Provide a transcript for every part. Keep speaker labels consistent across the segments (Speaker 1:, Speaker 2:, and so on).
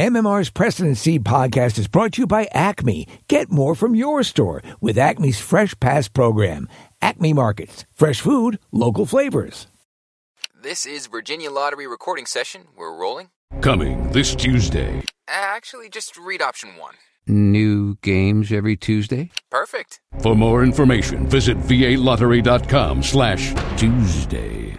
Speaker 1: MMR's President Seed podcast is brought to you by Acme. Get more from your store with Acme's Fresh Pass program. Acme Markets, fresh food, local flavors.
Speaker 2: This is Virginia Lottery recording session. We're rolling.
Speaker 3: Coming this Tuesday.
Speaker 2: Uh, Actually, just read option one.
Speaker 4: New games every Tuesday?
Speaker 2: Perfect.
Speaker 3: For more information, visit valottery.com slash Tuesday.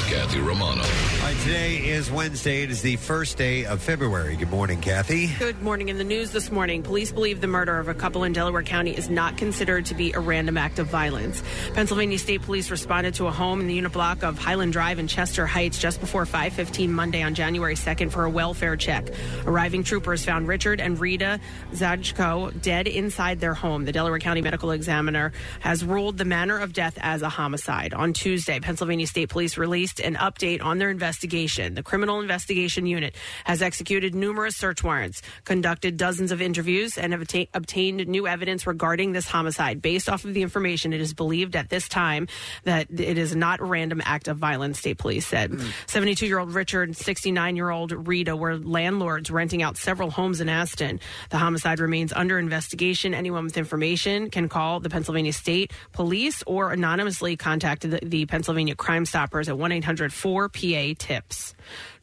Speaker 5: Kathy Romano.
Speaker 6: All right, today is Wednesday. It is the first day of February. Good morning, Kathy.
Speaker 7: Good morning. In the news this morning, police believe the murder of a couple in Delaware County is not considered to be a random act of violence. Pennsylvania State Police responded to a home in the unit block of Highland Drive in Chester Heights just before 5:15 Monday on January 2nd for a welfare check. Arriving troopers found Richard and Rita Zajko dead inside their home. The Delaware County Medical Examiner has ruled the manner of death as a homicide. On Tuesday, Pennsylvania State Police released an update on their investigation. The Criminal Investigation Unit has executed numerous search warrants, conducted dozens of interviews, and have atta- obtained new evidence regarding this homicide. Based off of the information, it is believed at this time that it is not a random act of violence, state police said. 72 year old Richard and 69 year old Rita were landlords renting out several homes in Aston. The homicide remains under investigation. Anyone with information can call the Pennsylvania State Police or anonymously contact the, the Pennsylvania Crime Stoppers at 1 800 4 PA TIPS.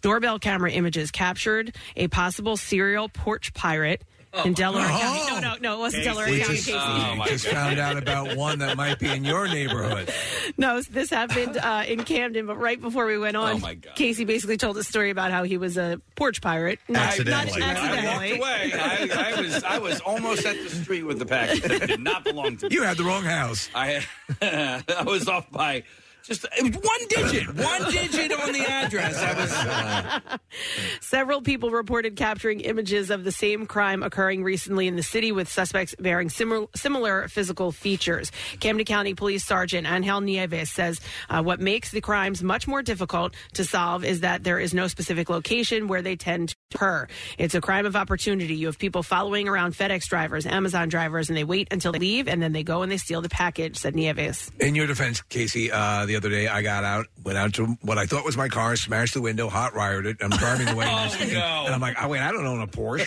Speaker 7: Doorbell camera images captured a possible serial porch pirate. In
Speaker 8: Oh.
Speaker 7: Delaware County. No, no, no, it wasn't Delaware
Speaker 6: We
Speaker 7: County,
Speaker 6: just, oh
Speaker 7: Casey.
Speaker 6: just found out about one that might be in your neighborhood.
Speaker 7: No, this happened uh, in Camden, but right before we went on, Casey basically told a story about how he was a porch pirate. Not,
Speaker 6: Accidentally.
Speaker 7: Not
Speaker 9: I walked
Speaker 7: accidentally.
Speaker 9: away. I, I was I was almost at the street with the package that did not belong to me.
Speaker 6: You had the wrong house.
Speaker 9: I I was off by just it was one digit, one digit on the address. I was
Speaker 7: Several people reported capturing images of the same crime occurring recently in the city with suspects bearing similar, similar physical features. Camden County Police Sergeant Angel Nieves says uh, what makes the crimes much more difficult to solve is that there is no specific location where they tend to occur. It's a crime of opportunity. You have people following around FedEx drivers, Amazon drivers, and they wait until they leave and then they go and they steal the package, said Nieves.
Speaker 6: In your defense, Casey, uh, the other day I got out, went out to what I thought was my car, smashed the window, hot wired it. I'm driving away.
Speaker 9: Oh, no.
Speaker 6: And I'm like, oh, wait, I don't own a Porsche.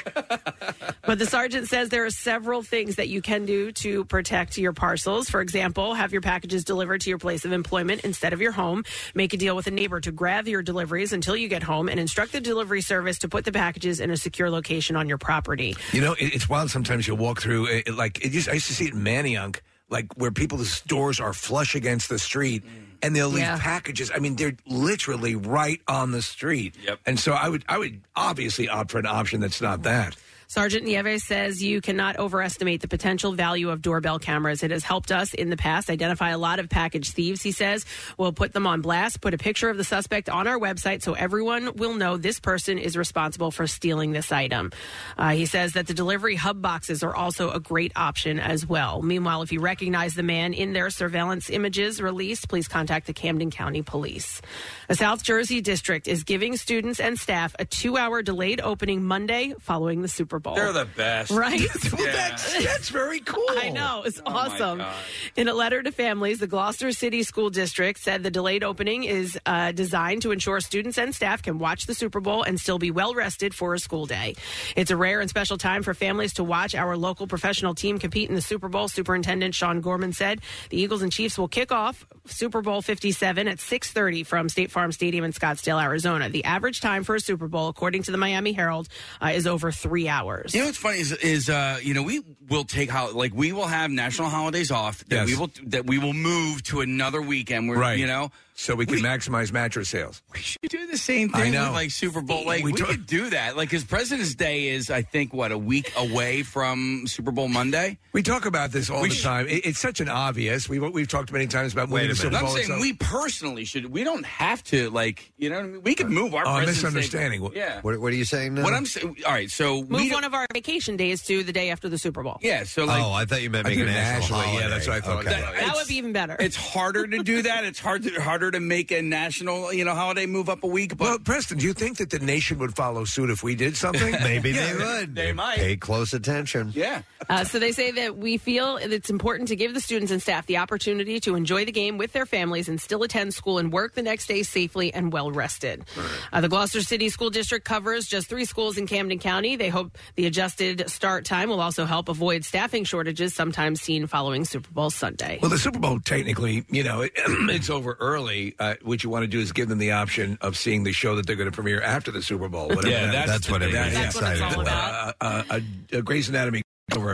Speaker 7: But the sergeant says there are several things that you can do to protect your parcels. For example, have your packages delivered to your place of employment instead of your home. Make a deal with a neighbor to grab your deliveries until you get home and instruct the delivery service to put the packages in a secure location on your property.
Speaker 6: You know, it, it's wild. Sometimes you'll walk through, it, it, like it used, I used to see it in Manayunk, like where people's doors are flush against the street, and they'll leave
Speaker 7: Yeah.
Speaker 6: packages. I mean, they're literally right on the street.
Speaker 9: Yep.
Speaker 6: And so I would, I would obviously opt for an option that's not that.
Speaker 7: Sergeant Nieves says you cannot overestimate the potential value of doorbell cameras. It has helped us in the past identify a lot of package thieves, he says. We'll put them on blast, put a picture of the suspect on our website so everyone will know this person is responsible for stealing this item. Uh, he says that the delivery hub boxes are also a great option as well. Meanwhile, if you recognize the man in their surveillance images released, please contact the Camden County Police. The South Jersey district is giving students and staff a two hour delayed opening Monday following the Super Bowl.
Speaker 9: they're the best. Oh
Speaker 7: Right?
Speaker 6: Well, that's that's very cool.
Speaker 7: I know. It's
Speaker 9: my
Speaker 7: awesome.
Speaker 9: God.
Speaker 7: In a letter to families, the Gloucester City School District said the delayed opening is uh, designed to ensure students and staff can watch the Super Bowl and still be well rested for a school day. It's a rare and special time for families to watch our local professional team compete in the Super Bowl, Superintendent Sean Gorman said. The Eagles and Chiefs will kick off Super Bowl 57 at 6:30 from State Farm Stadium in Scottsdale, Arizona. The average time for a Super Bowl, according to the Miami Herald, uh, is over 3 hours.
Speaker 9: You know what's funny is, is uh, you know we will take hol- like we will have national holidays off that
Speaker 6: Yes.
Speaker 9: we will that we will move to another weekend where
Speaker 6: Right.
Speaker 9: you know
Speaker 6: So we can maximize mattress sales.
Speaker 9: we should do the same
Speaker 6: I
Speaker 9: thing
Speaker 6: know.
Speaker 9: with like Super Bowl. Like
Speaker 6: We
Speaker 9: we,
Speaker 6: do-
Speaker 9: could do that. Like because President's Day is, I think, what a week away from Super Bowl Monday.
Speaker 6: We talk about this all
Speaker 9: We
Speaker 6: the
Speaker 9: sh-
Speaker 6: time. It, it's such an obvious. We we've talked many times about moving the Super
Speaker 9: But I'm
Speaker 6: Bowl
Speaker 9: saying
Speaker 6: itself.
Speaker 9: we personally should. We don't have to like you know. What I mean? We could move our.
Speaker 6: Oh, I'm
Speaker 9: President's Day-
Speaker 6: misunderstanding. What-
Speaker 9: Yeah.
Speaker 10: What, what are you saying now?
Speaker 9: What I'm saying. All right. So we
Speaker 7: Move
Speaker 9: don't-
Speaker 7: one of our vacation days to the day after the Super Bowl.
Speaker 9: Yeah. So like.
Speaker 10: oh, I thought you meant
Speaker 6: I
Speaker 10: make a
Speaker 6: think
Speaker 10: national
Speaker 6: nationally, yeah,
Speaker 10: holiday.
Speaker 6: that's what I thought.
Speaker 10: Okay.
Speaker 7: That would be even better.
Speaker 9: It's harder to do that. It's hard to, harder to make a national, you know, holiday move up a week. But
Speaker 6: Well, Preston, do you think that the nation would follow suit if we did something?
Speaker 10: Maybe
Speaker 9: Yeah,
Speaker 10: they would.
Speaker 9: they might.
Speaker 10: Pay close attention.
Speaker 9: yeah,
Speaker 7: Uh, so they say that we feel it's important to give the students and staff the opportunity to enjoy the game with their families and still attend school and work the next day safely and well rested. Uh, the Gloucester City School District covers just three schools in Camden County. They hope the adjusted start time will also help avoid staffing shortages sometimes seen following Super Bowl Sunday.
Speaker 6: Well, the Super Bowl technically, you know, it, it's over early. Uh, what you want to do is give them the option of seeing the show that they're going to premiere after the Super Bowl. Whatever
Speaker 9: Yeah,
Speaker 6: that-
Speaker 9: that's
Speaker 10: That's what
Speaker 9: That's
Speaker 10: everybody's
Speaker 7: what it's
Speaker 10: excited
Speaker 7: all
Speaker 10: about.
Speaker 7: about.
Speaker 6: uh, uh, a, a Grey's Anatomy over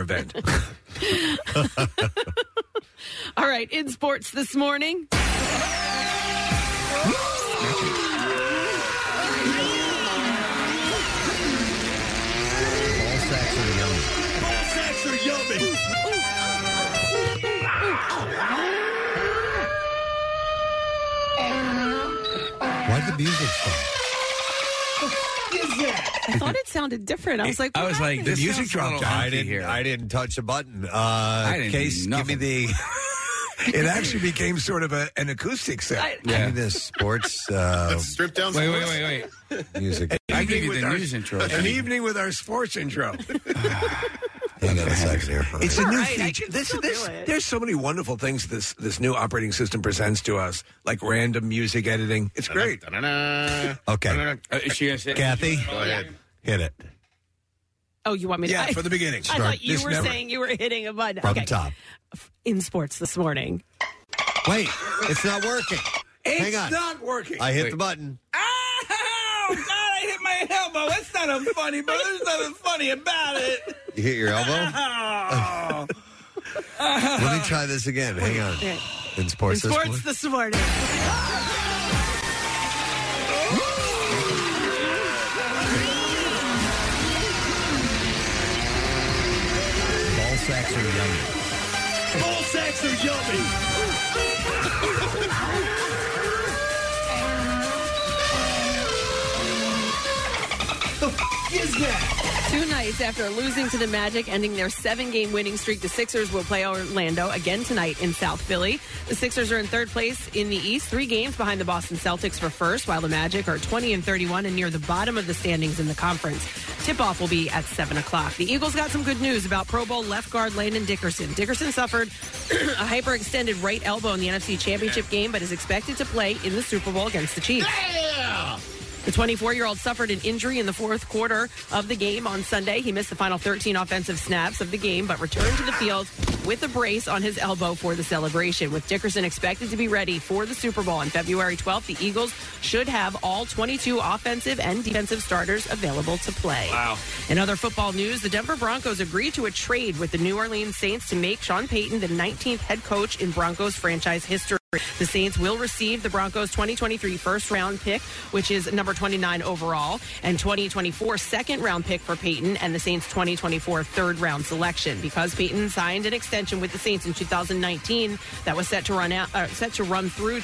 Speaker 6: event.
Speaker 7: All right, in sports this morning.
Speaker 10: All sacks are young. Why'd the music stop?
Speaker 7: I thought it sounded different. I was like,
Speaker 9: I was
Speaker 7: what
Speaker 9: like,
Speaker 7: happened?
Speaker 9: this
Speaker 6: music
Speaker 9: sounds a
Speaker 6: dropped
Speaker 9: little
Speaker 6: out.
Speaker 10: I
Speaker 9: funky
Speaker 10: didn't.
Speaker 9: here.
Speaker 10: I didn't touch the button. Uh,
Speaker 9: didn't
Speaker 10: Case,
Speaker 9: do
Speaker 10: give me
Speaker 9: nothing.
Speaker 10: the.
Speaker 6: it actually became sort of a, an acoustic set.
Speaker 7: I-
Speaker 10: Give me the sports uh,
Speaker 11: Strip down.
Speaker 9: Wait, wait, wait, wait.
Speaker 10: music.
Speaker 9: I gave you
Speaker 6: with
Speaker 9: the
Speaker 6: our-
Speaker 9: news intro.
Speaker 6: An evening with our sports intro.
Speaker 10: Hang on a second here.
Speaker 6: It's a new
Speaker 7: all right. I
Speaker 6: feature.
Speaker 7: can
Speaker 6: This,
Speaker 7: still
Speaker 6: this,
Speaker 7: do it.
Speaker 6: there's so many wonderful things this this new operating system presents to us, like random music editing. It's great.
Speaker 11: Da-da-da.
Speaker 10: Okay,
Speaker 11: Da-da-da.
Speaker 9: Uh, is she gonna say?
Speaker 10: Kathy,
Speaker 11: Go ahead.
Speaker 10: hit it
Speaker 7: oh, you want me to?
Speaker 6: Yeah,
Speaker 7: I,
Speaker 6: for the beginning.
Speaker 7: I thought you
Speaker 6: This
Speaker 7: were
Speaker 6: never-
Speaker 7: saying you were hitting a button.
Speaker 10: from
Speaker 7: okay.
Speaker 10: the top.
Speaker 7: In sports this morning.
Speaker 10: Wait, it's not working. Hang on.
Speaker 6: It's not working.
Speaker 10: I hit the button.
Speaker 9: Oh God! I hit my elbow. That's not unfunny, bro. There's nothing funny about it.
Speaker 10: You hit your elbow?
Speaker 9: Oh.
Speaker 10: Let me try this again. Hang on. In sports, this
Speaker 7: Sports
Speaker 10: morning?
Speaker 7: this morning.
Speaker 10: ball sacks are yummy.
Speaker 11: Ball sacks are yummy.
Speaker 7: Two nights after losing to the Magic, ending their seven game winning streak, the Sixers will play Orlando again tonight in South Philly. The Sixers are in third place in the East, three games behind the Boston Celtics for first, while the Magic are 20 and 31 and near the bottom of the standings in the conference. Tip off will be at 7 o'clock. The Eagles got some good news about Pro Bowl left guard Landon Dickerson. Dickerson suffered a hyperextended right elbow in the NFC Championship game, but is expected to play in the Super Bowl against the Chiefs. The 24 year old suffered an injury in the fourth quarter of the game on Sunday. He missed the final 13 offensive snaps of the game, but returned to the field with a brace on his elbow for the celebration. With Dickerson expected to be ready for the Super Bowl on February 12th, the Eagles should have all 22 offensive and defensive starters available to play. Wow. In other football news, the Denver Broncos agreed to a trade with the New Orleans Saints to make Sean Payton the 19th head coach in Broncos franchise history. The Saints will receive the Broncos 2023 first round pick, which is number 29 overall, and 2024 second round pick for Peyton, and the Saints 2024 third round selection. Because Peyton signed an extension with the Saints in 2019 that was set to run out, uh, set to run through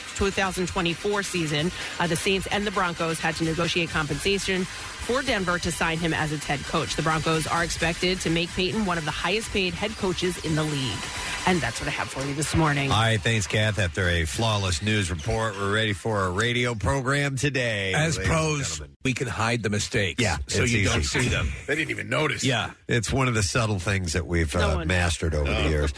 Speaker 7: 2024 season, uh, the Saints and the Broncos had to negotiate compensation for Denver to sign him as its head coach. The Broncos are expected to make Peyton one of the highest paid head coaches in the league. And that's what I have for you this morning.
Speaker 10: All right, thanks, Kath. After a flawless news report, we're ready for our radio program today.
Speaker 6: As
Speaker 10: ladies and
Speaker 6: pros,
Speaker 10: gentlemen.
Speaker 6: we can hide the mistakes.
Speaker 10: Yeah,
Speaker 6: so
Speaker 10: it's
Speaker 6: you
Speaker 10: easy.
Speaker 6: don't see them.
Speaker 11: They didn't even notice.
Speaker 6: Yeah.
Speaker 10: It's one of the subtle things that we've
Speaker 7: No
Speaker 10: uh,
Speaker 7: one-
Speaker 10: mastered over
Speaker 6: Oh.
Speaker 10: the years.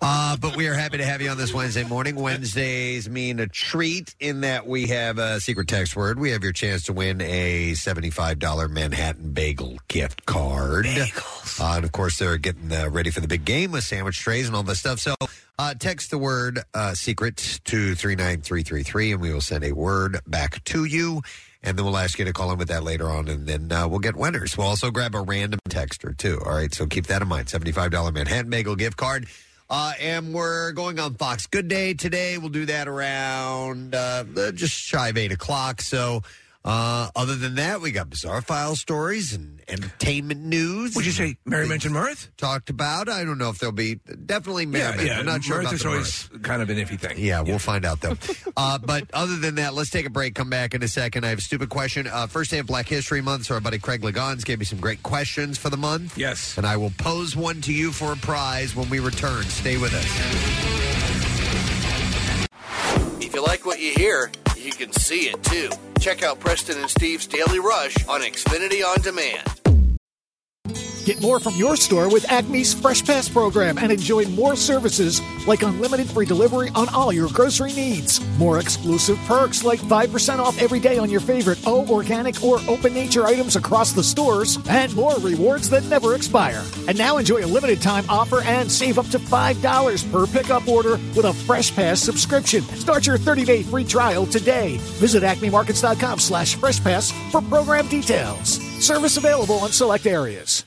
Speaker 10: Uh, but we are happy to have you on this Wednesday morning. Wednesdays mean a treat in that we have a secret text word. We have your chance to win a $75 Manhattan bagel gift card. Bagels. Uh, and of course, they're getting uh, ready for the big game with sandwich trays and all that stuff. So uh, text the word uh, secret to 39333 and we will send a word back to you. And then we'll ask you to call in with that later on, and then uh, we'll get winners. We'll also grab a random texter, too. All right, so keep that in mind. $75 Manhattan Bagel gift card. Uh, and we're going on Fox Good Day today. We'll do that around uh, uh, just shy of 8 o'clock. So, uh, other than that, we got bizarre file stories and entertainment news.
Speaker 6: Would you say merriment and mirth?
Speaker 10: Talked about. I don't know if there'll be definitely merriment. I'm not
Speaker 6: mirth
Speaker 10: sure about
Speaker 6: is
Speaker 10: the mirth.
Speaker 6: always kind of an iffy thing.
Speaker 10: Yeah, we'll find out though. uh, but other than that, let's take a break. Come back in a second. I have a stupid question. Uh, first day of Black History Month, so our buddy Craig Lagans gave me some great questions for the month.
Speaker 6: Yes.
Speaker 10: and I will pose one to you for a prize when we return. Stay with us.
Speaker 12: you like what you hear, you can see it too. Check out Preston and Steve's Daily Rush on Xfinity On Demand.
Speaker 13: Get more from your store with Acme's Fresh Pass program and enjoy more services like unlimited free delivery on all your grocery needs. More exclusive perks like 5% off every day on your favorite O organic or open nature items across the stores and more rewards that never expire. And now enjoy a limited time offer and save up to $5 per pickup order with a Fresh Pass subscription. Start your 30-day free trial today. Visit acmemarkets.com slash fresh pass for program details. Service available in select areas.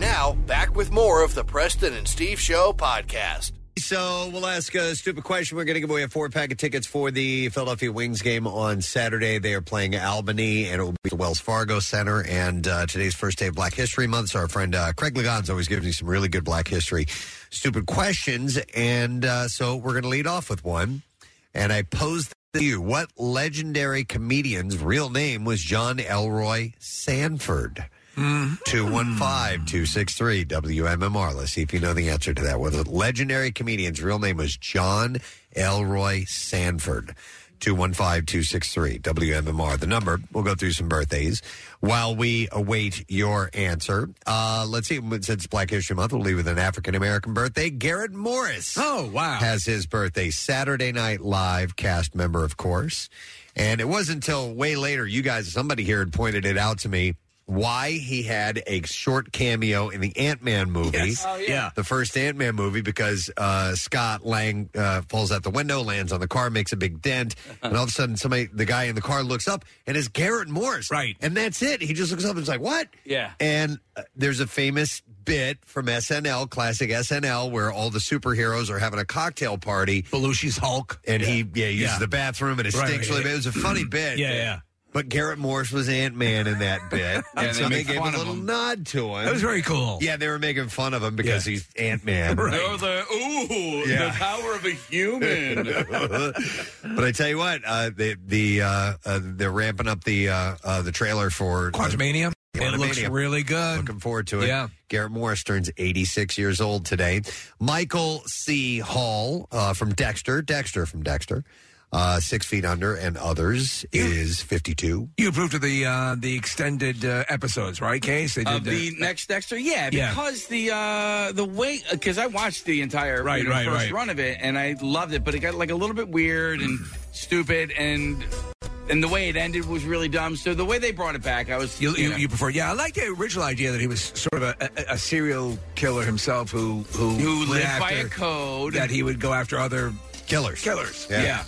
Speaker 12: Now, back with more of the Preston and Steve Show podcast.
Speaker 10: So we'll ask a stupid question. We're going to give away a four pack of tickets for the Philadelphia Wings game on Saturday. They are playing Albany, and it will be at the Wells Fargo Center. And uh, today's first day of Black History Month. So our friend uh, Craig Lagan's always gives me some really good Black History stupid questions, and uh, so we're going to lead off with one. And I posed to you: What legendary comedian's real name was John Elroy Sanford?
Speaker 6: Mm-hmm.
Speaker 10: 215-263 WMMR. Let's see if you know the answer to that. Well, the legendary comedian's real name was John Elroy Sanford. 215-263 WMMR. The number. We'll go through some birthdays while we await your answer. Uh, let's see. Since Black History Month, we'll leave with an African American birthday. Garrett Morris. Oh, wow. Has his birthday. Saturday Night Live cast member, of course. And it wasn't until way later you guys, somebody here had pointed it out to me why he had a short cameo in the Ant Man movie.
Speaker 11: Yes. Oh, yeah. Yeah.
Speaker 10: The first Ant Man movie because uh, Scott Lang uh, falls out the window, lands on the car, makes a big dent, and all of a sudden somebody, the guy in the car looks up and it's Garrett Morris. Right. And that's it. He just looks up and is like, what?
Speaker 9: Yeah.
Speaker 10: And uh, there's a famous bit from SNL, classic SNL, where all the superheroes are having a cocktail party. Belushi's Hulk. And he yeah, uses
Speaker 6: Yeah.
Speaker 10: the bathroom and it
Speaker 6: Right,
Speaker 10: stinks
Speaker 6: right.
Speaker 10: really bad. It was a funny bit.
Speaker 6: Yeah, yeah.
Speaker 10: But Garrett Morris was Ant Man in that bit. and
Speaker 6: Yeah, they
Speaker 10: so they
Speaker 6: make
Speaker 10: gave a
Speaker 6: fun of
Speaker 10: little
Speaker 6: him.
Speaker 10: nod to him.
Speaker 6: That was very cool.
Speaker 10: Yeah, they were making fun of him because
Speaker 6: Yeah.
Speaker 10: he's Ant Man.
Speaker 9: Or the ooh,
Speaker 10: Yeah.
Speaker 9: the power of a human.
Speaker 10: but I tell you what, uh, the the uh, uh, they're ramping up the uh, uh, the trailer for
Speaker 6: Quantumania. It looks
Speaker 10: Quantumania.
Speaker 6: really good.
Speaker 10: Looking forward to it.
Speaker 6: Yeah.
Speaker 10: Garrett Morris turns 86 years old today. Michael C. Hall uh, from Dexter, Dexter from Dexter, uh, Six Feet Under and others is 52.
Speaker 6: You approved of the uh, the extended uh, episodes, right, Case? They
Speaker 9: Of Uh, the
Speaker 6: the-
Speaker 9: next Dexter, yeah,
Speaker 6: Yeah.
Speaker 9: because the uh the way because I watched the entire
Speaker 6: Right,
Speaker 9: you know,
Speaker 6: right,
Speaker 9: first
Speaker 6: right.
Speaker 9: run of it and I loved it, but it got like a little bit weird and stupid and and the way it ended was really dumb. So the way they brought it back, I was
Speaker 6: You, you,
Speaker 9: know.
Speaker 6: you prefer? Yeah, I like the original idea that he was sort of a, a, a serial killer himself, who who
Speaker 9: Who
Speaker 6: went
Speaker 9: lived by
Speaker 6: after-
Speaker 9: a code.
Speaker 6: that he would go after other
Speaker 10: killers.
Speaker 6: Killers.
Speaker 10: Yeah.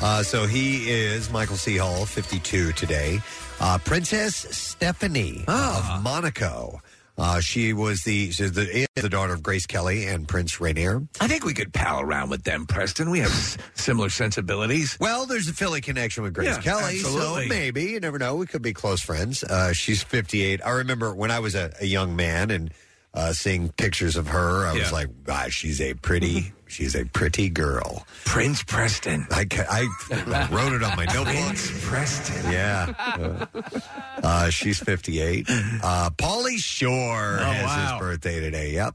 Speaker 10: Uh, so he is Michael C. Hall, 52 today. Uh, Princess Stephanie
Speaker 6: Ah.
Speaker 10: of Monaco. Uh, she was the, she's the is the daughter of Grace Kelly and Prince Rainier.
Speaker 6: I think we could pal around with them, Preston. We have s- similar sensibilities.
Speaker 10: Well, there's a Philly connection with Grace Kelly, so maybe you never know. We could be close friends. Uh, she's 58. I remember when I was a, a young man and uh, seeing pictures of her, I was
Speaker 6: Yeah.
Speaker 10: like, "Wow, she's a pretty, she's a pretty girl."
Speaker 6: Prince Preston.
Speaker 10: I, ca- I wrote it on my notebook.
Speaker 6: Prince Preston.
Speaker 10: Yeah. Uh, she's 58. Uh, Paulie Shore
Speaker 6: Oh,
Speaker 10: has
Speaker 6: wow.
Speaker 10: his birthday today. Yep.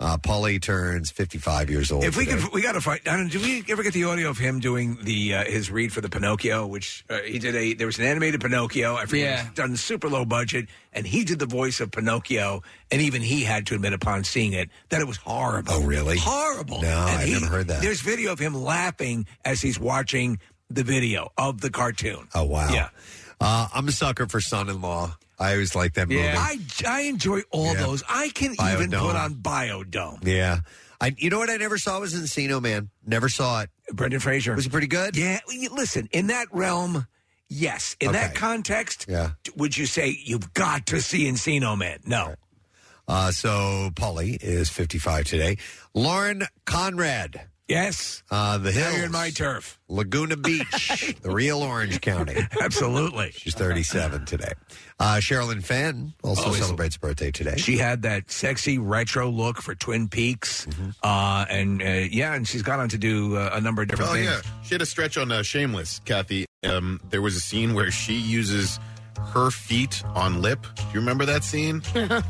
Speaker 10: Uh, Paulie turns 55 years old.
Speaker 6: If we
Speaker 10: today.
Speaker 6: could, we got to find. I don't. Did we ever get the audio of him doing the uh, his read for the Pinocchio, which uh, he did a? There was an animated Pinocchio. I forget.
Speaker 9: Yeah.
Speaker 6: it was Done super low budget, and he did the voice of Pinocchio, and even he had to admit upon seeing it that it was horrible. Oh,
Speaker 10: really?
Speaker 6: Horrible.
Speaker 10: No,
Speaker 6: And
Speaker 10: I
Speaker 6: he-
Speaker 10: never heard that.
Speaker 6: There's video of him laughing as he's watching the video of the cartoon.
Speaker 10: Oh wow!
Speaker 6: Yeah.
Speaker 10: uh, I'm a sucker for Son-in-Law. I always like that movie.
Speaker 6: I I enjoy all
Speaker 10: Yeah.
Speaker 6: those. I can even
Speaker 10: Biodome.
Speaker 6: put on Biodome.
Speaker 10: yeah, I you know what I never saw was Encino Man. Never saw it.
Speaker 6: Brendan Fraser
Speaker 10: was it pretty good?
Speaker 6: Yeah. well, you- Listen, in that realm, yes. In that context,
Speaker 10: Yeah.
Speaker 6: would you say you've got to see Encino Man? No.
Speaker 10: Uh, so Polly is 55 today. Lauren Conrad
Speaker 6: Yes.
Speaker 10: Uh, the
Speaker 6: Now
Speaker 10: hills.
Speaker 6: you're in my turf.
Speaker 10: Laguna Beach, the real Orange County.
Speaker 6: Absolutely.
Speaker 10: She's 37 today. Uh, Sherilyn Fenn also
Speaker 6: Always-
Speaker 10: celebrates birthday today.
Speaker 6: She had that sexy retro look for Twin Peaks, uh, and uh, yeah, and she's gone on to do uh, a number of different
Speaker 11: Oh
Speaker 6: things.
Speaker 11: yeah, she had a stretch on uh, Shameless, Kathy. Um, there was a scene where she uses her feet on lip. Do you remember that scene? And
Speaker 7: I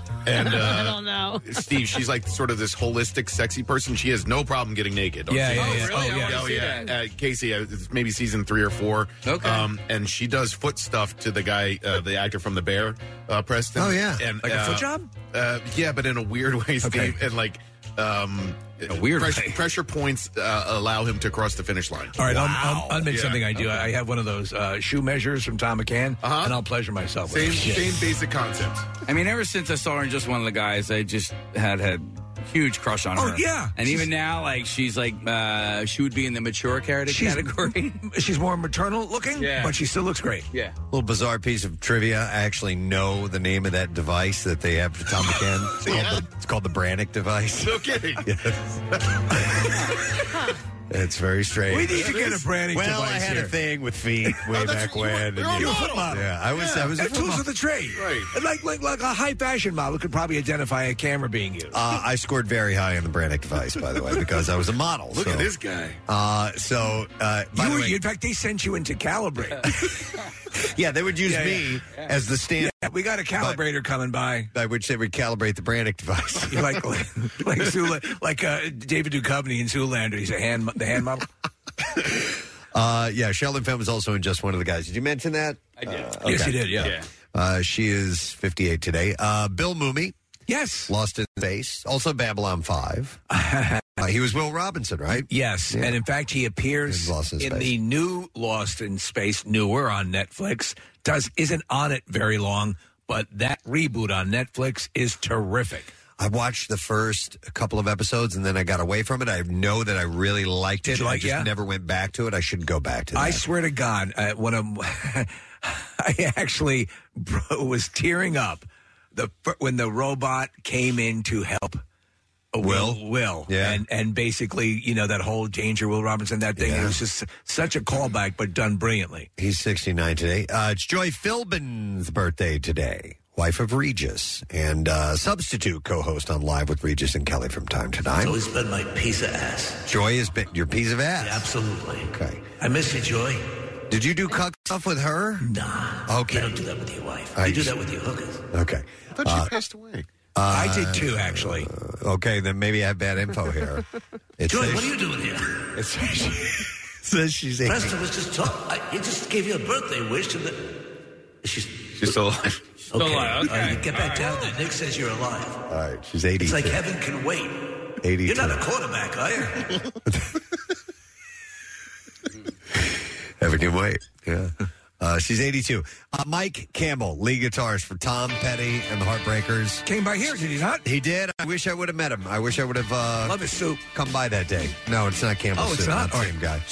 Speaker 11: uh,
Speaker 7: don't know.
Speaker 11: Steve, she's like sort of this holistic, sexy person. She has no problem getting naked. on
Speaker 6: Yeah,
Speaker 11: TV.
Speaker 6: yeah, yeah. Oh, really? I wanna
Speaker 11: Oh,
Speaker 6: see
Speaker 11: yeah.
Speaker 6: that.
Speaker 11: Uh, Casey, uh, it's maybe season three or four. Okay. Um, and she does foot stuff to the guy, uh, the actor from The Bear, uh, Preston.
Speaker 6: Oh, yeah.
Speaker 11: And,
Speaker 6: Like a
Speaker 11: uh,
Speaker 6: foot job?
Speaker 11: Uh, yeah, but in a weird way, Steve.
Speaker 6: Okay.
Speaker 11: And like. Um, a
Speaker 6: weird
Speaker 11: pressure, pressure points uh, allow him to cross the finish line.
Speaker 6: All right, I'll, I'll, I'll make
Speaker 11: Yeah.
Speaker 6: something I do. I have one of those uh, shoe measures from Tom McCann, and I'll pleasure myself. with it. Yeah.
Speaker 11: basic concept.
Speaker 9: I mean, ever since I saw her in just one of the guys, I just had had huge crush on
Speaker 6: Oh,
Speaker 9: her.
Speaker 6: yeah.
Speaker 9: and even now, like she's like uh, she would be in the mature character
Speaker 6: She's-
Speaker 9: category.
Speaker 6: She's more maternal looking,
Speaker 9: Yeah.
Speaker 6: but she still looks great.
Speaker 9: Yeah.
Speaker 10: little bizarre piece of trivia. I actually know the name of that device that they have for Tom McCann. It's, called, the, it's called the Brannick device.
Speaker 11: No kidding.
Speaker 6: um,
Speaker 10: It's very strange.
Speaker 11: We need to get a Brannick
Speaker 10: well,
Speaker 11: device
Speaker 10: I had
Speaker 11: here.
Speaker 10: a thing with feet way
Speaker 11: Oh, that's
Speaker 10: back
Speaker 11: what you
Speaker 10: when.
Speaker 11: were. You're a
Speaker 10: and you-
Speaker 11: model.
Speaker 10: Yeah, I was. I was. a
Speaker 6: And tools
Speaker 10: football-
Speaker 6: of the trade. Right. like, like like a high fashion model could probably identify a camera being used.
Speaker 10: Uh, I scored very high on the Brannick device, by the way, because I was a model.
Speaker 6: Look at
Speaker 10: so-
Speaker 6: this guy.
Speaker 10: Uh, so, uh, by
Speaker 6: you
Speaker 10: the
Speaker 6: were,
Speaker 10: way-
Speaker 6: in fact, they sent you in to calibrate.
Speaker 10: yeah, they would use
Speaker 6: Yeah,
Speaker 10: me
Speaker 6: yeah. Yeah.
Speaker 10: as the stand.
Speaker 6: Yeah, we got a calibrator coming by.
Speaker 10: By which they would calibrate the Brannick device.
Speaker 6: You're like like Zula, like uh, David Duchovny in Zoolander. He's a hand the hand model.
Speaker 10: Uh, yeah, Sheldon Fenn was also in just one of the guys. Did you mention that? I did.
Speaker 6: Yes, you did, yeah. Yeah.
Speaker 10: Uh, she is 58 today. Uh, Bill Mooney.
Speaker 6: Yes.
Speaker 10: Lost in Space. Also Babylon 5. uh, he was Will Robinson, right?
Speaker 6: Yes, and in fact, he appears
Speaker 10: In Lost in
Speaker 6: in,
Speaker 10: Space.
Speaker 6: the new Lost in Space, newer on Netflix. Does isn't on it very long, but that reboot on Netflix is terrific.
Speaker 10: I watched the first couple of episodes and then I got away from it. I know that I really liked it.
Speaker 6: you like-
Speaker 10: I just
Speaker 6: yeah?
Speaker 10: never went back to it. I should go back to that.
Speaker 6: I swear to God, uh, when I'm, I actually bro, was tearing up the fir- when the robot came in to help. uh, Will, Will,
Speaker 10: Yeah.
Speaker 6: and and basically, you know, that whole danger, Will Robinson, that thing. It was just such a callback, but done brilliantly.
Speaker 10: He's 69 today. Uh, it's Joy Philbin's birthday today, wife of Regis and uh, substitute co host on Live with Regis and Kelly from time to
Speaker 14: It's
Speaker 10: time.
Speaker 14: always been my piece of ass.
Speaker 10: Joy has been your piece of ass.
Speaker 14: Absolutely.
Speaker 10: Okay.
Speaker 14: I miss you, Joy.
Speaker 10: Did you do cuck stuff with her?
Speaker 14: Nah.
Speaker 10: Okay.
Speaker 14: You don't do that with your wife.
Speaker 10: I
Speaker 14: you do
Speaker 10: just-
Speaker 14: that with your hookers.
Speaker 10: Okay.
Speaker 11: I thought she passed away.
Speaker 10: I
Speaker 6: did too, actually.
Speaker 10: Okay, then maybe I have bad info here. It
Speaker 14: Joy,
Speaker 10: says-
Speaker 14: what are you doing here?
Speaker 10: It says, she, says she's 80.
Speaker 14: Preston was just talking. He just gave you a birthday wish. And the- she's
Speaker 11: She's still alive.
Speaker 14: okay.
Speaker 11: alive,
Speaker 14: All right,
Speaker 11: okay.
Speaker 14: you get back down there. Nick says you're alive.
Speaker 10: All right, she's 82.
Speaker 14: It's like heaven can wait.
Speaker 10: 82.
Speaker 14: You're not a quarterback, are you?
Speaker 10: Heaven can wait. Yeah. Uh, she's 82. Uh, Mike Campbell, lead guitarist for Tom Petty and the Heartbreakers.
Speaker 6: Came by here, did he not?
Speaker 10: He did. I wish I would have met him. I wish I would have uh,
Speaker 6: Love his soup.
Speaker 10: come by that day. No, it's not Campbell.
Speaker 6: Oh, it's
Speaker 10: soup,
Speaker 6: not?
Speaker 10: the
Speaker 6: All
Speaker 10: same guy.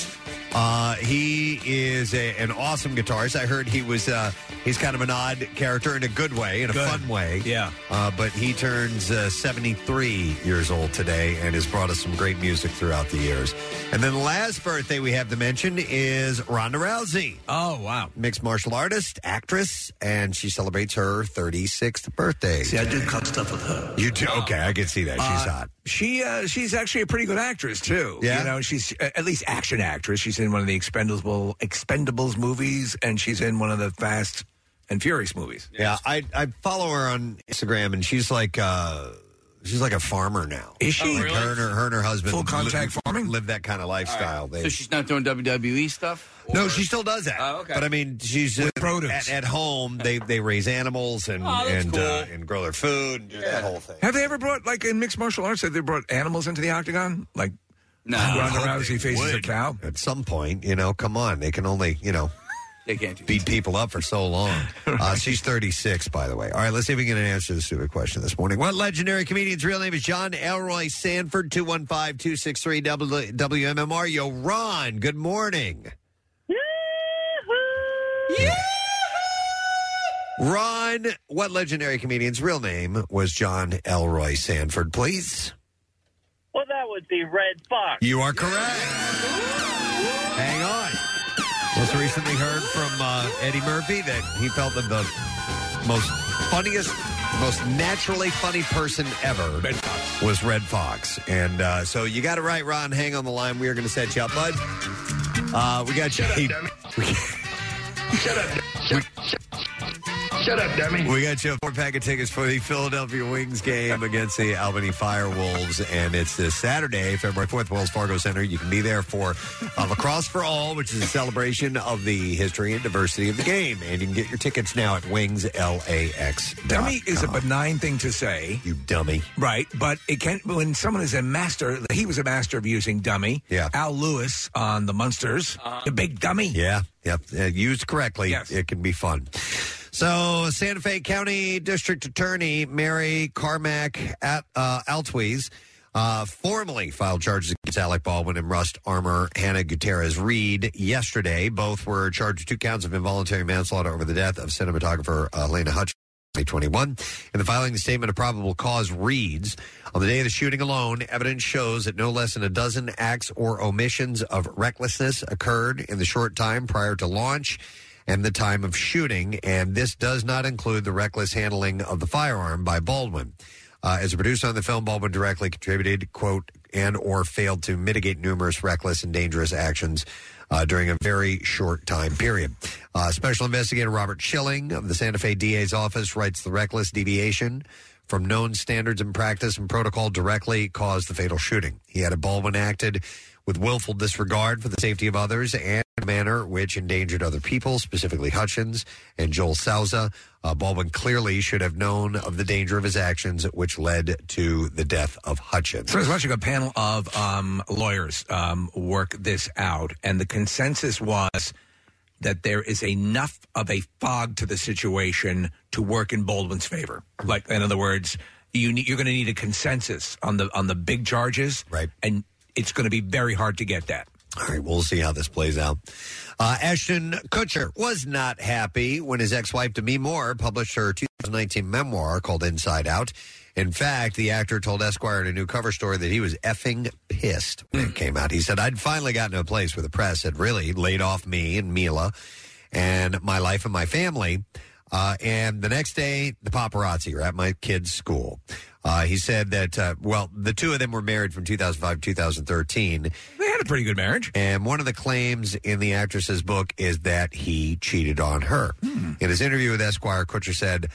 Speaker 10: Uh, he is a, an awesome guitarist. I heard he was. Uh, he's kind of an odd character in a good way, in a
Speaker 6: Good.
Speaker 10: fun way.
Speaker 6: Yeah.
Speaker 10: Uh, but he turns uh, 73 years old today and has brought us some great music throughout the years. And then the last birthday we have to mention is Ronda Rousey.
Speaker 6: Oh wow,
Speaker 10: mixed martial artist, actress, and she celebrates her 36th birthday.
Speaker 14: See, I do cock stuff with her.
Speaker 10: You do? Okay, I can see that. She's
Speaker 6: Uh,
Speaker 10: hot.
Speaker 6: She uh, she's actually a pretty good actress too.
Speaker 10: Yeah?
Speaker 6: you know she's uh, at least action actress. She's in one of the Expendable Expendables movies, and she's in one of the Fast and Furious movies.
Speaker 10: Yeah, I I follow her on Instagram, and she's like uh she's like a farmer now.
Speaker 6: Is she?
Speaker 10: Like her, and her, her and her husband
Speaker 6: Full contact
Speaker 10: li-
Speaker 6: farming?
Speaker 10: live that kind of lifestyle. They-
Speaker 9: So she's not doing WWE stuff.
Speaker 10: no, she still does that.
Speaker 9: Oh, okay.
Speaker 10: But I mean, she's
Speaker 9: With
Speaker 10: uh,
Speaker 9: produce.
Speaker 10: at, at home. They they raise animals and
Speaker 9: Oh, that's
Speaker 10: and uh,
Speaker 9: cool.
Speaker 10: and grow their food and do that whole thing.
Speaker 6: Have they ever brought like in mixed martial arts? Have they brought animals into the octagon? Like
Speaker 9: No.
Speaker 6: Ronda
Speaker 10: I hope they
Speaker 6: Rousey faces a
Speaker 10: would.
Speaker 6: cow.
Speaker 10: At some point, you know, come on, they can only you know
Speaker 9: They can't do
Speaker 10: beat people up for so long. uh, she's 36, by the way. All right, let's see if we can answer the stupid question this morning. What legendary comedian's real name is John Elroy Sanford? 215 263 WMMR. Yo, Ron, good morning. Ron, what legendary comedian's real name was John Elroy Sanford, please?
Speaker 15: Well, that would be Red Fox.
Speaker 10: You are correct. Hang on. Also recently heard from uh, Eddie Murphy that he felt that the most funniest, most naturally funny person ever was Red Fox. And uh, so you got it right, Ron. Hang on the line. We are going to set you up, bud. Uh, we got you. Shut up. Shut up, dummy. We got you a four pack of tickets for the Philadelphia Wings game against the Albany Fire Wolves, and it's this Saturday, February 4th, Wells Fargo Center. You can be there for uh, Lacrosse for All, which is a celebration of the history and diversity of the game. And you can get your tickets now at wingslax.com.
Speaker 6: Dummy is a benign thing to say.
Speaker 10: You dummy.
Speaker 6: Right, but it can when someone is a master. He was a master of using dummy.
Speaker 10: Yeah.
Speaker 6: Al Lewis on the Munsters, the big dummy.
Speaker 10: Yeah, yep. Uh, used correctly, it can be fun. So, Santa Fe County District Attorney Mary Carmack at, uh, Altweez uh, formally filed charges against Alec Baldwin and Rust Armor Hannah Gutierrez Reed yesterday. Both were charged with two counts of involuntary manslaughter over the death of cinematographer uh, Lena Hutch. 2021. In the filing, the statement of probable cause reads On the day of the shooting alone, evidence shows that no less than a dozen acts or omissions of recklessness occurred in the short time prior to launch and the time of shooting, and this does not include the reckless handling of the firearm by Baldwin. Uh, as a producer on the film, Baldwin directly contributed, quote, and or failed to mitigate numerous reckless and dangerous actions uh, during a very short time period. Uh, Special Investigator Robert Schilling of the Santa Fe DA's office writes the reckless deviation from known standards and practice and protocol directly caused the fatal shooting. He had a Baldwin acted with willful disregard for the safety of others and in a manner which endangered other people, specifically Hutchins and Joel Souza. Uh, Baldwin clearly should have known of the danger of his actions, which led to the death of Hutchins.
Speaker 6: So I was watching a panel of um, lawyers um, work this out, and the consensus was that there is enough of a fog to the situation to work in Baldwin's favor. Like, in other words, you need, you're going to need a consensus on the on the big charges,
Speaker 10: right?
Speaker 6: And it's going to be very hard to get that.
Speaker 10: All right, we'll see how this plays out. Uh, Ashton Kutcher was not happy when his ex wife, Demi Moore, published her 2019 memoir called Inside Out. In fact, the actor told Esquire in a new cover story that he was effing pissed when it came out. He said, I'd finally gotten to a place where the press had really laid off me and Mila and my life and my family. Uh, and the next day, the paparazzi were at my kid's school. Uh, he said that, uh, well, the two of them were married from 2005 to 2013.
Speaker 6: They had a pretty good marriage.
Speaker 10: And one of the claims in the actress's book is that he cheated on her.
Speaker 6: Hmm.
Speaker 10: In his interview with Esquire, Kutcher said,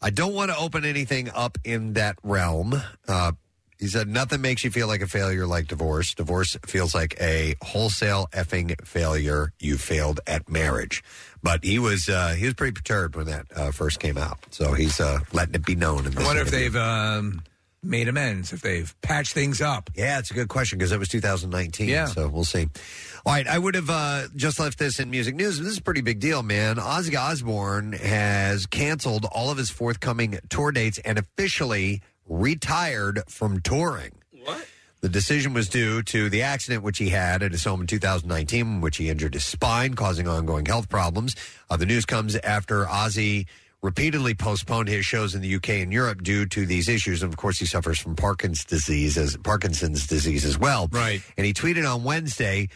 Speaker 10: I don't want to open anything up in that realm. Uh, he said, nothing makes you feel like a failure like divorce. Divorce feels like a wholesale effing failure. You failed at marriage. But he was uh, he was pretty perturbed when that uh, first came out. So he's uh, letting it be known. In this
Speaker 6: I wonder if
Speaker 10: interview.
Speaker 6: they've um, made amends, if they've patched things up.
Speaker 10: Yeah, it's a good question because it was 2019.
Speaker 6: Yeah.
Speaker 10: So we'll see. All right, I would have uh, just left this in music news. but This is a pretty big deal, man. Ozzy Osbourne has canceled all of his forthcoming tour dates and officially retired from touring. What? The decision was due to the accident which he had at his home in 2019, in which he injured his spine, causing ongoing health problems. Uh, the news comes after Ozzy repeatedly postponed his shows in the UK and Europe due to these issues. And of course, he suffers from Parkinson's disease as Parkinson's disease as well. Right. And he tweeted on Wednesday.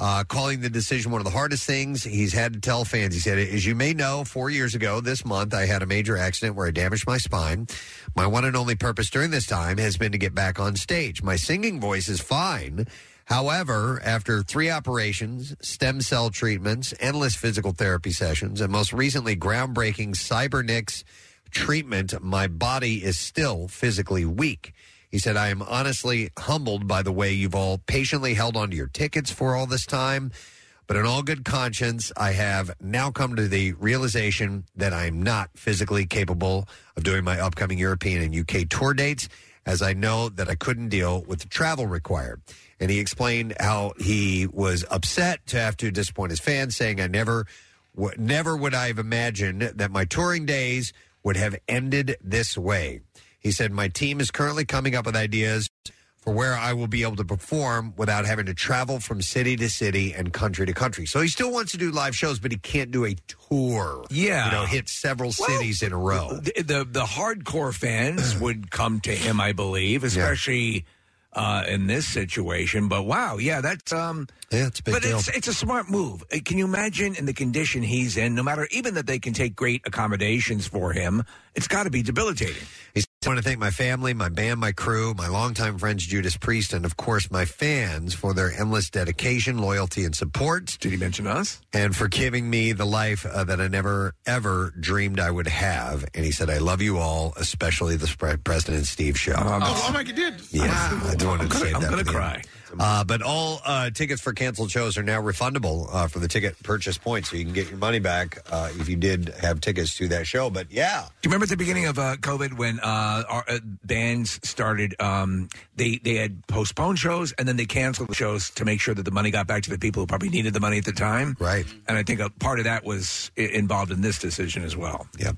Speaker 10: Uh, calling the decision one of the hardest things he's had to tell fans. He said, As you may know, four years ago this month, I had a major accident where I damaged my spine. My one and only purpose during this time has been to get back on stage. My singing voice is fine. However, after three operations, stem cell treatments, endless physical therapy sessions, and most recently, groundbreaking Cybernix treatment, my body is still physically weak. He said, I am honestly humbled by the way you've all patiently held onto your tickets for all this time. But in all good conscience, I have now come to the realization that I am not physically capable of doing my upcoming European and UK tour dates, as I know that I couldn't deal with the travel required. And he explained how he was upset to have to disappoint his fans, saying, I never w- never would I have imagined that my touring days would have ended this way. He said, My team is currently coming up with ideas for where I will be able to perform without having to travel from city to city and country to country. So he still wants to do live shows, but he can't do a tour.
Speaker 6: Yeah.
Speaker 10: You know, hit several
Speaker 6: Well,
Speaker 10: cities in a row.
Speaker 6: The, the the hardcore fans would come to him, I believe, especially uh, in this situation. But wow, yeah, that's um,
Speaker 10: yeah, it's a big
Speaker 6: but
Speaker 10: deal.
Speaker 6: it's it's a smart move. Uh, Can you imagine in the condition he's in? No matter even that they can take great accommodations for him, it's got to be debilitating.
Speaker 10: He said, I want to thank my family, my band, my crew, my longtime friends Judas Priest, and of course my fans for their endless dedication, loyalty, and support.
Speaker 6: Did he mention us?
Speaker 10: And for giving me the life uh, that I never ever dreamed I would have. And he said, "I love you all, especially the Spre- President Steve Show."
Speaker 11: oh, oh my God, did.
Speaker 10: Yeah, I just wanted
Speaker 11: I'm
Speaker 10: to
Speaker 11: gonna-
Speaker 10: say
Speaker 11: I'm
Speaker 10: that.
Speaker 11: gonna
Speaker 10: for the
Speaker 11: cry.
Speaker 10: end. Uh, but all uh, tickets for canceled shows are now refundable uh, for the ticket purchase point, so you can get your money back uh, if you did have tickets to that show. But yeah,
Speaker 6: Do you remember at the beginning of uh, COVID when uh, our, uh, bands started? Um, they they had postponed shows and then they canceled the shows to make sure that the money got back to the people who probably needed the money at the time.
Speaker 10: Right.
Speaker 6: And I think a part of that was i- involved in this decision as well.
Speaker 10: Yep.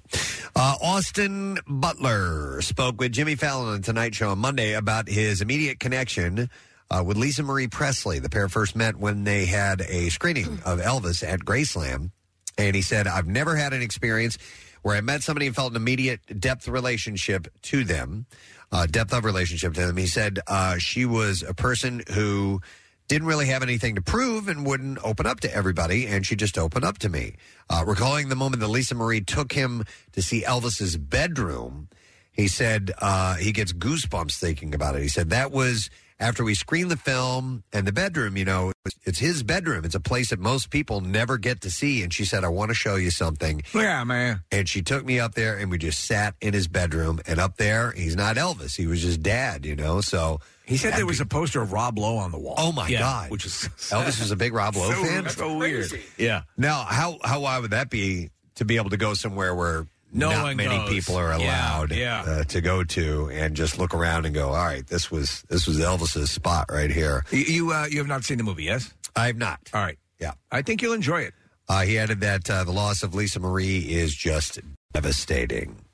Speaker 10: Uh, Austin Butler spoke with Jimmy Fallon on Tonight Show on Monday about his immediate connection uh, with Lisa Marie Presley. The pair first met when they had a screening of Elvis at Graceland. And he said, I've never had an experience where I met somebody and felt an immediate depth relationship to them, uh, depth of relationship to them. He said uh, she was a person who didn't really have anything to prove and wouldn't open up to everybody, and she just opened up to me. Uh, recalling the moment that Lisa Marie took him to see Elvis's bedroom, he said uh, he gets goosebumps thinking about it. He said that was after we screened the film and the bedroom. You know, it's- it's his bedroom. It's a place that most people never get to see. And she said, "I want to show you something."
Speaker 6: Yeah, man.
Speaker 10: And she took me up there, and we just sat in his bedroom. And up there, he's not Elvis. He was just dad. You know, so.
Speaker 6: He said there was a poster of Rob Lowe on the wall.
Speaker 10: Oh my
Speaker 6: Yeah,
Speaker 10: God!
Speaker 6: Which is
Speaker 10: Elvis was a big Rob Lowe
Speaker 6: so,
Speaker 10: fan.
Speaker 6: So weird.
Speaker 10: Yeah. Now, how how wide would that be to be able to go somewhere where
Speaker 6: No
Speaker 10: not
Speaker 6: one
Speaker 10: many
Speaker 6: goes.
Speaker 10: people are
Speaker 6: Yeah,
Speaker 10: allowed
Speaker 6: yeah.
Speaker 10: Uh, to go to, and just look around and go, all right, this was this was Elvis's spot right here.
Speaker 6: You you, uh, you have not seen the movie, yes?
Speaker 10: I have not.
Speaker 6: All right.
Speaker 10: Yeah,
Speaker 6: I think you'll enjoy it.
Speaker 10: Uh, he added that uh, the loss of Lisa Marie is just devastating.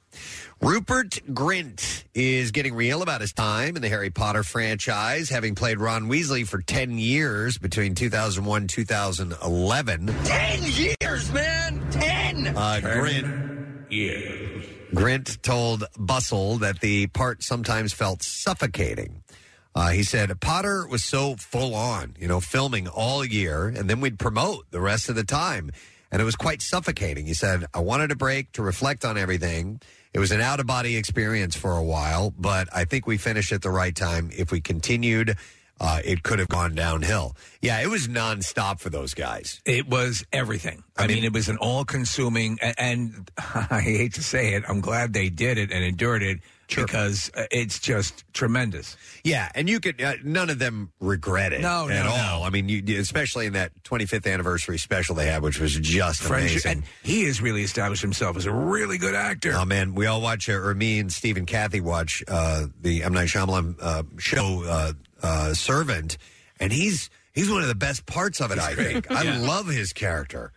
Speaker 10: Rupert Grint is getting real about his time in the Harry Potter franchise, having played Ron Weasley for 10 years between 2001 and 2011.
Speaker 14: Ten years, man! Ten!
Speaker 10: Uh, Grint.
Speaker 6: Yeah.
Speaker 10: Grint told Bustle that the part sometimes felt suffocating. Uh, he said Potter was so full on, you know, filming all year, and then we'd promote the rest of the time. And it was quite suffocating. He said, I wanted a break to reflect on everything. It was an out of body experience for a while, but I think we finished at the right time. If we continued, uh, it could have gone downhill. Yeah, it was nonstop for those guys.
Speaker 6: It was everything. I, mean, it was an all consuming, and, and I hate to say it, I'm glad they did it and endured it because uh, it's just tremendous.
Speaker 10: Yeah, and you could uh, none of them regret it
Speaker 6: No, no,
Speaker 10: at
Speaker 6: no.
Speaker 10: all. I mean, you, especially in that 25th anniversary special they had, which was just
Speaker 6: Friendship-
Speaker 10: amazing.
Speaker 6: And he has really established himself as a really good actor.
Speaker 10: Oh man, we all watch, uh, or me and Steve and Kathy watch uh, the M Night Shyamalan uh, show uh, uh, Servant, and he's he's one of the best parts of it. I think I
Speaker 9: Yeah.
Speaker 10: love his character.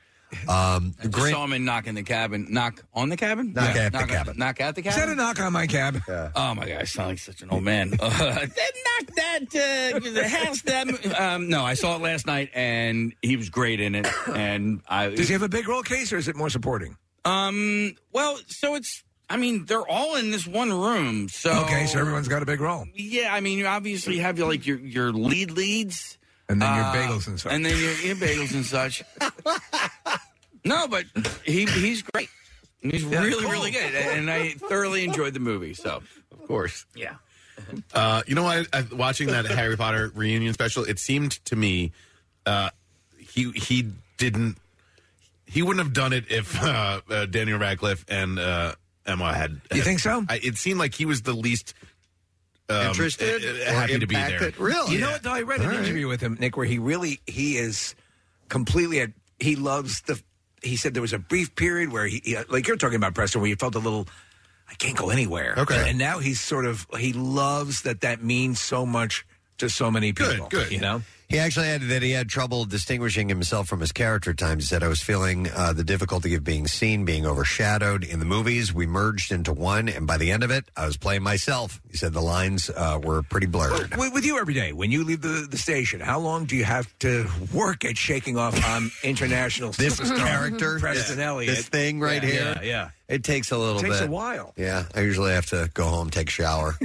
Speaker 10: Um,
Speaker 9: I just saw him in Knock in the Cabin. Knock on the Cabin?
Speaker 10: Knock at the
Speaker 9: on-
Speaker 10: Cabin.
Speaker 9: Knock at the
Speaker 6: Is
Speaker 9: Cabin?
Speaker 6: that a knock on my cab?
Speaker 9: Oh my gosh, I sound like such an old man. Uh, that knocked that uh, the house that. Um, no, I saw it last night, and he was great in it. And I
Speaker 6: Does he have a big role case or is it more supporting?
Speaker 9: um. Well, so it's. I mean, they're all in this one room. So
Speaker 6: Okay, so everyone's got a big role.
Speaker 9: Yeah, I mean, you obviously have your like your your lead leads,
Speaker 6: And then your
Speaker 9: uh,
Speaker 6: bagels and such.
Speaker 9: and then your, your bagels and such. no, but he he's great. He's
Speaker 11: Yeah,
Speaker 9: really
Speaker 11: cool.
Speaker 9: really good, and I thoroughly enjoyed the movie. So
Speaker 11: Of course.
Speaker 9: yeah.
Speaker 11: Uh, you know what? I, watching that Harry Potter reunion special, it seemed to me uh, he he didn't he wouldn't have done it if uh, uh, Daniel Radcliffe and uh, Emma had.
Speaker 6: You think so?
Speaker 11: I, it seemed like he was the least um,
Speaker 10: Interested
Speaker 11: uh,
Speaker 10: or
Speaker 11: uh, happy to be there.
Speaker 10: impacted? Really?
Speaker 6: You know what? Though I read an
Speaker 10: All right.
Speaker 6: interview with him, Nick, where he really he is completely at he loves the. He said there was a brief period where he, he like you're talking about Preston, where he felt a little. I can't go anywhere.
Speaker 11: Okay.
Speaker 6: and, and now he's sort of he loves that that means so much to so many people.
Speaker 11: good.
Speaker 6: You know,
Speaker 10: He actually added that he had trouble distinguishing himself from his character at times. He said, I was feeling uh, the difficulty of being seen, being overshadowed in the movies. We merged into one, and by the end of it, I was playing myself. He said the lines uh, were pretty blurred.
Speaker 6: with, with you every day when you leave the, the station, how long do you have to work at shaking off on international
Speaker 10: This
Speaker 6: superstar
Speaker 10: character,
Speaker 6: Preston
Speaker 10: this-
Speaker 6: Elliott,
Speaker 10: this thing right
Speaker 6: Yeah,
Speaker 10: here,
Speaker 6: Yeah, yeah.
Speaker 10: it takes a little
Speaker 6: takes
Speaker 10: bit.
Speaker 6: a while.
Speaker 10: Yeah, I usually have to go home, take a shower,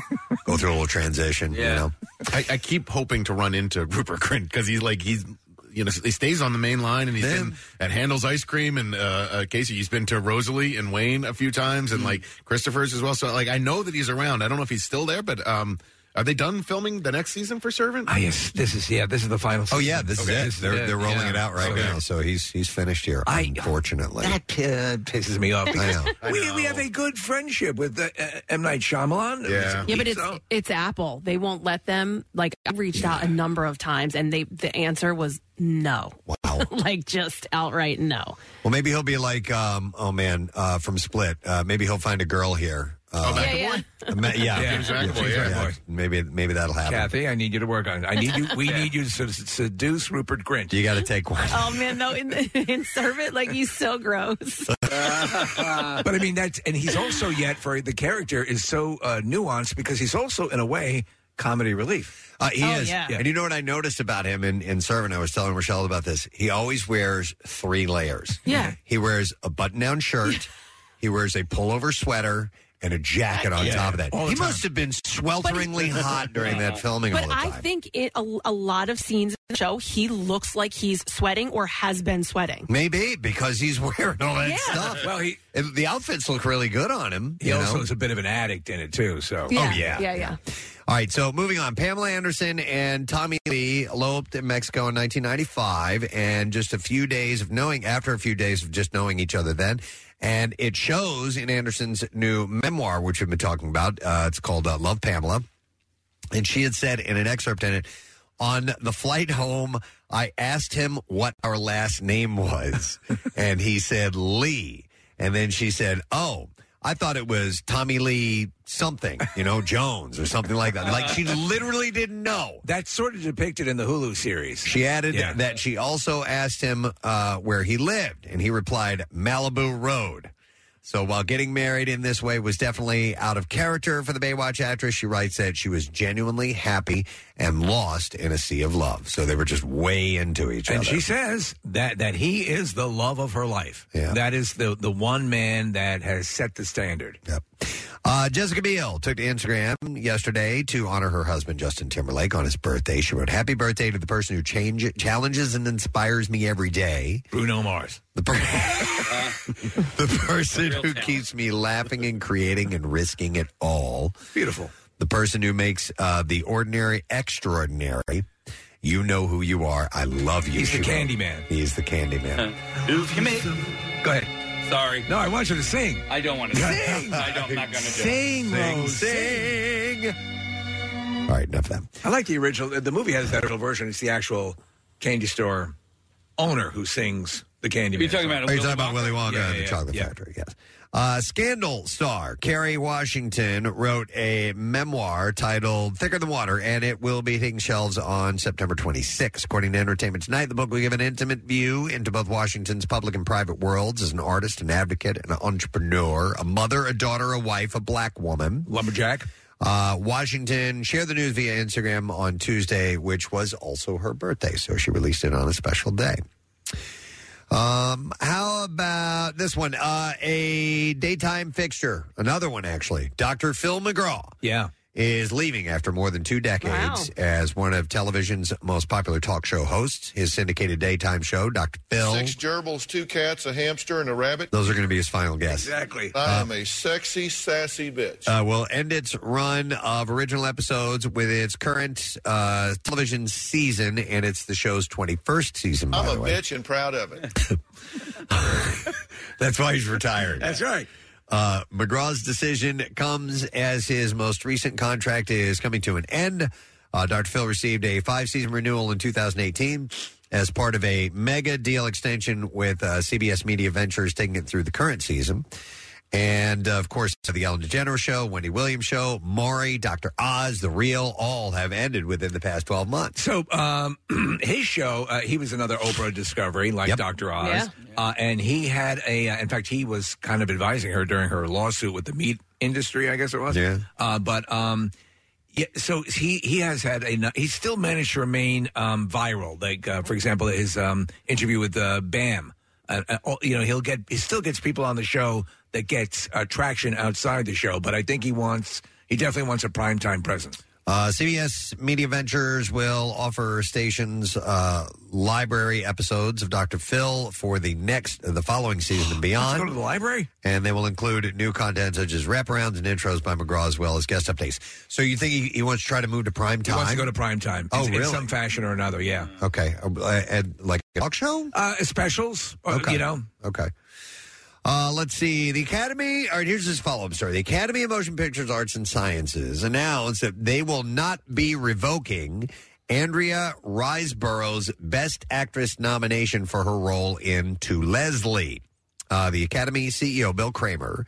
Speaker 10: go through a little transition, you know.
Speaker 11: I, I keep hoping to run into Rupert Grint because he's like he's you know he stays on the main line and he's been at Handel's Ice Cream and uh, uh, Casey. He's been to Rosalie and Wayne a few times
Speaker 6: Mm.
Speaker 11: and like Christopher's as well. So like I know that he's around. I don't know if he's still there, but um, are they done filming the next season for Servant?
Speaker 6: Ah, yes, this is yeah, this is the final.
Speaker 10: Oh
Speaker 6: season.
Speaker 10: yeah, this
Speaker 6: Okay.
Speaker 10: is it. They're, they're rolling it out right
Speaker 6: Okay.
Speaker 10: now, so he's he's finished here.
Speaker 6: I-
Speaker 10: unfortunately,
Speaker 6: That kid pisses me off.
Speaker 10: I know.
Speaker 6: We, we have a good friendship with uh, uh, M Night Shyamalan.
Speaker 10: Yeah.
Speaker 7: Yeah, but it's it's Apple. They won't let them. Like I reached out a number of times, and they the answer was no.
Speaker 10: Wow,
Speaker 7: like just outright no.
Speaker 10: Well, maybe he'll be like, um, oh man, uh, from Split. Uh, maybe he'll find a girl here. Uh,
Speaker 7: Oh, McAvoy?
Speaker 10: Uh, Ma- yeah,
Speaker 6: Yeah,
Speaker 10: James
Speaker 6: McAvoy,
Speaker 10: McAvoy,
Speaker 6: yeah.
Speaker 10: Maybe maybe that'll happen.
Speaker 6: Kathy, I need you to work on. it. I need you. We
Speaker 10: Yeah.
Speaker 6: need you to sed- seduce Rupert Grint.
Speaker 10: You got to take one.
Speaker 7: Oh man, though in the, in servant, like he's so gross.
Speaker 6: Uh, but I mean that's and he's also yet for the character is so uh, nuanced because he's also in a way comedy relief.
Speaker 10: Uh, he is. And you know what I noticed about him in, in Servant? I was telling Rochelle about this. He always wears three layers.
Speaker 7: Yeah.
Speaker 10: He wears a button down shirt, he wears a pullover sweater, and a jacket on
Speaker 15: Yeah.
Speaker 10: top of that.
Speaker 15: All the
Speaker 10: He
Speaker 15: time.
Speaker 10: must have been swelteringly hot during that filming
Speaker 7: But
Speaker 10: all the
Speaker 7: I
Speaker 10: time.
Speaker 7: think it a, a lot of scenes in the show, he looks like he's sweating or has been sweating.
Speaker 10: Maybe because he's wearing all that stuff.
Speaker 6: Well, he
Speaker 10: And the outfits look really good on him.
Speaker 6: he
Speaker 10: you
Speaker 6: also
Speaker 10: know?
Speaker 6: is a bit of an addict in it too. So
Speaker 10: Yeah. Oh, yeah.
Speaker 7: yeah, yeah.
Speaker 10: All right, so moving on. Pamela Anderson and Tommy Lee eloped in Mexico in 1995, and just a few days of knowing, after a few days of just knowing each other then. And it shows in Anderson's new memoir, which we've been talking about. Uh, it's called uh, Love Pamela. And she had said in an excerpt in it, on the flight home, I asked him what our last name was, and he said Lee. And then she said, Oh, I thought it was Tommy Lee something, you know, Jones or something like that. Like she literally didn't know.
Speaker 6: That's sort of depicted in the Hulu series.
Speaker 10: She added
Speaker 6: Yeah.
Speaker 10: that she also asked him uh, where he lived, and he replied, Malibu Road. So while getting married in this way was definitely out of character for the Baywatch actress, she writes that she was genuinely happy and lost in a sea of love. So they were just way into each
Speaker 6: and
Speaker 10: other.
Speaker 6: she says that that he is the love of her life. That is the the one man that has set the standard.
Speaker 10: Uh, Jessica Biel took to Instagram yesterday to honor her husband Justin Timberlake on his birthday. She wrote, "Happy birthday to the person who change, challenges and inspires me every day."
Speaker 6: Bruno Mars,
Speaker 10: the, per- the person who keeps me laughing and creating and risking it all.
Speaker 6: Beautiful.
Speaker 10: The person who makes uh, the ordinary extraordinary. You know who you are. I love you.
Speaker 6: He's the
Speaker 10: she wrote.
Speaker 6: candy man.
Speaker 10: He's the candy man.
Speaker 9: If you make.
Speaker 6: Go ahead.
Speaker 9: Sorry.
Speaker 6: No, I want you to sing.
Speaker 9: I don't want to sing. I don't, I'm not going to do it.
Speaker 10: sing. All right, enough of that.
Speaker 6: I like the original. The movie has that original version. It's the actual candy store owner who sings the candy. Oh,
Speaker 10: Are you talking about
Speaker 6: Are
Speaker 10: Are you talking about Willy Wonka and the Chocolate Factory? Yes. Uh, Scandal star Kerry Washington wrote a memoir titled Thicker Than Water, and it will be hitting shelves on September 26. According to Entertainment Tonight, the book will give an intimate view into both Washington's public and private worlds as an artist, an advocate, an entrepreneur, a mother, a daughter, a wife, a black woman.
Speaker 6: Lumberjack.
Speaker 10: Uh, Washington shared the news via Instagram on Tuesday, which was also her birthday, so she released it on a special day. Um, how about this one? Uh, a daytime fixture, another one actually. Dr. Phil McGraw
Speaker 6: Yeah.
Speaker 10: is leaving after more than two decades as one of television's most popular talk show hosts. His syndicated daytime show, Dr. Phil.
Speaker 16: Six gerbils, two cats, a hamster, and a rabbit.
Speaker 10: Those are Uh, going to be his final guests.
Speaker 6: Exactly.
Speaker 16: I am a sexy, sassy bitch.
Speaker 10: Uh, will end its run of original episodes with its current uh, television season, and it's the show's 21st season. By
Speaker 16: I'm
Speaker 10: the
Speaker 16: a
Speaker 10: way.
Speaker 16: bitch and proud of it.
Speaker 10: That's why he's retired.
Speaker 6: That's right.
Speaker 10: Uh, McGraw's decision comes as his most recent contract is coming to an end. Uh, Dr. Phil received a five season renewal in 2018 as part of a mega deal extension with uh, CBS Media Ventures, taking it through the current season. And uh, of course, the Ellen DeGeneres Show, Wendy Williams Show, Maury, Dr. Oz, The Real, all have ended within the past 12 months.
Speaker 6: So um, his show, uh, he was another Oprah discovery, like Dr. Oz,
Speaker 10: Yeah.
Speaker 6: uh, and he had a. Uh, in fact, he was kind of advising her during her lawsuit with the meat industry, I guess it was.
Speaker 10: Yeah.
Speaker 6: Uh, but um, yeah, so he he has had a. He still managed to remain um, viral. Like uh, for example, his um, interview with uh, Bam. Uh, uh, all- you know, he'll get he still gets people on the show that gets uh, traction outside the show, but I think he wants he definitely wants a primetime presence.
Speaker 10: Uh, CBS Media Ventures will offer stations uh, library episodes of Dr. Phil for the next, uh, the following season and beyond.
Speaker 6: Let's go to the library.
Speaker 10: And they will include new content such as wraparounds and intros by McGraw, as well as guest updates. So you think he, he wants to try to move to prime time?
Speaker 6: He wants to go to prime time.
Speaker 10: Oh,
Speaker 6: in,
Speaker 10: really?
Speaker 6: In some fashion or another, yeah.
Speaker 10: okay, Uh, and like a talk show?
Speaker 6: Uh, specials, uh, you know.
Speaker 10: Okay. Uh, let's see. The Academy, all right, here's this follow up story. The Academy of Motion Pictures Arts and Sciences announced that they will not be revoking Andrea Riseborough's Best Actress nomination for her role in To Leslie. Uh, the Academy CEO, Bill Kramer,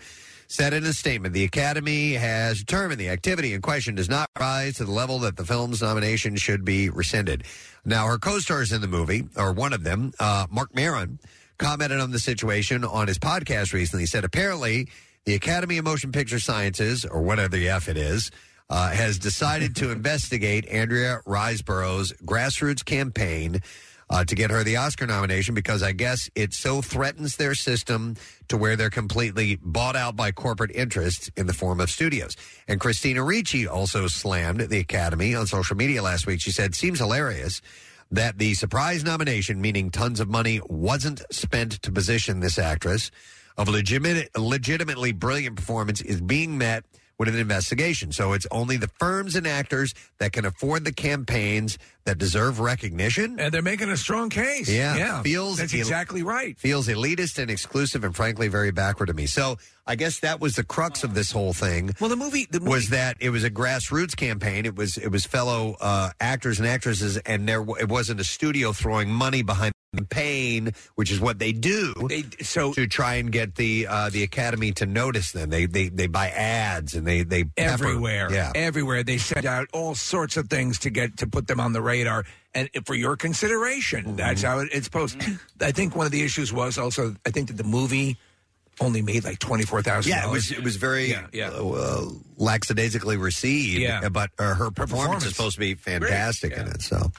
Speaker 10: said in a statement the Academy has determined the activity in question does not rise to the level that the film's nomination should be rescinded. Now, her co stars in the movie, or one of them, uh, Mark Maron, commented on the situation on his podcast recently. He said, apparently, the Academy of Motion Picture Sciences, or whatever the F it is, uh, has decided to investigate Andrea Riseborough's grassroots campaign uh, to get her the Oscar nomination because I guess it so threatens their system to where they're completely bought out by corporate interests in the form of studios. And Christina Ricci also slammed the Academy on social media last week. She said, seems hilarious that the surprise nomination, meaning tons of money, wasn't spent to position this actress of legitimate, legitimately brilliant performance is being met with an investigation. So it's only the firms and actors that can afford the campaigns that deserve recognition.
Speaker 6: And they're making a strong case.
Speaker 10: Yeah,
Speaker 6: yeah.
Speaker 10: feels
Speaker 6: That's
Speaker 10: el-
Speaker 6: exactly right.
Speaker 10: Feels elitist and exclusive, and frankly, very backward to me. So I guess that was the crux of this whole thing.
Speaker 6: Well, the movie, the movie
Speaker 10: was that it was a grassroots campaign. It was it was fellow uh, actors and actresses, and there w- it wasn't a studio throwing money behind the campaign, which is what they do. They,
Speaker 6: so
Speaker 10: to try and get the uh, the academy to notice them, they they they buy ads and they they pepper-
Speaker 6: everywhere.
Speaker 10: Yeah,
Speaker 6: Everywhere. They send out all sorts of things to get to put them on the radar and for your consideration.
Speaker 10: Mm-hmm.
Speaker 6: That's how it- it's supposed. I think one of the issues was also I think that the movie only made like twenty four thousand.
Speaker 10: Yeah, it was it was very
Speaker 6: Yeah, yeah.
Speaker 10: Uh, uh, lackadaisically received.
Speaker 6: Yeah.
Speaker 10: but uh, her performance,
Speaker 6: performance.
Speaker 10: is supposed to be fantastic in it. So,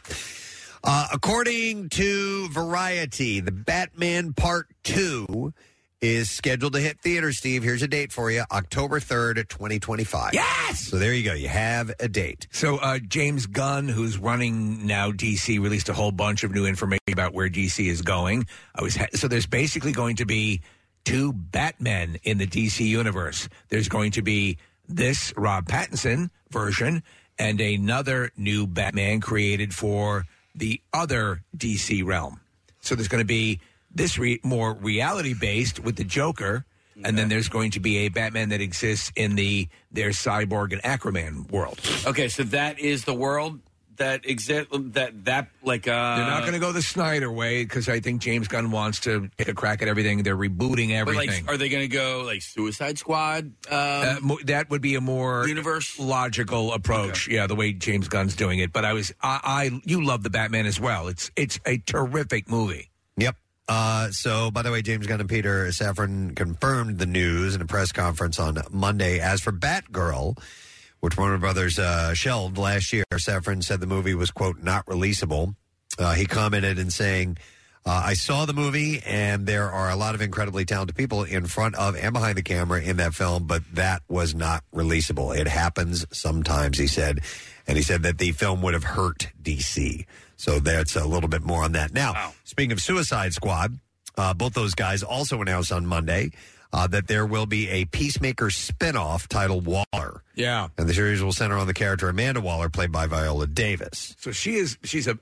Speaker 10: uh, according to Variety, the Batman Part Two is scheduled to hit theaters. Steve, here's a date for you: October third, twenty twenty five. Yes. So there you go. You have a date.
Speaker 6: So uh, James Gunn, who's running now DC, released a whole bunch of new information about where DC is going. I was ha- so there's basically going to be two Batmen in the DC universe. There's going to be this Rob Pattinson version and another new Batman created for the other DC realm. So there's going to be this re- more reality based with the Joker, and then there's going to be a Batman that exists in the their cyborg and Aquaman world.
Speaker 9: Okay, so that is the world that exists. That that like uh,
Speaker 6: They're not going to go the Snyder way because I think James Gunn wants to take a crack at everything. They're rebooting
Speaker 9: But
Speaker 6: everything.
Speaker 9: like, are they going to go like Suicide Squad? Um,
Speaker 6: Uh, mo- that would be a more universe logical approach. Yeah, the way James Gunn's doing it. But I was, I, I, you love the Batman as well. It's, it's a terrific movie.
Speaker 10: Yep. Uh, so, by the way, James Gunn and Peter Safran confirmed the news in a press conference on Monday. As for Batgirl, which Warner Brothers uh, shelved last year, Safran said the movie was, quote, not releasable. Uh, he commented in saying, uh, I saw the movie, and there are a lot of incredibly talented people in front of and behind the camera in that film, but that was not releasable. It happens sometimes, he said. And he said that the film would have hurt DC. So that's a little bit more on that. Now, speaking of Suicide Squad, uh, both those guys also announced on Monday uh, that there will be a Peacemaker spinoff titled Waller.
Speaker 6: Yeah.
Speaker 10: And the series will center on the character Amanda Waller, played by Viola Davis.
Speaker 6: So she is she's a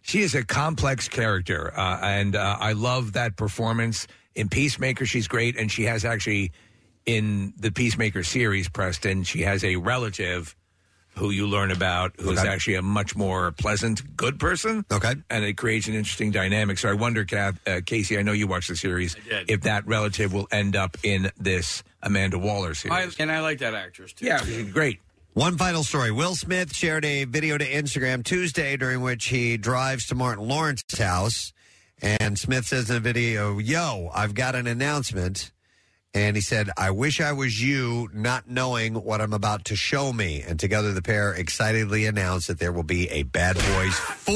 Speaker 6: she is a complex character, uh, and uh, I love that performance in Peacemaker. She's great, and she has actually in the Peacemaker series, Preston, she has a relative who you learn about who is
Speaker 15: Okay.
Speaker 6: actually a much more pleasant, good person.
Speaker 10: Okay,
Speaker 6: and it creates an interesting dynamic. So I wonder, Kath, uh, Casey, I know you watch the series,
Speaker 9: did.
Speaker 6: if that relative will end up in this Amanda Waller series.
Speaker 9: I, and I like that actress too.
Speaker 6: yeah, great.
Speaker 10: One final story. Will Smith shared a video to Instagram Tuesday during which he drives to Martin Lawrence's house. And Smith says in the video, Yo, I've got an announcement. And he said, I wish I was you, not knowing what I'm about to show me. And together the pair excitedly announced that there will be a Bad Boys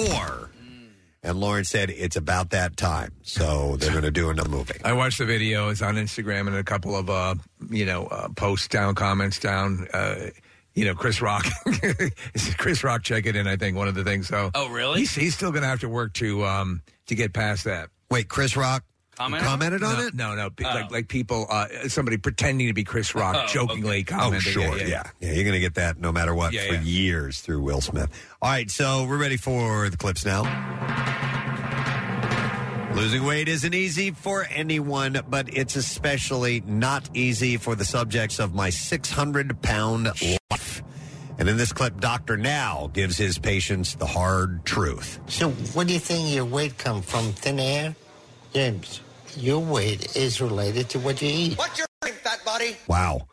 Speaker 10: 4. And Lawrence said, It's about that time. So they're going to do another movie.
Speaker 6: I watched the video. It's on Instagram and a couple of uh, you know uh, posts down, comments down. Uh, you know, Chris Rock. Chris Rock checking in. I think one of the things. So,
Speaker 9: Oh, really?
Speaker 6: He's, he's still going to have to work to um to get past that.
Speaker 10: Wait, Chris Rock
Speaker 9: Commented?
Speaker 10: on
Speaker 6: No,
Speaker 10: it?
Speaker 6: No, no, be-
Speaker 10: Oh.
Speaker 6: like like people, uh, somebody pretending to be Chris Rock,
Speaker 10: Oh,
Speaker 6: jokingly
Speaker 10: Oh,
Speaker 6: commenting.
Speaker 10: sure. Yeah, yeah. you're going to get that no matter what
Speaker 6: Yeah,
Speaker 10: for
Speaker 6: yeah.
Speaker 10: years through Will Smith. All right, so we're ready for the clips now. Losing weight isn't easy for anyone, but it's especially not easy for the subjects of my 600 pound life. And in this clip, Dr. Now gives his patients the hard truth.
Speaker 15: So, what do you think your weight come from? Thin air, James. Your weight is related to what you eat.
Speaker 12: What's your name, fat body?
Speaker 10: Wow.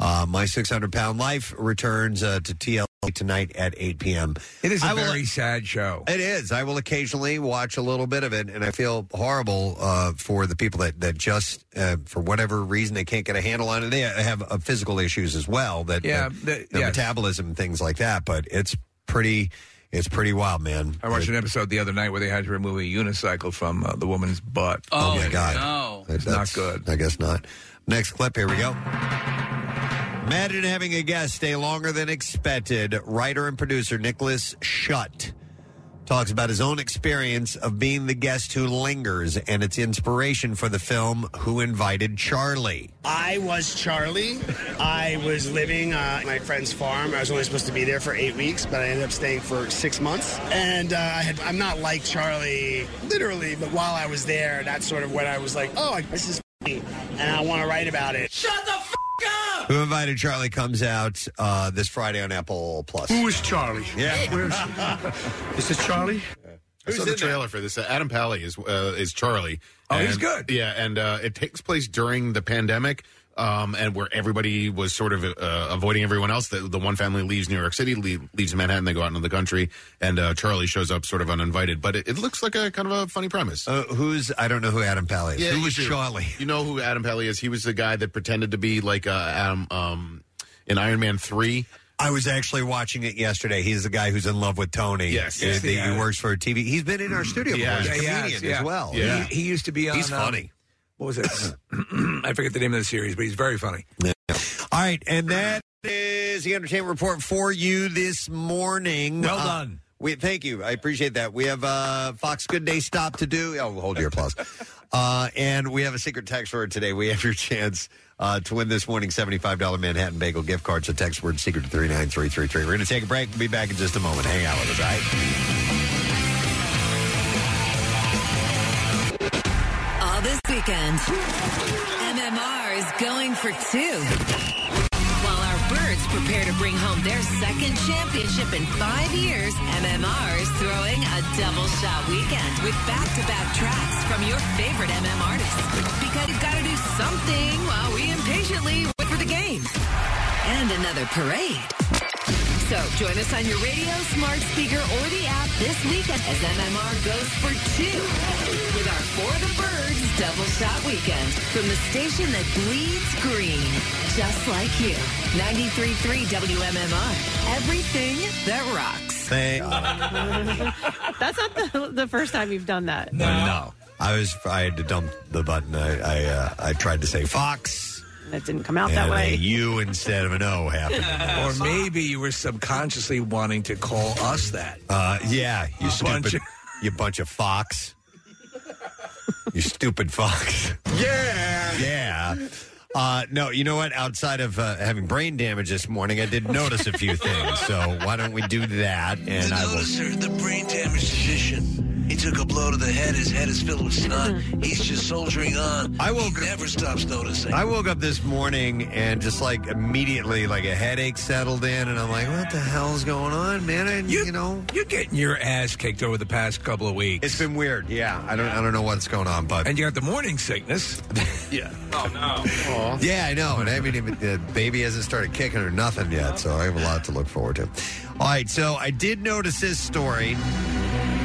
Speaker 10: Uh, my 600 pound life returns uh, to TL tonight at 8 p.m.
Speaker 6: It is a
Speaker 10: I will-
Speaker 6: very sad show.
Speaker 10: It is. I will occasionally watch a little bit of it, and I feel horrible uh, for the people that that just uh, for whatever reason they can't get a handle on it. They have uh, physical issues as well that
Speaker 6: Yeah,
Speaker 10: that-
Speaker 6: the-
Speaker 10: their
Speaker 6: yes.
Speaker 10: metabolism things like that. But it's pretty. It's pretty wild, man.
Speaker 6: I watched an episode the other night where they had to remove a unicycle from uh, the woman's butt.
Speaker 10: Oh, my god, it's not good. I guess not. Next clip. Here we go. Imagine having a guest stay longer than expected. Writer and producer Nicholas Schutt talks about his own experience of being the guest who lingers and its inspiration for the film Who Invited Charlie.
Speaker 17: I was Charlie. I was living uh, at my friend's farm. I was only supposed to be there for eight weeks, but I ended up staying for six months. And uh, I had, I'm not like Charlie, literally, but while I was there, that's sort of when I was like, oh, this is me, and I want to write about it. Shut the f-
Speaker 10: Who Invited Charlie comes out uh, this Friday on Apple Plus.
Speaker 17: Who
Speaker 11: is Charlie?
Speaker 10: Yeah.
Speaker 11: Is this Charlie? I saw the trailer for this. Uh, Adam Pally is uh, is Charlie.
Speaker 6: Oh, he's
Speaker 11: And-
Speaker 6: good.
Speaker 11: Yeah, and uh, it takes place during the pandemic, um, and where everybody was sort of uh, avoiding everyone else. The, the one family leaves New York City, leave, leaves Manhattan, they go out into the country, and uh, Charlie shows up sort of uninvited. But it, it looks like a kind of a funny premise.
Speaker 10: Uh, who's I don't know who Adam Pally is.
Speaker 11: Yeah,
Speaker 10: who
Speaker 11: you
Speaker 10: was
Speaker 11: do.
Speaker 10: Charlie? Uh,
Speaker 11: You know who Adam Pally is? He was the guy that pretended to be like uh, Adam um, in Iron Man three.
Speaker 10: I was actually watching it yesterday. He's the guy who's in love with Tony.
Speaker 11: Yes.
Speaker 10: Uh,
Speaker 11: Yes,
Speaker 10: that
Speaker 11: yeah.
Speaker 10: He works for TV. He's been in our studio
Speaker 11: Yeah.
Speaker 10: before. He's a
Speaker 11: Yeah,
Speaker 10: comedian
Speaker 6: yeah.
Speaker 10: as well.
Speaker 6: Yeah. He, he used to be on.
Speaker 10: He's
Speaker 6: um,
Speaker 10: funny.
Speaker 6: what was it? I forget the name of the series, but he's very funny.
Speaker 10: All right, and that is the entertainment report for you this morning.
Speaker 6: Well
Speaker 10: Uh,
Speaker 6: done.
Speaker 10: we thank you. I appreciate that. We have uh, Fox Good Day stop to do. Oh, hold your applause. uh, and we have a secret text word today. We have your chance uh, to win this morning seventy-five dollar Manhattan Bagel gift card. So text word secret to three nine three three three. We're going to take a break. We'll be back in just a moment. Hang out with us. All right.
Speaker 8: All this weekend, MMR is going for two. While our birds prepare to bring home their second championship in five years, MMR is throwing a double shot weekend with back to back tracks from your favorite MM artists. Because you've got to do something while we impatiently wait for the game and another parade. So join us on your radio, smart speaker, or the app this weekend as MMR goes for two with our For the Birds Double Shot Weekend from the station that bleeds green, just like you. 93.3 WMMR, everything that rocks.
Speaker 7: That's not the, the first time you've done that.
Speaker 10: uh, No. I was. I had to dump the button. I I, uh, I tried to say Fox.
Speaker 7: That didn't come out
Speaker 10: and
Speaker 7: that
Speaker 10: A
Speaker 7: way.
Speaker 10: U instead of an O happened.
Speaker 6: or maybe you were subconsciously wanting to call us that.
Speaker 10: Uh, yeah, you stupid,
Speaker 6: Bunch of-
Speaker 10: you bunch of fox. you stupid fox. Yeah, yeah. Uh, no, you know what? Outside of uh, having brain damage this morning, I did notice a few things. So why don't we do that? And I will.
Speaker 14: Noticer, the brain damaged physician. He took a blow to the head. His head is filled with snot. He's just soldiering on. I will. He never stops noticing.
Speaker 10: I woke up this morning and just like immediately, like a headache settled in, and I'm like, "What the hell's going on, man?" And you, know,
Speaker 6: you're getting your ass kicked over the past couple of weeks.
Speaker 10: It's been weird. Yeah, I don't, I don't know what's going on, but
Speaker 6: and you got the morning sickness.
Speaker 11: yeah.
Speaker 6: Oh no.
Speaker 10: Yeah, I know. And I haven't even, the baby hasn't started kicking or nothing yet, so I have a lot to look forward to. All right, so I did notice this story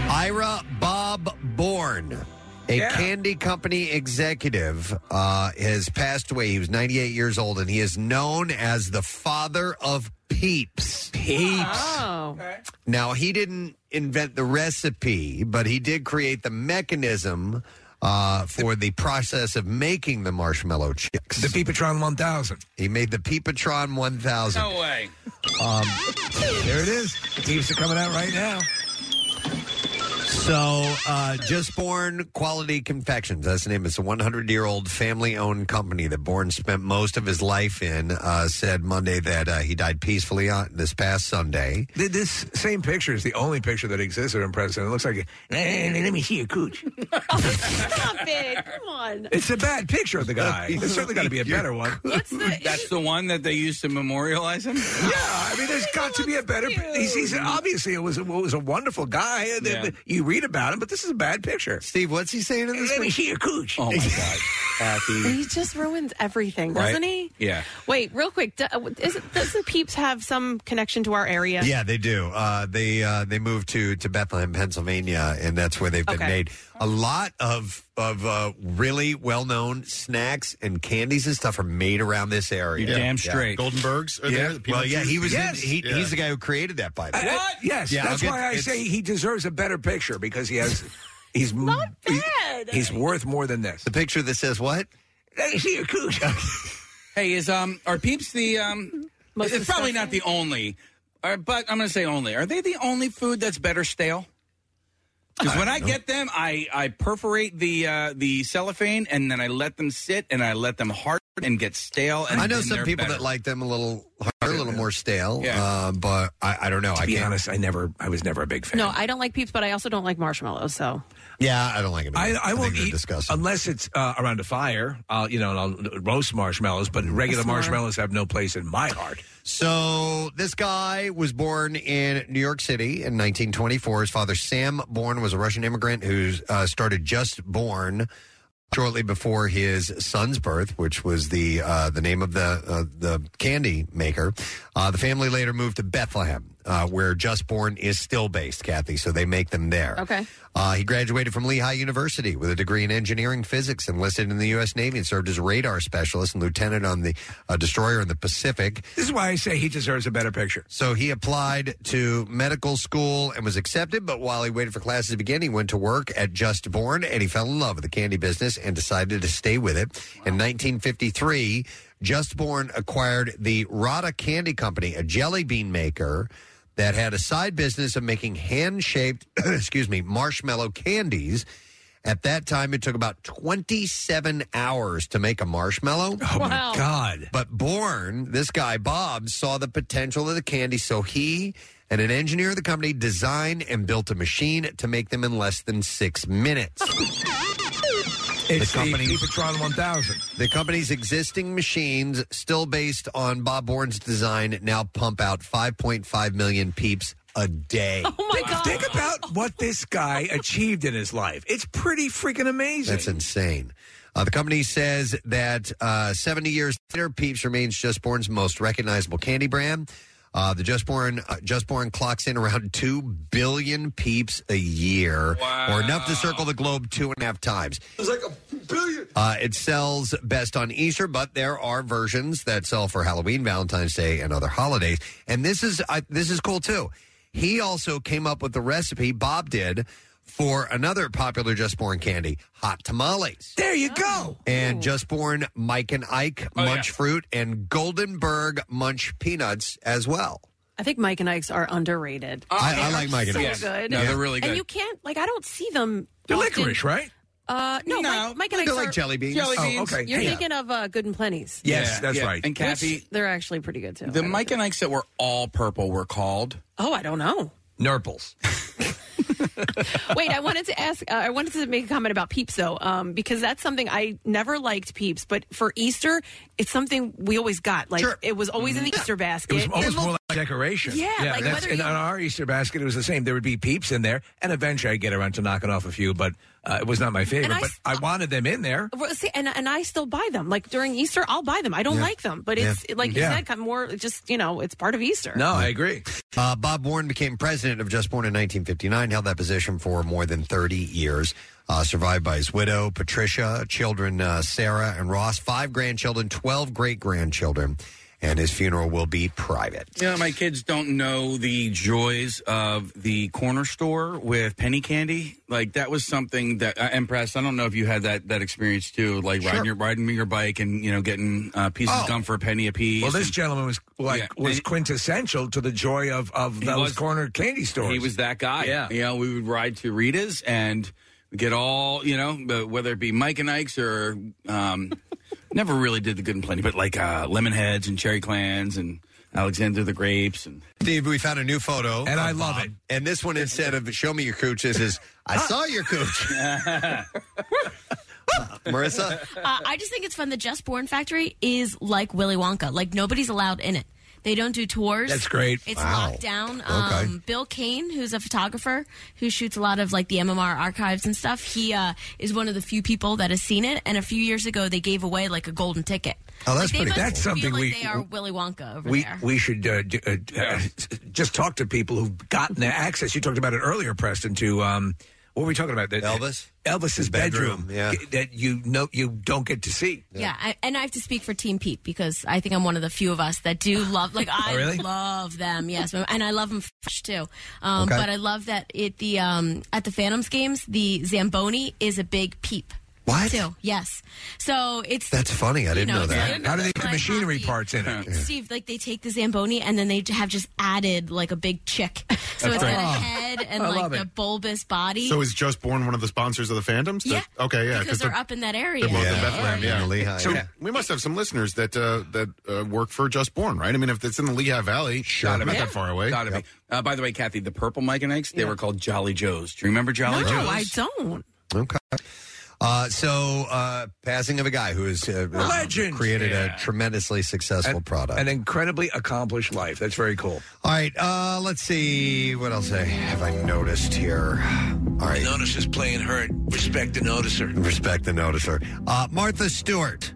Speaker 10: Ira Bob Bourne. A candy company executive uh, has passed away. He was 98 years old, and he is known as the father of Peeps. Peeps.
Speaker 7: Oh.
Speaker 10: Now, he didn't invent the recipe, but he did create the mechanism uh, for the process of making the marshmallow chicks. The
Speaker 6: Peepatron 1000.
Speaker 10: He made the Peepatron 1000.
Speaker 9: No way.
Speaker 10: Um,
Speaker 6: there it is. Peeps are coming out right now.
Speaker 10: So, uh, Just Born Quality Confections, that's the name. It's a 100 year old family owned company that Born spent most of his life in, uh, said Monday that uh, he died peacefully on this past Sunday.
Speaker 6: Th- This same picture is the only picture that exists of him president. It looks like, a, "Eh, let me see your cooch.
Speaker 7: Stop it. Come on.
Speaker 6: It's a bad picture of the guy. There's certainly got to be a better one.
Speaker 9: That's the one that they used to memorialize him.
Speaker 6: Yeah, I mean, there's got to be a better. He's, he's obviously it was a, was a wonderful guy. and then
Speaker 9: Yeah.
Speaker 6: You read about him, but this is a bad picture.
Speaker 10: Steve, what's he saying in
Speaker 6: this? Let me see your cooch.
Speaker 9: Oh my god, happy.
Speaker 7: He just ruins everything, doesn't he?
Speaker 9: Yeah.
Speaker 7: Wait, real quick. d- uh, Is, doesn't Peeps have some connection to our area?
Speaker 10: Yeah, they do. Uh, they uh, they moved to to Bethlehem, Pennsylvania, and that's where they've been
Speaker 7: Okay.
Speaker 10: made. A lot of of uh, really well known snacks and candies and stuff are made around this area.
Speaker 11: You're damn straight. Goldenbergs are
Speaker 10: yeah.
Speaker 11: there, the peanut
Speaker 10: well, yeah, he was.
Speaker 11: cheese?
Speaker 10: In, he,
Speaker 11: Yes.
Speaker 10: He's the guy who created that. By the way,
Speaker 6: What? Yes,
Speaker 10: Yeah,
Speaker 6: that's
Speaker 10: I'll get-
Speaker 6: why I
Speaker 10: it's-
Speaker 6: say he deserves a better picture because he has. He's not bad. He's, worth more than this. The
Speaker 10: picture that says what?
Speaker 6: Let me see your cooch.
Speaker 9: Hey, is um are peeps the um?
Speaker 7: Most
Speaker 9: it's probably
Speaker 7: disgusting?
Speaker 9: not the only, or, but I'm going to say only. Are they the only food that's better stale? Because when I get them, I, I perforate the uh, the cellophane and then I let them sit and I let them harden and get stale. And
Speaker 10: I know
Speaker 9: then
Speaker 10: some
Speaker 9: they're
Speaker 10: people
Speaker 9: better.
Speaker 10: that like them a little harder, a little more stale.
Speaker 9: Yeah.
Speaker 10: Uh, but I, I don't know. I
Speaker 6: be
Speaker 10: can't.
Speaker 6: honest, I never. I was never a big fan.
Speaker 7: No, I don't like Peeps, but I also don't like marshmallows. So
Speaker 10: Yeah, I don't like it.
Speaker 6: I, I, won't eat unless it's uh, around a fire. I'll, you know, and I'll uh, roast marshmallows. But regular
Speaker 10: That's smart.
Speaker 6: marshmallows have no place in my heart.
Speaker 10: So this guy was born in New York City in 1924. His father, Sam Born, was a Russian immigrant who uh, started Just Born shortly before his son's birth, which was the uh, the name of the uh, the candy maker. Uh, the family later moved to Bethlehem, uh, where Just Born is still based, Kathy. So they make them there.
Speaker 7: okay.
Speaker 10: Uh, he graduated from Lehigh University with a degree in engineering physics, enlisted in the U.S. Navy, and served as a radar specialist and lieutenant on the uh, destroyer in the Pacific.
Speaker 6: This is why I say he deserves a better picture.
Speaker 10: So he applied to medical school and was accepted, but while he waited for classes to begin, he went to work at Just Born and he fell in love with the candy business and decided to stay with it. In 1953, Just Born acquired the Rada Candy Company, a jelly bean maker that had a side business of making hand-shaped, excuse me, marshmallow candies. At that time, it took about 27 hours to make a marshmallow.
Speaker 6: Oh, my Wow. God.
Speaker 10: But Bourne, this guy, Bob, saw the potential of the candy, so he and an engineer of the company designed and built a machine to make them in less than six minutes.
Speaker 6: It's the
Speaker 10: company-
Speaker 6: Peepatron 1000.
Speaker 10: The company's existing machines, still based on Bob Bourne's design, now pump out 5.5 million peeps a day.
Speaker 6: think, think about what this guy achieved in his life. It's pretty freaking amazing.
Speaker 10: That's insane. Uh, the company says that uh, 70 years later, Peeps remains Just Born's most recognizable candy brand. Uh, the Just Born uh, Just Born clocks in around two billion Peeps a year, or enough to circle the globe two and a half times.
Speaker 14: It's like a billion.
Speaker 10: Uh, it sells best on Easter, but there are versions that sell for Halloween, Valentine's Day, and other holidays. And this is I this is cool too. He also came up with the recipe Bob did for another popular Just Born candy, hot tamales.
Speaker 6: There you go.
Speaker 10: And Just Born Mike and Ike
Speaker 7: Oh,
Speaker 10: munch
Speaker 7: yeah.
Speaker 10: fruit and Goldenberg munch peanuts as well.
Speaker 7: I think Mike and Ike's are underrated.
Speaker 10: I- I
Speaker 7: They are
Speaker 10: like Mike and
Speaker 7: so
Speaker 10: Ike's.
Speaker 7: good.
Speaker 10: No, they're really good.
Speaker 7: And you can't like I don't see them.
Speaker 10: They're
Speaker 7: often.
Speaker 10: licorice, right?
Speaker 7: Uh, no, Mike, Mike
Speaker 10: they're
Speaker 7: and Ike's
Speaker 10: like
Speaker 7: are-
Speaker 10: jelly beans. Jelly Oh, beans. okay.
Speaker 7: You're
Speaker 10: Yeah.
Speaker 7: thinking of uh, Good and Plenty's.
Speaker 6: Yes, that's right.
Speaker 9: And Kathy,
Speaker 7: They're actually pretty good too.
Speaker 9: the Mike and Ike's that were all purple were called
Speaker 7: Oh, I don't know.
Speaker 6: Nurples.
Speaker 7: Wait, I wanted to ask. Uh, I wanted to make a comment about Peeps though, um, because that's something I never liked Peeps. But for Easter, it's something we always got. Like it was always in the Easter
Speaker 6: It
Speaker 7: basket.
Speaker 6: was almost
Speaker 7: And look-
Speaker 6: more like decoration.
Speaker 7: Yeah, like
Speaker 6: that's,
Speaker 7: whether
Speaker 6: and
Speaker 7: you-
Speaker 6: on our Easter basket, it was the same. There would be peeps in there, and eventually I get around to knocking off a few, but uh, it was not my favorite.
Speaker 7: I
Speaker 6: but
Speaker 7: s-
Speaker 6: I wanted them in there.
Speaker 7: Well, See, and and I still buy them. Like during Easter, I'll buy them. I don't
Speaker 10: Yeah.
Speaker 7: like them, but it's
Speaker 10: Yeah.
Speaker 7: like you
Speaker 10: Yeah.
Speaker 7: said, kind of more just you know, it's part of Easter.
Speaker 6: agree.
Speaker 10: Uh, Bob Warren became president of Just Born in 1959, held that position for more than 30 years. Uh, survived by his widow, Patricia, children uh, Sarah and Ross, five grandchildren, 12 great grandchildren. and his funeral will be private.
Speaker 9: You know, my kids don't know the joys of the corner store with penny candy. Like that was something that uh, Empress. I don't know if you had that that experience too. Like riding your riding your bike and you know getting uh, pieces
Speaker 6: Oh.
Speaker 9: gum for a penny a piece.
Speaker 6: Well, this
Speaker 9: and-
Speaker 6: gentleman was like
Speaker 9: Yeah.
Speaker 6: was
Speaker 9: And-
Speaker 6: quintessential to the joy of of
Speaker 9: He
Speaker 6: those
Speaker 9: was-
Speaker 6: corner candy stores.
Speaker 9: He was that guy.
Speaker 6: Yeah.
Speaker 9: You know, we would ride to Rita's and get all, you know, the- whether it be Mike and Ike's or um, never really did the good and plenty, but like uh, lemon heads and cherry clans and Alexander the grapes and
Speaker 10: Steve, we found a new photo, and I love it. And this one, instead of "Show me your cooch," this is "I saw your cooch." Marissa,
Speaker 18: uh, I just think it's fun. The Just Born Factory is like Willy Wonka. Like nobody's allowed in it. They don't do tours.
Speaker 6: That's great.
Speaker 18: It's
Speaker 6: Wow.
Speaker 18: locked down.
Speaker 6: Okay.
Speaker 18: Um, Bill Kane, who's a photographer who shoots a lot of like the MMR archives and stuff, he uh, is one of the few people that has seen it. And a few years ago, they gave away like a golden ticket.
Speaker 6: Oh, that's pretty
Speaker 18: like, they must
Speaker 6: cool. That's something
Speaker 18: feel like
Speaker 6: we-
Speaker 18: they are Willy Wonka over
Speaker 6: we
Speaker 18: there.
Speaker 6: we should uh, d- uh, d- uh, just talk to people who've gotten the access. You talked about it earlier, Preston. To um, what were we talking about? That, Elvis. Elvis's bedroom. Yeah. That you know you don't get to see.
Speaker 18: Yeah, I, and I have to speak for Team Pete because I think I'm one of the few of us that do love. Like I
Speaker 6: Oh, really?
Speaker 18: love them, yes, and I love them fresh too. Um,
Speaker 19: Okay.
Speaker 18: But I love that at the um, at the Phantoms games, the Zamboni is a big peep.
Speaker 10: What?
Speaker 18: Too. Yes. So it's
Speaker 10: that's funny. I
Speaker 18: You
Speaker 10: didn't
Speaker 18: know,
Speaker 10: know
Speaker 18: it's
Speaker 10: that.
Speaker 18: like- How do they get the like
Speaker 10: machinery parts in
Speaker 18: Steve, like they take the Zamboni and then they have just added like a big chick. So
Speaker 11: That's
Speaker 18: it's
Speaker 11: great.
Speaker 18: got
Speaker 11: Oh.
Speaker 18: a head and
Speaker 11: I
Speaker 18: like
Speaker 11: love
Speaker 18: the
Speaker 11: it.
Speaker 18: bulbous body.
Speaker 11: So is Just Born one of the sponsors of the Phantoms?
Speaker 18: Yeah.
Speaker 11: Okay, yeah.
Speaker 18: because they're, up in that area.
Speaker 11: They're both in Bethlehem, yeah.
Speaker 10: Lehigh,
Speaker 11: So
Speaker 10: yeah.
Speaker 11: we must have some listeners that uh, that uh, work for Just Born, right? I mean, if it's in the Lehigh Valley, sure. not
Speaker 9: Yeah.
Speaker 11: that far away.
Speaker 9: Gotta be. Uh, by the way, Kathy, the purple Mike and Ike's, they
Speaker 11: Yeah.
Speaker 9: were called Jolly Joes. Do you remember Jolly
Speaker 7: no,
Speaker 9: Joes?
Speaker 7: I don't.
Speaker 10: Okay. Uh, so, uh, passing of a guy who has uh,
Speaker 6: Legend.
Speaker 10: created
Speaker 6: Yeah.
Speaker 10: a tremendously successful product.
Speaker 6: An incredibly accomplished life. That's very cool.
Speaker 10: All right, uh, let's see what else I, have I noticed here. All right,
Speaker 14: Notice is playing hurt. Respect the noticer.
Speaker 10: respect the noticer. Uh, Martha Stewart.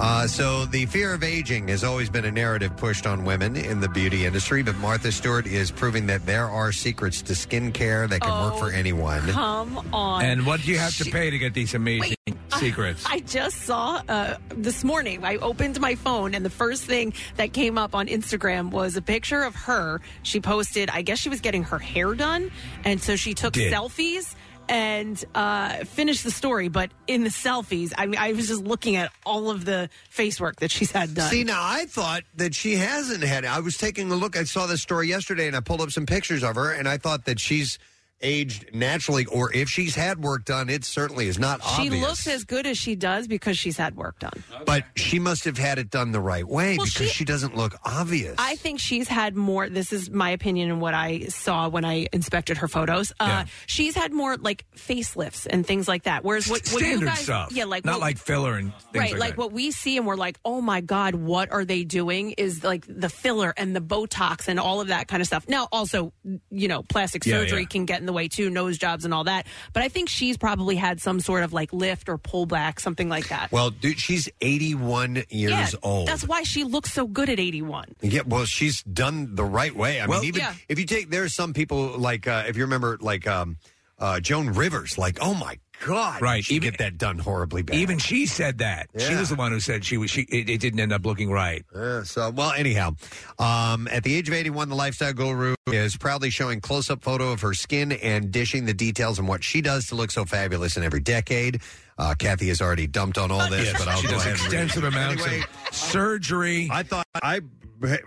Speaker 10: Uh, so, the fear of aging has always been a narrative pushed on women in the beauty industry, but Martha Stewart is proving that there are secrets to skincare that can work for anyone.
Speaker 7: Oh, Come on.
Speaker 6: And what do you have to pay to get these amazing
Speaker 7: Uh,
Speaker 6: secrets?
Speaker 7: I just saw uh, this morning. I opened my phone, and the first thing that came up on Instagram was a picture of her. She posted, I guess she was getting her hair done, and so she took
Speaker 20: Did.
Speaker 7: selfies and uh, finished the story. But in the selfies, I mean, I was just looking at all of the face work that she's had done.
Speaker 10: See, now I thought that she hasn't had. I was taking a look. I saw this story yesterday, and I pulled up some pictures of her, and I thought that she's aged naturally, or if she's had work done, it certainly is not
Speaker 7: she
Speaker 10: obvious.
Speaker 7: looks as good as she does because she's had work done.
Speaker 10: but she must have had it done the right way
Speaker 7: Well,
Speaker 10: because
Speaker 7: she-
Speaker 10: she, doesn't look obvious.
Speaker 7: I think she's had more. This is my opinion and what I saw when I inspected her photos. Uh, She's had more like facelifts and things like that. Whereas what, what
Speaker 6: Standard
Speaker 7: you guys,
Speaker 6: stuff.
Speaker 7: yeah, like
Speaker 6: not
Speaker 7: what-
Speaker 6: like filler and things
Speaker 7: Right,
Speaker 6: like,
Speaker 7: like,
Speaker 6: that.
Speaker 7: what we see, and we're like, "Oh my God, what are they doing?" Is like the filler and the Botox and all of that kind of stuff. Now, also, you know, plastic
Speaker 21: Yeah,
Speaker 7: surgery
Speaker 21: yeah.
Speaker 7: can get in the way too, nose jobs and all that. But I think she's probably had some sort of like lift or pullback, something like that.
Speaker 10: well, dude, she's 81 years
Speaker 7: yeah,
Speaker 10: old.
Speaker 7: That's why she looks so good at eighty-one.
Speaker 10: Yeah, well, she's done the right way. I
Speaker 7: Well,
Speaker 10: mean, even
Speaker 7: yeah.
Speaker 10: if you take, there's some people like, uh, if you remember, like um, uh, Joan Rivers, like, oh my God, right? She get that done horribly bad.
Speaker 6: Even she said that. She
Speaker 10: Yeah.
Speaker 6: was the one who said she was. She it, it didn't end up looking right.
Speaker 10: Yeah, so well, anyhow, um, at the age of 81, the lifestyle guru is proudly showing close-up photo of her skin and dishing the details on what she does to look so fabulous in every decade. Uh, Kathy has already dumped on all this,
Speaker 6: Yes,
Speaker 10: but I'll
Speaker 6: she
Speaker 10: go
Speaker 6: does
Speaker 10: ahead and read it.
Speaker 6: extensive amounts of surgery.
Speaker 10: I thought I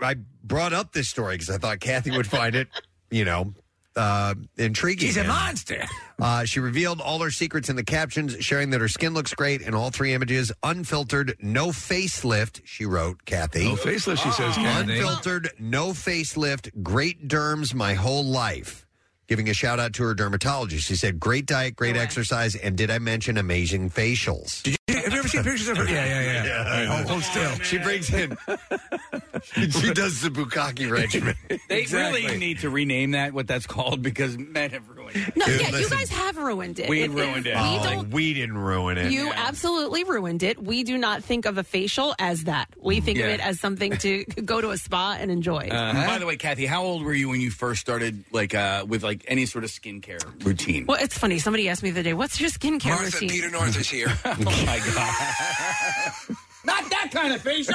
Speaker 10: I brought up this story because I thought Kathy would find it, you know, uh, intriguing.
Speaker 6: She's a
Speaker 10: And,
Speaker 6: monster.
Speaker 10: Uh, she revealed all her secrets in the captions, sharing that her skin looks great in all three images, unfiltered, no facelift. She wrote, Kathy.
Speaker 6: No facelift, she says, Kathy.
Speaker 10: Unfiltered, no facelift, great derms my whole life. Giving a shout out to her dermatologist, she said, "Great diet, great exercise, and did I mention amazing facials?"
Speaker 6: Have you ever seen pictures of her? Yeah, yeah, yeah. All right, hold, hold still.
Speaker 10: She brings in. she does the bukkake regimen.
Speaker 9: They
Speaker 10: Exactly.
Speaker 9: really need to rename that what that's called because men have ruined it.
Speaker 7: No, yeah, you guys have ruined it.
Speaker 9: We
Speaker 7: It is-
Speaker 9: ruined it. Oh,
Speaker 7: We don't
Speaker 10: we didn't ruin
Speaker 7: You absolutely ruined it. We do not think of a facial as that. We think
Speaker 9: Yeah.
Speaker 7: of it as something to go to a spa and enjoy.
Speaker 9: Uh, By the way, Kathy, how old were you when you first started like uh, with like any sort of skincare routine?
Speaker 7: well, it's funny. Somebody asked me the other day, "What's your skincare routine?"
Speaker 9: North is here. oh my god! Not that kind of facial.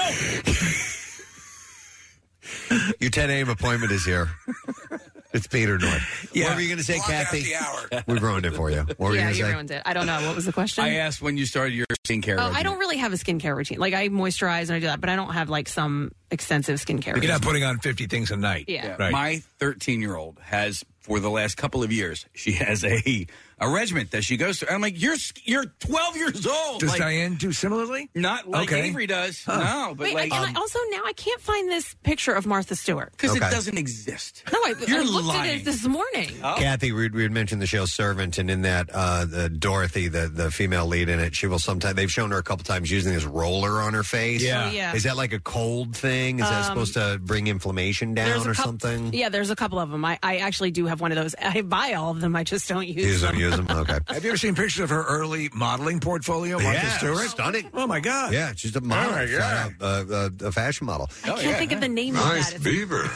Speaker 10: Your 10 a.m. appointment is here. It's Peter North. What were you going to say, Kathy? We ruined it for you. What were
Speaker 7: yeah,
Speaker 10: you going
Speaker 7: you
Speaker 10: to say?
Speaker 7: ruined it. I don't know. What was the question?
Speaker 9: I asked when you started your skincare.
Speaker 7: Oh, I
Speaker 9: regimen.
Speaker 7: don't really have a skincare routine. Like I moisturize and I do that, but I don't have like some extensive skincare.
Speaker 6: You're
Speaker 7: routine.
Speaker 6: not putting on 50 things a night.
Speaker 7: Yeah.
Speaker 6: Right.
Speaker 9: My 13 year old has, for the last couple of years, she has a a regiment that she goes to. I'm like, you're sk- you're 12 years old.
Speaker 6: Does
Speaker 9: like,
Speaker 6: Diane do similarly?
Speaker 9: Not like
Speaker 6: Okay.
Speaker 9: Avery does.
Speaker 6: Huh.
Speaker 9: No, but
Speaker 7: Wait,
Speaker 9: like. um,
Speaker 7: I, and I also now I can't find this picture of Martha Stewart
Speaker 9: because it doesn't exist.
Speaker 7: No, I, I
Speaker 9: You're
Speaker 7: looked at
Speaker 9: lying.
Speaker 7: it this morning.
Speaker 10: Kathy, we we had mentioned the show Servant, and in that, uh, the Dorothy, the, the female lead in it, she will sometimes, they've shown her a couple times using this roller on her face.
Speaker 7: Yeah. Oh, yeah.
Speaker 10: Is that like a cold thing? Is that
Speaker 7: Um,
Speaker 10: supposed to bring inflammation
Speaker 7: There's
Speaker 10: down
Speaker 7: a
Speaker 10: or
Speaker 7: coup-
Speaker 10: something?
Speaker 7: Yeah, there's a couple of them. I, I actually do have one of those. I buy all of them. I just don't use.
Speaker 10: Use
Speaker 7: them.
Speaker 10: them, use them. Okay.
Speaker 6: Have you ever seen pictures of her early modeling portfolio? Martha
Speaker 10: Yeah,
Speaker 6: Stewart?
Speaker 10: stunning.
Speaker 6: Oh, my God.
Speaker 10: Yeah, she's a model,
Speaker 6: Oh, my
Speaker 10: flat
Speaker 6: God.
Speaker 10: out, uh, uh, a fashion model.
Speaker 9: Oh,
Speaker 7: I can't think of the name of that. It's
Speaker 10: beaver.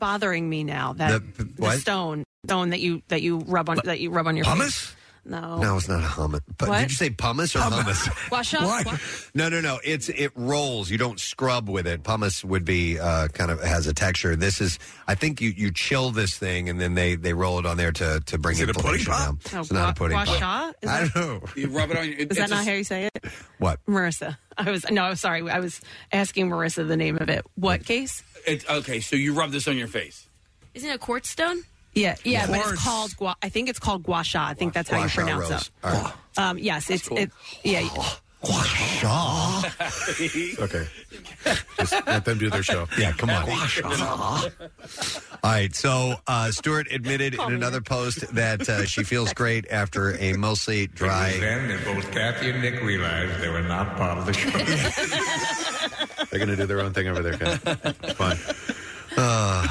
Speaker 7: bothering me now. That
Speaker 10: The-
Speaker 7: the,
Speaker 10: what?
Speaker 7: stone stone that you that you rub on that you rub on your
Speaker 10: Pumice?
Speaker 7: face. No.
Speaker 10: No, it's not a hummus. But
Speaker 7: What?
Speaker 10: did you say pumice or hummus?
Speaker 7: Wash up. Wa-
Speaker 10: No, no, no. It's it rolls. You don't scrub with it. Pumice would be uh, kind of has a texture. This is, I think you you chill this thing and then they they roll it on there to to bring
Speaker 6: Is it a pudding
Speaker 10: inflammation down.
Speaker 7: Oh,
Speaker 10: it's not a
Speaker 7: wa-
Speaker 10: pudding
Speaker 7: wash
Speaker 10: pop.
Speaker 7: up? Is
Speaker 10: I
Speaker 7: that-
Speaker 10: don't know.
Speaker 9: You rub it on. It,
Speaker 7: Is
Speaker 9: it's
Speaker 7: that not
Speaker 9: just-
Speaker 7: how you say it?
Speaker 10: What?
Speaker 7: Marissa. I was no, I'm sorry. I was asking Marissa the name of it. What case?
Speaker 9: It's, okay, so you rub this on your face.
Speaker 7: Isn't it quartz stone? Yeah, yeah, but
Speaker 9: Quartz.
Speaker 7: it's called gua- I think it's called gua sha. I think that's how
Speaker 10: Gua
Speaker 7: you
Speaker 10: sha
Speaker 7: pronounce
Speaker 10: rose.
Speaker 7: it.
Speaker 10: All right.
Speaker 7: Um, yes, it's it. Yeah,
Speaker 10: Shaw. okay. Just let them do their show. Yeah, come on. All right. So uh, Stewart admitted in another post that uh, she feels great after a mostly dry.
Speaker 19: Then that both Kathy and Nick realized they were not part of the show.
Speaker 10: They're going to do their own thing over there, Ken. Fine. Uh,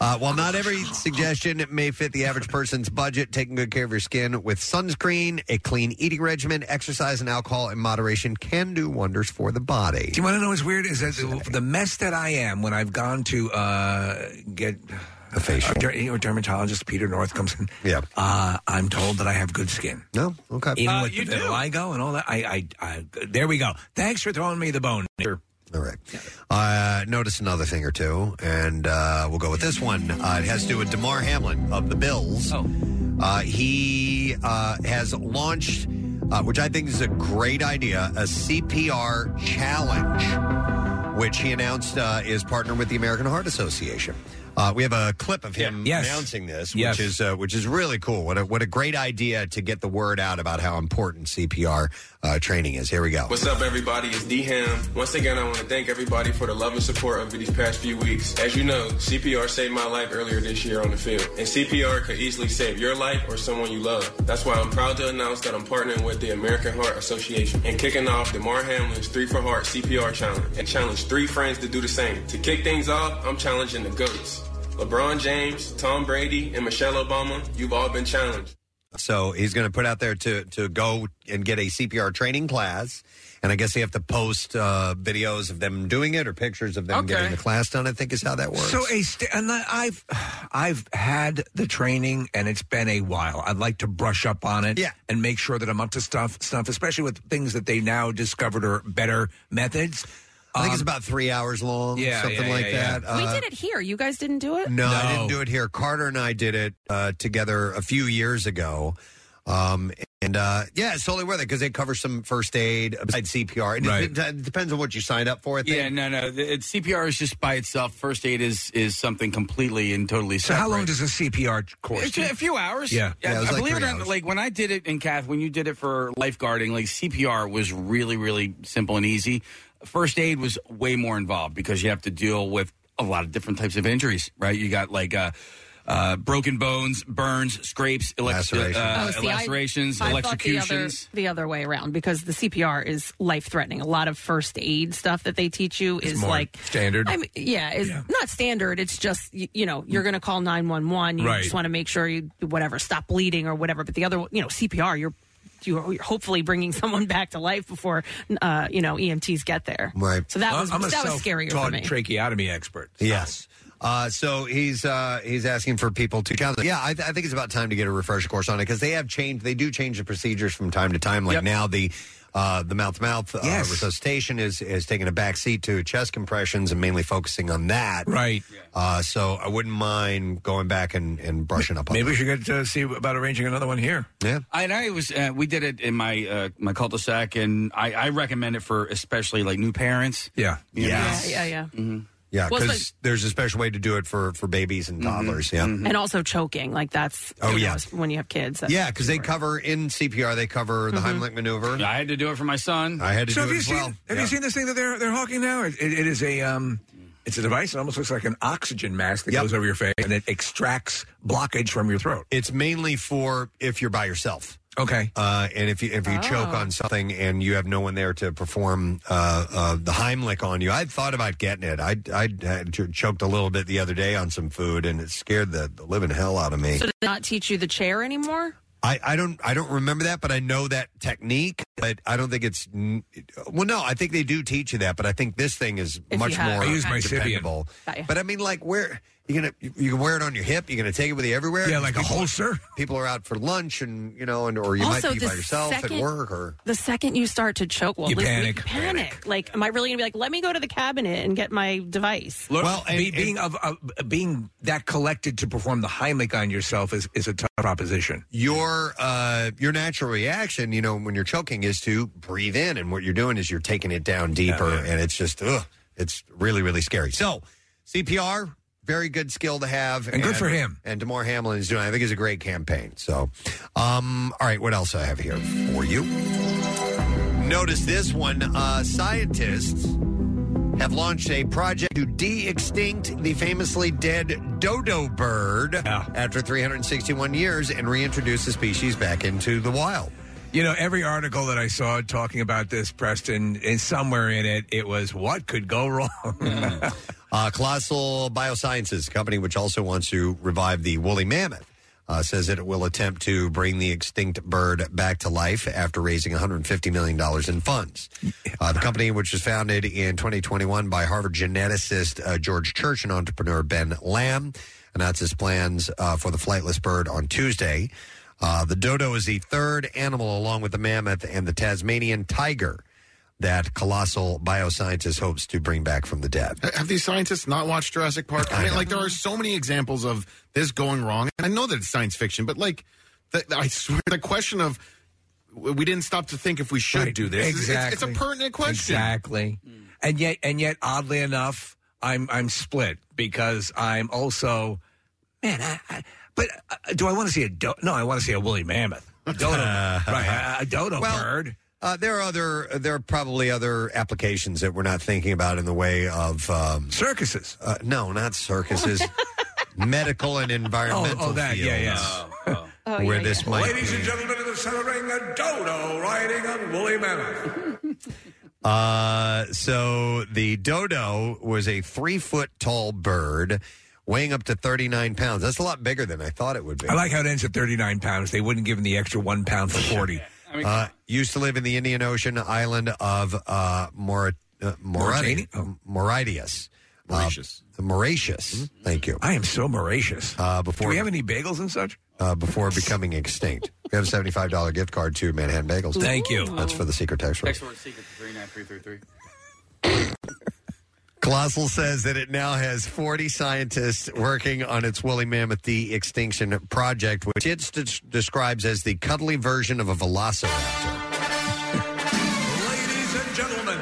Speaker 10: uh, while not every suggestion may fit the average person's budget, taking good care of your skin with sunscreen, a clean eating regimen, exercise, and alcohol in moderation can do wonders for the body.
Speaker 6: Do you want to know what's weird? Is that the, the mess that I am when I've gone to uh, get
Speaker 10: a facial
Speaker 6: or dermatologist Peter North comes in.
Speaker 10: Yeah,
Speaker 6: uh, I'm told that I have good skin.
Speaker 10: No, okay.
Speaker 6: Even
Speaker 10: Uh,
Speaker 6: with
Speaker 10: you
Speaker 6: the
Speaker 10: do.
Speaker 6: vitiligo and all that. I, I, I, there we go. Thanks for throwing me the bone. Sure.
Speaker 10: All right. Uh, notice another thing or two, and uh, we'll go with this one. Uh, it has to do with DeMar Hamlin of the Bills. Oh. Uh, he uh, has launched, uh, which I think is a great idea, a CPR challenge, which he announced uh, is partnered with the American Heart Association. Uh, we have a clip of him
Speaker 6: Yes.
Speaker 10: announcing this, which
Speaker 6: Yes.
Speaker 10: is uh, which is really cool. What a, what a great idea to get the word out about how important CPR uh, training is. Here we go.
Speaker 20: What's up, everybody? It's D Ham. Once again, I want to thank everybody for the love and support over these past few weeks. As you know, CPR saved my life earlier this year on the field, and CPR could easily save your life or someone you love. That's why I'm proud to announce that I'm partnering with the American Heart Association and kicking off DeMar Hamlin's Three for Heart CPR Challenge and challenge three friends to do the same. To kick things off, I'm challenging the GOATs LeBron James, Tom Brady, and Michelle Obama. You've all been challenged.
Speaker 10: So he's going to put out there to to go and get a CPR training class, and I guess they have to post uh, videos of them doing it or pictures of them
Speaker 6: Okay.
Speaker 10: getting the class done. I think is how that works.
Speaker 6: So a st- and I- I've I've had the training and it's been a while. I'd like to brush up on it and make sure that I'm up to stuff stuff, especially with things that they now discovered are better methods. Um,
Speaker 10: I think it's about three hours long,
Speaker 6: yeah,
Speaker 10: something
Speaker 6: yeah,
Speaker 10: like
Speaker 6: yeah, yeah.
Speaker 10: that.
Speaker 7: we
Speaker 10: Uh,
Speaker 7: did it here. You guys didn't do it.
Speaker 10: No, I didn't do it here. Carter and I did it uh, together a few years ago. Um, and uh, yeah, it's totally worth it because they cover some first aid besides CPR. And
Speaker 9: Right.
Speaker 10: it, d- depends on what you signed up for. I think.
Speaker 9: Yeah, no, no. the- It's CPR is just by itself. First aid is is something completely and totally
Speaker 6: So
Speaker 9: separate.
Speaker 6: how long does a CPR course?
Speaker 9: It's a few hours.
Speaker 6: Yeah,
Speaker 9: I, I believe it or not. Like when I did it, and Kath, when you did it for lifeguarding, like CPR was really, really simple and easy. First aid was way more involved because you have to deal with a lot of different types of injuries. Right? You got like. Uh, uh, broken bones, burns, scrapes, electric, uh,
Speaker 7: Oh, see, I-
Speaker 9: lacerations,
Speaker 7: I thought the other,
Speaker 9: electrocutions.
Speaker 7: the other way around because the CPR is life threatening. A lot of first aid stuff that they teach you
Speaker 6: It's
Speaker 7: is
Speaker 6: more
Speaker 7: like
Speaker 6: standard.
Speaker 7: I mean, yeah, it's not standard. It's just you, you know you're going to call nine one one. You
Speaker 6: Right.
Speaker 7: just want to make sure you whatever stop bleeding or whatever. But the other you know CPR you're you're hopefully bringing someone back to life before uh, you know EMTs get there.
Speaker 10: Right.
Speaker 7: So that was
Speaker 6: Uh, I'm a
Speaker 7: that was scarier for
Speaker 6: self-taught
Speaker 7: me.
Speaker 6: tracheotomy expert.
Speaker 10: Yes. Uh, so he's uh, he's asking for people to challenge. Yeah, I, th- I think it's about time to get a refresher course on it because they have changed. They do change the procedures from time to time. Like now, the Uh, the mouth to mouth
Speaker 6: Yes.
Speaker 10: resuscitation is, is taking a back seat to chest compressions and mainly focusing on that.
Speaker 6: Right.
Speaker 10: Uh, so I wouldn't mind going back and, and brushing up on
Speaker 6: Maybe
Speaker 10: that.
Speaker 6: we should get to see about arranging another one here.
Speaker 10: Yeah.
Speaker 9: I, and I was uh, we did it in my uh, my cul-de-sac, and I, I recommend it for especially like new parents.
Speaker 6: Yeah,
Speaker 7: Yeah, yeah, yeah.
Speaker 10: Yeah,
Speaker 7: Well,
Speaker 10: because
Speaker 7: it's
Speaker 10: there's a special way to do it for, for babies and toddlers. Yeah.
Speaker 7: And also choking, like that's
Speaker 10: Mm-hmm. Oh,
Speaker 7: you know,
Speaker 10: yeah.
Speaker 7: when you have kids. that's-
Speaker 10: yeah, because they cover in CPR, they cover the
Speaker 7: Mhm.
Speaker 10: Heimlich maneuver. I
Speaker 9: had to do it for my son.
Speaker 10: I had to
Speaker 6: so
Speaker 10: do
Speaker 6: have
Speaker 10: it
Speaker 6: you
Speaker 10: as
Speaker 6: seen?
Speaker 10: well.
Speaker 6: Have you seen this thing that they're they're hawking now? It, it- it is a um, it's a device. that almost looks like an oxygen mask that goes over your face and it extracts blockage from your throat.
Speaker 10: It's mainly for if you're by yourself.
Speaker 6: Okay.
Speaker 10: Uh, and if you if you choke
Speaker 6: Oh.
Speaker 10: on something and you have no one there to perform uh, uh, the Heimlich on you, I'd thought about getting it. I I had ch- choked a little bit the other day on some food, and it scared the, the living hell out of me.
Speaker 7: So did they not teach you the chair anymore?
Speaker 10: I, I don't I don't remember that, but I know that technique. But I don't think it's n- well. No, I think they do teach you that, but I think this thing is
Speaker 6: If
Speaker 10: much
Speaker 6: you have-
Speaker 10: more.
Speaker 6: I use my Sibian.
Speaker 10: dependable. But I mean, like where you gonna you you can wear it on your hip. You're gonna take it with you everywhere.
Speaker 6: Yeah,
Speaker 10: Because
Speaker 6: like a
Speaker 10: people-
Speaker 6: holster.
Speaker 10: People are out for lunch, and you know, and or you
Speaker 7: Also,
Speaker 10: might be
Speaker 7: the
Speaker 10: by yourself
Speaker 7: second-
Speaker 10: at work or.
Speaker 7: The second you start to choke, well,
Speaker 10: You
Speaker 7: at least we-
Speaker 10: panic.
Speaker 7: panic. Like, am I really going to be like, let me go to the cabinet and get my device?
Speaker 6: Look, well, be, being of uh, being that collected to perform the Heimlich on yourself is, is a tough proposition.
Speaker 10: your uh your natural reaction you know when you're choking is to breathe in and what you're doing is you're taking it down deeper and it's just ugh, it's really really scary so cpr very good skill to have
Speaker 6: And good for him.
Speaker 10: and demar hamlin is doing i think is a great campaign so um all right what else i have here for you notice this one uh scientists have launched a project to de-extinct the famously dead dodo bird after 361 years and reintroduce the species back into the wild.
Speaker 6: You know, every article that I saw talking about this, Preston, and somewhere in it, it was what could go wrong.
Speaker 10: Uh, Colossal Biosciences, a company which also wants to revive the woolly mammoth, uh, says that it will attempt to bring the extinct bird back to life after raising $150 million in funds. Uh, the company, which was founded in 2021 by Harvard geneticist uh, George Church and entrepreneur Ben Lamb, announced its plans uh, for the flightless bird on Tuesday. Uh, the dodo is the third animal, along with the mammoth and the Tasmanian tiger, that Colossal Biosciences hopes to bring back from the dead.
Speaker 11: Have these scientists not watched Jurassic Park? I mean, like there are so many examples of this going wrong. And I know that it's science fiction, but like, the, I swear, the question of we didn't stop to think if we should do this. It's- it's-
Speaker 6: Exactly.
Speaker 11: It's, a pertinent question.
Speaker 6: Exactly. And yet, and yet, oddly enough, I'm I'm split because I'm also man. I, I, but uh, do I want to see a do- no? I want to see a woolly mammoth.
Speaker 10: Oh,
Speaker 6: A dodo, right? A, a dodo
Speaker 10: Well,
Speaker 6: bird.
Speaker 10: Uh, there are other. There are probably other applications that we're not thinking about in the way of um,
Speaker 6: circuses.
Speaker 10: Uh, no, not circuses. Medical and environmental
Speaker 6: Oh, oh, that,
Speaker 10: fields.
Speaker 6: yeah, yeah.
Speaker 10: where this might.
Speaker 14: Ladies
Speaker 10: be.
Speaker 14: and
Speaker 6: gentlemen of the celebrating a dodo riding on woolly mammoth.
Speaker 10: Uh, so the dodo was a three foot tall bird, weighing up to thirty nine pounds. That's a lot bigger than I thought it would be.
Speaker 6: I like how it ends at 39 pounds. They wouldn't give him the extra one pound for 40.
Speaker 10: uh, used to live in the Indian Ocean island of uh, Maurit- uh,
Speaker 6: Mauritania?
Speaker 10: Mauriti- Mauritius. Mauritius. Mauritius. Thank you.
Speaker 6: Mm-hmm. I am so Mauritius.
Speaker 10: Uh,
Speaker 6: Do
Speaker 10: before
Speaker 6: we have any bagels and such?
Speaker 10: uh, before becoming extinct. We have a seventy-five dollar gift card to Manhattan Bagels.
Speaker 6: Thank you.
Speaker 10: That's for the secret text.
Speaker 9: Text word secret three nine three three three.
Speaker 10: Colossal says that it now has forty scientists working on its woolly mammoth de-extinction project, which it s- describes as the cuddly version of a velociraptor.
Speaker 6: Ladies and gentlemen,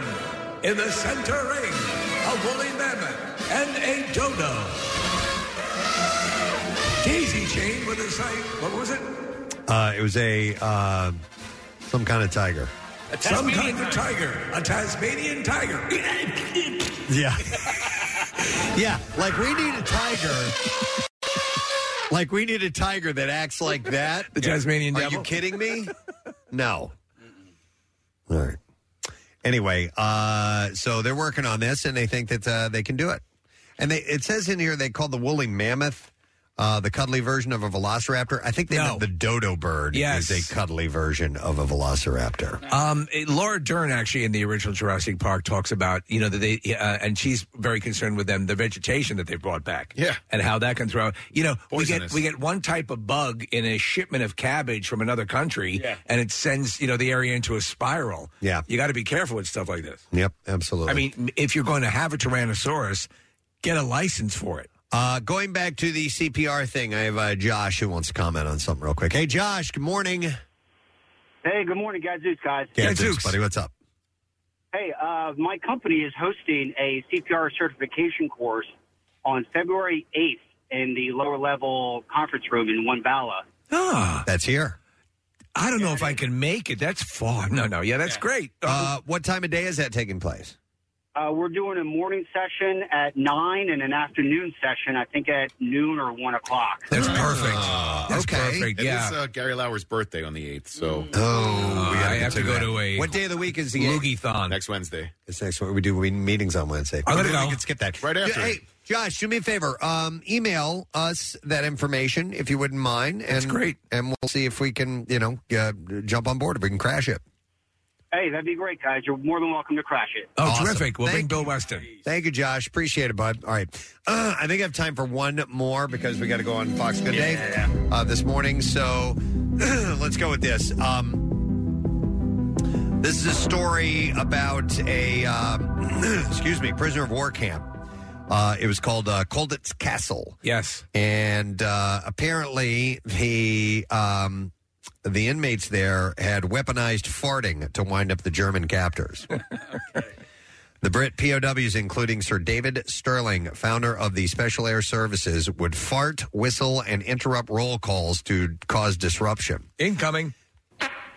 Speaker 6: in the center ring, a woolly mammoth and a dodo. Daisy chain with a sight. What was it?
Speaker 10: Uh, it was a uh, some kind of tiger.
Speaker 6: Some kind of tiger. A Tasmanian tiger.
Speaker 10: Yeah. yeah. Like we need a tiger. Like we need a tiger that acts like that.
Speaker 6: The Tasmanian
Speaker 10: Are
Speaker 6: devil?
Speaker 10: you kidding me? No. All right. Anyway, uh, so they're working on this, and they think that uh, they can do it. And they, it says in here they called the woolly mammoth Uh, the cuddly version of a velociraptor. I think they meant the dodo bird
Speaker 6: Yes.
Speaker 10: is a cuddly version of a velociraptor.
Speaker 6: Um, it- Laura Dern actually in the original Jurassic Park talks about you know that they uh, and she's very concerned with them the vegetation that they brought back
Speaker 11: Yeah.
Speaker 6: and how that can throw you know
Speaker 11: Poisonous.
Speaker 6: we get we get one type of bug in a shipment of cabbage from another country and it sends you know the area into a spiral
Speaker 10: Yeah.
Speaker 6: you got to be careful with stuff like this
Speaker 10: Yep, absolutely.
Speaker 6: I mean if you're going to have a Tyrannosaurus get a license for it
Speaker 10: Uh, going back to the CPR thing, I have uh, Josh who wants to comment on something real quick. Hey, Josh. Good morning.
Speaker 1: Hey, good morning, Gadzooks, guys.
Speaker 10: Gadzooks, buddy. What's up?
Speaker 1: Hey, uh, my company is hosting a CPR certification course on February 8th in the lower level conference room in Wambala.
Speaker 6: ah
Speaker 10: that's here
Speaker 6: I don't know if I can make it that's far no no yeah that's great
Speaker 10: uh, what time of day is that taking place
Speaker 1: Uh, we're doing a morning session at 9 and an afternoon session, I think at noon or 1 o'clock.
Speaker 6: That's perfect.
Speaker 11: That's
Speaker 6: perfect, yeah.
Speaker 11: Uh, It is uh, Gary Lauer's birthday on the 8th, so.
Speaker 10: Oh, we
Speaker 6: I have to go to a
Speaker 10: What day of the week is the
Speaker 6: Loogie-thon.
Speaker 11: Next Wednesday.
Speaker 10: It's next week. We do we meetings on Wednesday.
Speaker 11: I'm gonna
Speaker 10: Maybe We
Speaker 11: go.
Speaker 10: can skip that
Speaker 11: Right after.
Speaker 10: Hey, Josh, do me a favor. Um, email us that information if you wouldn't mind. And, That's great. And we'll see if we can, you know, uh, jump on board if we can crash it.
Speaker 1: Hey, that'd be great, guys. You're more than welcome to crash it.
Speaker 10: Oh, Awesome. terrific. We'll Thank-
Speaker 6: Bill Weston
Speaker 10: Thank you, Josh. Appreciate it, bud. All right. Uh, I think I have time for one more because we got to go on Fox Good Day uh, this morning. So let's go with this. Um, this is a story about a, uh, excuse me, prisoner of war camp. Uh, it was called uh, Colditz Castle.
Speaker 6: Yes.
Speaker 10: And uh, apparently the. Um, the inmates there had weaponized farting to wind up the German captors. The Brit POWs, including Sir David Sterling, founder of the Special Air Services, would fart, whistle, and interrupt roll calls to cause disruption.
Speaker 6: Incoming.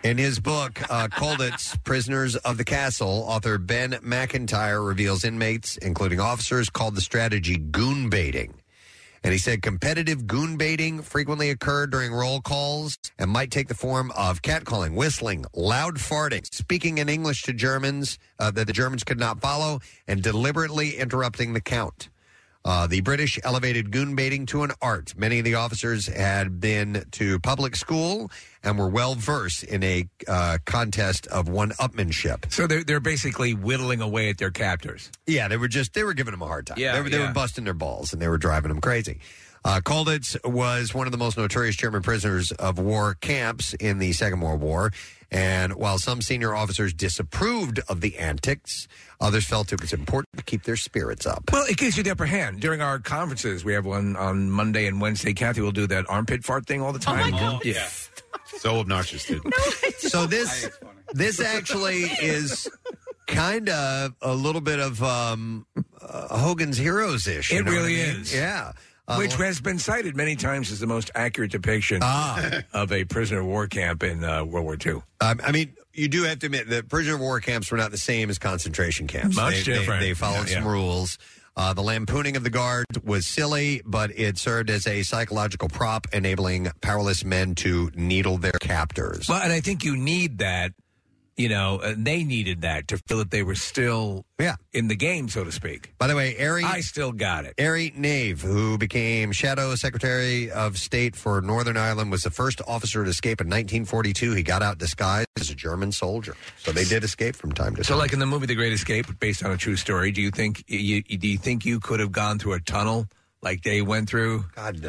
Speaker 10: In his book, uh, Colditz, Prisoners of the Castle, author Ben McIntyre reveals inmates, including officers, called the strategy goon baiting. And he said competitive goon baiting frequently occurred during roll calls and might take the form of catcalling, whistling, loud farting, speaking in English to Germans uh, that the Germans could not follow, and deliberately interrupting the count. Uh, the British elevated goon baiting to an art. Many of the officers had been to public school and were well versed in a uh, contest of one upmanship.
Speaker 6: so they're they're basically whittling away at their captors
Speaker 10: Yeah, they were just they were giving them a hard time.
Speaker 6: Yeah,
Speaker 10: they, were, they
Speaker 6: yeah.
Speaker 10: were busting their balls and they were driving them crazy. Uh, Kolditz was one of the most notorious German prisoners of war camps in the Second World War, and while some senior officers disapproved of the antics, others felt it was important to keep their spirits up.
Speaker 6: Well, it gives you the upper hand. During our conferences, we have one on Monday and Wednesday. Kathy will do that armpit fart thing all the time.
Speaker 11: my God.
Speaker 6: Yeah.
Speaker 11: So obnoxious, dude.
Speaker 10: So this this actually is kind of a little bit of um, uh, Hogan's Heroes ish.
Speaker 6: It really is.
Speaker 10: Yeah. Uh,
Speaker 6: Which has been cited many times as the most accurate depiction
Speaker 10: Ah.
Speaker 6: of a prisoner of war camp in uh, World War II.
Speaker 10: Um, I mean, you do have to admit that prisoner of war camps were not the same as concentration camps.
Speaker 6: Much
Speaker 10: they, they-
Speaker 6: different.
Speaker 10: They, followed
Speaker 6: Yeah,
Speaker 10: some
Speaker 6: yeah.
Speaker 10: rules. Uh, the lampooning of the guard was silly, but it served as a psychological prop, enabling powerless men to needle their captors.
Speaker 6: Well, and I think you need that. You know, uh, they needed that to feel that they were still
Speaker 10: yeah.
Speaker 6: in the game, so to speak.
Speaker 10: By the way, Ari,
Speaker 6: I still got it.
Speaker 10: Ari Nave, who became Shadow Secretary of State for Northern Ireland, was the first officer to escape in 1942. He got out disguised as a German soldier, so they did escape from time to time.
Speaker 6: So, like in the movie The Great Escape, based on a true story, do you think you, you- do you think you could have gone through a tunnel like they went through?
Speaker 10: God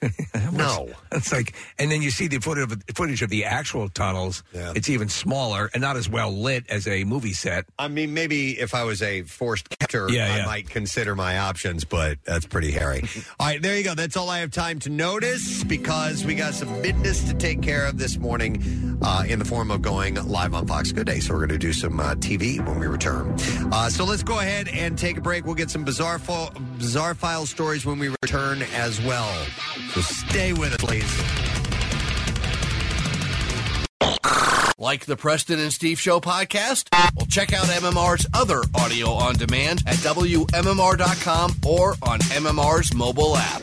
Speaker 10: no,
Speaker 6: no. It's like, and then you see the footage of, footage of the actual tunnels. It's even smaller and not as well lit as a movie set.
Speaker 10: I mean, maybe if I was a forced captor,
Speaker 6: Yeah, yeah.
Speaker 10: I might consider my options, but that's pretty hairy. all right, there you go. That's all I have time to notice because we got some business to take care of this morning uh, in the form of going live on Fox Good Day. So we're going to do some uh, TV when we return. Uh, so let's go ahead and take a break. We'll get some bizarre, fo- bizarre file stories when we return as well. So stay with us, please.
Speaker 12: Like the Preston and Steve Show podcast? Well, check out MMR's other audio on demand at WMMR.com or on MMR's mobile app.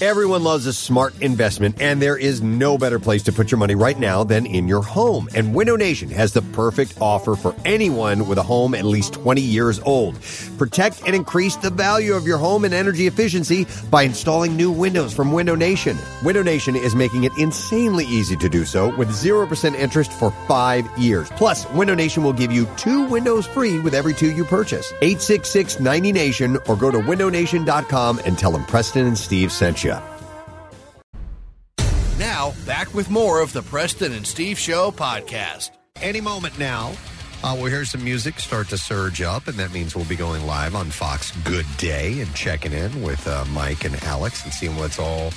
Speaker 10: Everyone loves a smart investment, and there is no better place to put your money right now than in your home. And Window Nation has the perfect offer for anyone with a home at least 20 years old. Protect and increase the value of your home and energy efficiency by installing new windows from Window Nation. Window Nation is making it insanely easy to do so with 0% interest for five years. Plus, Window Nation will give you two windows free with every two you purchase. 866 90 Nation or go to windownation.com and tell them Preston and Steve sent you.
Speaker 12: Now, back with more of the Preston and Steve Show podcast.
Speaker 10: Any moment now. Uh, we'll hear some music start to surge up, and that means we'll be going live on Fox Good Day and checking in with uh, Mike and Alex and seeing what's all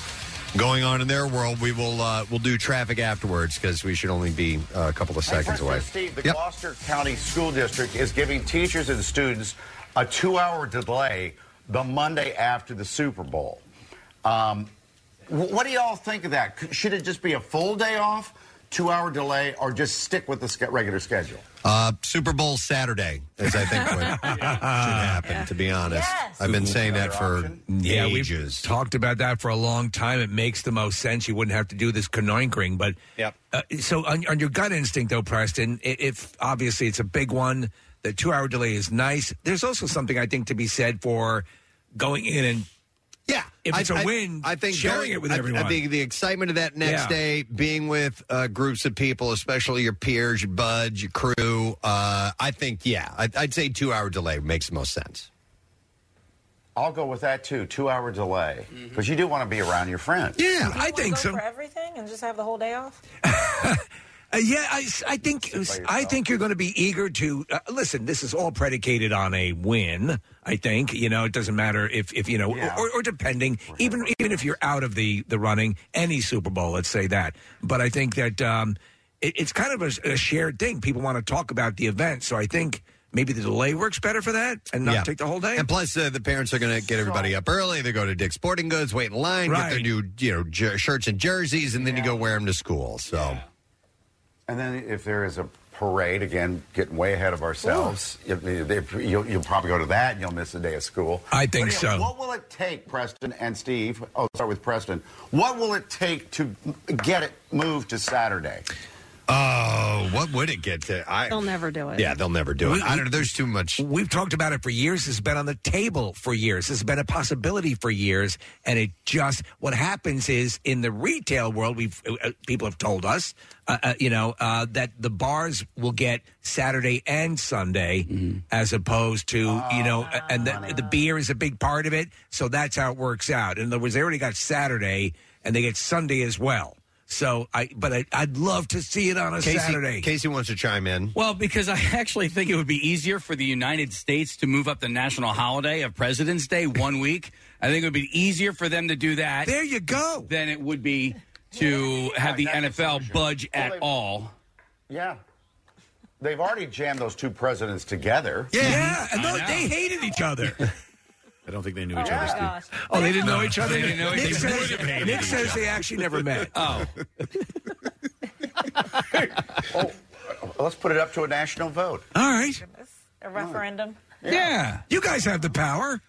Speaker 10: going on in their world. We will uh, we'll do traffic afterwards because we should only be uh, a couple of seconds away.
Speaker 4: Steve, the Gloucester County School District is giving teachers and students a two hour delay the Monday after the Super Bowl. Um, wh- what do y'all think of that? C- Should it just be a full day off, two hour delay, or just stick with the sch- regular schedule?
Speaker 10: Uh, Super Bowl Saturday is I think what should happen. To be honest, I've been saying that for
Speaker 6: Yeah, we've
Speaker 10: ages.
Speaker 6: talked about that for a long time. It makes the most sense. You wouldn't have to do this canoinkering, but
Speaker 4: yep.
Speaker 6: Uh, so on, on your gut instinct, though, Preston, i- if obviously it's a big one, the two-hour delay is nice. There's also something I think to be said for going in and
Speaker 10: yeah,
Speaker 6: if it's a
Speaker 10: a
Speaker 6: win,
Speaker 10: I think
Speaker 6: sharing
Speaker 10: going-
Speaker 6: it with
Speaker 10: I-
Speaker 6: everyone.
Speaker 10: I think the excitement of that next
Speaker 6: Yeah.
Speaker 10: day, being with uh, groups of people, especially your peers, your buds, your crew. Uh, I think yeah, I, I'd say two hour delay makes the most sense.
Speaker 4: I'll go with that too, two hour delay, because you do want to be around your friends.
Speaker 6: Yeah, I think so.
Speaker 21: For everything and just have the whole day off?
Speaker 6: Uh, yeah, I, s- I think I think you're going to be eager to uh, listen. This is all predicated on a win. I think you know it doesn't matter if if you know or, or depending even even if you're out of the the running any Super Bowl. Let's say that, but I think that um, it, it's kind of a s- a, shared thing. People want to talk about the event, so I think maybe the delay works better for that and not
Speaker 10: Yeah.
Speaker 6: take the whole day.
Speaker 10: And plus, uh, the parents are going to get everybody up early. They go to Dick's Sporting Goods, wait in line, get their
Speaker 6: Right.
Speaker 10: new you know jer- shirts and jerseys, and then you go wear them to school. So.
Speaker 4: And then if there is a parade, again, getting way ahead of ourselves, you, will you'll probably go to that and you'll miss a day of school.
Speaker 6: I think
Speaker 4: But, you know,
Speaker 6: so.
Speaker 4: What will it take, Preston and Steve? Oh, start with Preston. What will it take to get it moved to Saturday?
Speaker 10: Oh, what would it get to? I,
Speaker 7: They'll never do it.
Speaker 10: Yeah, they'll never do it. I don't know. There's too much.
Speaker 6: We've talked about it for years. It's been on the table for years. It's been a possibility for years, and it just what happens is in the retail world, we've uh, uh, people have told us, uh, uh, you know, uh, that the bars will get Saturday and Sunday,
Speaker 10: Mm-hmm.
Speaker 6: as opposed to you know,
Speaker 10: Ah,
Speaker 6: uh, and the, the beer is a big part of it. So that's how it works out. In other words, they already got Saturday, and they get Sunday as well. So I, but I, I'd love to see it on a
Speaker 10: Casey-
Speaker 6: Saturday.
Speaker 10: Casey wants to chime in.
Speaker 9: Well, because I actually think it would be easier for the United States to move up the national holiday of President's Day one week. I think it would be easier for them to do that.
Speaker 6: There you go.
Speaker 9: Than it would be to have the NFL budge at all.
Speaker 4: Yeah. They've already jammed those two presidents together.
Speaker 6: Yeah, and tho- they hated each other.
Speaker 11: I don't think they knew
Speaker 4: each other, Steve.
Speaker 6: Oh, they didn't know
Speaker 11: No,
Speaker 6: each other.
Speaker 11: they didn't know
Speaker 6: Nick
Speaker 11: each other.
Speaker 6: says,
Speaker 11: They would have hated
Speaker 6: Nick
Speaker 11: each
Speaker 6: says
Speaker 11: other.
Speaker 6: they actually never met.
Speaker 9: Oh,
Speaker 4: Let's put it up to a national vote.
Speaker 6: all right.
Speaker 21: A referendum?
Speaker 6: Yeah. you guys have the power.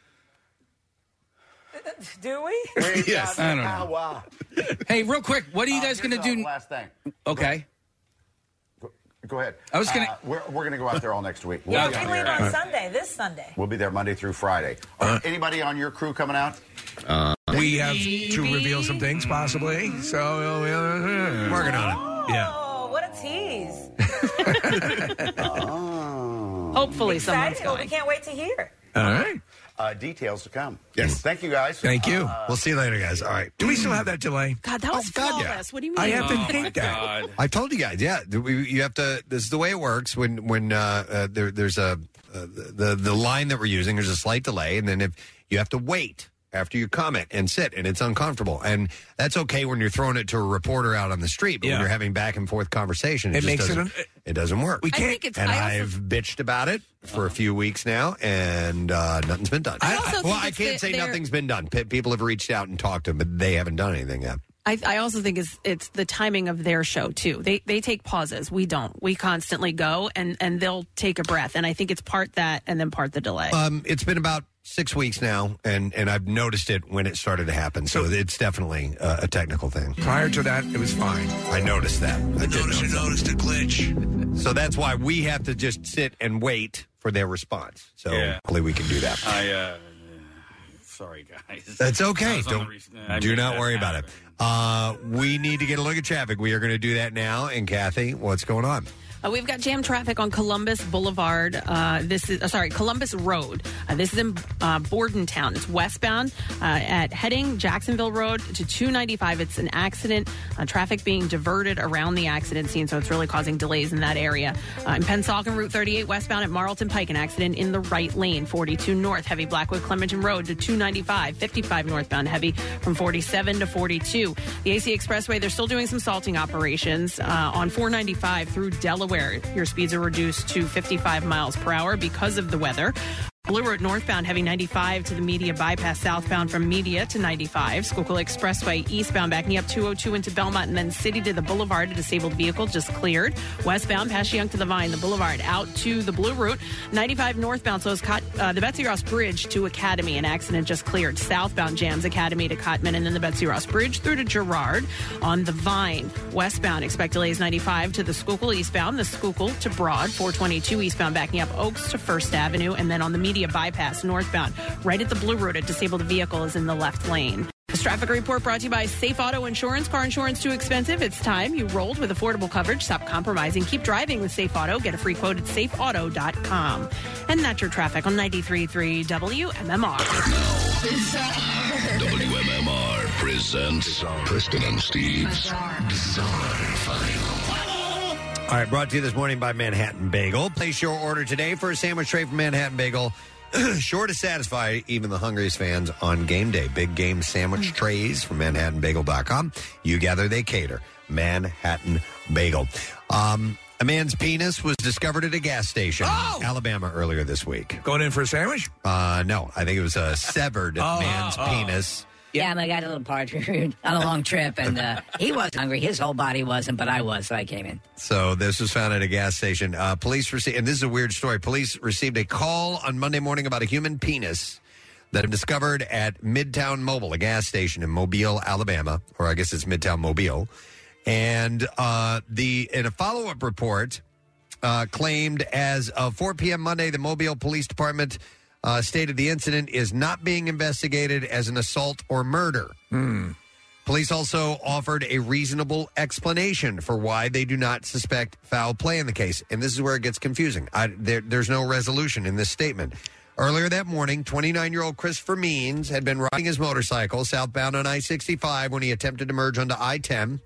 Speaker 21: Do we?
Speaker 4: Yes.
Speaker 9: I don't know. Hey, real quick, what are you guys going to do?
Speaker 4: Last thing.
Speaker 9: Okay.
Speaker 4: Go ahead.
Speaker 9: I was gonna-
Speaker 4: Uh, we're we're going to go out there all next week. We'll
Speaker 21: Yeah,
Speaker 4: be
Speaker 21: we
Speaker 4: on the
Speaker 21: leave
Speaker 4: air.
Speaker 21: on Sunday, this Sunday.
Speaker 4: We'll be there Monday through Friday.
Speaker 6: Uh-huh.
Speaker 4: Are anybody on your crew coming out?
Speaker 6: we have to reveal some things, possibly. So uh, working on it. Yeah.
Speaker 21: Oh, what a tease.
Speaker 7: Hopefully someone's
Speaker 21: Excited. Well, We
Speaker 7: going.
Speaker 21: can't wait to hear.
Speaker 6: All right.
Speaker 4: Uh, details to come. Yes. Thank you, guys.
Speaker 6: Thank you.
Speaker 4: Uh,
Speaker 10: we'll see you later, guys. All right.
Speaker 6: Do we still have that delay?
Speaker 7: God, that was
Speaker 10: Oh, God, yeah.
Speaker 7: flawless. What do you mean?
Speaker 10: I have to Oh, think my that. I told you guys, yeah, th- we, you have to. This is the way it works. When when uh, uh, there, there's a uh, the the line that we're using, there's a slight delay, and then if you have to wait after you comment and sit, and it's uncomfortable. And that's okay when you're throwing it to a reporter out on the street, but
Speaker 6: Yeah.
Speaker 10: when you're having back and forth conversation, it,
Speaker 6: It
Speaker 10: just
Speaker 6: makes it
Speaker 10: doesn't,
Speaker 6: un-
Speaker 10: it doesn't work.
Speaker 6: We I can't- think it's-
Speaker 10: and
Speaker 6: I also-
Speaker 10: I've bitched about it for a few weeks now, and uh, nothing's been done.
Speaker 18: I also think
Speaker 10: well, I
Speaker 18: it's
Speaker 10: can't
Speaker 18: the-
Speaker 10: say
Speaker 18: they're-
Speaker 10: nothing's been done. Pe- people have reached out and talked to them, but they haven't done anything yet.
Speaker 7: I, I also think it's it's the timing of their show too. They they take pauses. We don't. We constantly go and and they'll take a breath. And I think it's part that and then part the delay.
Speaker 10: Um, it's been about six weeks now, and and I've noticed it when it started to happen. So it's definitely uh, a technical thing.
Speaker 6: Prior to that, it was fine.
Speaker 10: I noticed that. I did notice you noticed a glitch. So that's why we have to just sit and wait for their response. So
Speaker 9: Yeah.
Speaker 10: hopefully we can do that.
Speaker 9: I, uh, sorry, guys.
Speaker 10: That's
Speaker 9: I
Speaker 10: okay.
Speaker 9: was on
Speaker 10: Don't,
Speaker 9: the recent- I
Speaker 10: do
Speaker 9: made
Speaker 10: not
Speaker 9: that
Speaker 10: worry about it. Uh, we need to get a look at traffic. We are going to do that now. And Kathy, what's going on?
Speaker 7: Uh, we've got jam traffic on Columbus Boulevard. Uh, this is uh, sorry, Columbus Road. Uh, this is in uh, Bordentown. It's westbound uh, at heading Jacksonville Road to 295. It's an accident. Uh, traffic being diverted around the accident scene, so it's really causing delays in that area. Uh, in Pensacola, Route 38 westbound at Marlton Pike, an accident in the right lane. 42 north, heavy Blackwood Clementon Road to 295. 55 northbound, heavy from 47 to 42. The AC Expressway, they're still doing some salting operations uh, on 495 through Delaware. Your speeds are reduced to 55 miles per hour because of the weather. Blue Route northbound, heavy 95 to the Media bypass, southbound from Media to 95. Schuylkill Expressway eastbound, backing up 202 into Belmont and then City to the Boulevard. A disabled vehicle just cleared. Westbound, past Young to the Vine, the Boulevard out to the Blue Route. 95 northbound, so is Cot- uh, the Betsy Ross Bridge to Academy. An accident just cleared. Southbound jams Academy to Cotman and then the Betsy Ross Bridge through to Girard on the Vine. Westbound, expect delays 95 to the Schuylkill eastbound, the Schuylkill to Broad, 422 eastbound, backing up Oaks to First Avenue, and then on the Media Bypass northbound, right at the Blue Route, a disabled vehicle is in the left lane. This traffic report brought to you by Safe Auto Insurance. Car insurance too expensive? It's time you rolled with affordable coverage. Stop compromising. Keep driving with Safe Auto. Get a free quote at safeauto.com. And that's your traffic on 93.3 WMMR.
Speaker 5: WMMR presents Preston and Steve's Bizarre File.
Speaker 10: All right, brought to you this morning by Manhattan Bagel. Place your order today for a sandwich tray from Manhattan Bagel. sure to satisfy even the hungriest fans on game day. Big game sandwich trays from ManhattanBagel.com. You gather, they cater. Manhattan Bagel. Um, a man's penis was discovered at a gas station, Alabama, earlier this week.
Speaker 6: Oh! Going in for a sandwich?
Speaker 10: Uh, no, I think it was a severed
Speaker 6: Oh,
Speaker 10: man's
Speaker 6: oh.
Speaker 10: penis.
Speaker 2: Yeah, my guy did a little partridge on a long trip, and uh, he was hungry. His whole body wasn't, but I was, so I came in.
Speaker 10: So this was found at a gas station. Uh, police received, and this is a weird story. Police received a call on Monday morning about a human penis that had been discovered at Midtown Mobile, a gas station in Mobile, Alabama, or I guess it's Midtown Mobile. And uh, the in a follow up report uh, claimed as of 4 p.m. Monday, the Mobile Police Department uh, stated the incident is not being investigated as an assault or murder.
Speaker 6: Hmm.
Speaker 10: Police also offered a reasonable explanation for why they do not suspect foul play in the case. And this is where it gets confusing. I, there, there's no resolution in this statement. Earlier that morning, 29 year old Christopher Means had been riding his motorcycle southbound on I 65 when he attempted to merge onto I 10.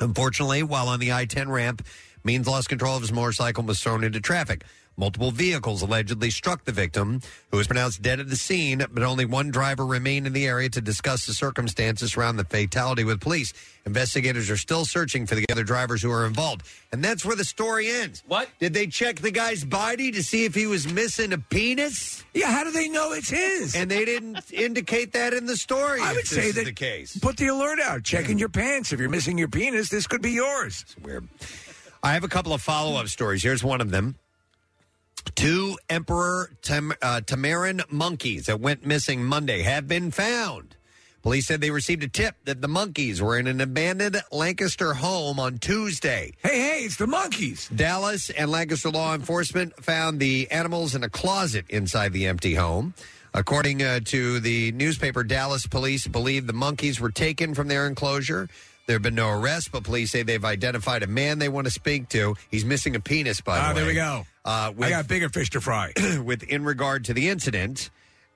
Speaker 10: Unfortunately, while on the I 10 ramp, Means lost control of his motorcycle and was thrown into traffic. Multiple vehicles allegedly struck the victim, who was pronounced dead at the scene, but only one driver remained in the area to discuss the circumstances around the fatality with police. Investigators are still searching for the other drivers who are involved. And that's where the story ends. What? Did they check the guy's body to see if he was missing a penis?
Speaker 6: Yeah, how do they know it's his?
Speaker 10: And they didn't indicate that in the story.
Speaker 6: I would
Speaker 10: if this
Speaker 6: say
Speaker 10: is
Speaker 6: that
Speaker 10: the case.
Speaker 6: Put the alert out. Check in your pants. If you're missing your penis, this could be yours. It's
Speaker 10: weird. I have a couple of follow up stories. Here's one of them. Two emperor Tam- uh, Tamarin monkeys that went missing Monday have been found. Police said they received a tip that the monkeys were in an abandoned Lancaster home on Tuesday.
Speaker 6: Hey, hey, it's the monkeys.
Speaker 10: Dallas and Lancaster law enforcement found the animals in a closet inside the empty home. According uh, to the newspaper, Dallas police believe the monkeys were taken from their enclosure. There have been no arrests, but police say they've identified a man they want to speak to. He's missing a penis, by
Speaker 6: Ah,
Speaker 10: the way.
Speaker 6: there we go.
Speaker 10: Uh, with,
Speaker 6: I got bigger fish to fry.
Speaker 10: with in regard to the incident,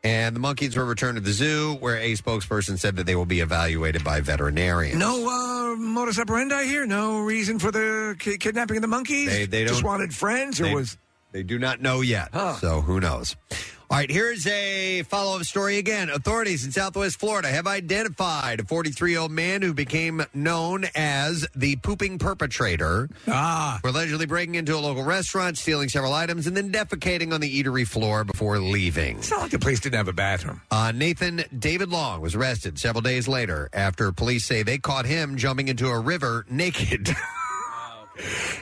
Speaker 10: and the monkeys were returned to the zoo, where a spokesperson said that they will be evaluated by veterinarians.
Speaker 6: No uh, modus operandi here. No reason for the ki- kidnapping of the monkeys.
Speaker 10: They- they
Speaker 6: just
Speaker 10: don't-
Speaker 6: wanted friends, or
Speaker 10: they,
Speaker 6: was
Speaker 10: they do not know yet. So who knows? All right, here's a follow up story again. Authorities in Southwest Florida have identified a 43 year old man who became known as the pooping perpetrator ah. for allegedly breaking into a local restaurant, stealing several items, and then defecating on the eatery floor before leaving. It's
Speaker 6: not like the place didn't have a bathroom.
Speaker 10: Uh, Nathan David Long was arrested several days later after police say they caught him jumping into a river naked.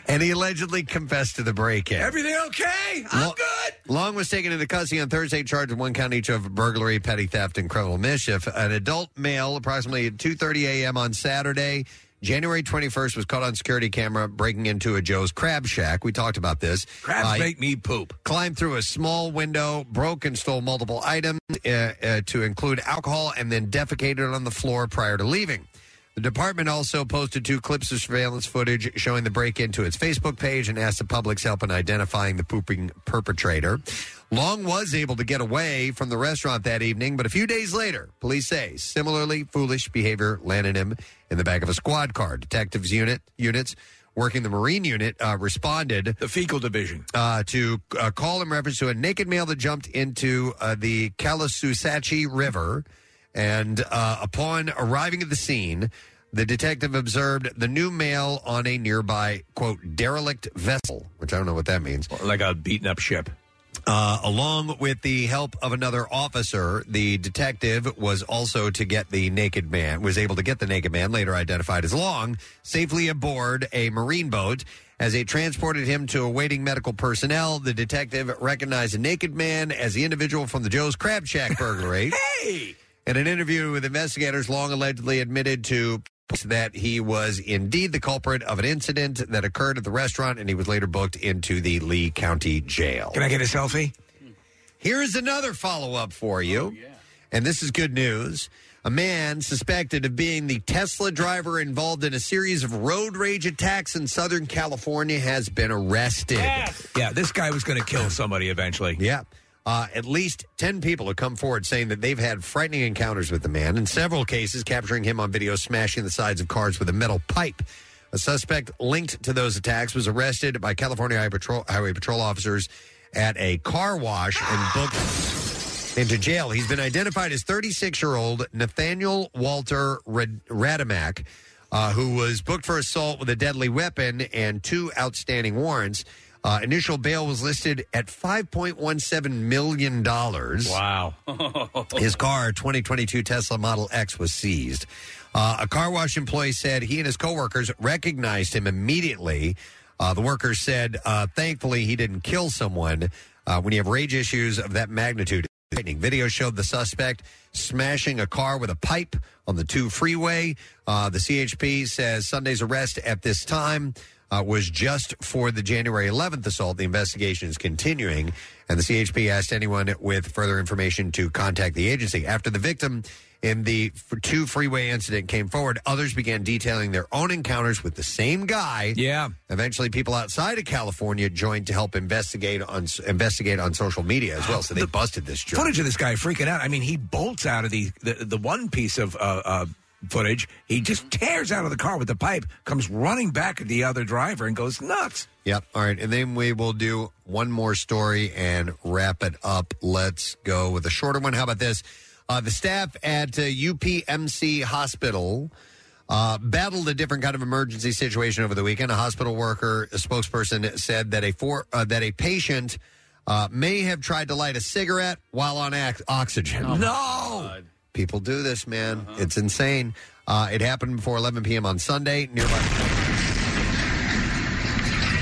Speaker 10: And he allegedly confessed to the break in.
Speaker 6: Everything okay?
Speaker 10: I'm good. Long was taken into custody on Thursday, charged with one count each of burglary, petty theft, and criminal mischief. An adult male, approximately at 2:30 a.m. on Saturday, January 21st, was caught on security camera breaking into a Joe's Crab Shack. We talked about this.
Speaker 6: Crabs
Speaker 10: Uh,
Speaker 6: make me poop.
Speaker 10: climbed through a small window, broke and stole multiple items uh, uh, to include alcohol, and then defecated on the floor prior to leaving. The department also posted two clips of surveillance footage showing the break in to its Facebook page and asked the public's help in identifying the pooping perpetrator. Long was able to get away from the restaurant that evening, but a few days later, police say similarly foolish behavior landed him in the back of a squad car. Detectives unit units working the Marine unit uh, responded
Speaker 6: the fecal division
Speaker 10: uh, to uh, call in reference to a naked male that jumped into uh, the Caloosahatchee River. And uh, upon arriving at the scene, the detective observed the new male on a nearby quote derelict vessel, which I don't know what that means.
Speaker 6: Like a beaten up ship.
Speaker 10: Uh, along with the help of another officer, the detective was also to get the naked man, was able to get the naked man, later identified as Long, safely aboard a marine boat. As they transported him to awaiting medical personnel, the detective recognized the naked man as the individual from the Joe's Crab Shack burglary. hey! In an interview with investigators, Long allegedly admitted to that he was indeed the culprit of an incident that occurred at the restaurant, and he was later booked into the Lee County Jail.
Speaker 6: Can I get a selfie?
Speaker 10: Here's another follow up for you. And this is good news. A man suspected of being the Tesla driver involved in a series of road rage attacks in Southern California has been arrested.
Speaker 6: Yeah, this guy was going to kill somebody eventually.
Speaker 10: Yeah. Uh, at least 10 people have come forward saying that they've had frightening encounters with the man, in several cases, capturing him on video smashing the sides of cars with a metal pipe. A suspect linked to those attacks was arrested by California Highway Patrol, Highway Patrol officers at a car wash and booked into jail. He's been identified as 36 year old Nathaniel Walter Rad- Radamak, uh, who was booked for assault with a deadly weapon and two outstanding warrants. Uh, initial bail was listed at $5.17 million. Wow. His car, 2022 Tesla Model X, was seized. Uh, a car wash employee said he and his coworkers recognized him immediately. Uh, the workers said, uh, thankfully, he didn't kill someone. Uh, when you have rage issues of that magnitude, frightening. video showed the suspect smashing a car with a pipe on the 2 freeway. Uh, the CHP says Sunday's arrest at this time uh, was just for the January 11th assault. The investigation is continuing, and the CHP asked anyone with further information to contact the agency. After the victim in the f- two freeway incident came forward, others began detailing their own encounters with the same guy.
Speaker 6: Yeah.
Speaker 10: Eventually, people outside of California joined to help investigate on investigate on social media as well. So they busted this jerk.
Speaker 6: Footage of this guy freaking out. I mean, he bolts out of the the, the one piece of uh, uh, footage. He just tears out of the car with the pipe, comes running back at the other driver, and goes nuts.
Speaker 10: Yep. All right. And then we will do one more story and wrap it up. Let's go with a shorter one. How about this? Uh, the staff at uh, UPMC Hospital uh, battled a different kind of emergency situation over the weekend. A hospital worker, a spokesperson, said that a four, uh, that a patient uh, may have tried to light a cigarette while on ac- oxygen.
Speaker 6: no.
Speaker 10: People do this, man. It's insane. Uh, it happened before 11 p.m. on Sunday. Nearby.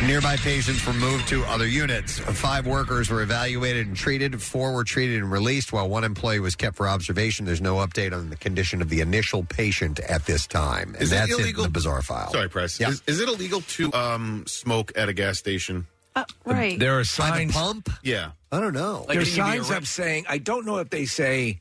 Speaker 10: Nearby patients were moved to other units. Five workers were evaluated and treated. Four were treated and released, while one employee was kept for observation. There's no update on the condition of the initial patient at this time. And
Speaker 11: Is it
Speaker 10: that's it in
Speaker 11: illegal-
Speaker 10: the bizarre file.
Speaker 11: Sorry, press.
Speaker 10: Yeah.
Speaker 11: Is, is it illegal to um, smoke at a gas station?
Speaker 6: right. There are signs.
Speaker 10: pump.
Speaker 11: Yeah.
Speaker 10: I don't know.
Speaker 6: There's signs up saying. I don't know if they say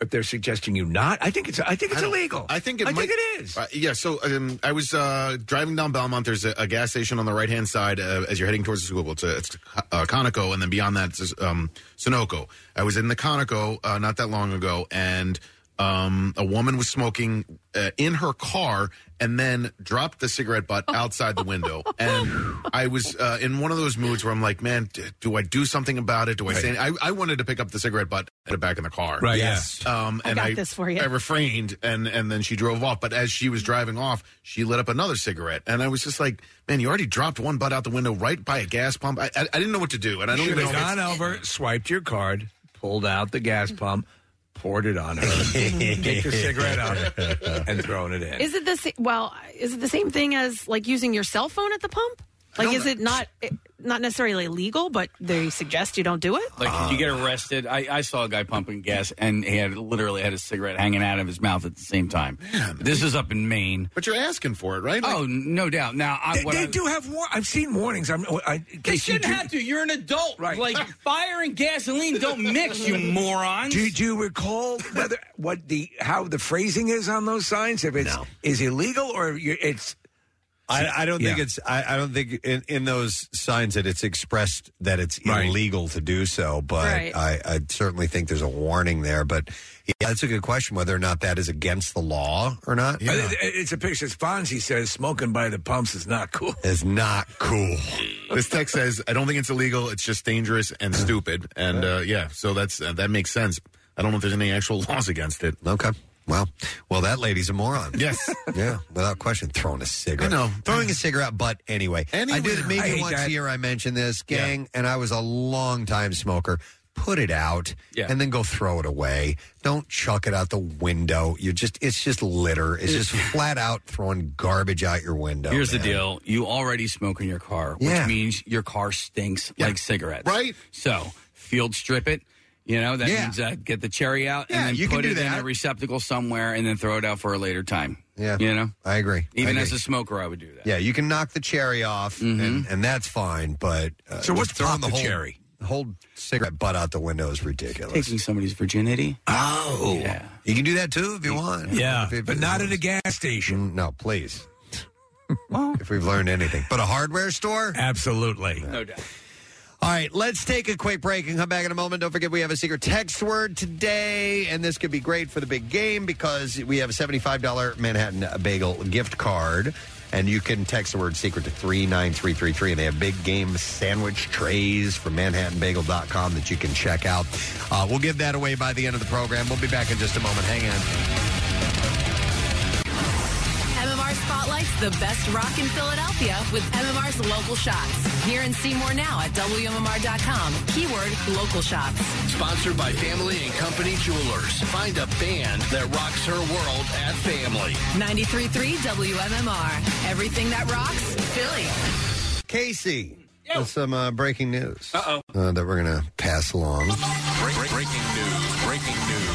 Speaker 6: if they're suggesting you not. I think it's. I think it's
Speaker 11: I don't-
Speaker 6: illegal.
Speaker 11: I think it.
Speaker 6: I
Speaker 11: might,
Speaker 6: think it is.
Speaker 11: Uh, yeah. So um, I was uh, driving down Belmont. There's a, a gas station on the right hand side uh, as you're heading towards the school. It's, a, it's uh, Conoco, and then beyond that, it's um, Sunoco. I was in the Conoco uh, not that long ago, and. um, a woman was smoking uh, in her car and then dropped the cigarette butt
Speaker 6: Oh.
Speaker 11: outside the window. and I was uh, in one of those moods where I'm like, man, d- do I do something about it? Do I say? any-" I, I wanted to pick up the cigarette butt and put it back in the car.
Speaker 6: Right, Yes.
Speaker 11: Um,
Speaker 7: I
Speaker 11: and
Speaker 7: got this for you.
Speaker 11: I refrained, and and then she drove off. But as she was driving off, she lit up another cigarette, and I was just like, man, you already dropped one butt out the window right by a gas pump. I, I, I didn't know what to do, and I don't
Speaker 6: Should
Speaker 11: even know. if
Speaker 6: have
Speaker 11: it's-
Speaker 6: gone over, swiped your card, pulled out the gas pump, poured it on her, kicked the cigarette out, and thrown it in.
Speaker 7: Is it the sa- well? Is it the same thing as like using your cell phone at the pump? Like, is it not it- not necessarily legal, but they suggest you don't do it?
Speaker 9: Like you get arrested. I, I saw a guy pumping gas, and he had literally had a cigarette hanging out of his mouth at the same time. this is up in Maine,
Speaker 11: but you're asking for it, right?
Speaker 9: oh, no doubt. Now I,
Speaker 6: They,
Speaker 9: what
Speaker 6: they
Speaker 9: I-
Speaker 6: do have war. I've seen warnings. I'm, I, in
Speaker 9: They
Speaker 6: case you
Speaker 9: shouldn't
Speaker 6: do-
Speaker 9: have to. You're an adult.
Speaker 6: Right.
Speaker 9: Like fire and gasoline don't mix, you morons.
Speaker 6: Do, do you recall whether what the how the phrasing is on those signs? If it's is illegal or you, it's
Speaker 10: I, I don't think
Speaker 6: Yeah.
Speaker 10: it's. I, I don't think in, in those signs that it's expressed that it's illegal to do so. But
Speaker 7: Right.
Speaker 10: I, I certainly think there's a warning there. But yeah, that's a good question whether or not that is against the law or not.
Speaker 6: Uh, it- It's a picture. It's Fonzie says smoking by the pumps is not cool.
Speaker 10: It's not cool.
Speaker 11: this text says, "I don't think it's illegal. It's just dangerous and stupid." And uh, yeah, so that's uh, that makes sense. I don't know if there's any actual laws against it.
Speaker 10: Okay. Well, well, that lady's a moron.
Speaker 11: Yes.
Speaker 10: yeah, without question, throwing a cigarette.
Speaker 11: I know.
Speaker 10: throwing a cigarette butt anyway. I did
Speaker 11: I
Speaker 10: maybe
Speaker 11: hate
Speaker 10: once
Speaker 11: that.
Speaker 10: a year. I mentioned this gang, and I was a long time smoker. Put it out,
Speaker 9: Yeah.
Speaker 10: and then go throw it away. Don't chuck it out the window. You just it's just litter. It's just flat out throwing garbage out your window.
Speaker 9: Here's the
Speaker 10: man.
Speaker 9: deal: you already smoke in your car, which
Speaker 10: Yeah.
Speaker 9: means your car stinks like cigarettes.
Speaker 10: Right.
Speaker 9: So field strip it. You know that
Speaker 10: Yeah.
Speaker 9: means uh, get the cherry out
Speaker 10: Yeah,
Speaker 9: and
Speaker 10: you
Speaker 9: then
Speaker 10: can
Speaker 9: put
Speaker 10: do
Speaker 9: it in
Speaker 10: that.
Speaker 9: a receptacle somewhere, and then throw it out for a later time.
Speaker 10: Yeah,
Speaker 9: You know,
Speaker 10: I agree. I
Speaker 9: even
Speaker 10: agree.
Speaker 9: as a smoker, I would do that. Mm-hmm.
Speaker 10: Yeah, you can knock the cherry off, and, and that's fine. But uh,
Speaker 9: So what's
Speaker 10: just throwing
Speaker 9: off the
Speaker 10: whole,
Speaker 9: cherry?
Speaker 10: Whole cigarette butt out the window is ridiculous.
Speaker 9: Taking somebody's virginity.
Speaker 10: Oh, you can do that too if you want.
Speaker 6: Yeah,
Speaker 10: If- if-
Speaker 6: but not at a gas station.
Speaker 10: Mm, No, please. if we've learned anything, but a hardware store,
Speaker 6: absolutely,
Speaker 9: no doubt.
Speaker 10: All right, let's take a quick break and come back in a moment. Don't forget we have a secret text word today, and this could be great for the big game because we have a seventy-five dollar Manhattan Bagel gift card. And you can text the word secret to 39333. And they have big game sandwich trays from ManhattanBagel.com that you can check out. Uh, we'll give that away by the end of the program. We'll be back in just a moment. Hang on.
Speaker 8: MMR spotlights the best rock in Philadelphia with MMR's local shots. Hear and see more now at WMMR.com. Keyword local shots.
Speaker 12: Sponsored by Family and Company Jewelers. Find a band that rocks her world at Family.
Speaker 8: 93.3 WMMR. Everything that rocks, Philly.
Speaker 10: Casey, with some uh, breaking news
Speaker 8: Uh-oh.
Speaker 10: uh, that we're going to pass along.
Speaker 19: breaking news. Breaking news.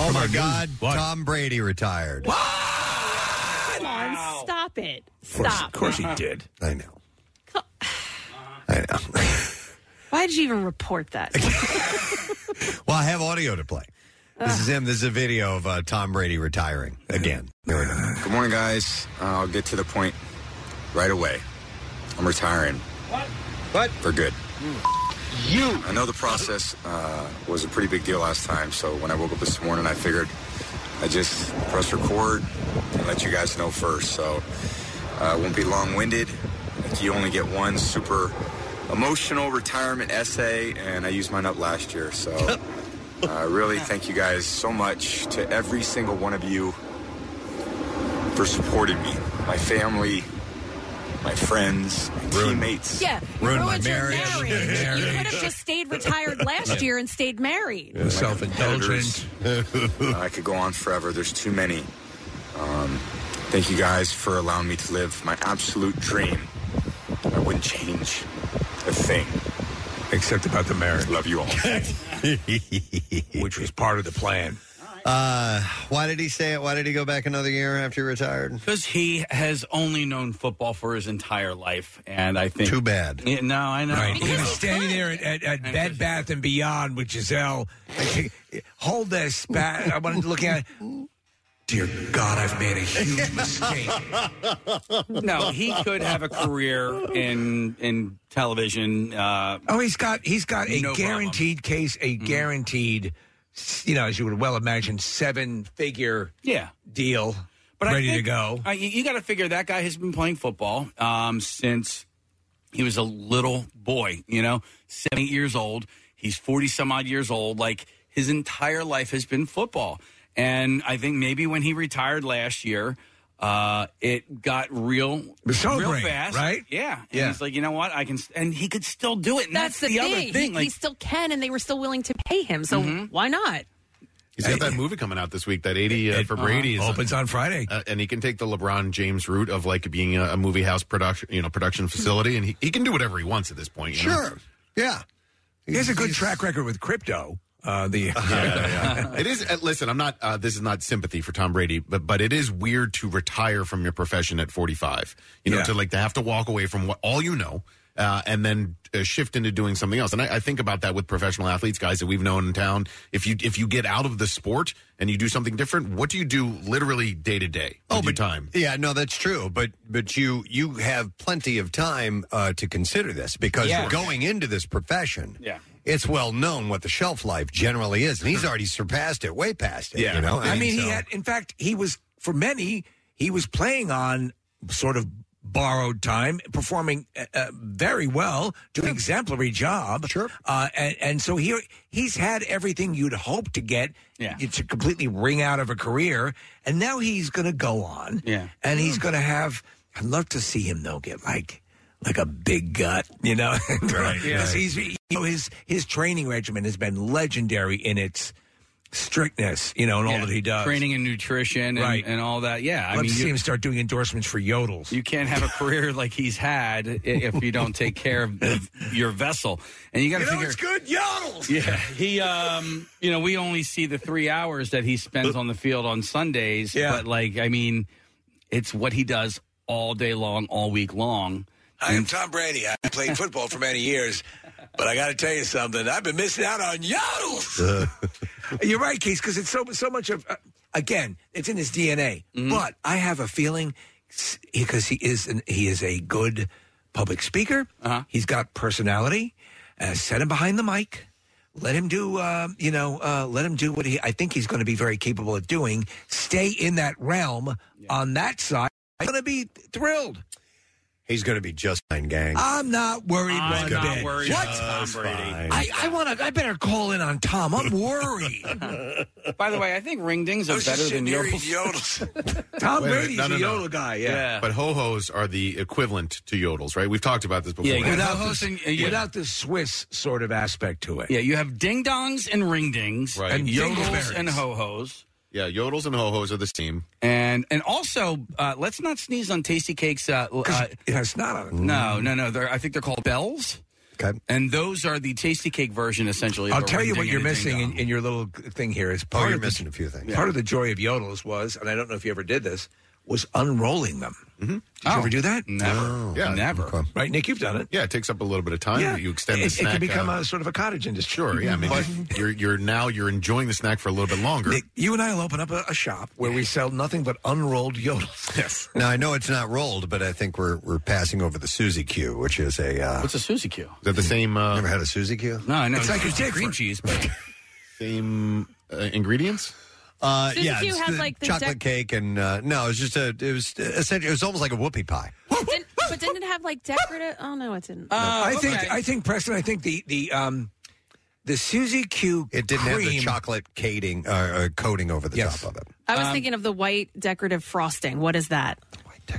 Speaker 10: Oh my God! Tom Brady retired.
Speaker 7: Come on, stop it! Stop.
Speaker 6: did.
Speaker 10: I know. I know.
Speaker 7: Why did you even report that?
Speaker 10: Well, I have audio to play. This is him. This is a video of uh, Tom Brady retiring again.
Speaker 3: Good morning, guys. Uh, I'll get to the point right away. I'm retiring.
Speaker 13: What?
Speaker 3: What? For good. You. I know the process uh, was a pretty big deal last time, so when I woke up this morning, I figured I just press record and let you guys know first. So uh, it won't be long-winded. Like, you only get one super emotional retirement essay, and I used mine up last year. So uh, really, thank you guys so much to every single one of you for supporting me, my family, my friends, my teammates.
Speaker 7: Yeah, you
Speaker 3: Ruined my
Speaker 7: ruined your
Speaker 3: marriage.
Speaker 7: You could have just stayed retired last year and stayed married.
Speaker 3: self indulgent. I could go on forever. There's too many. Um, thank you guys for allowing me to live my absolute dream. I wouldn't change a thing.
Speaker 6: Except about the marriage.
Speaker 3: Love you all.
Speaker 6: which was part of the plan.
Speaker 10: Uh, why did he say it? Why did he go back another year after he retired?
Speaker 9: Because he has only known football for his entire life, and I think
Speaker 10: Too bad.
Speaker 9: Yeah, no, I know.
Speaker 6: Right. He was standing there at, at, at Bed Bath and Beyond with Giselle. Like, Hold this, Pat. I wanted to look at it. Dear God, I've made a huge mistake.
Speaker 9: no, he could have a career in in television. Uh,
Speaker 6: Oh, he's got he's got a
Speaker 9: No problem. Mm-hmm.
Speaker 6: guaranteed case, a guaranteed you know, as you would well imagine, seven figure
Speaker 9: Yeah.
Speaker 6: deal
Speaker 9: But I
Speaker 6: ready to
Speaker 9: think-
Speaker 6: go.
Speaker 9: I, Uh, you got to figure that guy has been playing football um, since he was a little boy. You know, seven eight years old. He's forty some odd years old. Like his entire life has been football. And I think maybe when he retired last year, uh, it got real,
Speaker 6: was
Speaker 9: real
Speaker 6: sobering,
Speaker 9: fast,
Speaker 6: right?
Speaker 9: Yeah. And
Speaker 6: Yeah.
Speaker 9: He's like, you know what? I can, st-" and he could still do it. And that's, the, other thing.
Speaker 7: He,
Speaker 9: like, Mm-hmm.
Speaker 7: he still can, and they were still willing to pay him. So why not?
Speaker 11: He's got that movie coming out this week, that 80 uh, for
Speaker 6: uh-huh.
Speaker 11: Brady.
Speaker 6: Opens on Friday.
Speaker 11: Uh, and he can take the LeBron James route of like being a, a movie house production, you know, production facility. And he, he can do whatever he wants at this point. You know?
Speaker 6: Sure.
Speaker 10: Yeah.
Speaker 6: He has a good track record with crypto. Uh, the
Speaker 11: it is. uh, Listen, I'm not. Uh, this is not sympathy for Tom Brady, but but it is weird to retire from your profession at 45. You know,
Speaker 6: Yeah.
Speaker 11: to like to have to walk away from what all you know, uh, and then uh, shift into doing something else. And I, I think about that with professional athletes, guys that we've known in town. If you if you get out of the sport and you do something different, what do you do literally day to day? Oh, but time.
Speaker 10: Yeah, no, that's true. But but you you have plenty of time uh, to consider this because
Speaker 14: Yeah.
Speaker 10: going into this profession,
Speaker 9: Yeah.
Speaker 10: it's well known what the shelf life generally is, and he's already surpassed it, way past it. you know?
Speaker 6: I,
Speaker 10: And
Speaker 6: mean,
Speaker 10: so-
Speaker 6: he had. In fact, he was for many. He was playing on sort of borrowed time, performing uh, uh, very well, doing exemplary job. Sure. Uh, and, and so he he's had everything you'd hope to get
Speaker 9: Yeah.
Speaker 6: to completely ring out of a career, and now he's going to go on.
Speaker 9: Yeah.
Speaker 6: and he's going to have. I'd love to see him though get like like a big gut, you know. uh,
Speaker 14: Right,
Speaker 6: 'Cause
Speaker 14: yeah.
Speaker 6: he's you know his his training regimen has been legendary in its strictness, you know, and
Speaker 9: Yeah.
Speaker 6: all that he does.
Speaker 9: Training and nutrition and,
Speaker 6: Right.
Speaker 9: and all that. Yeah.
Speaker 6: I'd love to
Speaker 9: you-
Speaker 6: see him start doing endorsements for yodels.
Speaker 9: You can't have a career like he's had i- if you don't take care of of your vessel. And you got to
Speaker 6: You know
Speaker 9: figure
Speaker 6: it's good yodels.
Speaker 9: Yeah, he um, you know, we only see the 3 hours that he spends on the field on Sundays, but like I mean, it's what he does all day long, all week long.
Speaker 14: I am Tom Brady. I played football for many years, but I got to tell you something. I've been missing out on yodels.
Speaker 6: You're right, Keith, because it's so so much of. Uh, again, it's in his DNA.
Speaker 10: Mm-hmm.
Speaker 6: But I have a feeling because he is an, he is a good public speaker. Uh-huh. He's got personality. Uh, set him behind the mic. Let him do, uh, you know, uh, let him do what he. I think he's going to be very capable of doing. Stay in that realm on that side. I'm going to be thrilled.
Speaker 10: he's going to be just fine, gang.
Speaker 6: I'm not worried
Speaker 10: I'm
Speaker 6: one
Speaker 10: not
Speaker 6: bit.
Speaker 10: worried
Speaker 6: what?
Speaker 10: about Tom Just Brady. fine.
Speaker 6: I, I want to. I better call in on Tom. I'm worried.
Speaker 9: By the way, I think ring dings
Speaker 6: I
Speaker 9: are
Speaker 6: was just
Speaker 9: better than
Speaker 6: sitting here
Speaker 9: yodels.
Speaker 6: Tom
Speaker 11: Wait a minute.
Speaker 6: Brady's
Speaker 11: No, no,
Speaker 6: a
Speaker 11: no.
Speaker 6: yodel guy. Yeah.
Speaker 11: But ho hos are the equivalent to yodels, right? We've talked about this before.
Speaker 9: Yeah, you got
Speaker 6: without,
Speaker 9: ho-hos
Speaker 6: the,
Speaker 9: and- uh, yeah.
Speaker 6: without the Swiss sort of aspect to it.
Speaker 9: Yeah, you have ding dongs and ring dings
Speaker 11: Right.
Speaker 9: and
Speaker 11: And
Speaker 9: yodels
Speaker 11: dingleberries.
Speaker 9: and ho hos.
Speaker 11: Yeah, yodels and ho hos are the same.
Speaker 9: And and also, uh, let's not sneeze on Tasty Cakes. Uh, l- uh,
Speaker 6: it has snot on it.
Speaker 9: No, no, no. They're, I think they're called bells.
Speaker 10: Okay.
Speaker 9: And those are the Tasty Cake version, essentially. of
Speaker 6: I'll
Speaker 9: a
Speaker 6: tell you
Speaker 9: ring
Speaker 6: what
Speaker 9: ding
Speaker 6: you're
Speaker 9: and a
Speaker 6: missing
Speaker 9: ding-dong.
Speaker 6: in, in your little thing here is part
Speaker 10: you're
Speaker 6: of the-
Speaker 10: missing a few things.
Speaker 6: Part of the joy of yodels was, and I don't know if you ever did this, was unrolling them. Mm-hmm. Did you ever do that?
Speaker 9: Never.
Speaker 11: Oh. Yeah.
Speaker 9: Never.
Speaker 6: Right, Nick? You've done it.
Speaker 11: Oh. Yeah, it takes up a little bit of time. but You extend
Speaker 6: it,
Speaker 11: the snack.
Speaker 6: It can become
Speaker 11: uh,
Speaker 6: a sort of a cottage industry.
Speaker 11: Sure, yeah. I mean,
Speaker 6: But
Speaker 11: you're you're now you're enjoying the snack for a little bit longer.
Speaker 6: Nick, you and I will open up a, a shop where we sell nothing but unrolled yodels.
Speaker 11: Yes.
Speaker 10: Now I know it's not rolled, but I think we're we're passing over the Suzy Q, which is a uh,
Speaker 9: what's a Suzy Q? Is
Speaker 11: that the same? Uh,
Speaker 10: Never had a Suzy Q?
Speaker 9: No, I know.
Speaker 10: It's like a dick
Speaker 9: cream cheese, but
Speaker 11: same uh, ingredients.
Speaker 10: Uh,
Speaker 11: Suzy
Speaker 10: yeah,
Speaker 11: Q
Speaker 10: it's
Speaker 11: had,
Speaker 10: the
Speaker 11: like, the
Speaker 10: chocolate
Speaker 11: deck-
Speaker 10: cake and uh, no, it was just a it was essentially it was almost like a whoopie pie.
Speaker 13: But didn't, but didn't it have like decorative? Oh no, it didn't.
Speaker 6: I think I think Preston. I think the the um the Suzy Q.
Speaker 10: It didn't have the
Speaker 6: cream-
Speaker 10: chocolate coating uh, uh, coating over the top of it.
Speaker 7: I was
Speaker 10: Um,
Speaker 7: thinking of the white decorative frosting. What is that?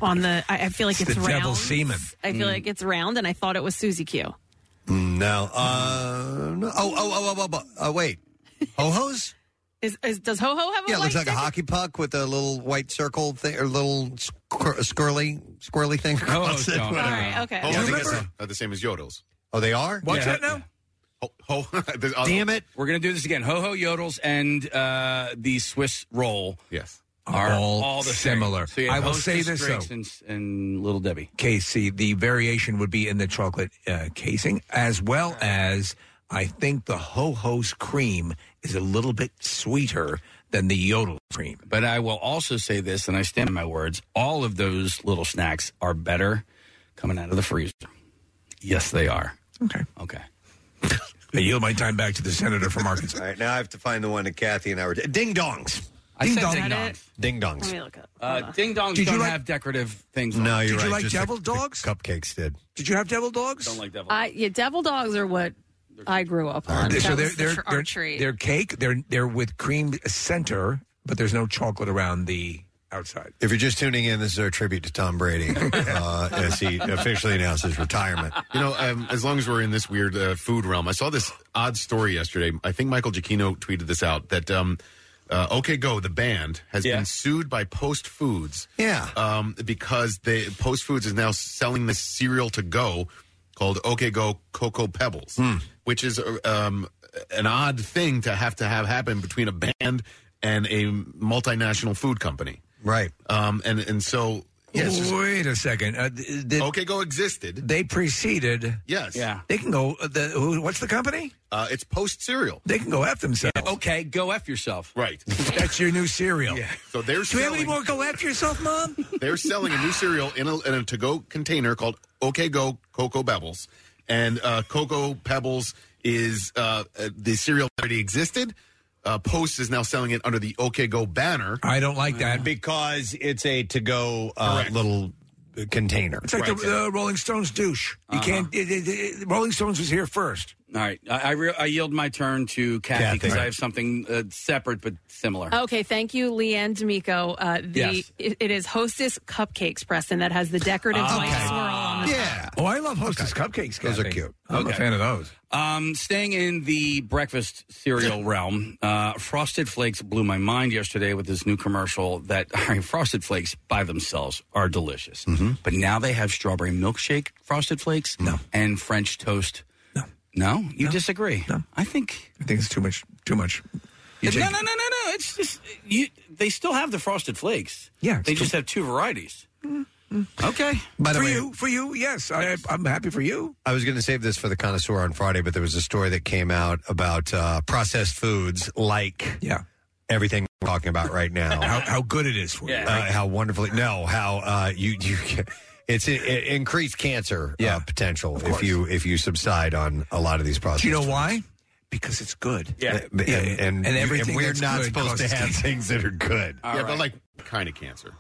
Speaker 7: On the, I, I feel like it's,
Speaker 10: the
Speaker 7: round.
Speaker 10: devil's semen.
Speaker 7: I feel
Speaker 10: Mm.
Speaker 7: like it's round, and I thought it was Suzy Q.
Speaker 10: Mm, No, uh, no. Oh, oh, oh, oh, oh, oh wait, ho hos.
Speaker 7: Is, is does ho ho have
Speaker 11: Oh,
Speaker 7: a
Speaker 10: Yeah, it
Speaker 7: white
Speaker 10: looks like a hockey puck with a little white circle thing or little squir- squirly squirly thing. across it, whatever.
Speaker 11: Oh,
Speaker 10: Yeah, I
Speaker 11: I
Speaker 10: think
Speaker 11: think
Speaker 10: it's
Speaker 11: it's, uh, the same as yodels.
Speaker 10: Oh, they are.
Speaker 9: What's Yeah. that now?
Speaker 11: Ho, ho,
Speaker 10: Damn it!
Speaker 9: We're gonna do this again. Ho ho yodels and uh, the Swiss roll.
Speaker 11: Yes.
Speaker 9: Are all,
Speaker 6: All
Speaker 9: the same.
Speaker 6: similar.
Speaker 9: So you have
Speaker 6: I will
Speaker 9: Hostess
Speaker 6: say this,
Speaker 9: drinks
Speaker 6: though.
Speaker 9: and, and Little Debbie.
Speaker 6: Casey, the variation would be in the chocolate uh, casing, as well as I think the Ho Ho's cream is a little bit sweeter than the Yodel cream.
Speaker 9: But I will also say this, and I stand by my words: all of those little snacks are better coming out of the freezer. Yes, they are.
Speaker 6: Okay.
Speaker 9: Okay.
Speaker 6: I yield my time back to the senator from Arkansas.
Speaker 10: All right, now I have to find the one that Kathy and I were. Ding dongs.
Speaker 6: I
Speaker 9: Ding said dong. ding dongs.
Speaker 10: Ding dongs.
Speaker 7: look up.
Speaker 9: Uh, ding dongs
Speaker 10: Did you
Speaker 9: don't
Speaker 10: like-
Speaker 9: have decorative things.
Speaker 10: No,
Speaker 9: on. Did
Speaker 10: you're right.
Speaker 9: you like
Speaker 10: just the-
Speaker 9: devil
Speaker 10: the
Speaker 9: dogs?
Speaker 10: Cupcakes did.
Speaker 6: Did you have devil dogs?
Speaker 9: Don't like devil.
Speaker 15: I, yeah, devil dogs are what I grew up on.
Speaker 6: They're- Uh, so
Speaker 15: That
Speaker 6: they're
Speaker 15: was the
Speaker 6: they're
Speaker 15: tr- our
Speaker 6: they're,
Speaker 15: treat.
Speaker 6: they're cake. They're they're with cream center, but there's no chocolate around the outside.
Speaker 10: If you're just tuning in, this is our tribute to Tom Brady uh, as he officially announced his retirement.
Speaker 11: You know, um, as long as we're in this weird uh, food realm, I saw this odd story yesterday. I think Michael Giacchino tweeted this out that um, uh, OK Go, the band, has been sued by Post Foods.
Speaker 10: Yeah.
Speaker 11: Um, because they, Post Foods is now selling this cereal to go called OK Go Cocoa Pebbles,
Speaker 9: Hmm.
Speaker 11: which is uh, um, an odd thing to have to have happen between a band and a multinational food company.
Speaker 10: Right.
Speaker 11: Um, and, and so. Yes,
Speaker 6: Wait a second. Uh,
Speaker 11: OK Go existed.
Speaker 6: They preceded.
Speaker 11: Yes. Yeah.
Speaker 6: They can go. Uh, the, who, what's the company?
Speaker 11: Uh, it's Post Cereal.
Speaker 6: They can go f themselves.
Speaker 9: Okay, go f yourself.
Speaker 11: Right.
Speaker 6: That's your new cereal.
Speaker 11: So they're
Speaker 6: Do you have any
Speaker 11: selling-
Speaker 6: more go after yourself, Mom?
Speaker 11: They're selling a new cereal in a, in a to-go container called OK Go Cocoa Pebbles, and uh, Cocoa Pebbles is uh, uh, the cereal that already existed. Uh, Post is now selling it under the OK Go banner. Uh-huh.
Speaker 6: I don't like that
Speaker 10: because it's a to-go uh, little container.
Speaker 6: It's like the, the Rolling Stones douche. You
Speaker 9: Uh-huh.
Speaker 6: can't. It, it, it- Rolling Stones was here first.
Speaker 9: All right, I I, re- I yield my turn to Kathy
Speaker 6: Kathy.
Speaker 9: because
Speaker 6: Right.
Speaker 9: I have something uh, separate but similar.
Speaker 7: Oh,
Speaker 15: Okay, thank you, Leanne D'Amico. Uh, the
Speaker 9: Yes.
Speaker 15: it, it is Hostess Cupcakes, Preston, that has the decorative white swirl on the
Speaker 10: Yeah.
Speaker 6: Oh, I love Hostess cupcakes.
Speaker 9: Those are cute.
Speaker 6: I'm a fan of those.
Speaker 9: Um, staying in the breakfast cereal realm, uh, Frosted Flakes blew my mind yesterday with this new commercial that I mean, Frosted Flakes by themselves are delicious.
Speaker 6: Mm-hmm.
Speaker 9: But now they have strawberry milkshake Frosted Flakes no. and French toast. No. No? You disagree? No. I think.
Speaker 6: I think it's too much. Too much.
Speaker 9: No, no, no, no, no. It's just, you, they still have the Frosted Flakes.
Speaker 6: Yeah,
Speaker 9: They just have two varieties.
Speaker 6: Mm-hmm.
Speaker 9: Okay.
Speaker 10: By the
Speaker 6: for
Speaker 10: way-
Speaker 6: you, for you, yes, I, I'm happy for you.
Speaker 10: I was going to save this for the connoisseur on Friday, but there was a story that came out about uh, processed foods like
Speaker 6: yeah.
Speaker 10: everything we're talking about right now.
Speaker 6: how, how good it is for you.
Speaker 10: uh, how wonderfully no how uh, you you can- it's it, it increased cancer uh, potential if you if you subside on a lot of these processes.
Speaker 6: Do you know why? Because it's good.
Speaker 10: Yeah. And-
Speaker 6: Yeah,
Speaker 10: and- and
Speaker 6: everything
Speaker 10: we're
Speaker 6: that's
Speaker 10: not
Speaker 6: good
Speaker 10: supposed to
Speaker 6: causes
Speaker 10: have
Speaker 6: cancer.
Speaker 10: things that are good.
Speaker 11: yeah, but like kind of cancer.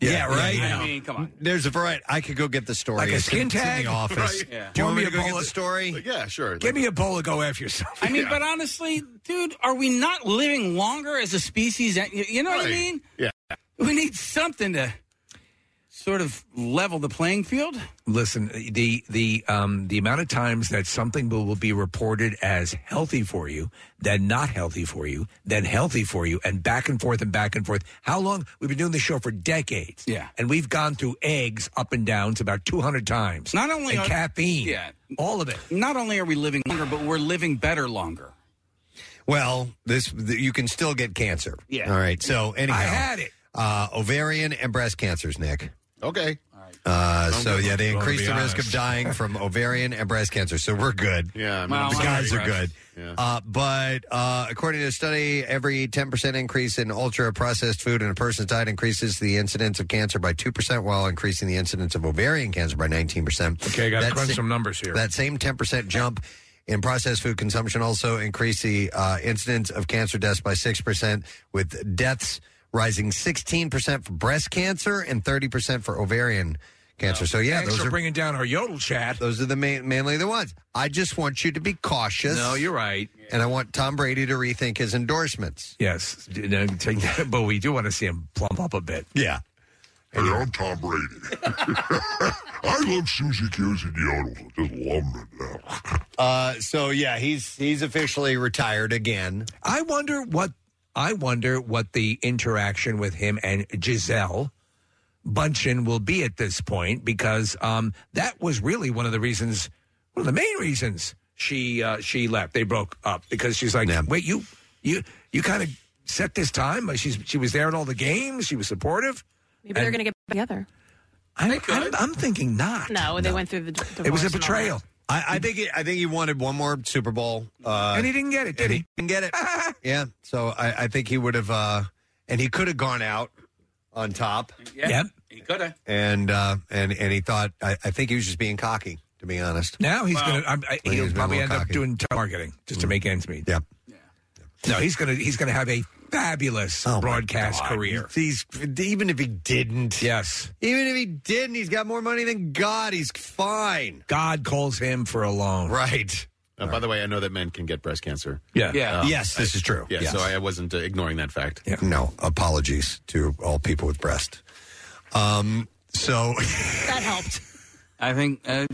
Speaker 10: Yeah, right.
Speaker 11: I mean, come on.
Speaker 10: There's a variety. I could go get the story.
Speaker 11: Like a
Speaker 10: It's in-
Speaker 11: skin
Speaker 10: it's in
Speaker 11: tag?
Speaker 10: the office.
Speaker 11: Right. Yeah.
Speaker 10: Do you want me to
Speaker 11: Give me
Speaker 10: go
Speaker 11: a
Speaker 10: get
Speaker 11: bowl
Speaker 10: the
Speaker 11: of-
Speaker 10: story?
Speaker 11: Yeah, sure.
Speaker 6: Give me a bowl of go after yourself.
Speaker 9: I mean, but honestly, dude, are we not living longer as a species? You- You know what I mean?
Speaker 11: Yeah.
Speaker 9: We need something to sort of level the playing field.
Speaker 6: Listen, the the um the amount of times that something will, will be reported as healthy for you, then not healthy for you, then healthy for you, and back and forth and back and forth. How long we've been doing this show for decades?
Speaker 9: Yeah.
Speaker 6: and we've gone through eggs up and downs about two hundred times.
Speaker 9: Not only
Speaker 6: and
Speaker 9: are-
Speaker 6: caffeine.
Speaker 9: yeah,
Speaker 6: all of it.
Speaker 9: Not only are we living longer, but we're living better longer.
Speaker 10: Well, this th- you can still get cancer.
Speaker 9: Yeah.
Speaker 10: All right.
Speaker 6: Oh,
Speaker 10: So anyhow,
Speaker 9: I had it.
Speaker 10: Uh, ovarian and breast cancers, Nick.
Speaker 11: Okay.
Speaker 10: Uh,
Speaker 11: Don't
Speaker 10: so
Speaker 11: get-
Speaker 10: yeah, they
Speaker 11: Well, to
Speaker 10: increase
Speaker 11: be
Speaker 10: the risk of
Speaker 11: honest.
Speaker 10: dying from ovarian and breast cancer. So we're good.
Speaker 11: Yeah, I mean,
Speaker 10: the
Speaker 11: I'm
Speaker 10: guys
Speaker 11: sorry,
Speaker 10: are
Speaker 11: Russ.
Speaker 10: good.
Speaker 11: Yeah.
Speaker 10: Uh, but uh, according to a study, every 10% increase in ultra processed food in a person's diet increases the incidence of cancer by 2%, while increasing the incidence of ovarian cancer by 19%.
Speaker 6: Okay, I gotta
Speaker 10: That
Speaker 6: crunch
Speaker 10: sa-
Speaker 6: some numbers here.
Speaker 10: That same 10% jump in processed food consumption also increased the uh, incidence of cancer deaths by 6%, with deaths rising 16% for breast cancer and 30% for ovarian cancer. So, yeah,
Speaker 6: Thanks
Speaker 10: those
Speaker 6: for
Speaker 10: are,
Speaker 6: bringing down our yodel chat.
Speaker 10: those are the main, mainly the ones. I just want you to be cautious.
Speaker 6: No, you're right.
Speaker 10: And I want Tom Brady to rethink his endorsements.
Speaker 6: Yes, d- no, take that, but we do want to see him plump up a bit.
Speaker 10: Yeah.
Speaker 16: Hey, I'm Tom Brady. I love Susie Q's and Yodels. I just love them to death.
Speaker 10: Uh, so yeah, he's he's officially retired again.
Speaker 6: I wonder what I wonder what the interaction with him and Giselle Bunchen will be at this point because um, that was really one of the reasons, one of the main reasons she uh, she left. They broke up because she's like, wait, you you you kind of set this time. Like, She's she was there at all the games. She was supportive.
Speaker 15: Maybe they're going to get back together.
Speaker 6: I'm, I'm, I'm thinking not.
Speaker 15: No, they went through the. d-
Speaker 6: It was
Speaker 15: divorce
Speaker 6: a
Speaker 15: and all
Speaker 6: betrayal.
Speaker 10: I, I think it, I think he wanted one more Super Bowl, uh,
Speaker 6: and he didn't get it, did he?
Speaker 10: Didn't get it. yeah, so I, I think he would have, uh, and he could have gone out on top,
Speaker 9: Yeah.
Speaker 6: Yep.
Speaker 9: He could have.
Speaker 10: and uh, and and he thought I, I think he was just being cocky. to be honest.
Speaker 6: Now he's going to.
Speaker 10: he's
Speaker 6: He'll
Speaker 10: been a
Speaker 6: probably end
Speaker 10: little
Speaker 6: up
Speaker 10: cocky. Mm.
Speaker 6: doing telemarketing just to make ends meet.
Speaker 10: Yep.
Speaker 6: No, he's going to. He's going to have a fabulous broadcast career.
Speaker 10: Oh He's even if he didn't.
Speaker 6: Yes.
Speaker 10: Even if he didn't, he's got more money than God. He's fine.
Speaker 6: God calls him for a loan.
Speaker 10: Right.
Speaker 11: Uh, by the way, I know that men can get breast cancer.
Speaker 10: Yeah. Yeah. Yes, this
Speaker 11: I-
Speaker 10: is true.
Speaker 11: Yeah,
Speaker 10: Yes.
Speaker 11: so I wasn't uh, ignoring that fact.
Speaker 10: No, apologies to all people with breast. Um, so
Speaker 7: That helped.
Speaker 10: I think uh,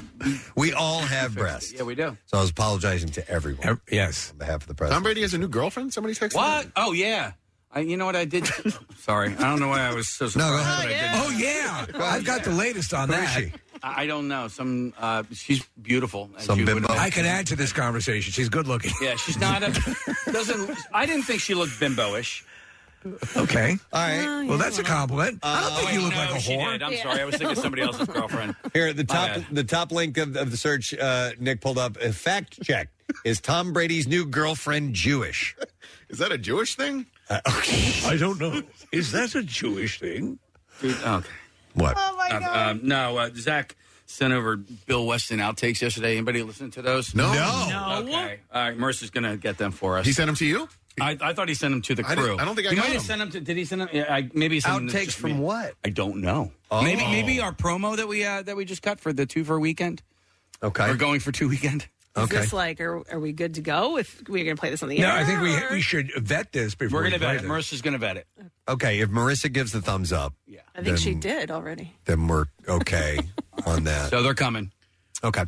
Speaker 10: we all have breasts.
Speaker 9: Yeah, we do.
Speaker 10: So I was apologizing to everyone.
Speaker 6: yes,
Speaker 10: on behalf of the
Speaker 11: Tom
Speaker 10: president.
Speaker 11: Brady has a new girlfriend. Somebody texted
Speaker 9: What? Oh yeah. I, you know what I did? Sorry, I don't know why I was so surprised.
Speaker 6: go
Speaker 9: but I
Speaker 6: ahead.
Speaker 9: did.
Speaker 6: Oh, yeah. I've got the latest on Who is that. she?
Speaker 9: I I don't know. Some uh, she's beautiful. as you would
Speaker 6: I
Speaker 9: imagine.
Speaker 6: can add to this conversation. She's good looking.
Speaker 9: Yeah, she's not a doesn't. I didn't think she looked bimboish.
Speaker 6: Okay.
Speaker 10: All right.
Speaker 6: well, that's a compliment. I don't
Speaker 9: Uh,
Speaker 6: think you
Speaker 9: wait,
Speaker 6: look
Speaker 9: no,
Speaker 6: like a
Speaker 9: she
Speaker 6: whore.
Speaker 9: did. I'm sorry. I was thinking somebody else's girlfriend.
Speaker 10: Here, the
Speaker 9: My
Speaker 10: top
Speaker 9: bad.
Speaker 10: the top link of, of the search uh, Nick pulled up. uh, Fact check: Is Tom Brady's new girlfriend Jewish? Uh,
Speaker 11: Is that a Jewish thing?
Speaker 6: I don't know. Is that a Jewish thing?
Speaker 9: Dude, okay.
Speaker 10: What?
Speaker 9: Oh my god. Um, no, uh, Zach sent over Bill Weston outtakes yesterday. Anybody listen to those?
Speaker 11: No. No.
Speaker 9: Okay. All right, Mercer's gonna get them for us.
Speaker 11: He sent them to you.
Speaker 9: I, I thought he sent them to the
Speaker 11: I
Speaker 9: crew.
Speaker 11: didn't- I don't think I
Speaker 9: he
Speaker 11: got
Speaker 9: might have
Speaker 11: them.
Speaker 9: sent them to. Did he send them? Yeah, I, maybe he sent them to
Speaker 10: Outtakes
Speaker 9: just
Speaker 10: from
Speaker 9: me.
Speaker 10: what?
Speaker 9: I don't know.
Speaker 10: Oh.
Speaker 9: Maybe maybe our promo that we uh, that we just cut for the two for a weekend.
Speaker 10: Okay,
Speaker 9: we're going for two weekend.
Speaker 7: Is this like, are, are we good to go if we're going to play this on the air?
Speaker 6: No, I think we
Speaker 7: or-
Speaker 6: we should uh, vet this before
Speaker 9: We're
Speaker 6: we
Speaker 9: gonna
Speaker 6: play
Speaker 9: bet it.
Speaker 6: this.
Speaker 9: Mercer's gonna bet it.
Speaker 10: Okay, if Marissa gives the thumbs up, yeah,
Speaker 7: I think she did already.
Speaker 10: then we're okay on that.
Speaker 9: So they're coming.
Speaker 10: Okay.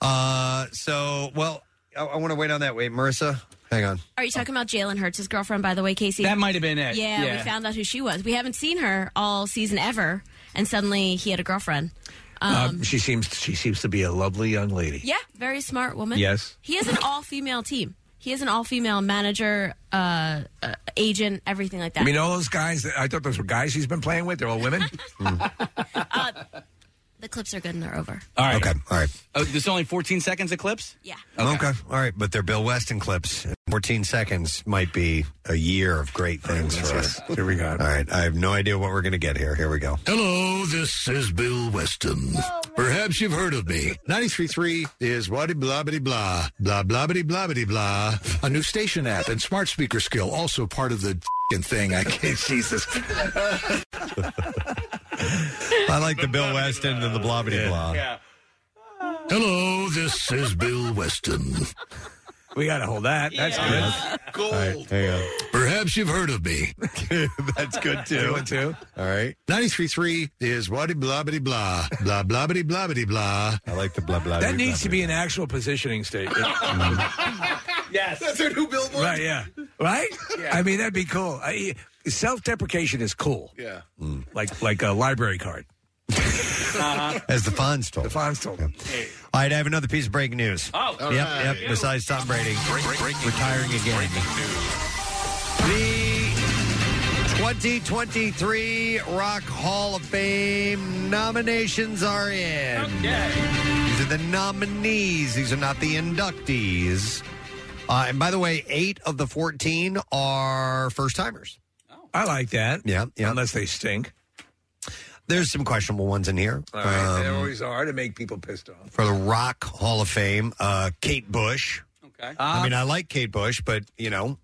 Speaker 10: Uh, so well, I, I want to wait on that. Wait, Marissa, hang on.
Speaker 18: Are you talking about Jalen Hurts' girlfriend, by the way, Casey?
Speaker 9: That might have been it.
Speaker 18: Yeah,
Speaker 9: Yeah.
Speaker 18: we found out who she was. We haven't seen her all season ever, and suddenly he had a girlfriend. Um,
Speaker 6: Um, she seems she seems to be a lovely young lady.
Speaker 18: yeah, very smart woman.
Speaker 6: Yes.
Speaker 18: He has an all female team. He has an all female manager, uh, uh, agent, everything like that.
Speaker 6: I mean, all those guys. That, I thought those were guys he's been playing with. They're all women.
Speaker 18: the clips are good and they're over.
Speaker 9: All right.
Speaker 10: Okay. All right.
Speaker 9: Oh, there's only 14 seconds of clips.
Speaker 18: Yeah.
Speaker 10: Okay. All right. But they're Bill Weston clips. 14 seconds might be a year of great things for us.
Speaker 6: Here we go. All
Speaker 10: right. I have no idea what we're going to get here. Here we go.
Speaker 14: Hello, this is Bill Weston. Perhaps you've heard of me. 93.3 is what blah blah blah blah blah blah blah blah blah. A new station app and smart speaker skill, also part of the thing. I can't. Jesus.
Speaker 10: I like the Bill Weston and the blah blah blah.
Speaker 14: Hello, this is Bill Weston.
Speaker 6: We got to hold that. That's good.
Speaker 14: Gold.
Speaker 10: hang on.
Speaker 14: Perhaps you've heard of me.
Speaker 10: That's good too.
Speaker 6: Good too.
Speaker 10: All right.
Speaker 14: 93.3 is what blah blah blah blah blah blah blah blah.
Speaker 10: I like the blah blah.
Speaker 6: That needs to be an actual positioning statement.
Speaker 9: Yes.
Speaker 11: That's our new billboard.
Speaker 6: right? Yeah. Right. I mean, that'd be cool. I, self-deprecation is cool.
Speaker 11: Yeah.
Speaker 10: Mm.
Speaker 6: Like like a library card. Uh-huh.
Speaker 10: As the Fonz told.
Speaker 6: The Fonz told.
Speaker 10: All right, I have another piece of breaking news.
Speaker 6: Oh,
Speaker 10: yep,
Speaker 6: all
Speaker 10: yep.
Speaker 6: right.
Speaker 10: Besides Tom Brady retiring again. The 2023 Rock Hall of Fame nominations are in. These are the nominees. These are not the inductees. Uh, and by the way, eight of the 14 are first timers.
Speaker 6: I like that.
Speaker 10: Yeah, yeah.
Speaker 6: Unless they stink.
Speaker 10: There's some questionable ones in here.
Speaker 6: All right. they
Speaker 10: Um,
Speaker 6: always are to make people pissed off.
Speaker 10: for the Rock Hall of Fame, uh, Kate Bush.
Speaker 9: Okay.
Speaker 10: I mean, I like Kate Bush, but you know,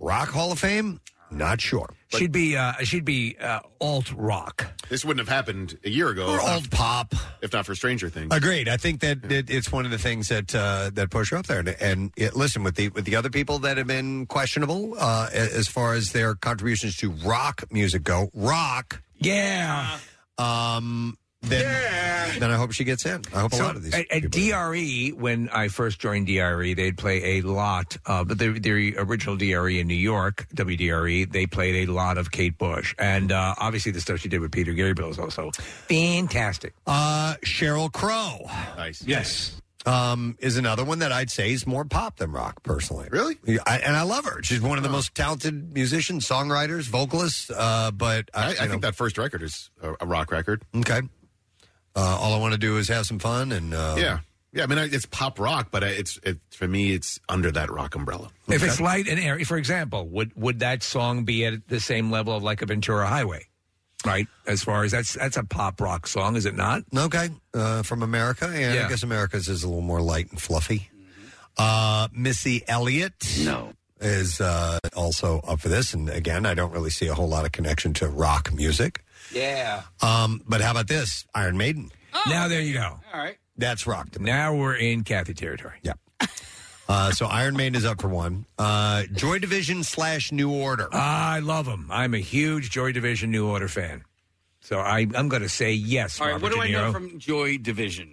Speaker 10: Rock Hall of Fame, not sure.
Speaker 6: she'd be uh, she'd be uh, alt rock.
Speaker 11: This wouldn't have happened a year ago.
Speaker 10: Or
Speaker 11: if not-
Speaker 10: old pop.
Speaker 11: If not for Stranger Things.
Speaker 10: Agreed. I think that it, it's one of the things that uh, that push her up there. And, and it, listen, with the with the other people that have been questionable uh, a- as far as their contributions to rock music go, rock.
Speaker 6: Yeah.
Speaker 10: Um. Then, then I hope she gets in. I hope a lot of these.
Speaker 6: at, at DRE, E, when I first joined DRE, they'd play a lot of the, the original DRE in New York, WDRE. E, They played a lot of Kate Bush, and uh, obviously the stuff she did with Peter Gabriel is also fantastic.
Speaker 10: Uh, Cheryl Crow. Nice.
Speaker 6: Yes.
Speaker 10: Um, is another one that I'd say is more pop than rock, personally. Really? I, and I love her. She's one of the most talented musicians, songwriters, vocalists. Uh, but
Speaker 11: I, I
Speaker 10: you know,
Speaker 11: think that first record is a, a rock record.
Speaker 10: okay. Uh, all I want to do is have some fun and uh,
Speaker 11: yeah. Yeah, I mean, I- it's pop rock, but I- it's it, for me, it's under that rock umbrella.
Speaker 6: If it's light and airy, for example, would would that song be at the same level of like a Ventura Highway? right? As far as that's that's a pop rock song, is it not?
Speaker 10: Okay, uh, from America, and
Speaker 6: Yeah.
Speaker 10: I guess America's is a little more light and fluffy. Uh, Missy Elliott, no, is uh, also up for this. And again, I don't really see a whole lot of connection to rock music.
Speaker 6: Yeah.
Speaker 10: Um, but how about this, Iron Maiden?
Speaker 6: Now there you go.
Speaker 9: All right.
Speaker 10: That's rock. To
Speaker 6: me. Now we're in Kathy territory.
Speaker 10: Yeah. Uh, so Iron Maiden is up for one. Uh, Joy Division slash New Order.
Speaker 6: I love them. I'm a huge Joy Division New Order fan, so I, I'm going to say yes.
Speaker 9: All right,
Speaker 6: Robert
Speaker 9: what do
Speaker 6: De
Speaker 9: I know
Speaker 6: Niro.
Speaker 9: from Joy Division?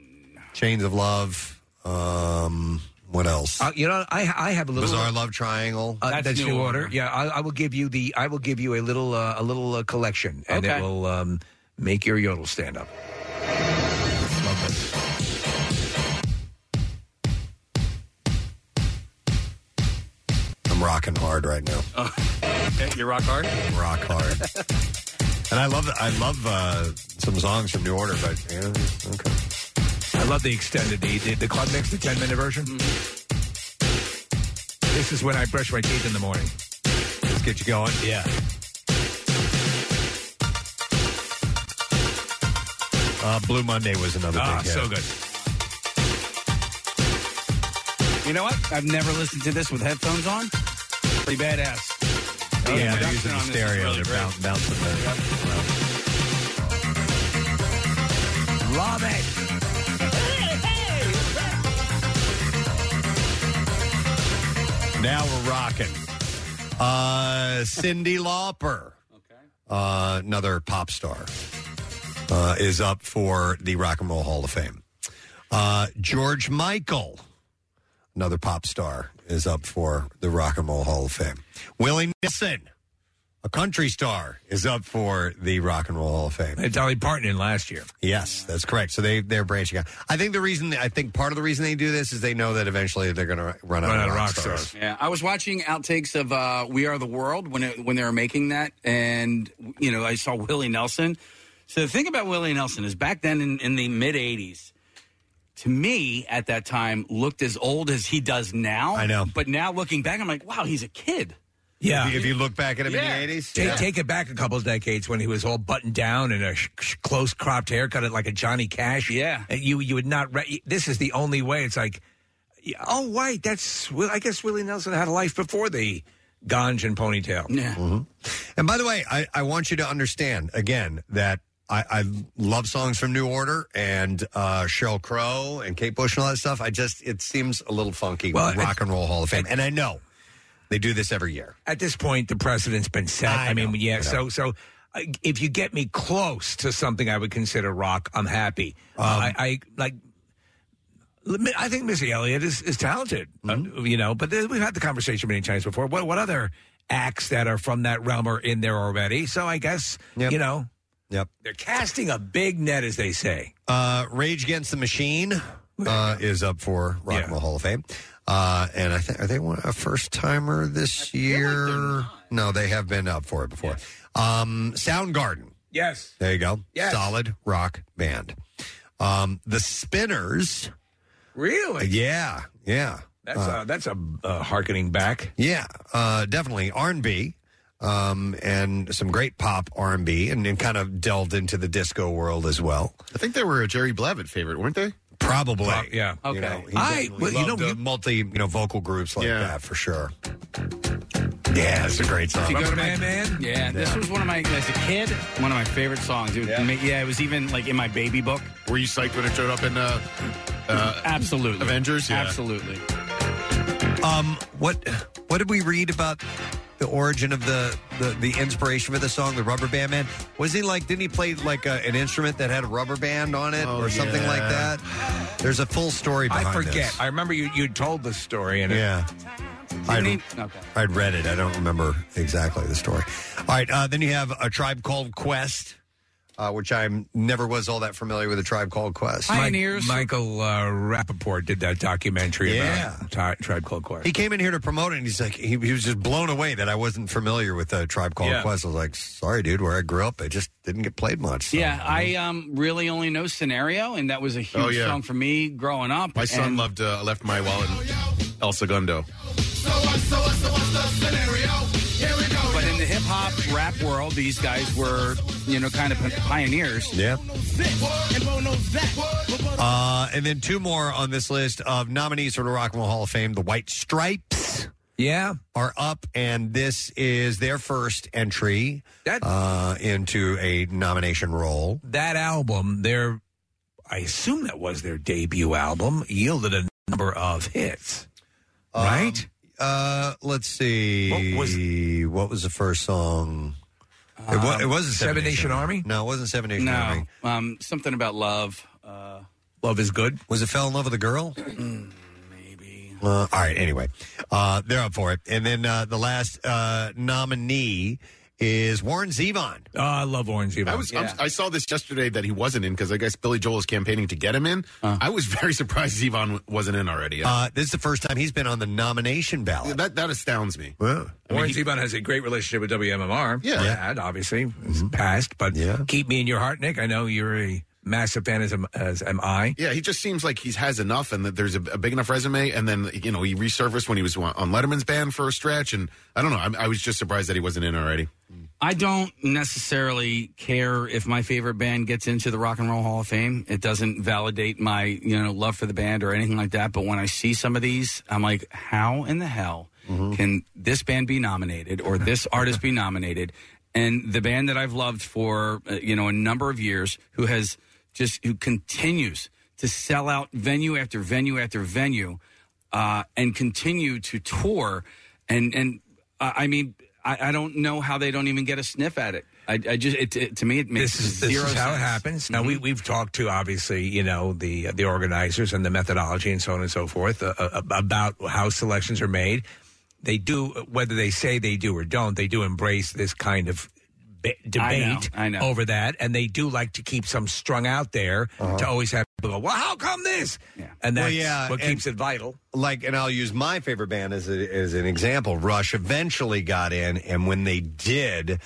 Speaker 10: Chains of Love. Um, what else?
Speaker 6: Uh, you know, I I have a little
Speaker 10: Bizarre Love Triangle.
Speaker 6: Uh, that's, New Order. Yeah, I, I will give you the I will give you a little uh, a little uh, collection, and
Speaker 10: Okay.
Speaker 6: it will um, make your yodel stand up. Love this.
Speaker 10: I'm rocking hard right now.
Speaker 6: Oh.
Speaker 9: you rock hard.
Speaker 10: Rock hard. and I love I love uh, some songs from New Order, but yeah, okay.
Speaker 6: I love the extended the the, the club mix, the ten minute version. This is when I brush my teeth in the morning.
Speaker 10: Let's get you going.
Speaker 6: Yeah.
Speaker 10: Uh, Blue Monday was another
Speaker 9: Ah,
Speaker 10: big hit.
Speaker 9: so good. You know what? I've never listened to this with headphones on. Pretty badass. Oh,
Speaker 10: yeah, they're
Speaker 9: production
Speaker 10: using the
Speaker 9: on this is
Speaker 10: stereo.
Speaker 9: really
Speaker 10: they're
Speaker 9: great.
Speaker 10: boun- bouncing the.
Speaker 6: Love it.
Speaker 10: Now we're rocking. Uh, Cindy Lauper, uh, another pop star, uh, is up for the Rock and Roll Hall of Fame. Uh, George Michael, another pop star, is up for the Rock and Roll Hall of Fame. Willie Nelson, a country star, is up for the Rock and Roll Hall of Fame.
Speaker 6: And Dolly Parton in last year.
Speaker 10: Yes, that's correct. So they they're branching out. I think the reason I think part of the reason they do this is they know that eventually they're going to run out, of rock, stars.
Speaker 9: Yeah, I was watching outtakes of uh, "We Are the World" when it, when they were making that, and you know I saw Willie Nelson. So the thing about Willie Nelson is back then in, in the mid '80s, to me at that time looked as old as he does now. I know, but now looking back, I'm like, wow, he's a kid.
Speaker 6: Yeah.
Speaker 9: If you- if you look back at him in the Yeah. 80s?
Speaker 6: Take,
Speaker 9: Yeah.
Speaker 6: take it back a couple of decades when he was all buttoned down and a sh- sh- close cropped haircut, at like a Johnny Cash. Yeah. And you, you would not. Re- this is the only way. It's like, yeah, oh, wait, that's. Well, I guess Willie Nelson had a life before the ganj and ponytail.
Speaker 9: Yeah.
Speaker 10: And by the way, I, I want you to understand again that I, I love songs from New Order and uh, Sheryl Crow and Kate Bush and all that stuff. I just it seems a little funky.
Speaker 6: Well, it-
Speaker 10: Rock and Roll Hall of Fame, and I know they do this every year.
Speaker 6: At this point, the precedent's been set. I, mean, yeah. So, so uh, if you get me close to something I would consider rock, I'm happy. Uh,
Speaker 10: Um,
Speaker 6: I, I like. I think Missy Elliott is, is talented, uh,
Speaker 10: Mm-hmm.
Speaker 6: you know. But th- we've had the conversation many times before. What what other acts that are from that realm are in there already? So I guess you know.
Speaker 10: Yep.
Speaker 6: They're casting a big net, as they say.
Speaker 10: Uh, Rage Against the Machine uh, is up for Rock and Roll Hall of Fame. Uh, and I think are they one, a first timer this year? no, they have been up for it before. Um, Soundgarden.
Speaker 6: Yes.
Speaker 10: There you go. Solid rock band. Um, the Spinners.
Speaker 6: Really?
Speaker 10: Yeah. Yeah.
Speaker 6: That's a, that's a uh, harkening back.
Speaker 10: Yeah, uh, definitely R and B, um, and some great pop R and B, and then kind of delved into the disco world as well. I think they were a Jerry Blevitt favorite, weren't they? Probably.
Speaker 6: Pro- yeah.
Speaker 10: You
Speaker 6: Okay.
Speaker 10: know, he
Speaker 6: I-
Speaker 10: definitely
Speaker 6: well, you
Speaker 10: loved
Speaker 6: know,
Speaker 10: the multi, you know, vocal groups like that for sure. Yeah, it's a great song.
Speaker 9: If you go to my,
Speaker 6: Man?
Speaker 9: Yeah, this
Speaker 10: Yeah.
Speaker 9: was one of my as a kid, one of my favorite songs. It would ma- yeah. it was even like in my baby book.
Speaker 11: Were you psyched when it showed up in uh, uh,
Speaker 9: Absolutely
Speaker 11: Avengers? Yeah.
Speaker 9: Absolutely.
Speaker 10: Um, what what did we read about the origin of the, the the inspiration for the song, the Rubber Band Man? Was he like? Didn't he play like a, an instrument that had a rubber band on it,
Speaker 6: Oh,
Speaker 10: or something
Speaker 6: yeah.
Speaker 10: like that? There's a full story behind
Speaker 6: I forget.
Speaker 10: this.
Speaker 6: I remember you you told the story, and it-
Speaker 10: Yeah. I'd,
Speaker 9: Okay.
Speaker 10: I'd read it. I don't remember exactly the story. All right. Uh, then you have A Tribe Called Quest, uh, which I am never was all that familiar with A Tribe Called Quest.
Speaker 6: Mike- Michael uh, Rappaport did that documentary
Speaker 10: Yeah.
Speaker 6: about Tri- Tribe Called Quest.
Speaker 10: He came in here to promote it, and he's like, he, he was just blown away that I wasn't familiar with uh, Tribe Called
Speaker 9: Yeah.
Speaker 10: Quest. I was like, sorry, dude, where I grew up, it just didn't get played much. so.
Speaker 9: Yeah, I um, really only know Scenario, and that was a huge
Speaker 11: Oh, yeah.
Speaker 9: song for me growing up.
Speaker 11: My son
Speaker 9: and-
Speaker 11: loved uh, left my wallet in El Segundo.
Speaker 16: So what's, so what's, so what's the scenario? Here we go.
Speaker 9: But in the hip hop rap world, these guys were, you know, kind of pioneers.
Speaker 10: Yeah.
Speaker 19: That.
Speaker 10: Uh, and then two more on this list of nominees for the Rock and Roll Hall of Fame. The White Stripes,
Speaker 6: yeah,
Speaker 10: are up, and this is their first entry uh, into a nomination role.
Speaker 6: that album, their I assume that was their debut album, yielded a number of hits. right?
Speaker 10: Um, Uh, let's see. What was, the first song? it, wa-
Speaker 6: Um,
Speaker 10: it wasn't
Speaker 9: Seven Nation Army?
Speaker 10: No, it wasn't Seven Nation
Speaker 9: no,
Speaker 10: Army.
Speaker 9: um, something about love. Uh,
Speaker 6: Love is good.
Speaker 10: Was it Fell in Love with a Girl? Uh, all right. Anyway, uh, they're up for it. And then uh, the last uh, nominee is Warren Zevon.
Speaker 6: Oh, I love Warren Zevon.
Speaker 11: I was I'm- I saw this yesterday that he wasn't in because I guess Billy Joel is campaigning to get him in.
Speaker 6: Uh.
Speaker 11: I was very surprised Zevon w- wasn't in already.
Speaker 10: Uh, this is the first time he's been on the nomination ballot.
Speaker 11: that that astounds me.
Speaker 6: Warren Zevon has a great relationship with WMMR.
Speaker 11: Yeah.
Speaker 6: That, obviously, it's past, but keep me in your heart, Nick. I know you're a massive fan, as am, as am I.
Speaker 11: Yeah, he just seems like he has enough, and that there's a, a big enough resume. And then you know he resurfaced when he was on Letterman's band for a stretch, and I don't know. I, I was just surprised that he wasn't in already.
Speaker 9: I don't necessarily care if my favorite band gets into the Rock and Roll Hall of Fame. It doesn't validate my, you know, love for the band or anything like that. But when I see some of these, I'm like, how in the hell can this band be nominated or this artist be nominated? And the band that I've loved for, uh, you know, a number of years who has just, who continues to sell out venue after venue after venue uh, and continue to tour. And and uh, I mean, I, I don't know how they don't even get a sniff at it. I, I just it, it- to me it makes
Speaker 6: This is, this
Speaker 9: zero
Speaker 6: is how
Speaker 9: sense.
Speaker 6: it
Speaker 9: Mm-hmm.
Speaker 6: happens. Now we we've talked to obviously you know the the organizers and the methodology and so on and so forth uh, uh, about how selections are made. They do whether they say they do or don't. They do embrace this kind of ba-
Speaker 9: I know,
Speaker 6: debate
Speaker 9: I know.
Speaker 6: over that, and they do like to keep some strung out there
Speaker 9: Uh-huh.
Speaker 6: to always have people go, "Well, how come this?" And that's
Speaker 10: Well, yeah,
Speaker 6: what
Speaker 10: and-
Speaker 6: keeps it vital.
Speaker 10: like, and I'll use my favorite band as, a, as an example. Rush eventually got in, and when they did,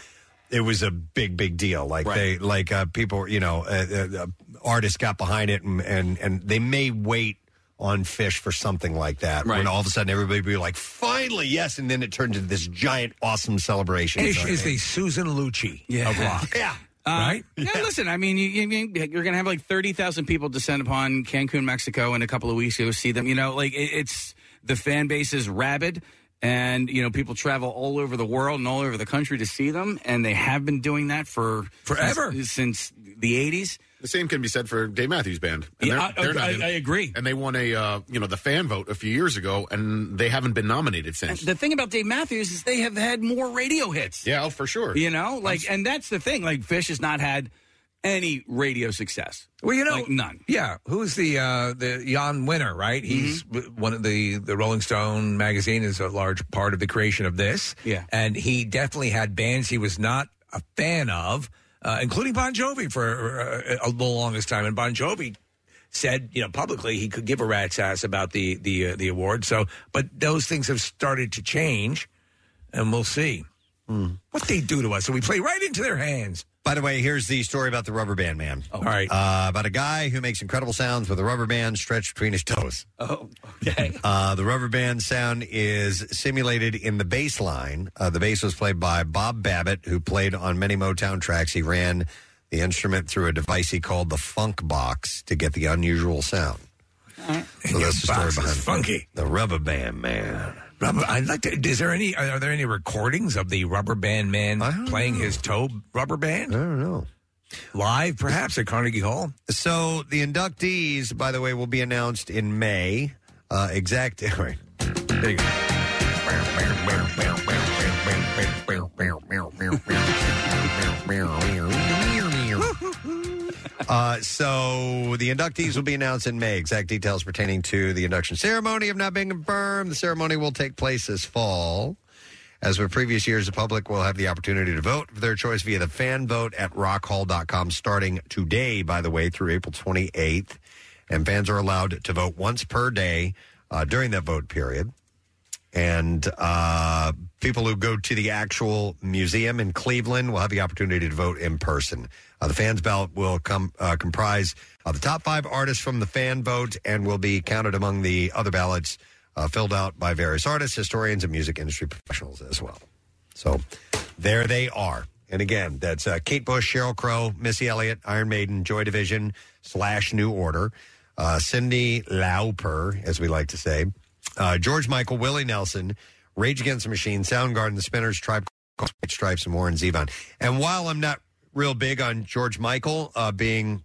Speaker 10: it was a big, big deal. Like they, like uh, people, you know, uh, uh, uh, artists got behind it, and and, and they may wait. On fish for something like that, when
Speaker 6: Right.
Speaker 10: all of a sudden everybody would be like, "Finally, yes!" and then it turned into this giant, awesome celebration.
Speaker 6: Ish is the Susan Lucci
Speaker 9: Yeah.
Speaker 6: of rock.
Speaker 10: Yeah.
Speaker 9: Uh,
Speaker 6: Right?
Speaker 9: Yeah. Listen, I mean, you, you, you're going to have like thirty thousand people descend upon Cancun, Mexico, in a couple of weeks to go see them. You know, like it, it's the fan base is rabid, and you know people travel all over the world and all over the country to see them, and they have been doing that for
Speaker 11: Forever.
Speaker 9: since, since the '80s.
Speaker 11: The same can be said for Dave Matthews Band. And
Speaker 9: Yeah, I- I-
Speaker 11: in-
Speaker 9: I agree.
Speaker 11: And they won a uh, you know the fan vote a few years ago, and they haven't been nominated since.
Speaker 9: The thing about Dave Matthews is they have had more radio hits.
Speaker 11: Yeah, oh, for sure.
Speaker 9: You know, like, and that's the thing. Like, Fish has not had any radio success.
Speaker 6: Well, you know,
Speaker 9: Like, none.
Speaker 6: Yeah, who's the uh, the Jan Winner? Right,
Speaker 10: Mm-hmm.
Speaker 6: he's w- one of the the Rolling Stone magazine is a large part of the creation of this.
Speaker 9: Yeah.
Speaker 6: and he definitely had bands he was not a fan of, uh, including Bon Jovi for uh, uh, the longest time. And Bon Jovi said, you know, publicly he could give a rat's ass about the the uh, the award. So, but those things have started to change, and we'll see what they do to us. So we play right into their hands.
Speaker 10: Hmm. By the way, here's the story about the rubber band man.
Speaker 6: All right.
Speaker 10: Uh, about a guy who makes incredible sounds with a rubber band stretched between his toes.
Speaker 9: Oh, okay.
Speaker 10: Uh, the rubber band sound is simulated in the bass line. Uh, the bass was played by Bob Babbitt, who played on many Motown tracks. He ran the instrument through a device he called the funk box to get the unusual sound. So that's the story
Speaker 6: Box is
Speaker 10: behind
Speaker 6: funky.
Speaker 10: the rubber band man.
Speaker 6: Rubber, I'd like to. Is there any? Are there any recordings of the Rubber Band Man playing his toe rubber band? I
Speaker 10: don't know.
Speaker 6: Live, perhaps at Carnegie Hall.
Speaker 10: So the inductees, by the way, will be announced in May. Uh, exact. all right. There you go. Uh, so the inductees will be announced in May. Exact details pertaining to the induction ceremony have not been confirmed. The ceremony will take place this fall. As with previous years, the public will have the opportunity to vote for their choice via the fan vote at rockhall.com starting today, by the way, through April 28th. And fans are allowed to vote once per day uh, during that vote period. And uh, people who go to the actual museum in Cleveland will have the opportunity to vote in person. Uh, the fans ballot will com- uh, comprise uh, the top five artists from the fan vote and will be counted among the other ballots uh, filled out by various artists, historians, and music industry professionals as well. So There they are. And again, that's uh, Kate Bush, Cheryl Crow, Missy Elliott, Iron Maiden, Joy Division slash New Order, uh, Cindy Lauper, as we like to say, uh, George Michael, Willie Nelson, Rage Against the Machine, Soundgarden, The Spinners, Tribe, Called Quest, White Stripes, and Warren Zevon. And while I'm not real big on George Michael uh, being,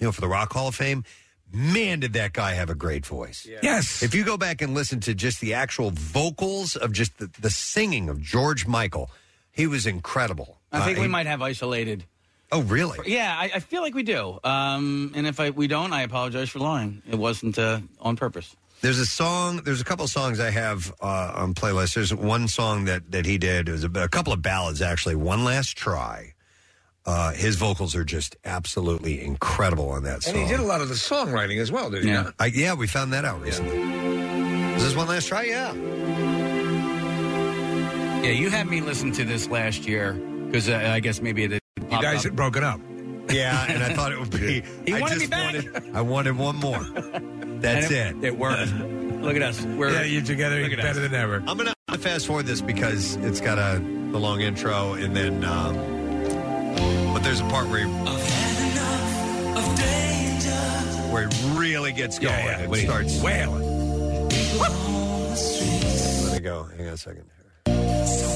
Speaker 10: you know, for the Rock Hall of Fame, man, did that guy have a great voice.
Speaker 6: Yes.
Speaker 10: If you go back and listen to just the actual vocals of just the, the singing of George Michael, he was incredible.
Speaker 9: I think
Speaker 10: Uh,
Speaker 9: we
Speaker 10: he-
Speaker 9: might have isolated.
Speaker 10: Oh, really?
Speaker 9: Yeah, I, I feel like we do. Um, and if I, we don't, I apologize for lying. It wasn't uh, on purpose.
Speaker 10: There's a song. There's a couple of songs I have uh, on playlists. There's one song that that he did. It was a, a couple of ballads actually. One last try. Uh, his vocals are just absolutely incredible on that song.
Speaker 6: And he did a lot of the songwriting as well, did he? not?
Speaker 10: I, yeah, we found that out recently. Is this one last try? Yeah.
Speaker 9: Yeah, you had me listen to this last year because uh, I guess maybe it. You
Speaker 6: guys had broken up.
Speaker 10: Yeah, and I thought it would be.
Speaker 9: He
Speaker 10: I
Speaker 9: wanted me
Speaker 10: just
Speaker 9: back.
Speaker 10: wanted- I wanted one more. That's it,
Speaker 9: And it. worked. Look at us. We're
Speaker 10: Yeah, you're
Speaker 6: together
Speaker 9: Look at
Speaker 6: better
Speaker 9: us.
Speaker 6: than ever.
Speaker 10: I'm gonna fast forward this because it's got a the long intro and then, um, but there's a part where he, where he really gets going.
Speaker 6: yeah,
Speaker 10: and
Speaker 6: when he
Speaker 10: starts
Speaker 6: wailing.
Speaker 10: Let it go. Hang on a second.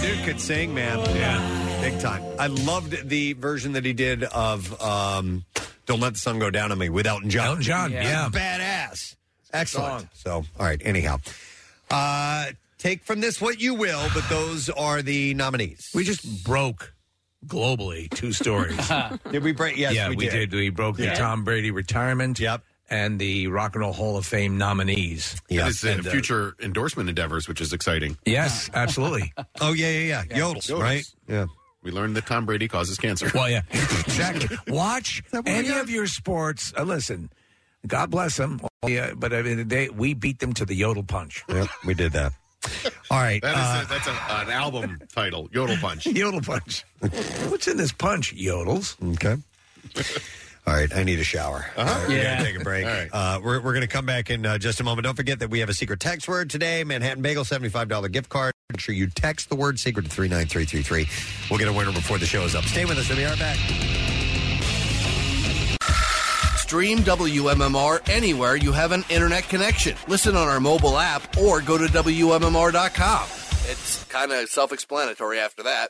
Speaker 10: Dude could sing, man. Yeah. Big time. I loved the version that he did of um, Don't Let the Sun Go Down on Me with Elton John.
Speaker 6: Elton John, yeah.
Speaker 10: Badass. Excellent. So, all right, anyhow. Uh, take from this what you will, but those are the nominees.
Speaker 6: We just broke globally two stories.
Speaker 10: did we break? Yes,
Speaker 6: yeah,
Speaker 10: we did.
Speaker 6: We broke
Speaker 10: Yeah.
Speaker 6: the Tom Brady retirement.
Speaker 10: Yep.
Speaker 6: And the Rock and Roll Hall of Fame nominees.
Speaker 11: And it's in
Speaker 6: And, uh,
Speaker 11: future endorsement endeavors, which is exciting.
Speaker 6: Yes, absolutely.
Speaker 10: oh yeah, yeah, yeah. Yodels, right? Yeah.
Speaker 11: We learned that Tom Brady causes cancer.
Speaker 6: Well, yeah, exactly. Watch any of your sports. Uh, listen, God bless them. Yeah, but I mean, they we beat them to the yodel punch. uh,
Speaker 10: Yep, we did that. All right.
Speaker 11: That is a, that's a,
Speaker 10: uh,
Speaker 11: an album title, Yodel Punch.
Speaker 6: Yodel Punch. What's in this punch? Yodels. Uh-huh.
Speaker 10: Okay. All right, I need a shower. Uh, we're
Speaker 6: Yeah.
Speaker 10: gonna take a break.
Speaker 6: All right.
Speaker 10: uh, we're we're going to come back in uh, just a moment. Don't forget that we have a secret text word today. Manhattan Bagel, seventy five dollar gift card. Make sure you text the word secret to three nine three three three. We'll get a winner before the show is up. Stay with us. We'll be right back.
Speaker 12: Stream WMMR anywhere you have an internet connection. Listen on our mobile app or go to WMMR.com. It's kind of self explanatory after that.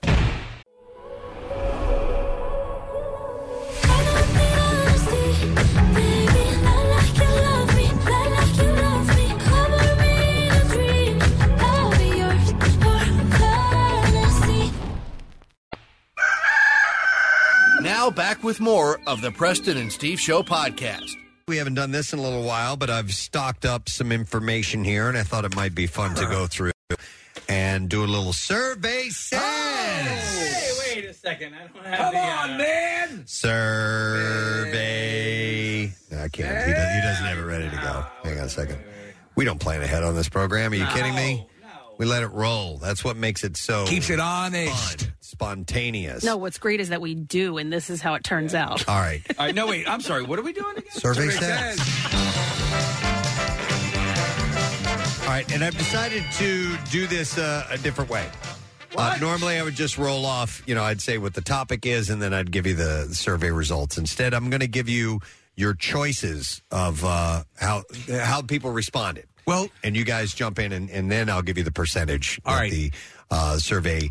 Speaker 12: Now back with more of the Preston and Steve Show podcast.
Speaker 10: We haven't done this in a little while, but I've stocked up some information here, and I thought it might be fun to go through and do a little survey.
Speaker 9: Hey, wait a second. I don't have uh, Come on,
Speaker 6: man.
Speaker 10: Survey. I can't. He, does, he doesn't have it ready to go. Hang on a second. We don't plan ahead on this program. Are you kidding me? We let it roll. That's what makes it so
Speaker 6: Keeps it honest,
Speaker 10: spontaneous.
Speaker 7: No, what's great is that we do, and this is how it turns out.
Speaker 6: Um,
Speaker 10: All right.
Speaker 9: All right, no, wait. I'm sorry. What are we doing again?
Speaker 10: Survey says. All right, and I've decided to do this uh, a different way. Uh, normally, I would just roll off. You know, I'd say what the topic is, and then I'd give you the survey results. Instead, I'm going to give you your choices of uh, how how people responded.
Speaker 6: Well,
Speaker 10: and you guys jump in, and, and then I'll give you the percentage that the uh, survey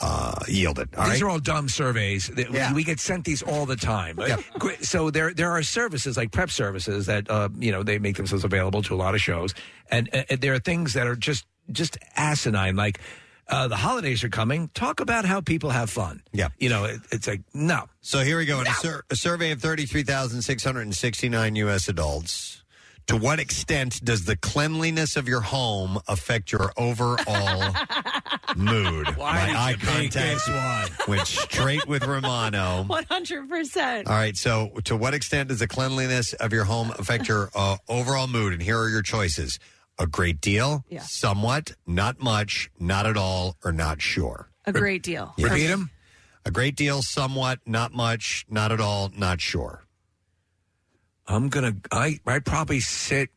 Speaker 10: uh, yielded. All right.
Speaker 6: These are all dumb surveys. that we- We get sent these all the time. Qu- So there, there are services like prep services that uh, you know they make themselves available to a lot of shows, and, uh, and there are things that are just just asinine. Like uh, the holidays are coming. Talk about how people have fun.
Speaker 10: Yeah.
Speaker 6: you know, it, it's like no.
Speaker 10: So here we go. In a, sur- a survey of 33,669 U.S. adults, to what extent does the cleanliness of your home affect your overall mood.
Speaker 22: Why
Speaker 10: My eye
Speaker 22: did you make
Speaker 10: contact
Speaker 22: this one?
Speaker 10: went straight with Romano.
Speaker 7: One hundred percent.
Speaker 10: All right. So, to what extent does the cleanliness of your home affect your uh, overall mood? And here are your choices: a great deal,
Speaker 7: Yeah.
Speaker 10: somewhat, not much, not at all, or not sure.
Speaker 7: A great deal.
Speaker 10: Repeat them. A great deal, somewhat, not much, not at all, not sure.
Speaker 6: I'm gonna. I I probably sit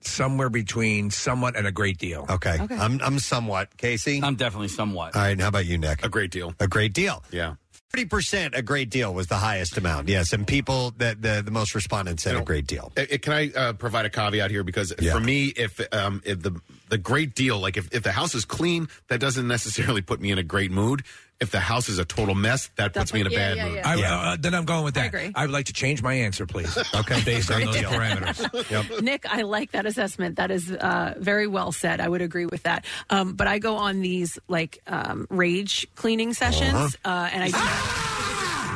Speaker 6: somewhere between somewhat and a great deal.
Speaker 10: Okay. I'm I'm somewhat. Casey.
Speaker 9: I'm definitely somewhat.
Speaker 10: All right. And how about you, Nick? A
Speaker 11: great deal.
Speaker 10: A great deal.
Speaker 11: Yeah.
Speaker 10: Thirty percent. A great deal was the highest amount. Yes, and people that the, the most respondents said a great deal.
Speaker 11: Uh, uh, can I uh, provide a caveat here? Because for me, if, um, if the the great deal, like if, if the house is clean, that doesn't necessarily put me in a great mood. If the house is a total mess, that puts me in a bad mood.
Speaker 6: I, uh, then I'm going with that. I,
Speaker 7: agree.
Speaker 6: would like to change my answer, please.
Speaker 10: okay,
Speaker 6: based on
Speaker 10: Great
Speaker 6: those
Speaker 10: deal.
Speaker 6: parameters.
Speaker 7: Nick, I like that assessment. That is uh, very well said. I would agree with that. Um, but I go on these like um, rage cleaning sessions, uh
Speaker 10: Uh-huh.
Speaker 7: and I.
Speaker 10: Ah!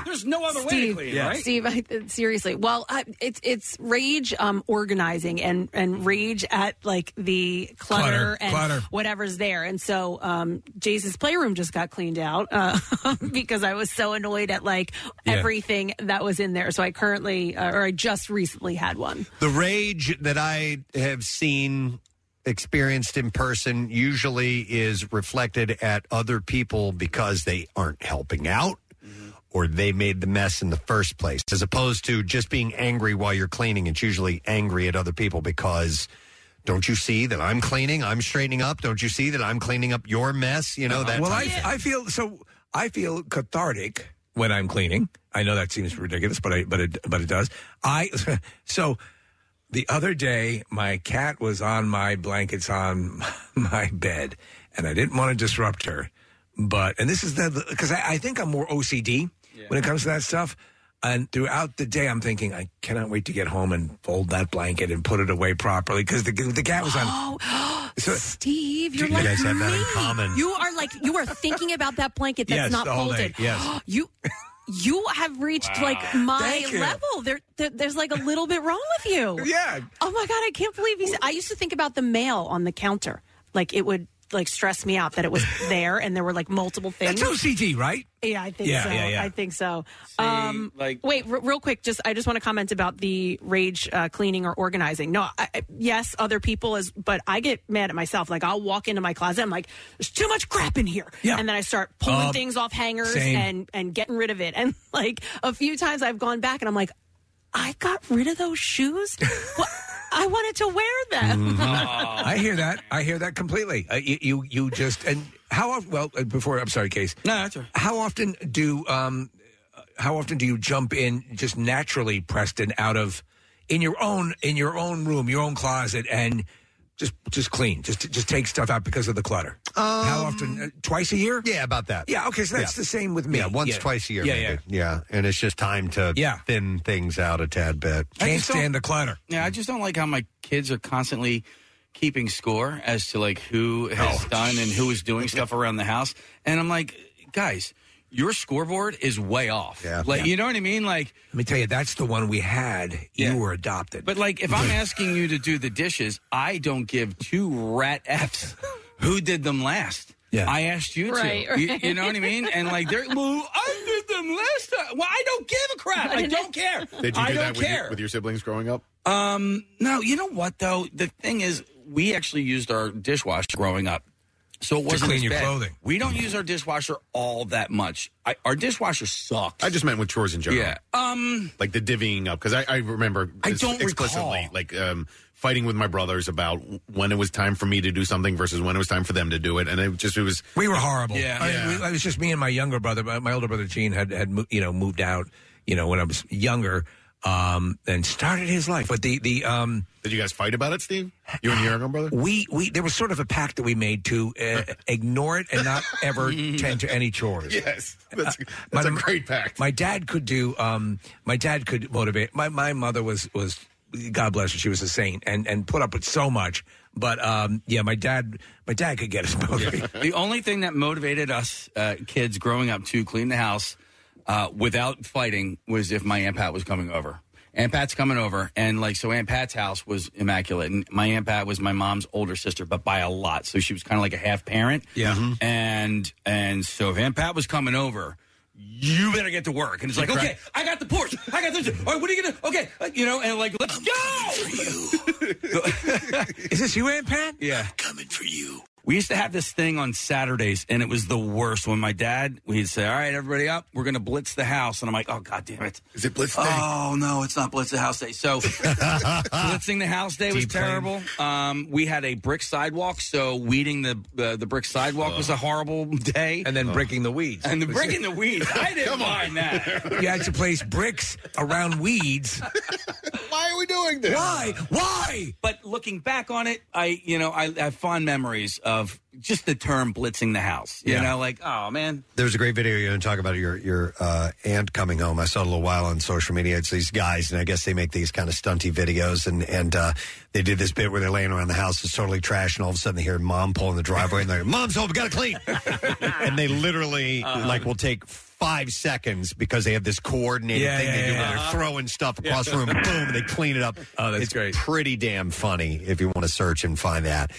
Speaker 9: There's no other way to
Speaker 7: Steve,
Speaker 9: clean, Yeah. right?
Speaker 7: Steve, I, seriously. Well, I, it's it's rage um, organizing and and rage at like the clutter,
Speaker 6: Clutter,
Speaker 7: and
Speaker 6: clutter.
Speaker 7: whatever's there. And so um, Jace's playroom just got cleaned out uh, because I was so annoyed at like
Speaker 10: Yeah.
Speaker 7: everything that was in there. So I currently, uh, or I just recently had one.
Speaker 10: The rage that I have seen experienced in person usually is reflected at other people because they aren't helping out or they made the mess in the first place, as opposed to just being angry while you're cleaning. It's usually angry at other people because. Don't you see that I'm cleaning? I'm straightening up. Don't you see that I'm cleaning up your mess? You know that.
Speaker 6: well,
Speaker 10: type of
Speaker 6: I,
Speaker 10: thing.
Speaker 6: I feel so. I feel cathartic when I'm cleaning. I know that seems ridiculous, but I but it but it does. I so the other day my cat was on my blankets on my bed, and I didn't want to disrupt her. But and this is the because I, I think I'm more OCD when it comes to that stuff. And throughout the day, I'm thinking I cannot wait to get home and fold that blanket and put it away properly because the the cat was on.
Speaker 7: Oh,
Speaker 6: So-
Speaker 7: Steve,
Speaker 6: Do
Speaker 7: you're
Speaker 6: you
Speaker 7: like
Speaker 6: guys have
Speaker 7: me.
Speaker 6: that in common?
Speaker 7: You are like you are thinking about that blanket that's
Speaker 6: Yes,
Speaker 7: not
Speaker 6: the whole
Speaker 7: folded.
Speaker 6: day, yes.
Speaker 7: you you have reached
Speaker 6: Wow.
Speaker 7: like my
Speaker 6: Thank you.
Speaker 7: level. There, there there's like a little bit wrong with you.
Speaker 6: Yeah.
Speaker 7: Oh my god, I can't believe he's. I used to think about the mail on the counter. Like it would like stress me out that it was there and there were like multiple things.
Speaker 6: That's OCD, right?
Speaker 7: Yeah, I think
Speaker 6: Yeah,
Speaker 7: so.
Speaker 6: yeah, yeah.
Speaker 7: I think so. um,
Speaker 9: like,
Speaker 7: wait, r- real quick, just I just want to comment about the rage uh, cleaning or organizing. No, I, I- yes, other people is, but I get mad at myself. Like I'll walk into my closet, I'm like, there's too much crap in here,
Speaker 6: Yeah.
Speaker 7: and then I start pulling
Speaker 6: Um,
Speaker 7: things off hangers
Speaker 6: same.
Speaker 7: and and getting rid of it. And like a few times, I've gone back and I'm like, I got rid of those shoes. What? I wanted to wear them.
Speaker 6: Mm-hmm.
Speaker 7: Mm-hmm.
Speaker 6: I hear that. I hear that completely. Uh, you, you you just and how often? Well, uh, before I'm sorry, Case.
Speaker 9: No, that's all right.
Speaker 6: How often do um, uh, how often do you jump in just naturally, Preston, out of in your own in your own room, your own closet, and just just clean, just just take stuff out because of the clutter. how often? Uh, twice a year?
Speaker 10: Um, Yeah, about that.
Speaker 6: Yeah. Okay, so that's
Speaker 10: Yeah.
Speaker 6: the same with me.
Speaker 10: Yeah, once, twice a year.
Speaker 6: Yeah,
Speaker 10: maybe.
Speaker 6: yeah.
Speaker 10: yeah. And it's just time to
Speaker 6: Yeah.
Speaker 10: thin things out a tad bit.
Speaker 9: I just don't-
Speaker 6: clutter.
Speaker 9: Yeah, I just don't like how my kids are constantly keeping score as to like who has
Speaker 6: Oh.
Speaker 9: done and who is doing stuff around the house. And I'm like, guys, your scoreboard is way off. Yeah. Like, you know what I mean? Like,
Speaker 6: Let me tell you, that's the one we had.
Speaker 9: Yeah.
Speaker 6: You were adopted.
Speaker 9: but like if I'm asking you to do the dishes, I don't give two rat f's who did them last.
Speaker 6: Yeah.
Speaker 9: I asked you
Speaker 7: Right,
Speaker 9: to. You-
Speaker 7: right.
Speaker 9: You, know what I mean? And like, they're, well, I did them last time. Well, I don't give a crap. I don't care.
Speaker 11: Did you do
Speaker 9: I don't
Speaker 11: that with
Speaker 9: care.
Speaker 11: your, with your siblings growing up?
Speaker 9: Um, no, you know what though? The thing is, we actually used our dishwasher growing up, so it
Speaker 6: To
Speaker 9: wasn't
Speaker 6: clean
Speaker 9: as
Speaker 6: your
Speaker 9: bad.
Speaker 6: clothing.
Speaker 9: We don't use our dishwasher all that much. I, our dishwasher sucks.
Speaker 11: I just meant with chores in general. Uh,
Speaker 9: Yeah. Um,
Speaker 11: like the divvying up because I, I remember
Speaker 9: I
Speaker 11: ex-
Speaker 9: don't
Speaker 11: explicitly
Speaker 9: recall.
Speaker 11: like um, fighting with my brothers about when it was time for me to do something versus when it was time for them to do it, and it just it was
Speaker 6: We were horrible.
Speaker 11: Yeah.
Speaker 6: I, mean, we- it was just me and my younger brother. My, my older brother Gene had had mo- you know moved out. You know when I was younger, um, and started his life. But the the um,
Speaker 11: did you guys fight about it, Steve? You and your younger brother?
Speaker 6: We we there was sort of a pact that we made to uh, ignore it and not ever tend to any chores.
Speaker 11: Yes, that's, that's a great pact.
Speaker 6: My dad could do. Um, my dad could motivate. My my mother was was God bless her. She was a saint and and put up with so much. But um, yeah, my dad my dad could get us motivated.
Speaker 9: the only thing that motivated us uh, kids growing up to clean the house uh, without fighting was if my aunt Pat was coming over. Aunt Pat's coming over, and like so, Aunt Pat's house was immaculate, and my Aunt Pat was my mom's older sister, but by a lot, so she was kind of like a half parent.
Speaker 19: Yeah.
Speaker 9: Mm-hmm.
Speaker 19: Mhm.
Speaker 9: and and so if Aunt Pat was coming over. You better get to work, and it's like,
Speaker 19: Right.
Speaker 9: okay, I got the porch, I got this. All right, what are you gonna? Okay, uh, you know, and like, let's go. Is this you, Aunt Pat? Yeah, coming for you. We used to have this thing on Saturdays, and it was the worst. When my dad, he'd say, "All right, everybody up, we're gonna blitz the house," and I'm like, "Oh God damn it! Is it blitz day? Oh no, it's not blitz the house day." So blitzing the house day was
Speaker 19: Deep-plane.
Speaker 9: terrible. Um, we had a brick sidewalk, so weeding the the, the brick sidewalk was a horrible day, and
Speaker 6: then breaking the weeds
Speaker 9: and the breaking the weeds. I didn't
Speaker 19: Come on.
Speaker 9: mind that.
Speaker 6: You had to place bricks around weeds.
Speaker 9: Why are we doing
Speaker 6: this?
Speaker 9: Why? Why? But looking back on it, I you know I have fond memories of just the term blitzing the house. You
Speaker 10: Yeah.
Speaker 9: know, like oh man,
Speaker 10: There was a great video you're going to talk about your your uh, aunt coming home. I saw it a little while on social media. It's these guys, and I guess they make these kind of stunty videos, and and uh, they did this bit where they're laying around the house, it's totally trash, and all of a sudden they hear mom pulling the driveway, and they're mom's home, got to clean, and they literally
Speaker 6: Uh-huh.
Speaker 10: like will take. Five seconds because they have this coordinated
Speaker 6: Yeah,
Speaker 10: thing
Speaker 6: yeah,
Speaker 10: they do
Speaker 6: yeah.
Speaker 10: where they're throwing stuff across
Speaker 6: Yeah.
Speaker 10: the room, boom, they clean it up. Oh, that's it's great. Pretty damn funny if you want to search and find that.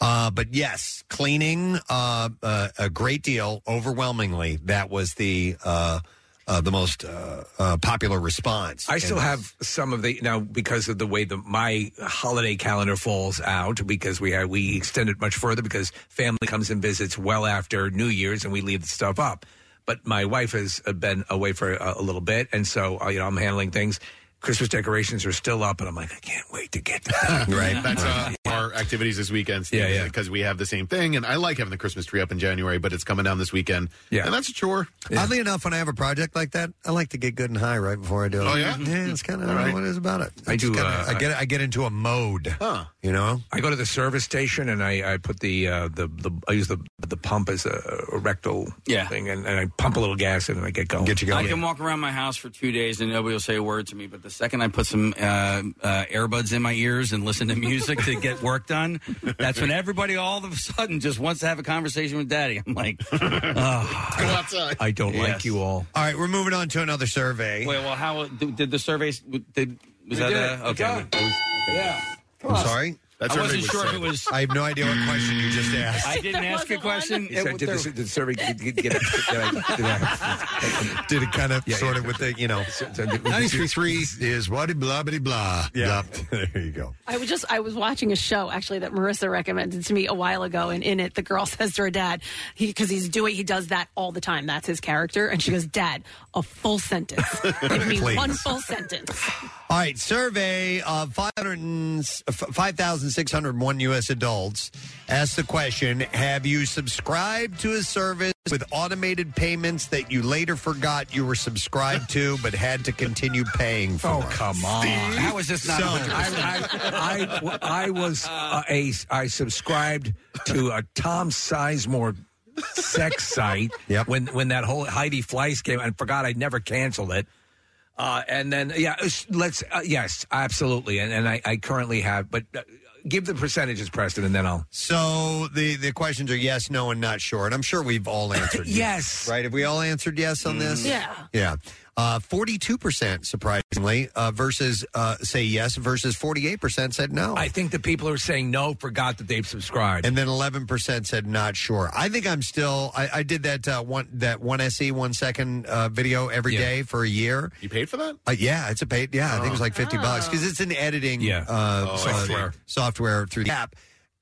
Speaker 10: Uh, but yes, cleaning uh, uh, a great deal. Overwhelmingly, that was the uh, uh, the most uh, uh, popular response.
Speaker 6: I still
Speaker 10: And-
Speaker 6: have some of the now because of the way the my holiday calendar falls out because we had we extend it much further because family comes and visits well after New Year's and we leave the stuff up. But my wife has uh, been away for a, a little bit, and so uh, you know I'm handling things. Christmas decorations are still up, and I'm like, I can't wait to get to that.
Speaker 11: right. That's uh, our activities this weekend. Steve,
Speaker 6: Yeah, yeah.
Speaker 11: Because we have the same thing, and I like having the Christmas tree up in January, but it's coming down this weekend.
Speaker 10: Yeah.
Speaker 11: and that's a chore.
Speaker 10: Oddly enough, when I have a project like that, I like to get good and high right before I do it.
Speaker 11: Oh, yeah?
Speaker 6: Mm-hmm.
Speaker 10: it's kind of
Speaker 11: All right.
Speaker 10: what it is about it.
Speaker 6: I
Speaker 10: It's
Speaker 6: do,
Speaker 10: kinda-
Speaker 6: uh,
Speaker 10: I get. I get into a mode. You know,
Speaker 6: I go to the service station and I, I put the uh, the the I use the the pump as a, a rectal
Speaker 9: Yeah.
Speaker 6: thing, and, and I pump a little gas in and I get going. Get
Speaker 9: I can walk around my house for two days and nobody will say a word to me. But the second I put some uh, uh, earbuds in my ears and listen to music to get work done, that's when everybody all of a sudden just wants to have a conversation with Daddy. I'm like, oh,
Speaker 11: go outside.
Speaker 6: I don't like you eh? all.
Speaker 10: All right, we're moving on to another survey.
Speaker 9: Wait, well, how did, did the surveys? Did was
Speaker 10: We
Speaker 9: that
Speaker 10: did
Speaker 9: uh,
Speaker 10: it. We
Speaker 9: okay?
Speaker 10: got
Speaker 9: it was- okay. Yeah.
Speaker 10: I'm sorry.
Speaker 9: That I survey wasn't was sure if said. it was-
Speaker 10: I have no idea what question you just asked.
Speaker 9: I didn't ask a question.
Speaker 6: He said, did, the, did the survey get, get, get, get-
Speaker 10: Did it kind of sort of with the you know
Speaker 14: 93.3 is what blah blah blah. Yeah,
Speaker 10: there you go.
Speaker 15: I was just I was watching a show actually that Marissa recommended to me a while ago, and in it the girl says to her dad, because he's doing he does that all the time. That's his character, and she goes, "Dad, a full sentence. Give me
Speaker 10: Please.
Speaker 15: one full sentence."
Speaker 10: All right, survey of 500 and s- f- 5,601 U.S. adults asked the question Have you subscribed to a service with automated payments that you later forgot you were subscribed to but had to continue paying for? Oh,
Speaker 6: come on.
Speaker 9: How is this not?
Speaker 6: So,
Speaker 9: 100%?
Speaker 6: I, I, I was uh, a I subscribed to a Tom Sizemore sex site when when that whole Heidi Fleiss came and forgot I never canceled it. Uh, and then yeah, it's- let's uh, yes, absolutely. And and I, I currently have, but uh, give the percentages, Preston, and then I'll.
Speaker 10: So the, the questions are yes, no, and not sure. And I'm sure we've all answered
Speaker 6: yes.
Speaker 10: Right? Have we all answered yes on this? Yeah. Uh, 42% surprisingly uh, versus uh, say yes versus 48% said no.
Speaker 6: I think the people who are saying no forgot that they've subscribed.
Speaker 10: And then 11% said not sure. I think I'm still, I, I did that uh, one, that one SE one second uh, video every day
Speaker 11: Yeah.
Speaker 10: for a year.
Speaker 11: You paid for that?
Speaker 10: Uh, yeah, it's a paid, yeah, I think it was like 50 bucks because it's an editing
Speaker 11: Yeah.
Speaker 10: uh,
Speaker 11: Oh,
Speaker 10: so-
Speaker 11: software.
Speaker 10: software through the app.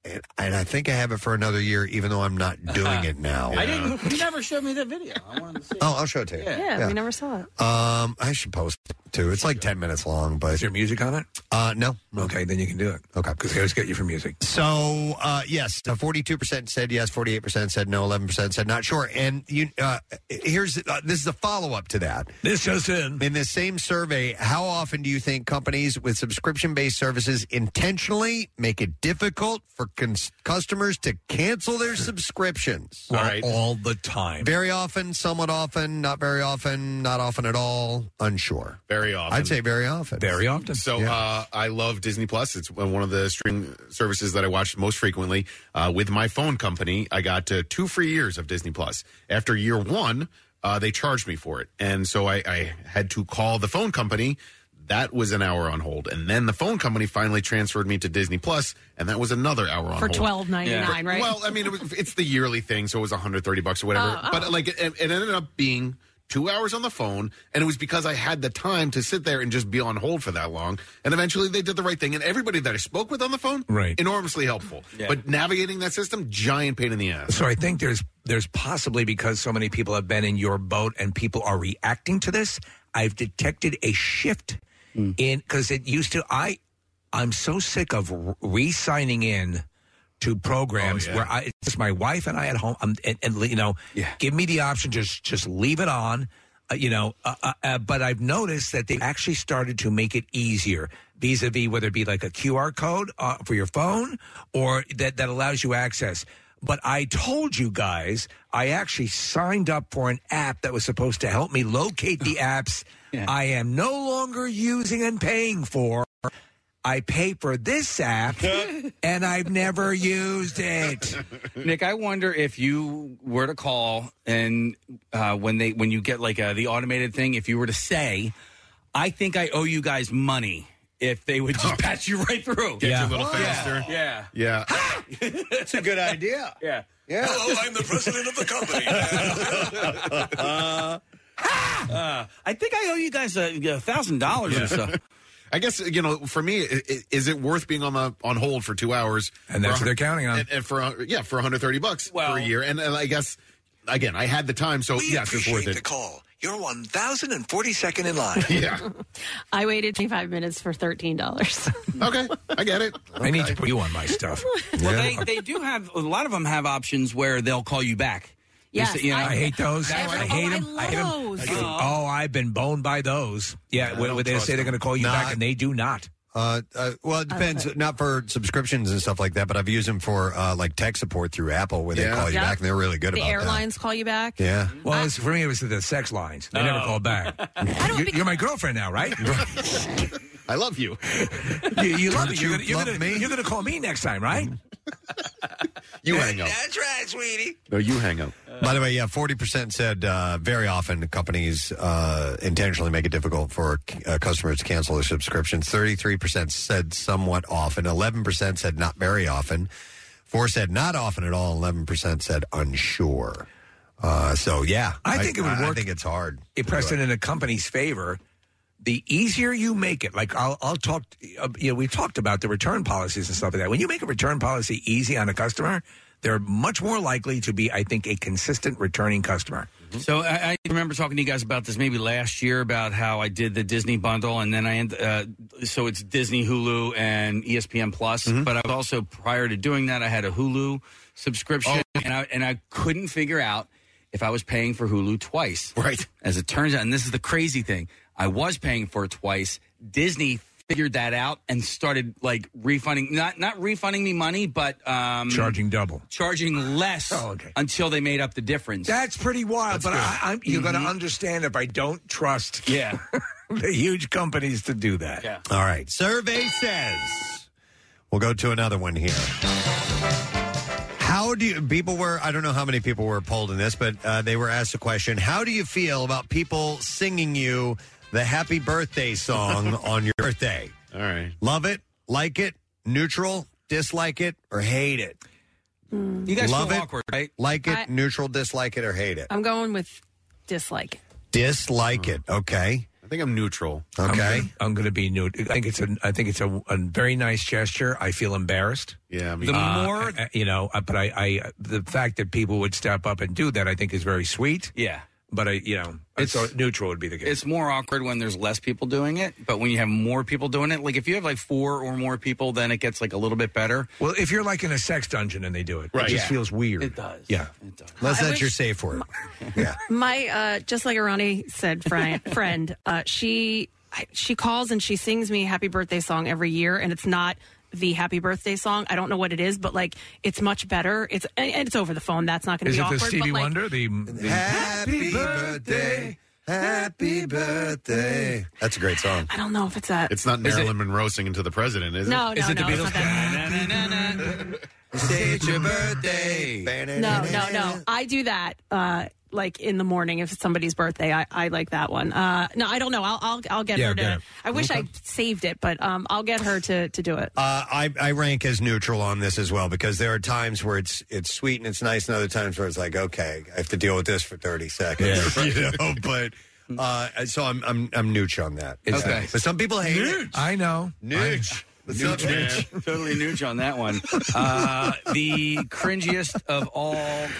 Speaker 10: And, and I think I have it for another year, even though I'm not doing it now.
Speaker 9: I didn't. You never showed me that video. I wanted to see.
Speaker 10: Oh, I'll show it to you.
Speaker 15: never saw it.
Speaker 10: Um, I should post it too. It's like ten minutes long, but is
Speaker 6: there music on it?
Speaker 10: Uh, no.
Speaker 6: Okay, then you can do it.
Speaker 10: Okay,
Speaker 6: because they always get you for music.
Speaker 10: So uh, yes, forty-two percent said yes, forty-eight percent said no, eleven percent said not sure. And you, uh, here's uh, this is a follow-up to that.
Speaker 6: This just in.
Speaker 10: In this same survey, how often do you think companies with subscription-based services intentionally make it difficult for cons- customers to cancel their
Speaker 6: Hmm.
Speaker 10: subscriptions?
Speaker 6: All, all the time.
Speaker 10: Very often, somewhat often, not very often, not often at all, unsure.
Speaker 11: Very often.
Speaker 10: I'd say very often.
Speaker 6: Very often.
Speaker 11: So
Speaker 10: Yeah.
Speaker 11: uh, I love Disney Plus. It's one of the streaming services that I watch most frequently. Uh, with my phone company, I got uh, two free years of Disney Plus. After year one, uh, they charged me for it, and so I, I had to call the phone company. that was an hour on hold, and then the phone company finally transferred me to Disney Plus, and that was another hour on
Speaker 15: For
Speaker 11: hold.
Speaker 15: $12.99,
Speaker 11: For-
Speaker 15: right?
Speaker 11: Well, I mean, it was, it's the yearly thing, so it was 130 bucks or whatever.
Speaker 15: Oh, oh.
Speaker 11: But like, it, it ended up being two hours on the phone, and it was because I had the time to sit there and just be on hold for that long. And eventually, they did the right thing, and everybody that I spoke with on the phone,
Speaker 6: Right.
Speaker 11: enormously helpful. But navigating that system, giant pain in the ass.
Speaker 6: So I think there's there's possibly because so many people have been in your boat and people are reacting to this. I've detected a shift in because it used to I I'm so sick of r- re-signing in to programs where I it's just my wife and I at home um, and, and you know give me the option just just leave it on uh, you know uh, uh, uh, but I've noticed that they actually started to make it easier vis-a-vis whether it be like a QR code uh, for your phone or that that allows you access but I told you guys I actually signed up for an app that was supposed to help me locate the apps I am no longer using and paying for I pay for this app and I've never used it.
Speaker 9: Nick, I wonder if you were to call and uh, when they when you get like uh the automated thing, if you were to say, "I think I owe you guys money," if they would just patch you right through,
Speaker 11: Get you a little faster.
Speaker 9: Oh, yeah,
Speaker 11: Yeah.
Speaker 9: that's a good idea. Yeah,
Speaker 11: Yeah.
Speaker 19: Hello, I'm the president of the company.
Speaker 6: Oh,
Speaker 9: uh, uh, I think I owe you guys a thousand dollars or so.
Speaker 11: I guess you know. For me, i- i- is it worth being on the on hold for two hours?
Speaker 6: And that's
Speaker 11: for
Speaker 6: what
Speaker 11: a hun-
Speaker 6: they're counting on.
Speaker 11: And, and for a- yeah, for 130 bucks for a year. And, and I guess again, I had the time, so yes, it's worth it.
Speaker 6: call. You're 1,042nd in line.
Speaker 11: yeah.
Speaker 15: I waited 25 minutes for $13.
Speaker 11: okay, I get it.
Speaker 6: I need to put you on my stuff.
Speaker 9: Well, they, they do have a lot of them have options where they'll call you back. They
Speaker 6: Yes,
Speaker 9: say, you know,
Speaker 6: I hate those.
Speaker 9: That's
Speaker 6: I
Speaker 9: right.
Speaker 6: hate them. I hate 'em. I hate 'em. Oh, I've been boned by those. Yeah, when, when they say they're going to call you back, and they do not.
Speaker 10: Uh, uh, well,
Speaker 15: Oh,
Speaker 10: it depends. Not for subscriptions and stuff like that, but I've used them for uh, like tech support through Apple, where they
Speaker 6: Yeah.
Speaker 10: call you
Speaker 15: Yeah.
Speaker 10: back, and they're really good
Speaker 15: the
Speaker 10: about
Speaker 15: airlines call you back.
Speaker 10: that. Yeah.
Speaker 6: Well, it's- for me, it was the sex lines. They never
Speaker 10: Oh.
Speaker 6: call back. you, you're my girlfriend now, right?
Speaker 11: I love you.
Speaker 6: You, you love me.
Speaker 11: Don't you
Speaker 6: You're gonna, you're
Speaker 11: love
Speaker 6: gonna, You're gonna call me next time, right?
Speaker 11: You hang up.
Speaker 6: That's right, sweetie.
Speaker 11: No, you hang up.
Speaker 10: By the way, yeah, forty percent said uh, very often companies uh, intentionally make it difficult for uh, customers to cancel their subscriptions. Thirty-three percent said somewhat often. Eleven percent said not very often. Four said not often at all. Eleven percent said unsure. Uh, so yeah,
Speaker 6: I think it would
Speaker 10: I
Speaker 6: work.
Speaker 10: think it's hard.
Speaker 6: It Preston in a company's favor. The easier you make it, like I'll, I'll talk. Uh, you know, we've talked about the return policies and stuff like that. When you make a return policy easy on a customer, they're much more likely to be, I think, a consistent returning customer.
Speaker 9: Mm-hmm. So I, I remember talking to you guys about this maybe last year about how I did the Disney bundle, and then I end, uh, so it's Disney, Hulu, and E ESPN Plus.
Speaker 6: Mm-hmm.
Speaker 9: But I was also prior to doing that, I had a Hulu subscription,
Speaker 6: Oh.
Speaker 9: and I and I couldn't figure out if I was paying for Hulu twice.
Speaker 11: Right.
Speaker 9: As it turns out, and this is the crazy thing, I was paying for it twice. Disney figured that out and started like refunding not not refunding me money, but um,
Speaker 6: Charging double. Oh,
Speaker 9: charging less until they made up the difference.
Speaker 6: That's pretty wild, but I, I'm, you're going to understand if I don't trust yeah the huge companies to do that. Yeah.
Speaker 10: All right. Survey says we'll go to another one here. How do you, people were? I don't know how many people were polled in this, but uh, they were asked the question: How do you feel about people singing you the Happy Birthday song on your birthday?
Speaker 11: All right.
Speaker 10: Love it, like it, neutral, dislike it, or hate it.
Speaker 15: Mm.
Speaker 9: You guys
Speaker 10: love
Speaker 9: feel
Speaker 10: it,
Speaker 9: awkward, right? Uh,
Speaker 10: Like it,
Speaker 15: I-
Speaker 10: neutral, dislike it, or hate it.
Speaker 15: I'm going with dislike.
Speaker 10: Dislike it. Okay.
Speaker 11: I think I'm neutral.
Speaker 10: Okay.
Speaker 6: I'm going to be neutral. I think it's a. I think it's a, a very nice gesture. I feel embarrassed.
Speaker 11: Yeah.
Speaker 9: The more-
Speaker 6: you know, uh, but I, I, the fact that people would step up and do that, I think is very sweet.
Speaker 9: Yeah.
Speaker 6: But I, you know, it's so neutral would be the case.
Speaker 9: It's more awkward when there's less people doing it, but when you have more people doing it, like if you have like four or more people, then it gets like a little bit better.
Speaker 6: Well, if you're like in a sex dungeon and they do it,
Speaker 9: Right.
Speaker 6: it just
Speaker 9: Yeah.
Speaker 6: feels weird. It
Speaker 9: does.
Speaker 6: Yeah.
Speaker 10: Unless
Speaker 15: I
Speaker 10: that's
Speaker 15: wish-
Speaker 10: your safe word.
Speaker 15: My uh, just like Ronnie said, friend, friend, uh, she I- she calls and she sings me a happy birthday song every year, and it's not the happy birthday song. I don't know what it is, but like it's much better. It's and and it's over the phone. That's not going to
Speaker 6: Is
Speaker 15: be
Speaker 6: it
Speaker 15: awkward.
Speaker 6: the Stevie
Speaker 15: but, like,
Speaker 6: Wonder? The, the
Speaker 10: Happy birthday. Happy birthday. That's a great song.
Speaker 15: I don't know if it's that.
Speaker 11: It's not
Speaker 15: Is it-
Speaker 11: Marilyn Monroe singing to the president, is it?
Speaker 15: No, no, no, it's not that.
Speaker 11: It's your birthday.
Speaker 15: No, no, no. I do that. Uh,
Speaker 7: like in the morning if it's somebody's birthday. I, I like that one. Uh, no, I don't know. I'll I'll, I'll get
Speaker 10: Yeah,
Speaker 7: her to.
Speaker 10: get it.
Speaker 7: I wish I saved it, but um, I'll get her to to do it.
Speaker 10: Uh, I, I rank as neutral on this as well because there are times where it's it's sweet and it's nice, and other times where it's like, okay, I have to deal with this for thirty seconds,
Speaker 14: Yeah.
Speaker 10: you know. But uh, so I'm I'm I'm nooch on that.
Speaker 9: Okay.
Speaker 10: but some people hate it.
Speaker 6: I know.
Speaker 10: Nooch. What's up,
Speaker 9: Nooch,
Speaker 10: Nooch?
Speaker 9: yeah. totally nooch on that one. Uh, the cringiest of all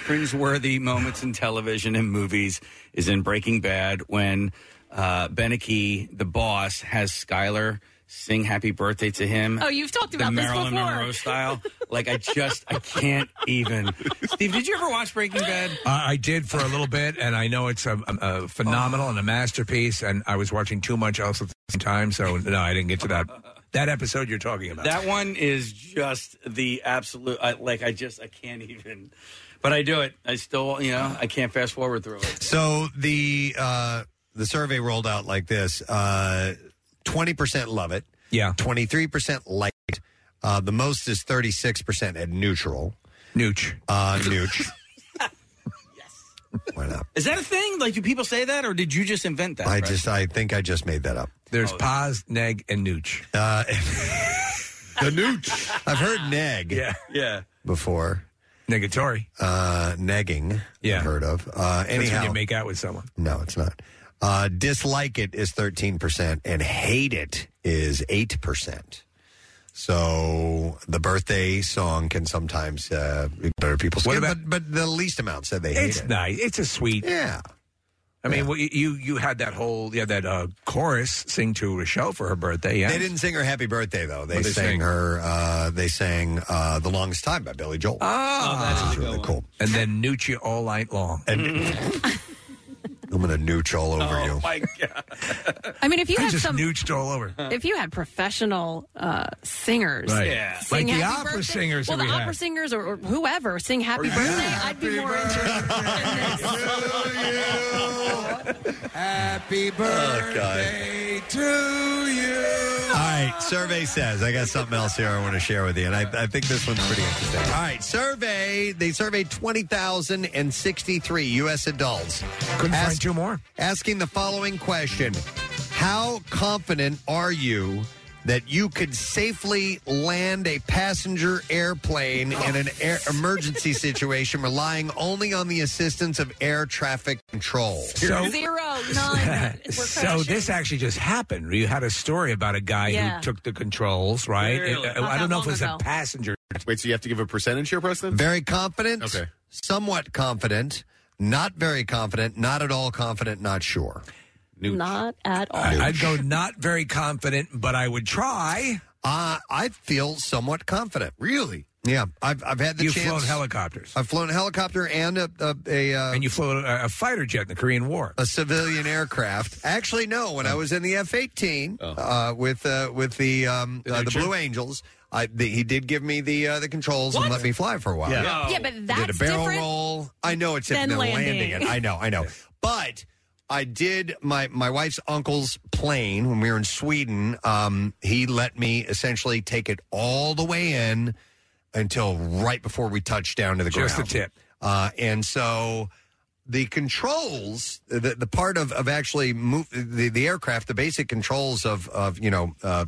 Speaker 9: cringeworthy moments in television and movies is in Breaking Bad when uh, Beneke, the boss, has Skyler sing happy birthday to him.
Speaker 15: Oh, you've talked
Speaker 9: the
Speaker 15: about this
Speaker 9: Marilyn
Speaker 15: before.
Speaker 9: Monroe style. Like, I just, I can't even. Steve, did you ever watch Breaking Bad?
Speaker 6: Uh, I did for a little bit, and I know it's a, a, a phenomenal and a masterpiece. And I was watching too much else at the same time, so no, I didn't get to that that episode you're talking about.
Speaker 9: That one is just the absolute. I, like I just I can't even. But I do it. I still, you know, I can't fast forward through it.
Speaker 10: So the uh, the survey rolled out like this: uh, twenty percent love it,
Speaker 6: yeah,
Speaker 10: twenty three percent like it. Uh, the most is thirty six percent at neutral.
Speaker 6: Nooch,
Speaker 10: uh, nooch.
Speaker 9: Is that a thing? Like, do people say that, or did you just invent that?
Speaker 10: I
Speaker 9: Brett?
Speaker 10: just I think I just made that up.
Speaker 6: There's Paz, Neg, and Nooch.
Speaker 10: Uh, the Nooch. I've heard Neg. Yeah,
Speaker 9: yeah.
Speaker 10: Before
Speaker 6: negatory,
Speaker 10: uh, negging. Yeah, I've heard of. Uh,
Speaker 6: That's when
Speaker 10: anyhow,
Speaker 6: you make out with someone.
Speaker 10: no, it's not. Uh, dislike it is thirteen percent, and hate it is eight percent. So the birthday song can sometimes uh, better people.
Speaker 6: What
Speaker 10: skip,
Speaker 6: about-
Speaker 10: but, but the least amount said they hate
Speaker 6: it's
Speaker 10: it.
Speaker 6: nice. It's a sweet.
Speaker 10: Yeah.
Speaker 6: I mean, well, you you had that whole yeah that uh, chorus sing to Rochelle for her birthday. Yeah,
Speaker 10: They didn't sing her happy birthday though. They,
Speaker 6: What'd they
Speaker 10: sang,
Speaker 6: sing?
Speaker 10: her. Uh, they sang uh, "The Longest Time" by Billy Joel.
Speaker 6: Ah,
Speaker 10: which Oh, is really cool.
Speaker 6: and then Nooch you all night long.
Speaker 10: I'm gonna nooch all over
Speaker 6: Oh
Speaker 10: you.
Speaker 7: I mean, if you
Speaker 6: I
Speaker 7: have
Speaker 6: just
Speaker 7: some,
Speaker 6: nooched all over.
Speaker 7: if you had professional uh, singers,
Speaker 6: Right. Yeah.
Speaker 7: sing
Speaker 6: Like the
Speaker 7: happy
Speaker 6: opera
Speaker 7: birthday-
Speaker 6: singers
Speaker 7: well,
Speaker 6: that
Speaker 7: the
Speaker 6: we
Speaker 7: opera
Speaker 6: had.
Speaker 7: singers or, or whoever sing happy
Speaker 6: Yeah.
Speaker 7: birthday, I'd be more
Speaker 6: Happy
Speaker 10: Oh, birthday
Speaker 6: to you.
Speaker 10: All right, survey says I got something else here I want to share with you, and I, I think this one's pretty interesting. All right, survey they surveyed twenty thousand and sixty three U.S. adults. Couldn't find two
Speaker 6: more.
Speaker 10: Asking the following question: How confident are you that you could safely land a passenger airplane in an air emergency situation, relying only on the assistance of air traffic control?
Speaker 6: So-
Speaker 15: Zero, none. We're
Speaker 6: so
Speaker 15: crashing.
Speaker 6: Oh, this actually just happened. You had a story about a guy
Speaker 15: Yeah.
Speaker 6: who took the controls, right?
Speaker 11: Really?
Speaker 6: It-
Speaker 11: Not
Speaker 6: I
Speaker 11: that
Speaker 6: don't know
Speaker 11: long
Speaker 6: if it's
Speaker 11: ago.
Speaker 6: a passenger.
Speaker 11: Wait, so you have to give a percentage here, Preston?
Speaker 10: Very confident.
Speaker 11: Okay.
Speaker 10: Somewhat confident. Not very confident. Not at all confident. Not sure.
Speaker 7: Not at all.
Speaker 6: I, would go not very confident, but I would try.
Speaker 10: Uh, I feel somewhat confident.
Speaker 11: Really?
Speaker 10: Yeah. I've, I've had the
Speaker 6: You've
Speaker 10: chance.
Speaker 6: flown helicopters.
Speaker 10: I've flown a helicopter and a, a, a uh,
Speaker 6: and you flew a, a fighter jet in the Korean War. Oh.
Speaker 10: a civilian aircraft. Actually, no. When I was in the F eighteen uh, with uh, with the um, uh, the
Speaker 11: Nature?
Speaker 10: Blue Angels, I, the, he did give me the uh, the controls
Speaker 11: What?
Speaker 10: and let me fly for a while.
Speaker 11: Yeah.
Speaker 15: No. Yeah, but
Speaker 10: did a
Speaker 15: that's
Speaker 10: barrel
Speaker 15: different
Speaker 10: roll. I know it's different
Speaker 15: than
Speaker 10: than landing.
Speaker 15: landing.
Speaker 10: it. I know. I know. But I did my my wife's uncle's plane when we were in Sweden. Um, he let me essentially take it all the way in until right before we touched down to the
Speaker 6: Just
Speaker 10: ground.
Speaker 6: the tip.
Speaker 10: Uh, and so the controls, the, the part of, of actually move the, the aircraft, the basic controls of, of you know, uh,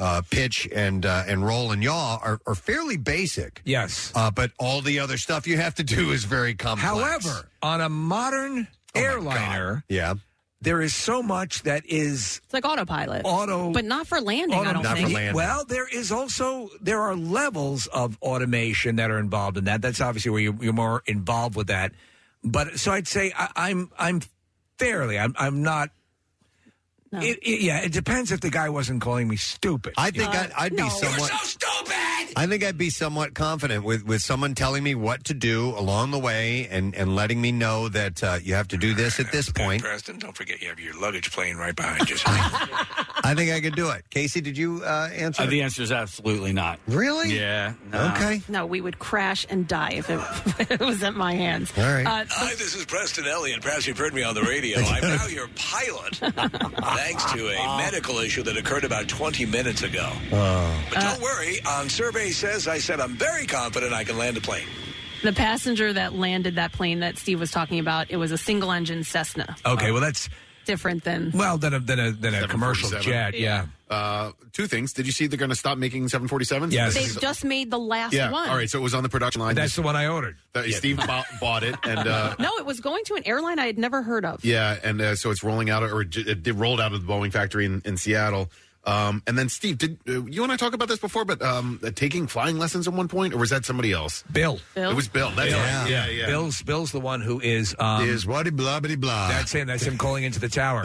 Speaker 10: uh, pitch and uh, and roll and yaw are, are fairly basic.
Speaker 6: Yes.
Speaker 10: Uh, but all the other stuff you have to do is very complex. Oh
Speaker 6: However, on a modern airliner,
Speaker 10: yeah,
Speaker 6: there is so much that is
Speaker 7: It's like autopilot.
Speaker 6: Auto-
Speaker 7: But not for landing, I don't
Speaker 6: Autom-
Speaker 7: think.
Speaker 6: Well, there is also there are levels of automation that are involved in that. That's obviously where you're, you're more involved with that. But so I'd say I, I'm I'm fairly I'm I'm not. It, it- yeah, it depends if the guy wasn't calling me stupid.
Speaker 10: I think I'd, I'd be somewhat. I think I'd be somewhat confident with, with someone telling me what to do along the way and, and letting me know that uh, you have to do this at this point.
Speaker 6: Preston, don't forget you have your luggage plane right behind you.
Speaker 10: I think I could do it. Casey, did you uh, answer?
Speaker 9: Uh, the answer is absolutely not.
Speaker 10: Really?
Speaker 9: Yeah. no.
Speaker 7: No, we would crash and die if it, if it was at my hands. Uh,
Speaker 17: Hi, this is Preston Elliott. Perhaps you've heard me on the radio. I'm now your pilot, thanks to a medical issue that occurred about 20 minutes ago.
Speaker 10: Oh.
Speaker 17: But don't worry, um, survey says I said I'm very confident I can land a plane.
Speaker 7: The passenger that landed that plane that Steve was talking about, it was a single engine Cessna.
Speaker 6: Okay, well that's
Speaker 7: Different
Speaker 15: Mm.
Speaker 7: than
Speaker 6: well then a then a then a commercial jet. Yeah.
Speaker 11: Uh, two things. Did you see they're going to stop making 747s?
Speaker 7: They've just made the last
Speaker 11: yeah.
Speaker 7: one.
Speaker 11: All right. So it was on the production line.
Speaker 6: That's the one I ordered.
Speaker 11: That-
Speaker 6: Yeah.
Speaker 11: Steve bought, bought it, and uh,
Speaker 7: no, it was going to an airline I had never heard of.
Speaker 11: yeah, and uh, so it's rolling out, or j- it did- rolled out of the Boeing factory in, in Seattle. Um, and then Steve, did uh, you and I talk about this before? But um, uh, taking flying lessons at one point, or was that somebody else?
Speaker 6: Bill.
Speaker 11: It was Bill. That's right. Yeah, yeah.
Speaker 6: Bill's Bill's the one who is um,
Speaker 11: Is
Speaker 6: what blah blah blah. That's him. That's him calling into the tower.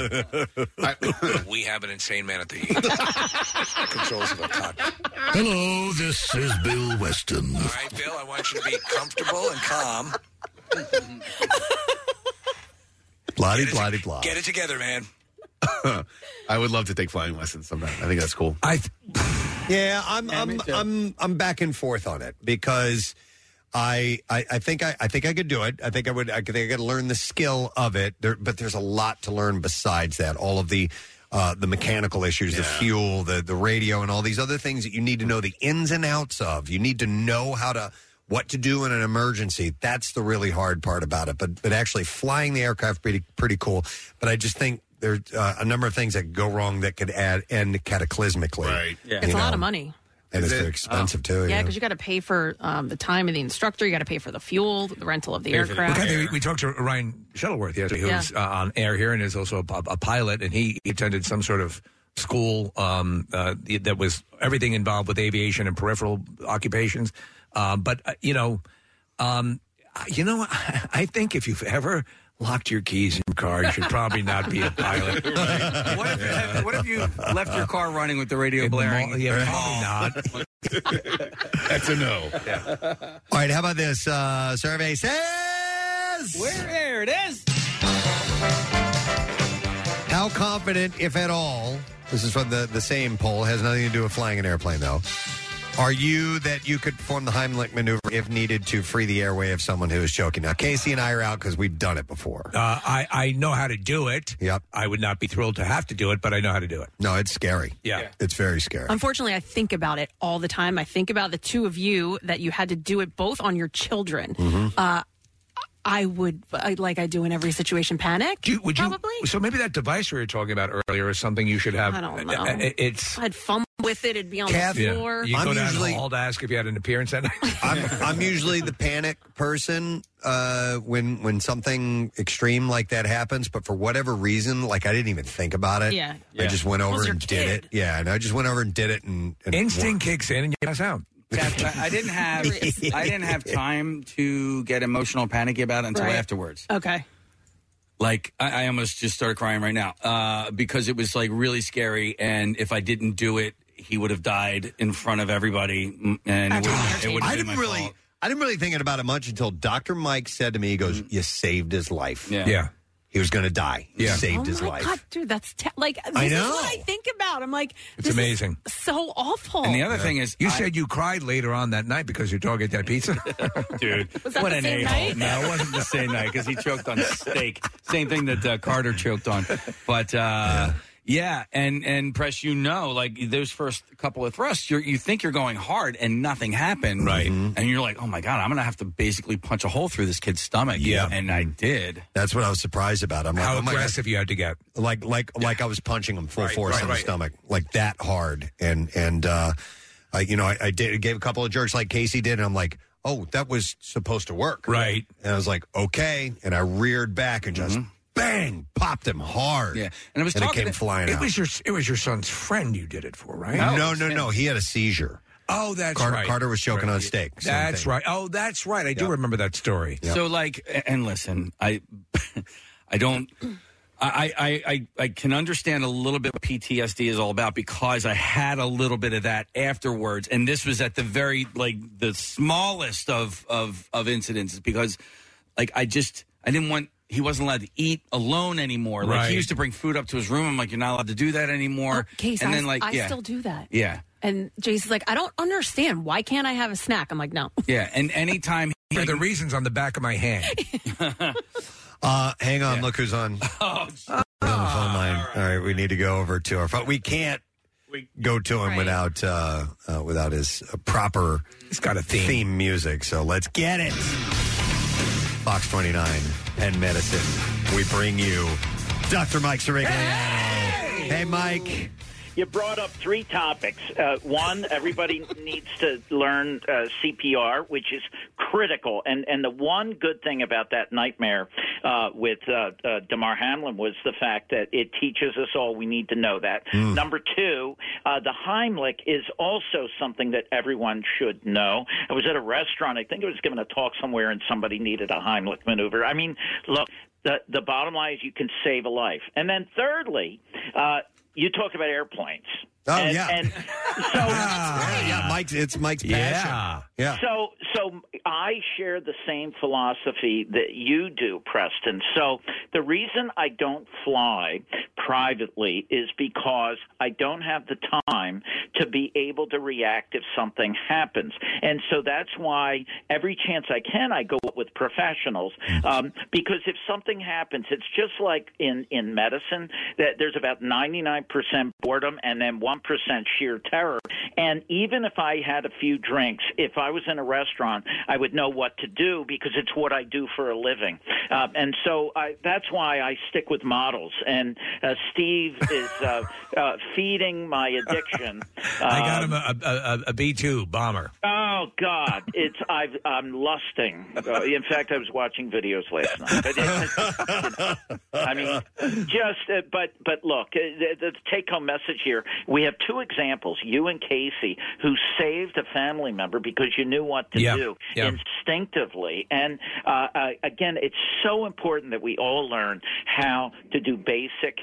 Speaker 17: we have an insane man at the controls of a cockpit.
Speaker 14: Hello, this is Bill Weston.
Speaker 17: All right, Bill, I want you to be comfortable and calm.
Speaker 11: Bloody, bloody, blah.
Speaker 17: Get it together, man.
Speaker 11: I would love to take flying lessons sometime. I think that's cool.
Speaker 6: I
Speaker 10: Yeah, I'm I'm, I'm I'm back and forth on it because I I, I think I, I think I could do it. I think I would I could, I could learn the skill of it. There, but there's a lot to learn besides that. All of the uh, the mechanical issues, the fuel, the the radio, and all these other things that you need to know the ins and outs of. You need to know how to what to do in an emergency. That's the really hard part about it. But but actually flying the aircraft pretty pretty cool. But I just think. There's uh, a number of things that could go wrong that could add end cataclysmically. Right.
Speaker 7: It's a lot of money.
Speaker 10: And
Speaker 7: Is
Speaker 10: it's
Speaker 7: it?
Speaker 10: expensive too.
Speaker 7: Yeah,
Speaker 10: Oh, Yeah.
Speaker 7: because you got to pay for um, the time of the instructor, you got to pay for the fuel, the rental of the aircraft.
Speaker 6: Okay, we, we talked to Ryan Shuttleworth yesterday,
Speaker 7: Yeah.
Speaker 6: who's uh, on air here and is also a, a pilot, and he attended some sort of school um, uh, that was everything involved with aviation and peripheral occupations. Um, but uh, you know, um, you know, I think if you've ever locked your keys in your car, you should probably not be a pilot.
Speaker 9: What if, what if you left your car running with the radio blaring? Oh.
Speaker 6: yeah, probably
Speaker 9: not.
Speaker 11: That's a no.
Speaker 10: All right, how about this uh, survey says?
Speaker 9: Where there it is.
Speaker 10: How confident, if at all, this is from the, the same poll, has nothing to do with flying an airplane, though. Are you that you could perform the Heimlich maneuver if needed to free the airway of someone who is choking? Now, Casey and I are out because we've done it before.
Speaker 6: Uh, I I know how to do it.
Speaker 10: Yep.
Speaker 6: I would not be thrilled to have to do it, but I know how to do it.
Speaker 10: No, it's scary.
Speaker 6: Yeah,
Speaker 10: it's very scary.
Speaker 7: Unfortunately, I think about it all the time. I think about the two of you that you had to do it both on your children.
Speaker 6: Mm.
Speaker 10: Mm-hmm.
Speaker 7: Uh, I would, I, like I do in every situation, panic.
Speaker 6: Do you, would Probably. So maybe that device we were talking about earlier is something you should have.
Speaker 7: I don't know.
Speaker 6: It- It's
Speaker 7: I'd fumble with it. It'd be on the
Speaker 6: Yeah.
Speaker 7: floor.
Speaker 6: You go down
Speaker 10: usually-
Speaker 6: the hall to ask if you had an appearance that night.
Speaker 10: I'm, I'm usually the panic person uh, when when something extreme like that happens, but for whatever reason, like I didn't even think about it.
Speaker 6: Yeah.
Speaker 10: I
Speaker 6: Yeah.
Speaker 10: just went
Speaker 6: Well, it's
Speaker 10: over
Speaker 6: your
Speaker 10: and did it. Yeah, and I just went over and did it, and, and
Speaker 6: Instinct
Speaker 10: worked.
Speaker 6: kicks in and you pass out.
Speaker 9: That's why I didn't have I didn't have time to get emotional panicky about it until
Speaker 7: Right.
Speaker 9: afterwards.
Speaker 7: Okay.
Speaker 9: Like I, I almost just started crying right now uh, because it was like really scary, and if I didn't do it, he would have died in front of everybody, mm, and it would have been
Speaker 10: I didn't
Speaker 9: my
Speaker 10: really,
Speaker 9: fault.
Speaker 10: I didn't really think about it much until Doctor Mike said to me, "He goes, you saved his life.
Speaker 9: Mm. Yeah. Yeah.
Speaker 10: he was going to die. You saved
Speaker 7: oh
Speaker 10: his
Speaker 7: my
Speaker 10: life.
Speaker 7: God, dude, that's te- like this
Speaker 10: I
Speaker 7: is
Speaker 10: know.
Speaker 7: what I think about. I'm like,
Speaker 6: It's
Speaker 7: this is
Speaker 6: amazing.
Speaker 7: so awful.
Speaker 6: you said you cried later on that night because your dog ate that pizza,
Speaker 9: dude.
Speaker 7: Was that
Speaker 9: what
Speaker 7: the
Speaker 9: an
Speaker 7: same
Speaker 9: a-hole.
Speaker 7: night?
Speaker 9: No, it wasn't the same night because he choked on steak. Same thing that uh, Carter choked on. But uh, yeah. and and press, you know, like those first couple of thrusts, you you think you're going hard and nothing happened, right? And you're like, oh my god, I'm gonna have to basically punch a hole through this kid's stomach.
Speaker 10: Yeah.
Speaker 9: and I did.
Speaker 10: That's what I was surprised about. I'm like,
Speaker 9: How
Speaker 10: oh my God.
Speaker 9: aggressive
Speaker 6: you had to get.
Speaker 10: like like like I was punching him full
Speaker 6: Right,
Speaker 10: force
Speaker 6: right,
Speaker 10: in
Speaker 6: right.
Speaker 10: the stomach, like that hard, and and uh, I, you know I, I did gave a couple of jerks like Casey did, and I'm like, oh, that was supposed to work,
Speaker 6: right? Mm-hmm.
Speaker 10: And I was like, okay, and I reared back and just bang, popped him hard, yeah,
Speaker 6: and
Speaker 10: I was it
Speaker 6: talking
Speaker 10: came
Speaker 6: to-
Speaker 10: flying
Speaker 6: It
Speaker 10: out.
Speaker 6: was your it was your son's friend you did it for, right?
Speaker 10: no, no, no, he had a seizure.
Speaker 6: Oh, that's
Speaker 10: Carter,
Speaker 6: right.
Speaker 10: Carter was choking on steak. Same
Speaker 6: That's
Speaker 10: thing.
Speaker 6: right. Oh, that's right. I do remember that story.
Speaker 9: So like, a- and listen, I, I don't, I, I, I, I can understand a little bit what PTSD is all about because I had a little bit of that afterwards, and this was at the very like the smallest of of of incidents because, like, I just I didn't want. He wasn't allowed to eat alone anymore. Like
Speaker 6: Right.
Speaker 9: he used to bring food up to his room. I'm like, you're not allowed to do that anymore.
Speaker 7: Case,
Speaker 9: and
Speaker 7: I,
Speaker 9: then like,
Speaker 7: I
Speaker 9: yeah,
Speaker 7: still do that.
Speaker 9: yeah.
Speaker 7: And Jason's like, I don't understand. Why can't I have a snack? I'm like, no.
Speaker 9: Yeah, and anytime
Speaker 6: for the reasons on the back of my hand.
Speaker 10: Uh, hang
Speaker 6: Oh,
Speaker 10: on, look who's on, on the phone line. All right, we need to go over to our phone. We can't. go to him without uh, uh, without his uh, proper. It's got a theme. theme music, so let's get it. Fox twenty nine and medicine. We bring you Dr. Mike Sirigliano. Hey, Mike.
Speaker 1: You brought up three topics. Uh, one, everybody needs to learn uh, CPR, which is critical. And and the one good thing about that nightmare uh, with uh, uh, Damar Hamlin was the fact that it teaches us all we need to know that.
Speaker 20: Mm.
Speaker 1: Number two, uh, the Heimlich is also something that everyone should know. I was at a restaurant. I think I was giving a talk somewhere, and somebody needed a Heimlich maneuver. I mean, look. The, the bottom line is you can save a life. And then thirdly, uh, you talked about airplanes.
Speaker 10: Oh
Speaker 1: and,
Speaker 10: yeah.
Speaker 1: And
Speaker 10: yeah, Mike's it's Mike's passion.
Speaker 1: Yeah.
Speaker 10: Yeah.
Speaker 1: so, so I share the same philosophy that you do, Preston. So the reason I don't fly privately is because I don't have the time to be able to react if something happens, and so that's why every chance I can, I go with professionals
Speaker 10: Mm.
Speaker 1: um, because if something happens, it's just like in in medicine that there's about ninety nine percent boredom and then one percent sheer terror, and even if I had a few drinks, if I was in a restaurant, I would know what to do because it's what I do for a living. Uh, and so I, that's why I stick with models. And uh, Steve is uh, uh, feeding my addiction.
Speaker 6: I got
Speaker 1: Um,
Speaker 6: him a, a, a, a B two bomber.
Speaker 1: Oh God! It's I've, I'm lusting. Uh, in fact, I was watching videos last night. But it- you know, I mean, just uh, but but look, uh, the, the take-home message here: we have two examples, you and Casey, who saved a family member because you knew what to
Speaker 23: Yeah,
Speaker 1: do
Speaker 23: yeah.
Speaker 1: instinctively. And uh, uh, again, it's so important that we all learn how to do basic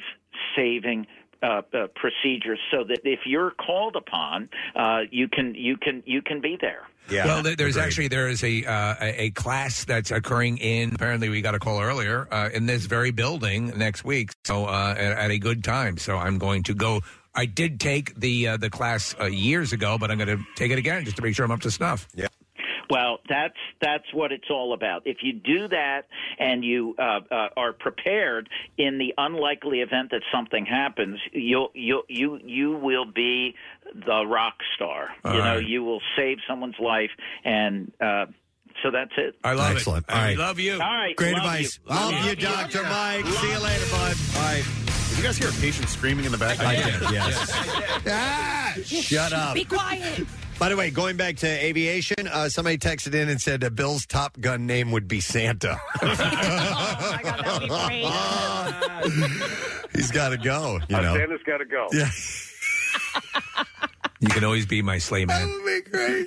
Speaker 1: life-saving uh, uh, procedures, so that if you're called upon, uh, you can you can you can be there.
Speaker 6: Well, there, there's actually there is a, uh, a a class that's occurring in. Apparently, we got a call earlier uh, in this very building next week. So uh, at, at a good time. So I'm going to go. I did take the uh, the class uh, years ago, but I'm going to take it again just to make sure I'm up to snuff.
Speaker 10: Yeah.
Speaker 1: Well, that's that's what it's all about. If you do that and you uh, uh, are prepared in the unlikely event that something happens, you'll you you you will be the rock star. you know, you will save someone's life, and uh, so that's it.
Speaker 10: I love it. Excellent. All right.
Speaker 1: you. All right,
Speaker 10: Great
Speaker 1: love
Speaker 10: advice.
Speaker 1: you.
Speaker 10: Love you, Dr. Mike. See you later, bud. All right.
Speaker 11: Did you guys hear a patient screaming in the back?
Speaker 10: I did, yes. Ah, shut up.
Speaker 15: Be quiet.
Speaker 10: By the way, going back to aviation, uh, somebody texted in and said uh, Bill's Top Gun name would be Santa. Oh, He's got to go. You
Speaker 6: Uh,
Speaker 10: know,
Speaker 6: Santa's
Speaker 10: got to go. Yeah.
Speaker 6: You can always be my sleigh man.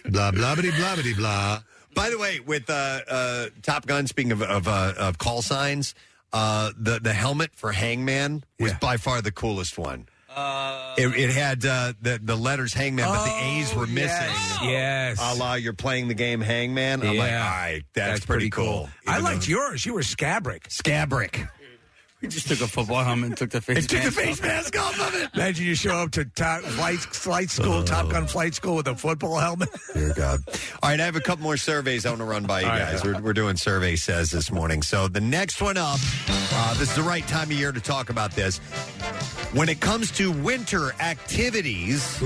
Speaker 10: blah blah bitty blah bitty blah. By the way, with uh, uh, Top Gun, speaking of of, uh, of call signs, uh, the the helmet for Hangman was by far the coolest one. it, it had uh, the the letters Hangman, but the A's were missing.
Speaker 6: Yes.
Speaker 10: a la you're playing the game Hangman. I'm
Speaker 6: Yeah.
Speaker 10: like, all right, that's,
Speaker 6: That's
Speaker 10: pretty,
Speaker 6: pretty
Speaker 10: cool.
Speaker 6: cool. I liked yours. You were Scabrick.
Speaker 10: Scabrick.
Speaker 9: We just took a football helmet and took the face.
Speaker 6: It took the
Speaker 9: mask
Speaker 6: face
Speaker 9: off.
Speaker 6: mask off of it. Imagine you show up to top flight, flight school, Top Gun flight school with a football helmet.
Speaker 10: Dear God. All right, I have a couple more surveys I want to run by you
Speaker 6: All right.
Speaker 10: guys. We're, we're doing survey says this morning. So the next one up, uh, this is the right time of year to talk about this. When it comes to winter activities,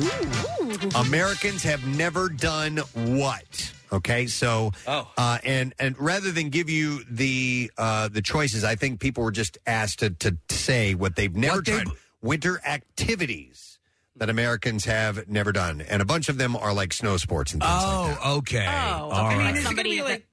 Speaker 10: Americans have never done what? Okay, so uh, and and rather than give you the uh, the choices, I think people were just asked to, to say what they've never done. Winter activities that Americans have never done, and a bunch of them are like snow sports and things.
Speaker 6: Oh, okay.
Speaker 7: Oh,
Speaker 10: All
Speaker 7: I mean,
Speaker 10: right.
Speaker 7: is it gonna be like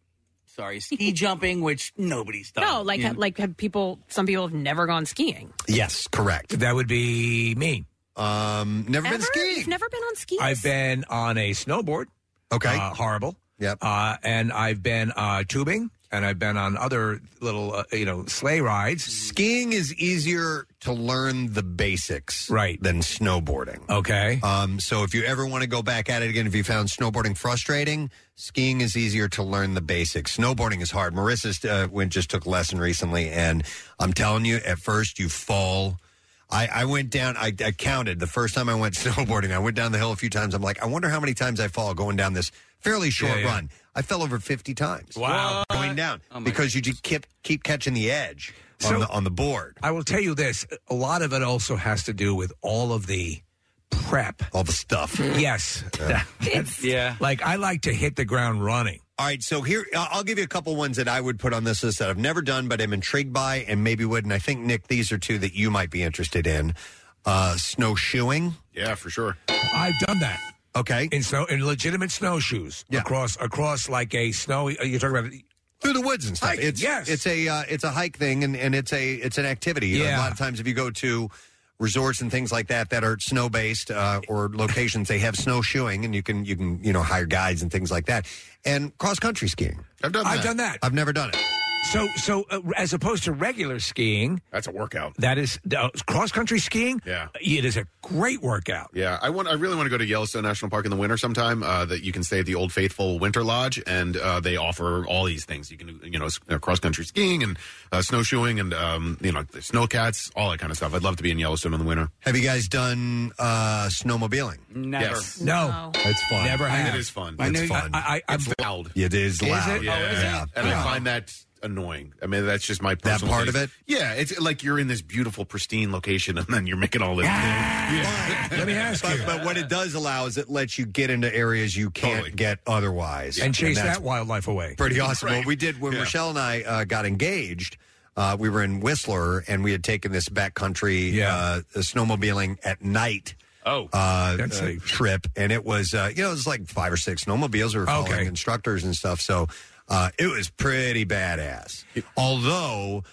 Speaker 9: Sorry, ski jumping, which nobody's done.
Speaker 7: no, like
Speaker 9: You know?
Speaker 7: like have people. Some people have never gone skiing.
Speaker 10: Yes, correct.
Speaker 6: That would be me.
Speaker 10: Um, never
Speaker 7: Ever? You've never been on skis.
Speaker 6: I've been on a snowboard.
Speaker 10: Okay.
Speaker 6: Uh, horrible.
Speaker 10: Yep.
Speaker 6: Uh, and I've been uh, tubing, and I've been on other little, uh, you know, sleigh rides.
Speaker 10: Skiing is easier to learn the basics
Speaker 6: right.
Speaker 10: than snowboarding.
Speaker 6: Okay.
Speaker 10: Um, so if you ever want to go back at it again, if you found snowboarding frustrating, skiing is easier to learn the basics. Snowboarding is hard. Marissa's uh, went just took a lesson recently, and I'm telling you, at first you fall. I, I went down. I, I counted the first time I went snowboarding. I went down the hill a few times. I'm like, I wonder how many times I fall going down this fairly short
Speaker 6: Yeah, yeah.
Speaker 10: run. I fell over 50 times.
Speaker 6: Wow.
Speaker 10: going down because you just keep keep catching the edge on the on the board.
Speaker 6: I will tell you this: a lot of it also has to do with all of the prep.
Speaker 10: All the stuff.
Speaker 6: Yes. That's-
Speaker 9: yeah.
Speaker 6: Like I like to hit the ground running.
Speaker 10: All right, so here I- I'll give you a couple ones that I would put on this list that I've never done, but I'm intrigued by, and maybe would. And I think Nick, these are two that you might be interested in: uh, snowshoeing.
Speaker 11: Yeah, for sure.
Speaker 6: I've done that.
Speaker 10: Okay.
Speaker 6: In snow, in legitimate snow. snowshoes across across like a snowy. You're talking about
Speaker 10: through the woods and stuff. It's,
Speaker 6: yes,
Speaker 10: it's a uh, it's a hike thing, and, and it's a it's an activity. You know,
Speaker 6: Yeah.
Speaker 10: a lot of times if you go to resorts and things like that that are snow based uh, or locations, they have snowshoeing, and you can you can you know hire guides and things like that, and cross country skiing.
Speaker 11: I've
Speaker 6: done I've that. done that.
Speaker 10: I've never done it.
Speaker 6: So so uh, as opposed to regular skiing,
Speaker 11: that's a workout.
Speaker 6: That is uh, cross country skiing. uh,
Speaker 11: Yeah.
Speaker 6: it is a great workout.
Speaker 11: Yeah, I want. I really want to go to Yellowstone National Park in the winter sometime. Uh, that you can stay at the Old Faithful Winter Lodge, and uh, they offer all these things. You can, you know, cross country skiing and uh, snowshoeing, and um, you know, the snow cats, all that kind of stuff. I'd love to be in Yellowstone in the winter.
Speaker 10: Have you guys done uh, snowmobiling?
Speaker 11: Never. Yes.
Speaker 6: No.
Speaker 10: it's fun.
Speaker 6: Never have.
Speaker 11: It is fun.
Speaker 6: I
Speaker 11: it's
Speaker 6: know-
Speaker 11: fun.
Speaker 6: I- I-
Speaker 11: it's
Speaker 6: I'm-
Speaker 11: loud.
Speaker 10: It is loud.
Speaker 11: it? Yeah.
Speaker 10: Oh, is it?
Speaker 11: And
Speaker 10: Oh.
Speaker 11: I find that annoying. I mean, that's just my personal
Speaker 10: part
Speaker 11: taste.
Speaker 10: of it?
Speaker 11: Yeah, it's like you're in this beautiful, pristine location, and then you're making all this.
Speaker 6: Let me ask
Speaker 10: but, you. But what it does allow is it lets you get into areas you can't get otherwise,
Speaker 6: and chase
Speaker 10: that's
Speaker 6: that wildlife away.
Speaker 10: Pretty awesome. What we did when Rochelle and I uh, got engaged, uh, we were in Whistler and we had taken this backcountry uh, snowmobiling at night.
Speaker 11: Oh,
Speaker 10: uh,
Speaker 6: that's
Speaker 10: uh,
Speaker 6: safe.
Speaker 10: trip, and it was uh, you know it was like five or six snowmobiles. We were following
Speaker 6: Okay.
Speaker 10: instructors and stuff, so uh, it was pretty badass. Although.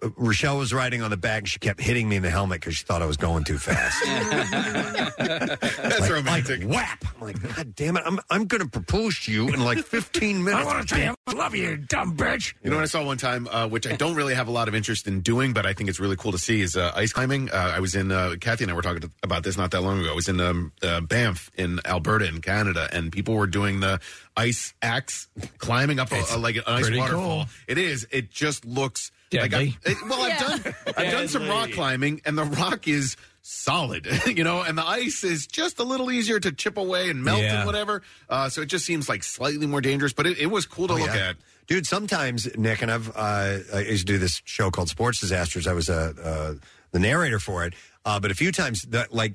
Speaker 10: uh, Rochelle was riding on the back. and She kept hitting me in the helmet because she thought I was going too fast.
Speaker 11: That's
Speaker 10: like, romantic. Like whap! I'm like, God damn it! I'm I'm gonna propose to you in like 15 minutes.
Speaker 6: love you, dumb bitch.
Speaker 11: You know what I saw one time, uh, which I don't really have a lot of interest in doing, but I think it's really cool to see is uh, ice climbing. Uh, I was in uh, Kathy and I were talking to, about this not that long ago. I was in um, uh, Banff in Alberta in Canada, and people were doing the ice axe climbing up a, a- like an ice
Speaker 6: pretty
Speaker 11: waterfall.
Speaker 6: cool.
Speaker 11: It is. It just looks
Speaker 6: Deadly.
Speaker 11: like. I've, it, well, I've done. I've done some rock
Speaker 6: Deadly.
Speaker 11: climbing, and the rock is solid, you know, and the ice is just a little easier to chip away and melt
Speaker 10: Yeah.
Speaker 11: and whatever. Uh, so it just seems like slightly more dangerous, but it, it was cool to
Speaker 10: Oh,
Speaker 11: look
Speaker 10: yeah.
Speaker 11: at.
Speaker 10: Dude, sometimes Nick and I've uh, I used to do this show called Sports Disasters. I was uh, uh, the narrator for it, uh, but a few times that like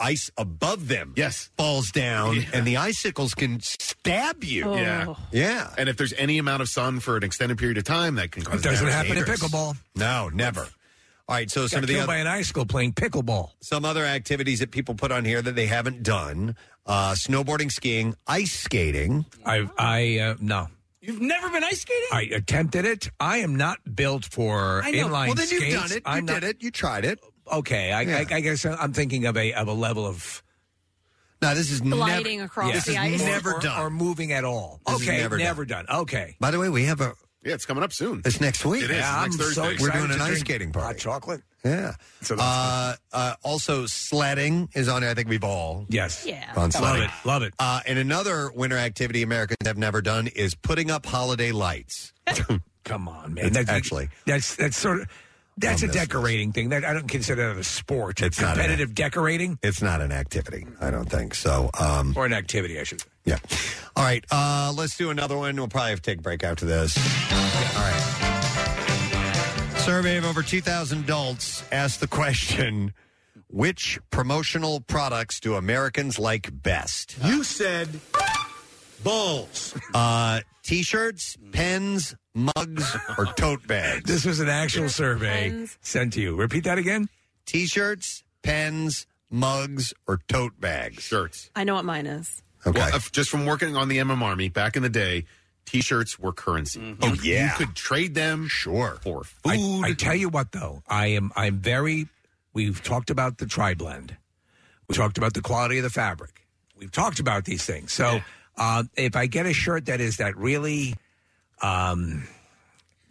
Speaker 10: ice above them,
Speaker 11: yes,
Speaker 10: falls down, and the icicles can stab you.
Speaker 6: Oh.
Speaker 11: Yeah.
Speaker 10: yeah.
Speaker 11: And if there's any amount of sun for an extended period of time, that can cause
Speaker 6: It doesn't
Speaker 11: damage.
Speaker 6: happen in pickleball.
Speaker 10: No, never. All right, so some
Speaker 6: Got
Speaker 10: of the
Speaker 6: killed
Speaker 10: other,
Speaker 6: by an icicle playing pickleball.
Speaker 10: some other activities that people put on here that they haven't done: uh, snowboarding, skiing, ice skating.
Speaker 6: I I uh, no.
Speaker 9: You've never been ice skating?
Speaker 6: I attempted it. I am not built for
Speaker 9: I know.
Speaker 6: inline
Speaker 9: Well, then you've
Speaker 6: skates.
Speaker 9: done it. You
Speaker 6: I'm
Speaker 9: did
Speaker 6: not-
Speaker 10: it. You tried it.
Speaker 6: Okay. I, I, I guess I'm thinking of a of a level of.
Speaker 10: No, this is
Speaker 15: Gliding never- across
Speaker 10: this the is ice. never
Speaker 6: or,
Speaker 10: done.
Speaker 6: or moving at all.
Speaker 10: This is
Speaker 6: okay,
Speaker 10: never
Speaker 6: never,
Speaker 10: done.
Speaker 6: done. Okay.
Speaker 10: By the way, we have a
Speaker 11: Yeah, it's coming up soon.
Speaker 10: It's next week.
Speaker 6: It is. Yeah, It's next I'm so Thursday.
Speaker 10: We're
Speaker 6: excited
Speaker 10: doing an
Speaker 6: to
Speaker 10: ice
Speaker 6: drink
Speaker 10: skating party.
Speaker 6: Hot chocolate.
Speaker 10: Yeah. Uh, uh, also, sledding is on. here. I think we've all
Speaker 6: yes,
Speaker 10: yeah,
Speaker 6: Love
Speaker 10: on sledding.
Speaker 6: it, love it.
Speaker 10: Uh, and another winter activity Americans have never done is putting up holiday lights.
Speaker 6: Come on, man.
Speaker 10: It's
Speaker 6: That's
Speaker 10: actually-
Speaker 6: that's that's sort of that's a decorating thing. That I don't consider that a sport. It's
Speaker 10: not an
Speaker 6: competitive decorating
Speaker 10: It's not an activity, I don't think so. Um,
Speaker 6: or an activity. I should. say.
Speaker 10: yeah. All right. Uh, let's do another one. We'll probably have to take a break after this. All right. Survey of over 2,000 adults asked the question. Which promotional products do Americans like best? You said balls. Uh, t-shirts, pens, mugs, or tote bags.
Speaker 6: This was an actual survey sent to you. Repeat that again.
Speaker 10: T-shirts, pens, mugs, or tote bags.
Speaker 11: Shirts.
Speaker 15: I know what mine is.
Speaker 10: Okay.
Speaker 11: Well, if- just from working on the MM Army back in the day, t-shirts were currency. Oh
Speaker 6: yeah.
Speaker 11: you could trade them.
Speaker 10: Sure.
Speaker 11: For
Speaker 6: I, I tell you what, though, I am I'm very. We've talked about the tri blend. We talked about the quality of the fabric. We've talked about these things. So uh, if I get a shirt that is that really um,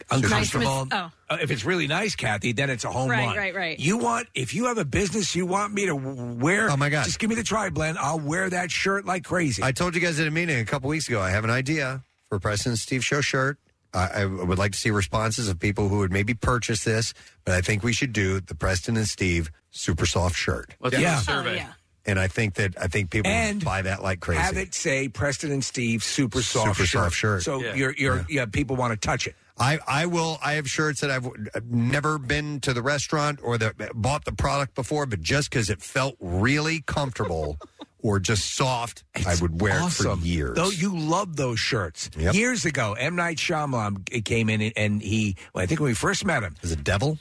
Speaker 15: Nice mis-
Speaker 6: uncomfortable,
Speaker 15: oh.
Speaker 6: uh, if it's really nice, Kathy, then it's a home
Speaker 15: Right,
Speaker 6: run.
Speaker 15: right, right.
Speaker 6: You want if you have a business, you want me to w- wear.
Speaker 10: Oh, my God.
Speaker 6: Just give me the tri blend. I'll wear that shirt like crazy.
Speaker 10: I told you guys at a meeting a couple weeks ago. I have an idea for a President Steve Show shirt. I, I would like to see responses of people who would maybe purchase this, but I think we should do the Preston and Steve super soft shirt.
Speaker 15: Oh,
Speaker 9: Let's do a survey.
Speaker 10: and I think that I think people
Speaker 6: And
Speaker 10: buy that like crazy.
Speaker 6: Have it say Preston and Steve super soft
Speaker 10: Super
Speaker 6: shirt.
Speaker 10: soft shirt.
Speaker 6: So
Speaker 10: Yeah.
Speaker 6: you're you're yeah. people want to touch it.
Speaker 10: I, I will. I have shirts that I've w- never been to the restaurant or that bought the product before, but just because it felt really comfortable or just soft, I would wear it
Speaker 6: awesome.
Speaker 10: for years.
Speaker 6: Though you love those shits. Years ago, M Night Shyamalan g- came in and- and he well, I think when we first met him,
Speaker 10: is a devil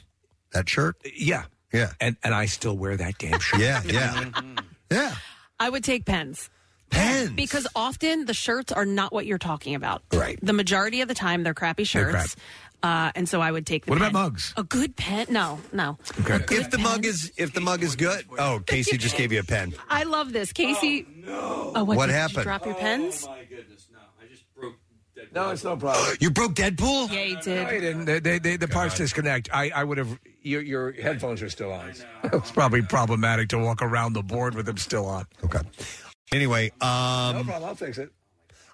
Speaker 10: that shirt?
Speaker 6: Yeah.
Speaker 10: Yeah.
Speaker 6: And and I still wear that damn shirt.
Speaker 10: yeah, yeah. yeah.
Speaker 15: I would take pens.
Speaker 10: Pens.
Speaker 15: Because often the shirts are not what you're talking about.
Speaker 10: Right.
Speaker 15: The majority of the time they're crappy
Speaker 10: They're crap.
Speaker 15: shirts. Uh, and so I would take the
Speaker 10: What about
Speaker 15: pen.
Speaker 10: mugs?
Speaker 15: A good pen? No, no.
Speaker 10: If the mug is if the mug is good, oh, Casey just gave you a pen.
Speaker 15: I love this. Casey. no. Oh, what,
Speaker 10: What
Speaker 15: did you
Speaker 10: happened?
Speaker 15: drop your pens?
Speaker 6: No, it's no problem.
Speaker 10: You broke Deadpool?
Speaker 15: Yeah, he
Speaker 6: No, you
Speaker 15: did.
Speaker 6: didn't. They, they, they, the parts disconnect. I, I would have. Your, your headphones are still on. It's probably problematic to walk around the board with them still on.
Speaker 10: Okay. Anyway,
Speaker 6: no
Speaker 10: um,
Speaker 6: problem. I'll fix it.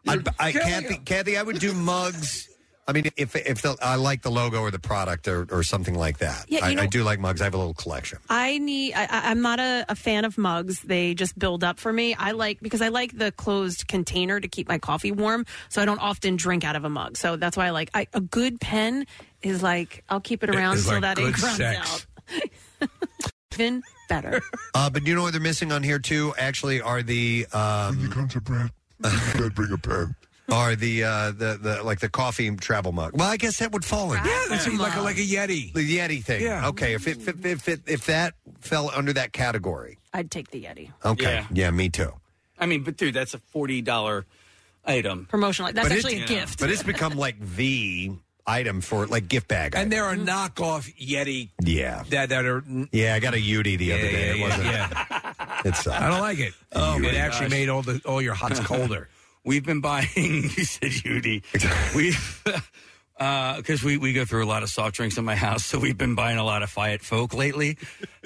Speaker 10: I, I
Speaker 6: killing
Speaker 10: Kathy, Kathy, I would do mugs. I mean, if if the, I like the logo or the product or, or something like that,
Speaker 15: Yeah, you
Speaker 10: I, I
Speaker 15: know-
Speaker 10: do like mugs. I have a little collection.
Speaker 15: I need. I, I- I'm not a, a fan of mugs. They just build up for me. I like because I like the closed container to keep my coffee warm, so I don't often drink out of a mug. So that's why I like I, a good pen. Is like I'll keep it
Speaker 10: It
Speaker 15: around
Speaker 10: is
Speaker 15: till
Speaker 10: like
Speaker 15: that
Speaker 10: good
Speaker 15: ink runs
Speaker 10: sex.
Speaker 15: out. Even better.
Speaker 10: Uh, but you know what they're missing on here too? Actually, are the um, when you come to Brad, bring a pen. Are the uh, the the like the coffee travel mug? Well, I guess that would fall in.
Speaker 6: Yeah, that's like a, like a Yeti.
Speaker 10: The Yeti thing.
Speaker 6: Yeah.
Speaker 10: Okay. If it, if it, if, it, if that fell under that category.
Speaker 15: I'd take the Yeti
Speaker 10: Okay.
Speaker 9: Yeah.
Speaker 10: Yeah. me too.
Speaker 9: I mean, but dude, that's a forty dollar item.
Speaker 15: promotional. That's
Speaker 10: But
Speaker 15: actually a
Speaker 10: it's-
Speaker 15: gift.
Speaker 10: But it's become like the item for like gift bag.
Speaker 6: And there are knockoff Yeti
Speaker 10: yeah.
Speaker 6: that, that are.
Speaker 10: Yeah, I got a Yudi the other
Speaker 6: Yeah,
Speaker 10: day.
Speaker 6: yeah,
Speaker 10: it
Speaker 6: yeah,
Speaker 10: wasn't. It sucked.
Speaker 6: I don't like it.
Speaker 10: Oh,
Speaker 6: it
Speaker 10: my
Speaker 6: actually
Speaker 10: gosh.
Speaker 6: made all the all your hots colder.
Speaker 9: We've been buying. you said Judy. We because we we go through a lot of soft drinks in my house, so we've been buying a lot of Fiat Folk lately.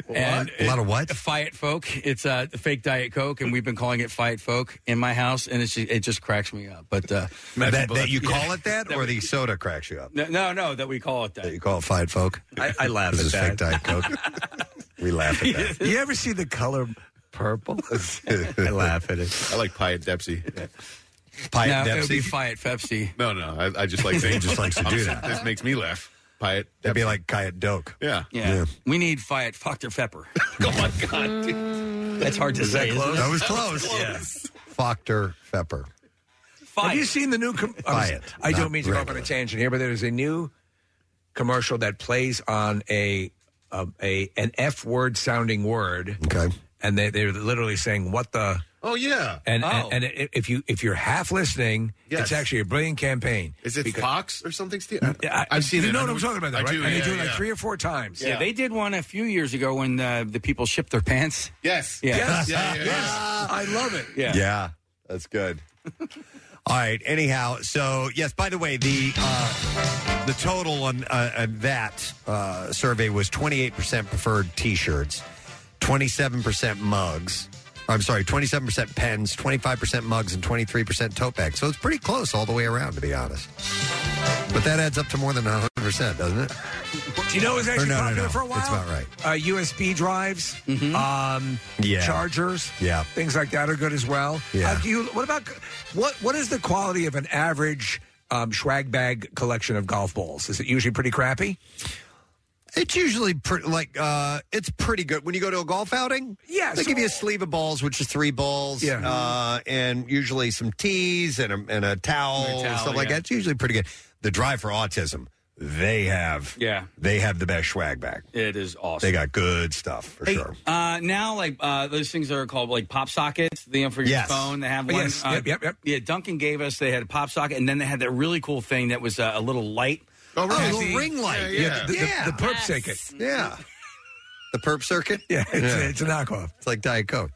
Speaker 10: A lot of what?
Speaker 9: Fiat Folk. It's uh, the fake Diet Coke, and we've been calling it Fiat Folk in my house, and it's ju- it just cracks me up. But uh,
Speaker 10: That, that you call
Speaker 9: Yeah.
Speaker 10: it that, or the soda cracks you up?
Speaker 9: No, no, no, that we call it that.
Speaker 10: You call it Fied Folk?
Speaker 9: I- I laugh
Speaker 10: This
Speaker 9: at
Speaker 10: is
Speaker 9: that.
Speaker 10: fake Diet Coke. we laugh at that.
Speaker 6: You ever see the color purple?
Speaker 11: I laugh at it. I like pie at Depsy.
Speaker 10: Pie
Speaker 9: no, it would be Fiat Pepsi.
Speaker 11: No, no. I, I just like saying
Speaker 9: He just likes to do that.
Speaker 11: This makes me laugh. Pie at
Speaker 10: That'd be like Kayat Doke.
Speaker 11: Yeah.
Speaker 9: Yeah. we need Fiat Dr Pepper. oh my god, dude. that's hard to
Speaker 10: Is
Speaker 9: say.
Speaker 10: that
Speaker 9: isn't
Speaker 10: close?
Speaker 9: it?
Speaker 10: That was close. Fochter Pepper.
Speaker 6: Have you seen the new? Com-
Speaker 10: Buy it,
Speaker 6: I
Speaker 10: not
Speaker 6: don't mean to go off on a tangent here, but there's a new commercial that plays on a a, a an F word sounding word.
Speaker 10: Okay.
Speaker 6: And they they're literally saying what the
Speaker 11: Oh yeah.
Speaker 6: and
Speaker 11: oh.
Speaker 6: and, and i- if you if you're half listening,
Speaker 11: Yes.
Speaker 6: it's actually a brilliant campaign.
Speaker 11: is it
Speaker 6: Because-
Speaker 11: Fox or something? Steve?
Speaker 6: I-
Speaker 11: I've seen
Speaker 6: you
Speaker 11: it.
Speaker 6: know
Speaker 11: I
Speaker 6: what I'm talking about, though,
Speaker 11: I
Speaker 6: right?
Speaker 11: do.
Speaker 6: And they
Speaker 11: yeah,
Speaker 6: do it like
Speaker 11: yeah.
Speaker 6: three or four times.
Speaker 9: Yeah. they did one a few years ago when uh, the people shipped their pants.
Speaker 11: Yes.
Speaker 9: Yeah.
Speaker 10: Yes.
Speaker 9: Yeah, yeah, yeah.
Speaker 6: Yes. I love it.
Speaker 9: Yeah.
Speaker 10: Yeah, that's good. All right. Anyhow, so yes. By the way, the uh, the total on, uh, on that uh, survey was twenty eight percent preferred T-shirts, twenty seven percent mugs. I'm sorry, twenty seven percent pens, twenty five percent mugs, and twenty three percent tote bags. So it's pretty close all the way around, to be honest. But that adds up to more than hundred percent, doesn't it?
Speaker 6: Do you know it was
Speaker 10: Or
Speaker 6: actually
Speaker 10: no, no,
Speaker 6: popular
Speaker 10: no.
Speaker 6: for a while?
Speaker 10: It's about right.
Speaker 6: Uh, USB drives, um,
Speaker 10: Yeah.
Speaker 6: chargers,
Speaker 10: Yeah.
Speaker 6: things like that are good as well.
Speaker 10: Yeah.
Speaker 6: Uh, do you, what about what? What is the quality of an average um, swag bag collection of golf balls? Is it usually pretty crappy?
Speaker 10: It's usually pre- like uh, it's pretty good when you go to a golf outing.
Speaker 6: Yeah,
Speaker 10: they
Speaker 6: so-
Speaker 10: give you a sleeve of balls, which is three balls,
Speaker 6: Yeah.
Speaker 10: uh, and usually some teas and a, and a towel,
Speaker 6: And a towel,
Speaker 10: stuff like
Speaker 6: yeah.
Speaker 10: that. It's usually pretty good. The drive for autism, they have
Speaker 9: Yeah.
Speaker 10: they have the best swag bag.
Speaker 9: It is awesome.
Speaker 10: They got good stuff for sure.
Speaker 9: Uh, now, like uh, those things that are called like pop sockets, the for your
Speaker 10: Yes.
Speaker 9: phone. They have
Speaker 10: Oh,
Speaker 9: one.
Speaker 10: yes.
Speaker 9: uh,
Speaker 10: Yep, yep, yep.
Speaker 9: Yeah, Duncan gave us. They had a pop socket, and then they had that really cool thing that was uh, a little light.
Speaker 10: Oh,
Speaker 9: right.
Speaker 10: little ring light.
Speaker 9: Yeah, yeah.
Speaker 10: the, the-
Speaker 9: Yeah.
Speaker 10: the perp
Speaker 9: Yes.
Speaker 10: circuit. Yeah. The perp circuit? Yeah,
Speaker 6: it's- it's a knockoff.
Speaker 10: It's like Diet Coke.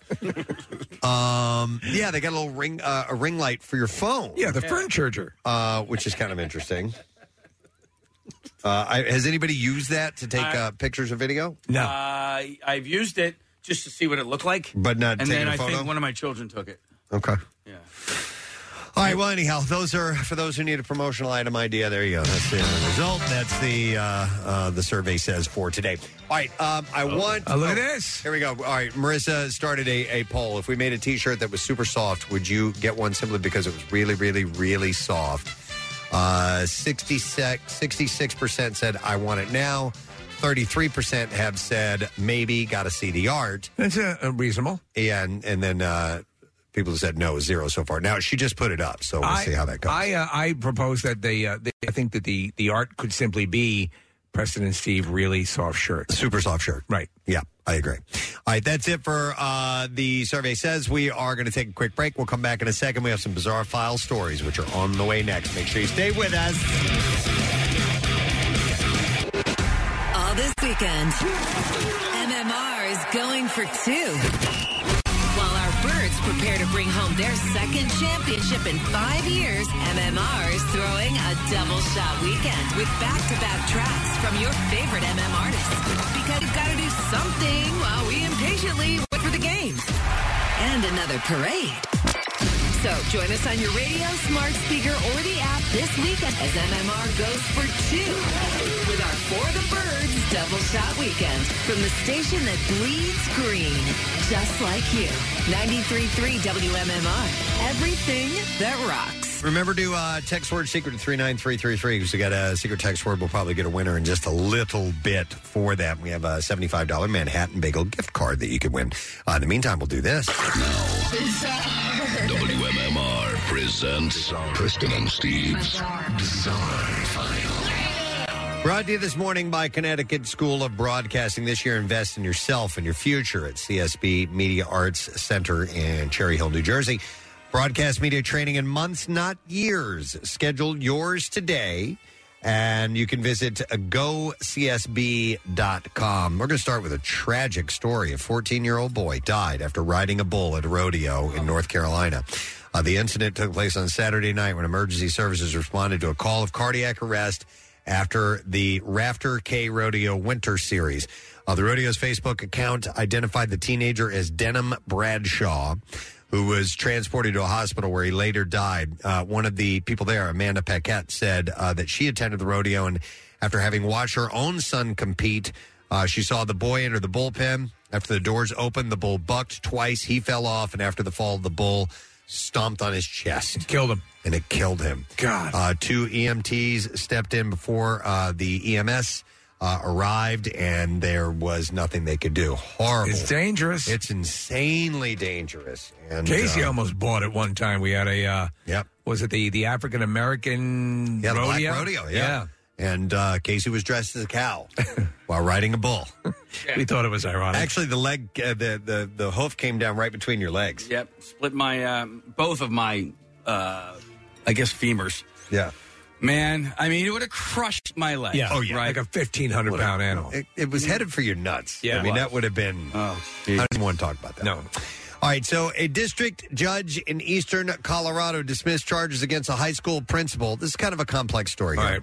Speaker 10: um, yeah, they got a little ring, uh, a ring light for your phone.
Speaker 6: Yeah, the phone charger,
Speaker 10: uh, which is kind of interesting. Uh, I, has anybody used that to take uh, pictures or video?
Speaker 6: No,
Speaker 9: uh, I've used it just to see what it looked like,
Speaker 10: But not
Speaker 9: and
Speaker 10: taking
Speaker 9: then
Speaker 10: a
Speaker 9: I
Speaker 10: photo?
Speaker 9: think one of my children took it.
Speaker 10: Okay.
Speaker 9: Yeah.
Speaker 10: All right, right. Well, anyhow, those are for those who need a promotional item idea. There you go. That's the end result. That's the uh, uh, the survey says for today. All right. Um, I want.
Speaker 6: oh, look at
Speaker 10: this. Here we go. All right. Marissa started a, a poll. If we made a T-shirt that was super soft, would you get one simply because it was really, really, really soft? Uh, 66 percent said I want it now. Thirty-three percent have said maybe. Got to see the art.
Speaker 6: That's uh, reasonable.
Speaker 10: Yeah, and, and then uh, people said no, zero so far. Now she just put it up, so we'll
Speaker 6: I,
Speaker 10: see how that goes.
Speaker 6: I uh, I propose that they, uh, they. I think that the the art could simply be Preston and Steve really soft shirt,
Speaker 10: super soft shirt.
Speaker 6: Right.
Speaker 10: Yeah, I agree. All right, that's it for uh, the survey. Says we are going to take a quick break. We'll come back in a second. We have some bizarre file stories which are on the way next. Make sure you stay with us.
Speaker 8: All this weekend, MMR is going for two. While our birds prepare to bring home their second championship in five years, MMR is throwing a double shot weekend with back to back tracks from your favorite MM artists. Because you've got to do something while we impatiently wait for the game and another parade. So join us on your radio, smart speaker, or the app this weekend as MMR goes for two with our For the Birds Double Shot Weekend from the station that bleeds green, just like you. 93.3 WMMR, everything that rocks.
Speaker 10: Remember to uh, text word secret to 39333 because we got a secret text word. We'll probably get a winner in just a little bit for that. We have a $75 Manhattan Bagel gift card that you could win. Uh, in the meantime, we'll do this.
Speaker 5: WMMR presents Preston and Steve's Bizarre File.
Speaker 10: Brought to you this morning by Connecticut School of Broadcasting. This year, invest in yourself and your future at CSB Media Arts Center in Cherry Hill, New Jersey. Broadcast media training in months, not years. Schedule yours today, and you can visit gocsb.com. We're going to start with a tragic story. A 14 year old boy died after riding a bull at a rodeo in North Carolina. Uh, the incident took place on Saturday night when emergency services responded to a call of cardiac arrest after the Rafter K Rodeo Winter Series. Uh, the rodeo's Facebook account identified the teenager as Denham Bradshaw, who was transported to a hospital where he later died. Uh, one of the people there, Amanda Paquette, said uh, that she attended the rodeo and after having watched her own son compete, uh, she saw the boy enter the bullpen. After the doors opened, the bull bucked twice. He fell off, and after the fall, the bull stomped on his chest.
Speaker 6: killed him.
Speaker 10: And it killed him. God. Uh, two EMTs stepped in before uh, the EMS uh, arrived, and there was nothing they could do. Horrible.
Speaker 6: It's dangerous.
Speaker 10: It's insanely dangerous. And,
Speaker 6: Casey
Speaker 10: uh,
Speaker 6: almost bought it one time. We had a. Uh,
Speaker 10: yep.
Speaker 6: Was it the the African American
Speaker 10: Yeah, the
Speaker 6: rodeo?
Speaker 10: black rodeo, yeah. And uh, Casey was dressed as a cow while riding a bull.
Speaker 6: we thought it was ironic.
Speaker 10: Actually, the leg, uh, the, the the hoof came down right between your legs.
Speaker 9: Yep, split my um, both of my, uh, I guess femurs.
Speaker 10: Yeah.
Speaker 9: Man, I mean, it would have crushed my leg.
Speaker 6: Yeah. Oh, yeah.
Speaker 9: right?
Speaker 6: Like a 1,500
Speaker 9: Would've-
Speaker 6: pound animal.
Speaker 10: It, it was headed for your nuts.
Speaker 6: Yeah,
Speaker 10: I
Speaker 6: it
Speaker 10: mean
Speaker 6: was.
Speaker 10: that would have been. I don't even want to talk about that.
Speaker 6: No.
Speaker 10: All right, so a district judge in eastern Colorado dismissed charges against a high school principal. This is kind of a complex story here.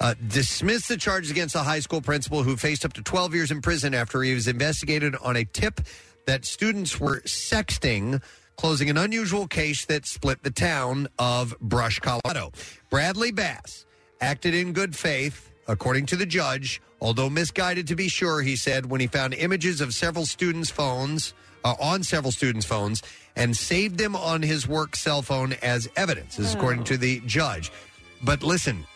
Speaker 10: Uh, dismissed the charges against a high school principal who faced up to 12 years in prison after he was investigated on a tip that students were sexting, closing an unusual case that split the town of Brush, Colorado. Bradley Bass acted in good faith, according to the judge, although misguided to be sure, he said, when he found images of several students' phones uh, on several students' phones and saved them on his work cell phone as evidence, this is according to the judge. But listen,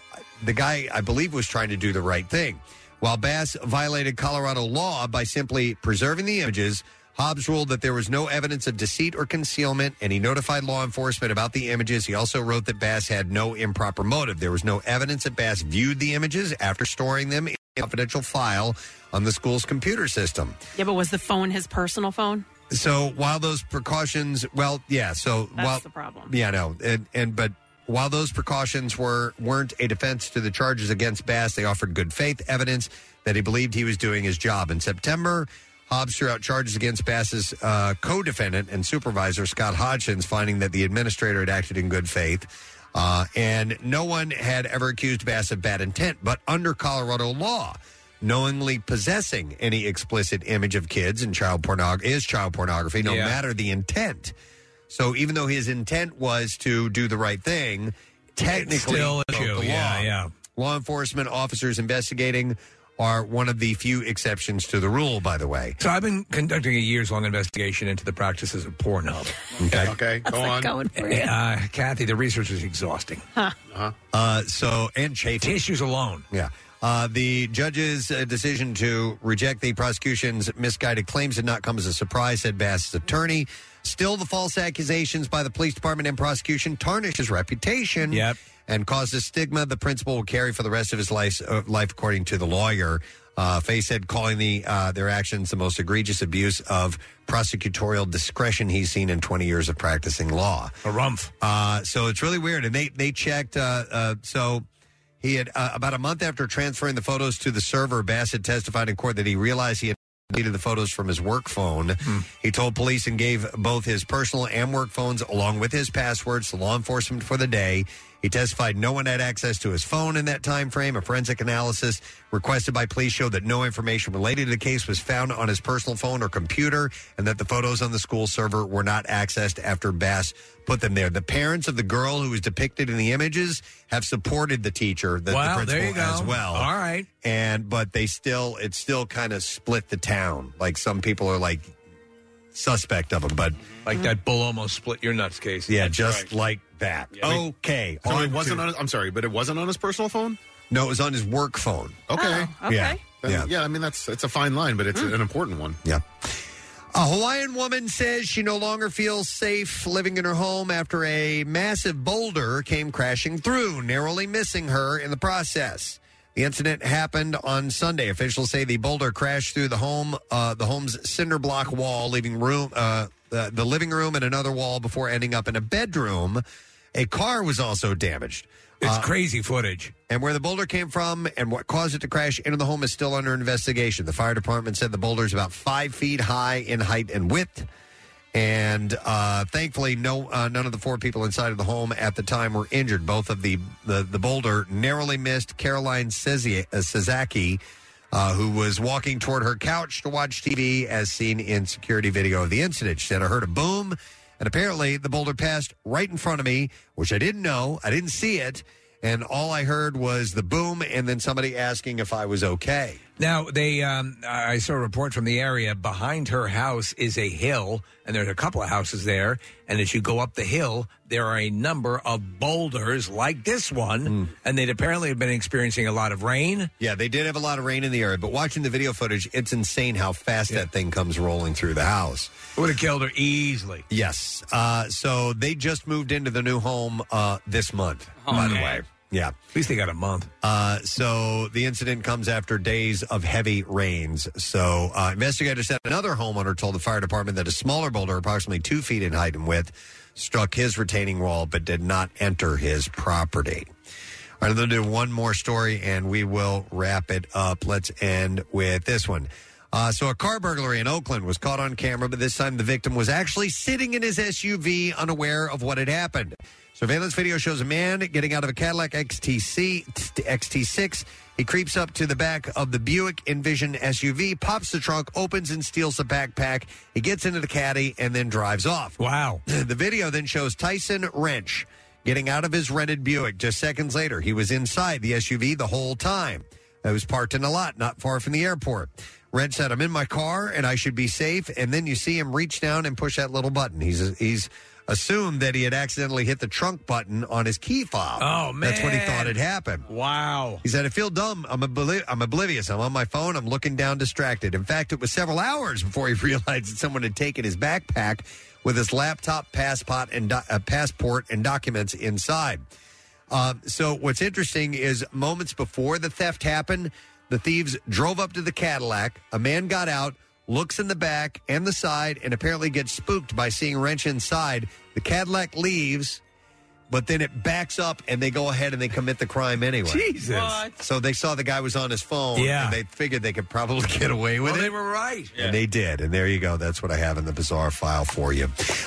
Speaker 10: the guy, I believe, was trying to do the right thing. While Bass violated Colorado law by simply preserving the images, Hobbs ruled that there was no evidence of deceit or concealment, and he notified law enforcement about the images. He also wrote that Bass had no improper motive. There was no evidence that Bass viewed the images after storing them in a confidential file on the school's computer system.
Speaker 15: Yeah, but was the phone his personal phone?
Speaker 10: So while those precautions, well, yeah. So
Speaker 15: That's
Speaker 10: while
Speaker 15: the problem.
Speaker 10: yeah, no, and and but while those precautions were weren't a defense to the charges against Bass, they offered good faith evidence that he believed he was doing his job. In September, Hobbs threw out charges against Bass's uh, co-defendant and supervisor Scott Hodgins, finding that the administrator had acted in good faith. Uh, and no one had ever accused Bass of bad intent, but under Colorado law, knowingly possessing any explicit image of kids and child pornog- is child pornography, no
Speaker 6: Yeah.
Speaker 10: matter the intent. So even though his intent was to do the right thing, technically
Speaker 6: Still
Speaker 10: broke
Speaker 6: issue,
Speaker 10: the law.
Speaker 6: yeah, yeah.
Speaker 10: Law enforcement officers investigating are one of the few exceptions to the rule. By the way,
Speaker 6: So I've been conducting a years-long investigation into the practices of Pornhub.
Speaker 10: Okay.
Speaker 11: Okay,
Speaker 10: go on. going for it.
Speaker 6: Uh, Kathy, the research is exhausting.
Speaker 10: Uh-huh. so and chafing
Speaker 6: tissues alone.
Speaker 10: Yeah. Uh, the judge's uh, decision to reject the prosecution's misguided claims did not come as a surprise, said Bass's attorney. Still, the false accusations by the police department and prosecution tarnish his reputation and cause a stigma the principal will carry for the rest of his life, uh, life according to the lawyer. Uh, Faye said, calling the uh, their actions the most egregious abuse of prosecutorial discretion he's seen in 20 years of practicing law.
Speaker 6: A rumpf.
Speaker 10: Uh, so it's really weird. And they they checked. Uh, uh, so he had uh, about a month after transferring the photos to the server. Bassett testified in court that he realized he had deleted the photos from his work phone. He told police and gave both his personal and work phones along with his passwords to law enforcement for the day. He testified no one had access to his phone in that time frame. A forensic analysis requested by police showed that no information related to the case was found on his personal phone or computer and that the photos on the school server were not accessed after Bass put them there. The parents of the girl who was depicted in the images have supported the teacher, the, the
Speaker 6: Wow,
Speaker 10: principal
Speaker 6: there you go.
Speaker 10: as well.
Speaker 6: All right.
Speaker 10: And but they still it still kind of split the town. Like some people are like suspect of him, but
Speaker 6: Like that bull almost split your nuts case.
Speaker 10: yeah,
Speaker 6: That's
Speaker 10: just
Speaker 6: right.
Speaker 10: like that. Okay.
Speaker 11: So
Speaker 10: on
Speaker 11: it wasn't
Speaker 10: to-
Speaker 11: on. I'm sorry, but it wasn't on his personal phone.
Speaker 10: No, it was on his work phone.
Speaker 11: Okay.
Speaker 10: Oh, okay. Yeah.
Speaker 11: Then-
Speaker 10: Yeah. Hmm.
Speaker 11: yeah. I mean, that's it's a fine line, but it's an important one.
Speaker 10: Yeah. A Hawaiian woman says she no longer feels safe living in her home after a massive boulder came crashing through, narrowly missing her in the process. The incident happened on Sunday. Officials say the boulder crashed through the home, uh, the home's cinder block wall, leaving room, uh, the, the living room, and another wall before ending up in a bedroom. A car was also damaged.
Speaker 6: It's
Speaker 10: Uh,
Speaker 6: crazy footage.
Speaker 10: and where the boulder came from and what caused it to crash into the home is still under investigation. The fire department said the boulder is about five feet high in height and width. And uh, thankfully, no uh, none of the four people inside of the home at the time were injured. Both of the the, the boulder narrowly missed Caroline Sezi- uh, Sazaki, uh, who was walking toward her couch to watch TV, as seen in security video of the incident. She said, "I heard a boom, and apparently the boulder passed right in front of me, which I didn't know. I didn't see it." and all I heard was the boom and then somebody asking if I was okay.
Speaker 6: Now they, um, I I saw a report from the area. Behind her house is a hill, and there's a couple of houses there. And as you go up the hill, there are a number of boulders like this one,
Speaker 10: Hmm.
Speaker 6: and they'd apparently have been experiencing a lot of rain.
Speaker 10: Yeah, they did have a lot of rain in the area, but watching the video footage, it's insane how fast that thing comes rolling through the house.
Speaker 6: It would have killed her easily.
Speaker 10: Yes. Uh, so they just moved into the new home uh, this month, by the way. Yeah. At
Speaker 6: least they got a month.
Speaker 10: Uh, so the incident comes after days of heavy rains. So uh, investigators said another homeowner told the fire department that a smaller boulder, approximately two feet in height and width, struck his retaining wall but did not enter his property. All right, I'm going to do one more story and we will wrap it up. Let's end with this one. Uh, so, a car burglary in Oakland was caught on camera, but this time the victim was actually sitting in his SUV unaware of what had happened. Surveillance video shows a man getting out of a Cadillac XTC, XT6. He creeps up to the back of the Buick Envision SUV, pops the trunk, opens and steals the backpack. He gets into the caddy and then drives off.
Speaker 6: Wow.
Speaker 10: The video then shows Tyson Wrench getting out of his rented Buick just seconds later. He was inside the SUV the whole time. It was parked in a lot not far from the airport. Wrench said, I'm in my car and I should be safe. And then you see him reach down and push that little button. He's, he's assumed that he had accidentally hit the trunk button on his key fob.
Speaker 6: Oh,
Speaker 10: That's what he
Speaker 6: man.
Speaker 10: thought had happened.
Speaker 6: Wow.
Speaker 10: He said, I feel dumb. I'm, obli- I'm oblivious. I'm on my phone. I'm looking down, distracted. In fact, it was several hours before he realized that someone had taken his backpack with his laptop, passport, and, do- uh, passport and documents inside. Um, so, what's interesting is moments before the theft happened, the thieves drove up to the Cadillac. A man got out, looks in the back and the side, and apparently gets spooked by seeing Wrench inside. The Cadillac leaves but then it backs up and they go ahead and they commit the crime anyway.
Speaker 6: Jesus. What?
Speaker 10: So they saw the guy was on his phone
Speaker 6: Yeah.
Speaker 10: and they figured they could probably get away with
Speaker 6: well,
Speaker 10: it.
Speaker 6: they were right.
Speaker 10: And they did. And there you go. That's what I have in the bizarre file for you.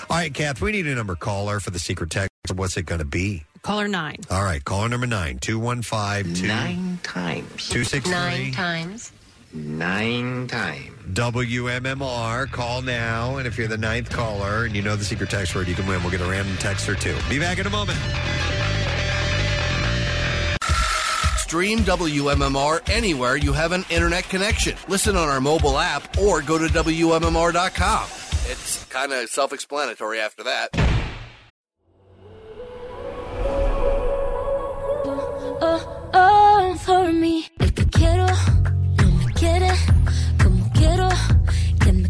Speaker 10: All right, Kath, we need a number caller for the secret text. What's it going to be?
Speaker 15: Caller nine.
Speaker 10: All right, caller number nine, 215 Nine times. 263
Speaker 24: times.
Speaker 10: nine times. WMMR, call now. And if you're the ninth caller and you know the secret text word, you can win. We'll get a random text or two. Be back in a moment.
Speaker 12: Stream WMMR anywhere you have an internet connection. Listen on our mobile app or go to WMMR.com. It's kind of self explanatory after that.
Speaker 24: Oh, oh, for mí. El que quiero no me quiere como quiero que me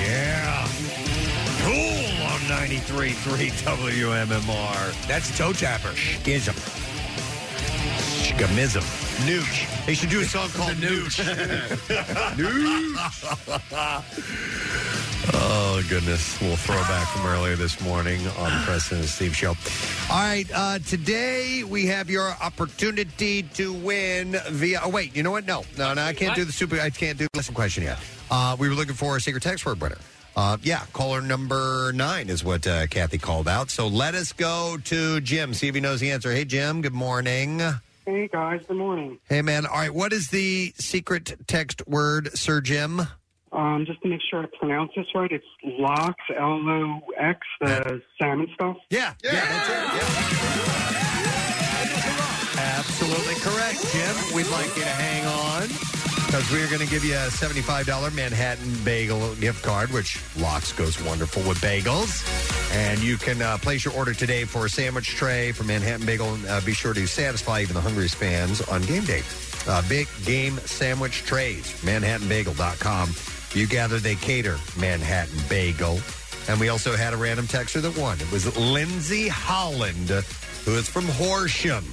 Speaker 10: Yeah. Cool on 93.3 WMMR. That's Toe Tapper. Schism. Shgamism. Nooch. They should do a song called Nooch. oh, goodness. We'll throw back from earlier this morning on the President and Steve Show. All right. Uh, today we have your opportunity to win via. Oh, wait. You know what? No. No, no. I can't do the super. I can't do the lesson question yet. Uh, we were looking for a secret text word winner. Uh, yeah, caller number nine is what uh, Kathy called out. So let us go to Jim, see if he knows the answer. Hey, Jim, good morning.
Speaker 20: Hey guys, good morning.
Speaker 10: Hey, man. All right, what is the secret text word, Sir Jim?
Speaker 20: Um, just to make sure I pronounce this right, it's LOX, L O X, the salmon stuff.
Speaker 10: Yeah, yeah, that's it. Absolutely correct, Jim. We'd like you to hang on because we're going to give you a $75 Manhattan bagel gift card, which Locks goes wonderful with bagels. And you can uh, place your order today for a sandwich tray from Manhattan Bagel. And, uh, be sure to satisfy even the hungriest fans on game day. Uh, big game sandwich trays, manhattanbagel.com. You gather, they cater Manhattan Bagel. And we also had a random texter that won. It was Lindsay Holland, who is from Horsham.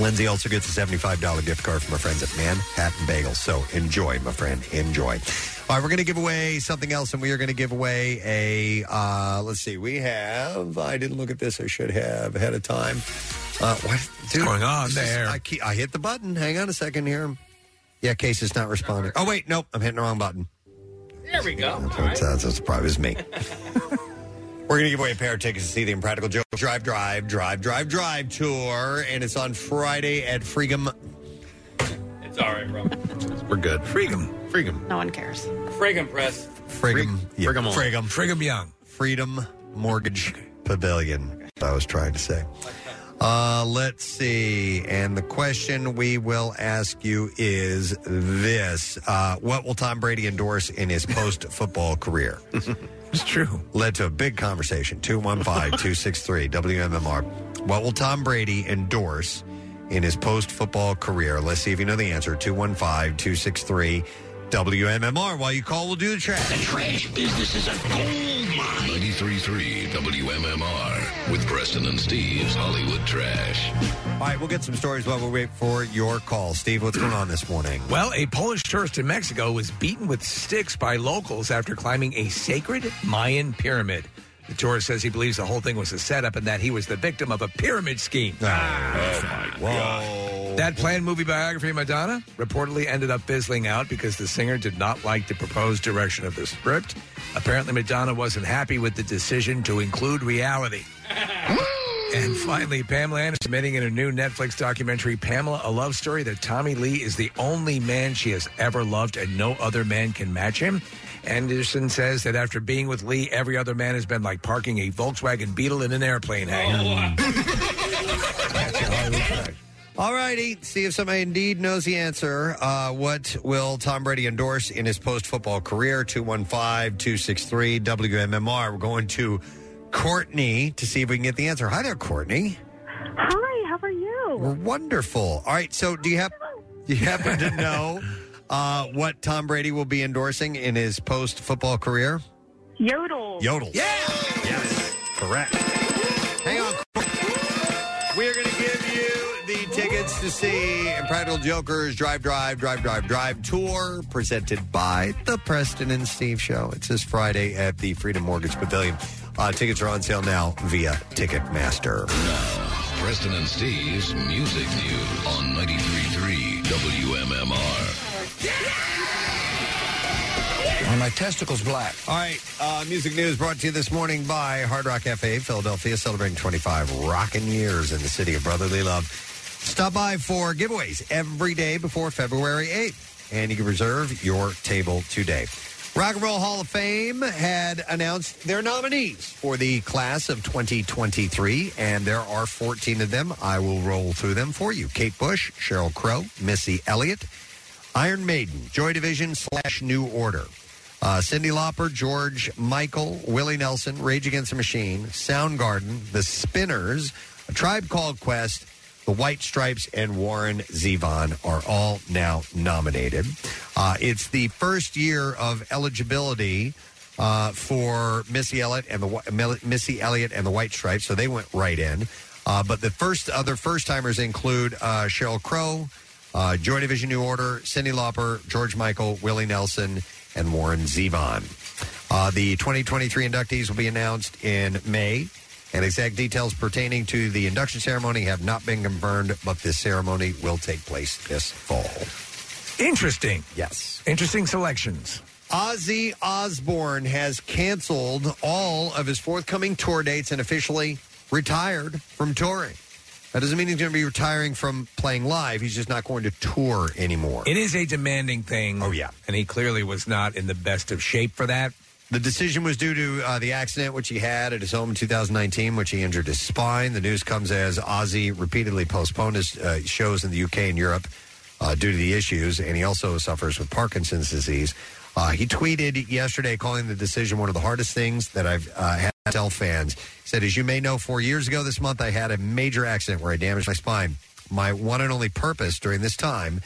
Speaker 10: Lindsay also gets a $75 gift card from our friends at Manhattan Bagel. So enjoy, my friend. Enjoy. All right, we're going to give away something else, and we are going to give away a. Uh, let's see, we have. I didn't look at this. I should have ahead of time. Uh, what, What's
Speaker 6: going on there?
Speaker 10: I, keep, I hit the button. Hang on a second here. Yeah, case is not responding. Oh wait, nope, I'm hitting the wrong button.
Speaker 20: There we go.
Speaker 10: That's, that's, that's probably was me. We're going to give away a pair of tickets to see the Impractical Joke Drive, Drive, Drive, Drive, Drive tour, and it's on Friday at Freegum.
Speaker 20: It's all right, bro.
Speaker 10: We're good. Freegum. Freegum.
Speaker 15: No one cares.
Speaker 20: Friggin' press.
Speaker 10: Friggum. Yeah.
Speaker 20: Friggum Hall.
Speaker 10: Friggum. Young. Freedom Mortgage Pavilion. That's what I was trying to say. Uh, let's see. And the question we will ask you is this uh, What will Tom Brady endorse in his post football career? it's true. Led to a big conversation. 215 263 WMMR. What will Tom Brady endorse in his post football career? Let's see if you know the answer. 215 263 WMMR. While you call, we'll do the trash. The trash business is a gold mine.
Speaker 5: 93.3 WMMR with Preston and Steve's Hollywood Trash.
Speaker 10: All right, we'll get some stories while we wait for your call. Steve, what's going on this morning?
Speaker 6: Well, a Polish tourist in Mexico was beaten with sticks by locals after climbing a sacred Mayan pyramid. The tourist says he believes the whole thing was a setup and that he was the victim of a pyramid scheme.
Speaker 10: Oh, my God.
Speaker 6: That planned movie biography of Madonna reportedly ended up fizzling out because the singer did not like the proposed direction of the script. Apparently, Madonna wasn't happy with the decision to include reality. and finally, Pamela Anderson admitting in her new Netflix documentary, Pamela, A Love Story, that Tommy Lee is the only man she has ever loved and no other man can match him. Anderson says that after being with Lee, every other man has been like parking a Volkswagen Beetle in an airplane hangar.
Speaker 10: All righty. See if somebody indeed knows the answer. Uh, what will Tom Brady endorse in his post football career? 215 263 WMMR. We're going to Courtney to see if we can get the answer. Hi there, Courtney.
Speaker 23: Hi, how are you?
Speaker 10: We're wonderful. All right. So, do you, hap- do you happen to know uh, what Tom Brady will be endorsing in his post football career?
Speaker 23: Yodel.
Speaker 10: Yodel. Yeah. Yes. Correct. Hang on. We're going to give you the tickets to to see Impractical Jokers Drive, Drive, Drive, Drive, Drive Tour presented by The Preston and Steve Show. It's this Friday at the Freedom Mortgage Pavilion. Uh, tickets are on sale now via Ticketmaster.
Speaker 5: Preston and Steve's Music News on 93.3 WMMR.
Speaker 10: Are my testicles black? All right. Uh, music news brought to you this morning by Hard Rock Cafe, Philadelphia, celebrating 25 rockin' years in the city of brotherly love. Stop by for giveaways every day before February 8th, and you can reserve your table today. Rock and Roll Hall of Fame had announced their nominees for the class of 2023, and there are 14 of them. I will roll through them for you. Kate Bush, Cheryl Crow, Missy Elliott, Iron Maiden, Joy Division slash New Order, uh, Cindy Lauper, George Michael, Willie Nelson, Rage Against the Machine, Soundgarden, The Spinners, A Tribe Called Quest, The White Stripes, and Warren Zevon are all now nominated. Uh, it's the first year of eligibility. Uh, for Missy Elliott and the Wh- Mel- Missy Elliott and the White Stripes, so they went right in. Uh, but the first other first timers include uh, Cheryl Crow, uh, Joy Division New Order, Cindy Lauper, George Michael, Willie Nelson, and Warren Zevon. Uh, the 2023 inductees will be announced in May, and exact details pertaining to the induction ceremony have not been confirmed, but this ceremony will take place this fall.
Speaker 6: Interesting.
Speaker 10: Yes.
Speaker 6: Interesting selections.
Speaker 10: Ozzy Osbourne has canceled all of his forthcoming tour dates and officially retired from touring. That doesn't mean he's going to be retiring from playing live. He's just not going to tour anymore.
Speaker 6: It is a demanding thing. Oh, yeah. And he clearly was not in the best of shape for that.
Speaker 10: The decision was due to uh, the accident which he had at his home in 2019, which he injured his spine. The news comes as Ozzy repeatedly postponed his uh, shows in the UK and Europe uh, due to the issues, and he also suffers with Parkinson's disease. Uh, he tweeted yesterday, calling the decision one of the hardest things that I've uh, had to tell fans. He said, As you may know, four years ago this month, I had a major accident where I damaged my spine. My one and only purpose during this time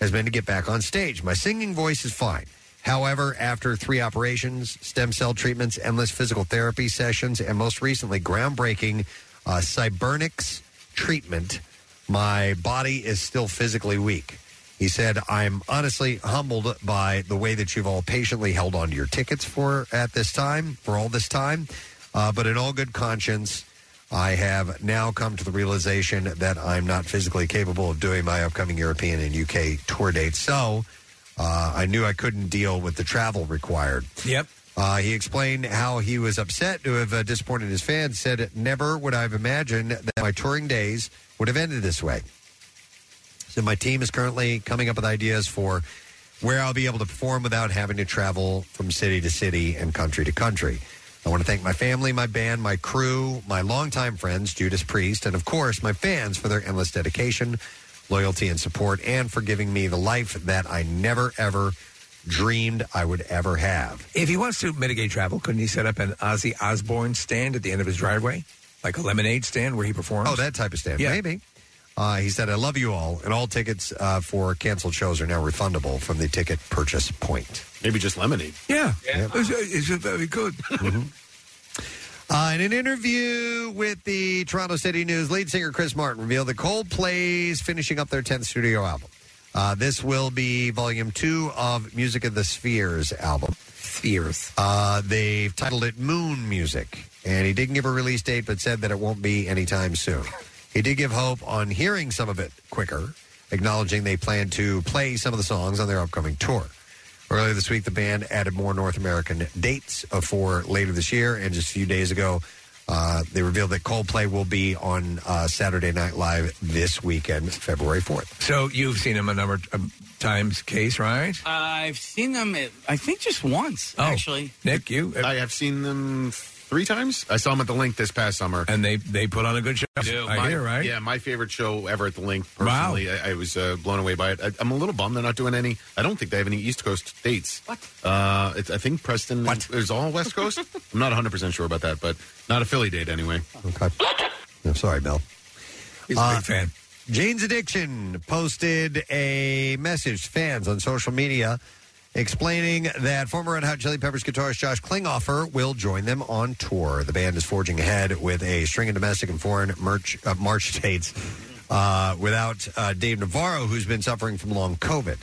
Speaker 10: has been to get back on stage. My singing voice is fine. However, after three operations, stem cell treatments, endless physical therapy sessions, and most recently, groundbreaking uh, cybernetics treatment, my body is still physically weak. He said, I'm honestly humbled by the way that you've all patiently held on to your tickets for at this time, for all this time. Uh, but in all good conscience, I have now come to the realization that I'm not physically capable of doing my upcoming European and UK tour dates. So uh, I knew I couldn't deal with the travel required.
Speaker 6: Yep.
Speaker 10: Uh, he explained how he was upset to have uh, disappointed his fans. Said, "Never would I have imagined that my touring days would have ended this way." So my team is currently coming up with ideas for where I'll be able to perform without having to travel from city to city and country to country. I want to thank my family, my band, my crew, my longtime friends, Judas Priest, and of course my fans for their endless dedication, loyalty, and support, and for giving me the life that I never ever dreamed I would ever have.
Speaker 6: If he wants to mitigate travel, couldn't he set up an Ozzy Osbourne stand at the end of his driveway? Like a lemonade stand where he performs?
Speaker 10: Oh, that type of stand.
Speaker 6: Yeah.
Speaker 10: Maybe. Uh, he said, I love you all, and all tickets uh, for canceled shows are now refundable from the ticket purchase point.
Speaker 11: Maybe just lemonade.
Speaker 6: Yeah. It's, it's very good.
Speaker 10: Uh, in an interview with the Toronto City News, lead singer Chris Martin revealed that Coldplay's finishing up their 10th studio album. Uh, this will be volume two of Music of the Spheres album.
Speaker 6: Spheres.
Speaker 10: Uh, they've titled it Moon Music, and he didn't give a release date, but said that it won't be anytime soon. He did give hope on hearing some of it quicker, acknowledging they plan to play some of the songs on their upcoming tour. Earlier this week, the band added more North American dates uh, for later this year, and just a few days ago, uh, they revealed that Coldplay will be on uh, Saturday Night Live this weekend, February 4th.
Speaker 6: So you've seen him a number of um, times, Case, right?
Speaker 9: I've seen them, at, I think, just once,
Speaker 10: Oh,
Speaker 9: actually.
Speaker 6: Nick, you?
Speaker 11: I have seen them three times. I saw them at the Link this past summer,
Speaker 6: and they they put on a good show. I hear, right?
Speaker 11: Yeah, my favorite show ever at the Link. Personally, I, I was uh, blown away by it. I, I'm a little bummed they're not doing any. I don't think they have any East Coast dates. What? Uh, it's I think Preston. What? It was all West Coast. I'm not 100 percent sure about that, but not a Philly date anyway.
Speaker 10: Okay. I'm sorry, Bill.
Speaker 6: He's a big fan.
Speaker 10: Jane's Addiction posted a message to fans on social media explaining that former Red Hot Chili Peppers guitarist Josh Klinghoffer will join them on tour. The band is forging ahead with a string of domestic and foreign merch, uh, March dates uh, without uh, Dave Navarro, who's been suffering from long COVID.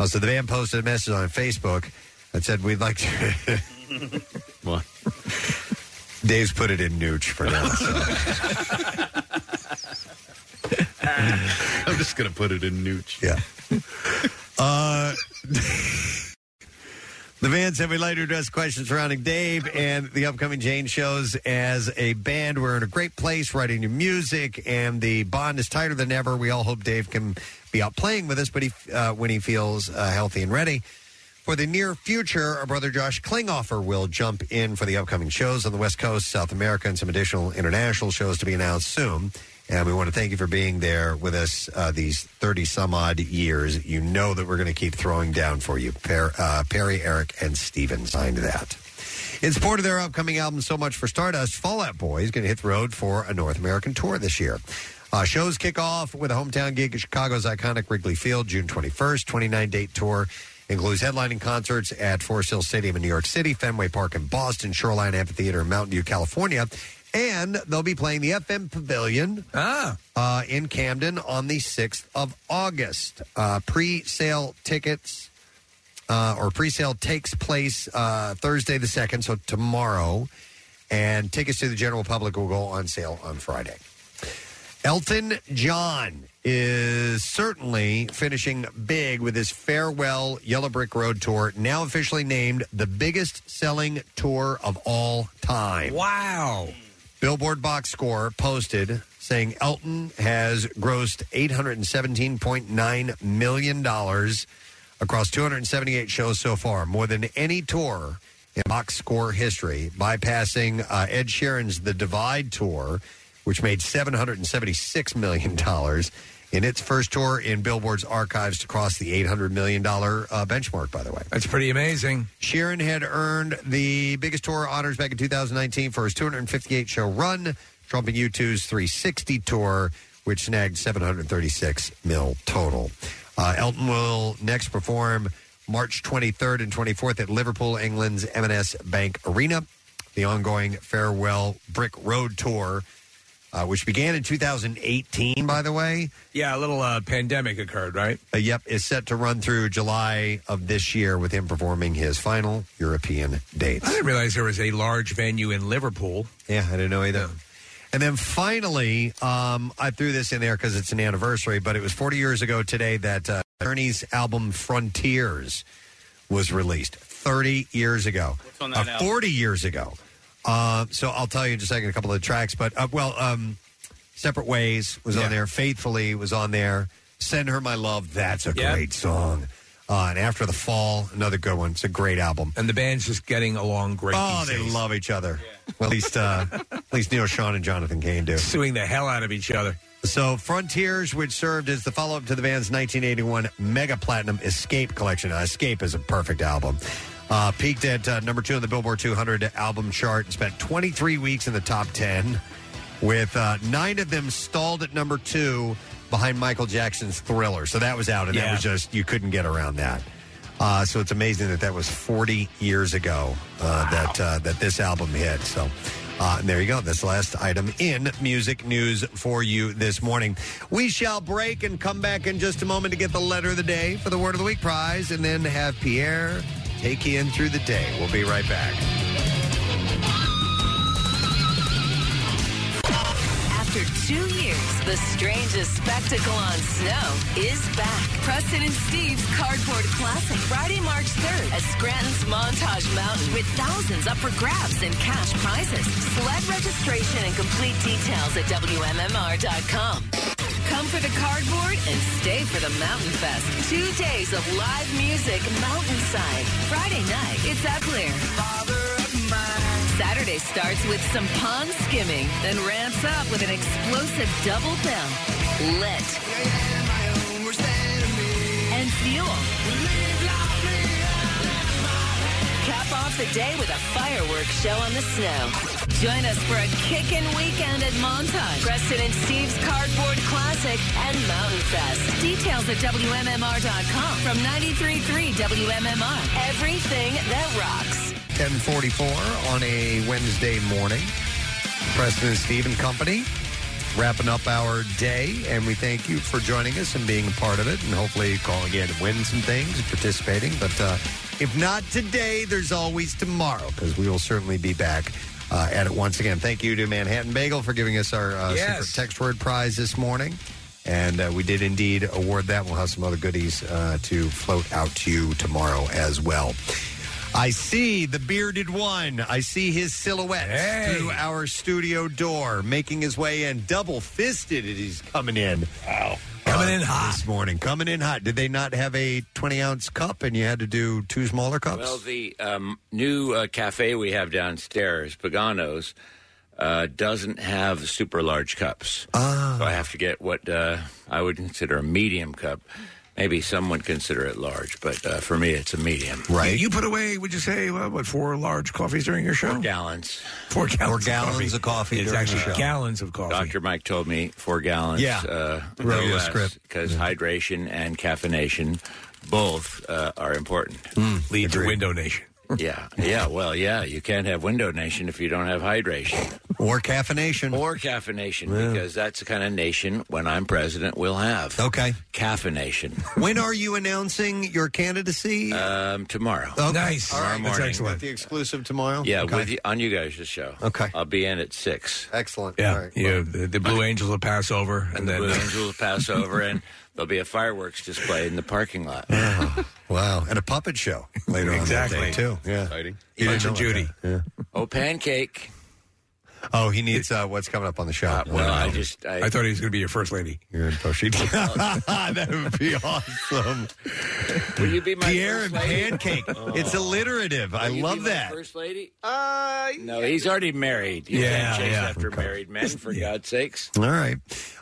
Speaker 10: Uh, so the band posted a message on Facebook that said, We'd like to.
Speaker 11: What?
Speaker 10: Dave's put it in nooch for now.
Speaker 11: I'm just gonna put it in nooch.
Speaker 10: Yeah. Uh, the band said we'd like to address questions surrounding Dave and the upcoming Jane shows as a band. We're in a great place writing new music, and the bond is tighter than ever. We all hope Dave can be out playing with us, but he, uh, when he feels uh, healthy and ready. For the near future, our brother Josh Klinghoffer will jump in for the upcoming shows on the West Coast, South America, and some additional international shows to be announced soon. And we want to thank you for being there with us uh, these 30 some odd years. You know that we're going to keep throwing down for you. Per, uh, Perry, Eric, and Steven signed that. In support of their upcoming album, So Much for Stardust, Fallout Boy is going to hit the road for a North American tour this year. Uh, shows kick off with a hometown gig at Chicago's iconic Wrigley Field, June 21st. 29 date tour includes headlining concerts at Forest Hill Stadium in New York City, Fenway Park in Boston, Shoreline Amphitheater in Mountain View, California. And they'll be playing the FM Pavilion uh, in Camden on the 6th of August. Uh, Pre sale tickets uh, or pre-sale takes place uh, Thursday the second, so tomorrow, and tickets to the general public will go on sale on Friday. Elton John is certainly finishing big with his farewell Yellow Brick Road tour, now officially named the biggest selling tour of all time. Wow. Billboard box score posted saying Elton has grossed $817.9 million across 278 shows so far, more than any tour in box score history, bypassing uh, Ed Sheeran's The Divide Tour, which made $776 million in its first tour in Billboard's archives to cross the $800 million uh, benchmark, by the way.
Speaker 6: That's pretty amazing.
Speaker 10: Sheeran had earned the biggest tour honors back in 2019 for his 258 show run, trumping U2's 360 tour, which snagged 736 mil total. Uh, Elton will next perform March 23rd and 24th at Liverpool, England's M&S Bank Arena. The ongoing farewell Brick Road tour, uh, which began in 2018, by the way,
Speaker 6: Yeah, a little uh, pandemic occurred, right?
Speaker 10: uh, yep, is set to run through July of this year with him performing his final European dates.
Speaker 6: I didn't realize there was a large venue in Liverpool.
Speaker 10: Yeah, I didn't know either. And then finally, um, I threw this in there because it's an anniversary, but it was 40 years ago today that uh, Journey's album Frontiers was released. 30 years ago.
Speaker 2: on that
Speaker 10: Uh,
Speaker 2: album?
Speaker 10: 40 years ago. Uh, so I'll tell you in just a second a couple of the tracks, but uh, well, um, Separate Ways was on there. Faithfully was on there. Send Her My Love. That's a
Speaker 6: Yeah.
Speaker 10: great song. Uh, and After the Fall, another good one. It's a great album.
Speaker 6: And the band's just getting along great.
Speaker 10: Oh,
Speaker 6: these
Speaker 10: they
Speaker 6: days.
Speaker 10: love each other. Well, at least uh, at least Neil, Sean, and Jonathan Kane do.
Speaker 6: Suing the hell out of each other.
Speaker 10: So, Frontiers, which served as the follow up to the band's 1981 mega platinum Escape collection. Now, Escape is a perfect album. Uh, peaked at uh, number two on the Billboard 200 album chart and spent 23 weeks in the top 10, with uh, nine of them stalled at number two behind Michael Jackson's Thriller. So that was out, and that
Speaker 6: Yeah.
Speaker 10: was just, you couldn't get around that. Uh, so it's amazing that that was 40 years ago uh, that uh, that this album hit. So. Uh, and there you go. That's the last item in music news for you this morning. We shall break and come back in just a moment to get the letter of the day for the Word of the Week prize, and then have Pierre take you in through the day. We'll be right back.
Speaker 8: After two years, the strangest spectacle on snow is back. Preston and Steve's Cardboard Classic, Friday, March 3rd at Scranton's Montage Mountain with thousands up for grabs and cash prizes. Sled registration and complete details at WMMR.com. Come for the cardboard and stay for the Mountain Fest. Two days of live music mountainside. Friday night, it's at Clear. Saturday starts with some pond skimming, then ramps up with an explosive double bell. Lit. And fuel. Cap off the day with a fireworks show on the snow. Join us for a kickin' weekend at Montage, Preston and Steve's Cardboard Classic, and Mountain Fest. Details at WMMR.com from 93.3 WMMR. Everything that rocks.
Speaker 10: 1044 on a Wednesday morning. Preston and Steve and Company. wrapping up our day, and we thank you for joining us and being a part of it, and hopefully calling in and win some things and participating. But uh, if not today, there's always tomorrow because we will certainly be back uh, at it once again. Thank you to Manhattan Bagel for giving us our uh,
Speaker 6: Yes.
Speaker 10: secret text word prize this morning. And uh, we did indeed award that. We'll have some other goodies uh, to float out to you tomorrow as well. I see the bearded one. I see his silhouette through our studio door, making his way in, double fisted. He's coming in. Wow. Coming in hot this morning. Coming in hot. Did they not have a twenty-ounce cup, and you had to do two smaller cups?
Speaker 2: Well, the um, new uh, cafe we have downstairs, Pagano's, uh, doesn't have super large cups.
Speaker 14: Ah.
Speaker 2: So I have to get what uh, I would consider a medium cup. Maybe some would consider it large, but uh, for me, it's a medium.
Speaker 6: You, you put away, would you say, what, what four large coffees during your show? Four
Speaker 2: gallons.
Speaker 6: Four gallons. of coffee. It's
Speaker 2: during
Speaker 6: actually
Speaker 2: the show.
Speaker 6: gallons of coffee.
Speaker 2: Dr. Mike told me four gallons.
Speaker 6: Yeah.
Speaker 2: Uh,
Speaker 6: Wrote you a script.
Speaker 2: Because hydration and caffeination both uh, are important.
Speaker 14: Mm.
Speaker 6: Lead to Window Nation.
Speaker 2: yeah. Yeah. Well, yeah. You can't have window nation if you don't have hydration
Speaker 10: or caffeination.
Speaker 2: Or caffeination, because that's the kind of nation when I'm president we'll have.
Speaker 10: Okay.
Speaker 2: Caffeination.
Speaker 10: When are you announcing your candidacy?
Speaker 2: Um, tomorrow.
Speaker 10: Okay.
Speaker 2: Nice.
Speaker 10: All right.
Speaker 2: Tomorrow morning.
Speaker 10: Got the exclusive tomorrow.
Speaker 2: Yeah,
Speaker 10: Okay.
Speaker 2: with you, on you guys' show.
Speaker 10: Okay.
Speaker 2: I'll be in at six.
Speaker 10: Excellent.
Speaker 6: Yeah. yeah the, the Blue Angels will pass over. uh,
Speaker 2: And the Blue Angels pass over, and there'll be a fireworks display in the parking lot.
Speaker 10: Wow, and a puppet show later on that day too. Yeah,
Speaker 2: Exciting.
Speaker 10: You didn't
Speaker 2: Punch and
Speaker 10: know about
Speaker 2: Judy.
Speaker 10: that.
Speaker 2: Oh, pancake.
Speaker 10: Yeah. Oh, he needs uh, what's coming up on the show.
Speaker 2: well, I just- I- I thought
Speaker 6: he was going to be your first lady.
Speaker 10: You're in that would be awesome.
Speaker 2: Will you be my
Speaker 10: Pierre
Speaker 2: first
Speaker 10: and
Speaker 2: lady? Oh.
Speaker 10: pancake? It's alliterative. I
Speaker 2: Will you
Speaker 10: love
Speaker 2: be my
Speaker 10: that.
Speaker 2: First lady? Uh, no, he's already married. You
Speaker 10: Yeah,
Speaker 2: can't chase
Speaker 10: yeah.
Speaker 2: after married men, for God's sakes.
Speaker 10: All right.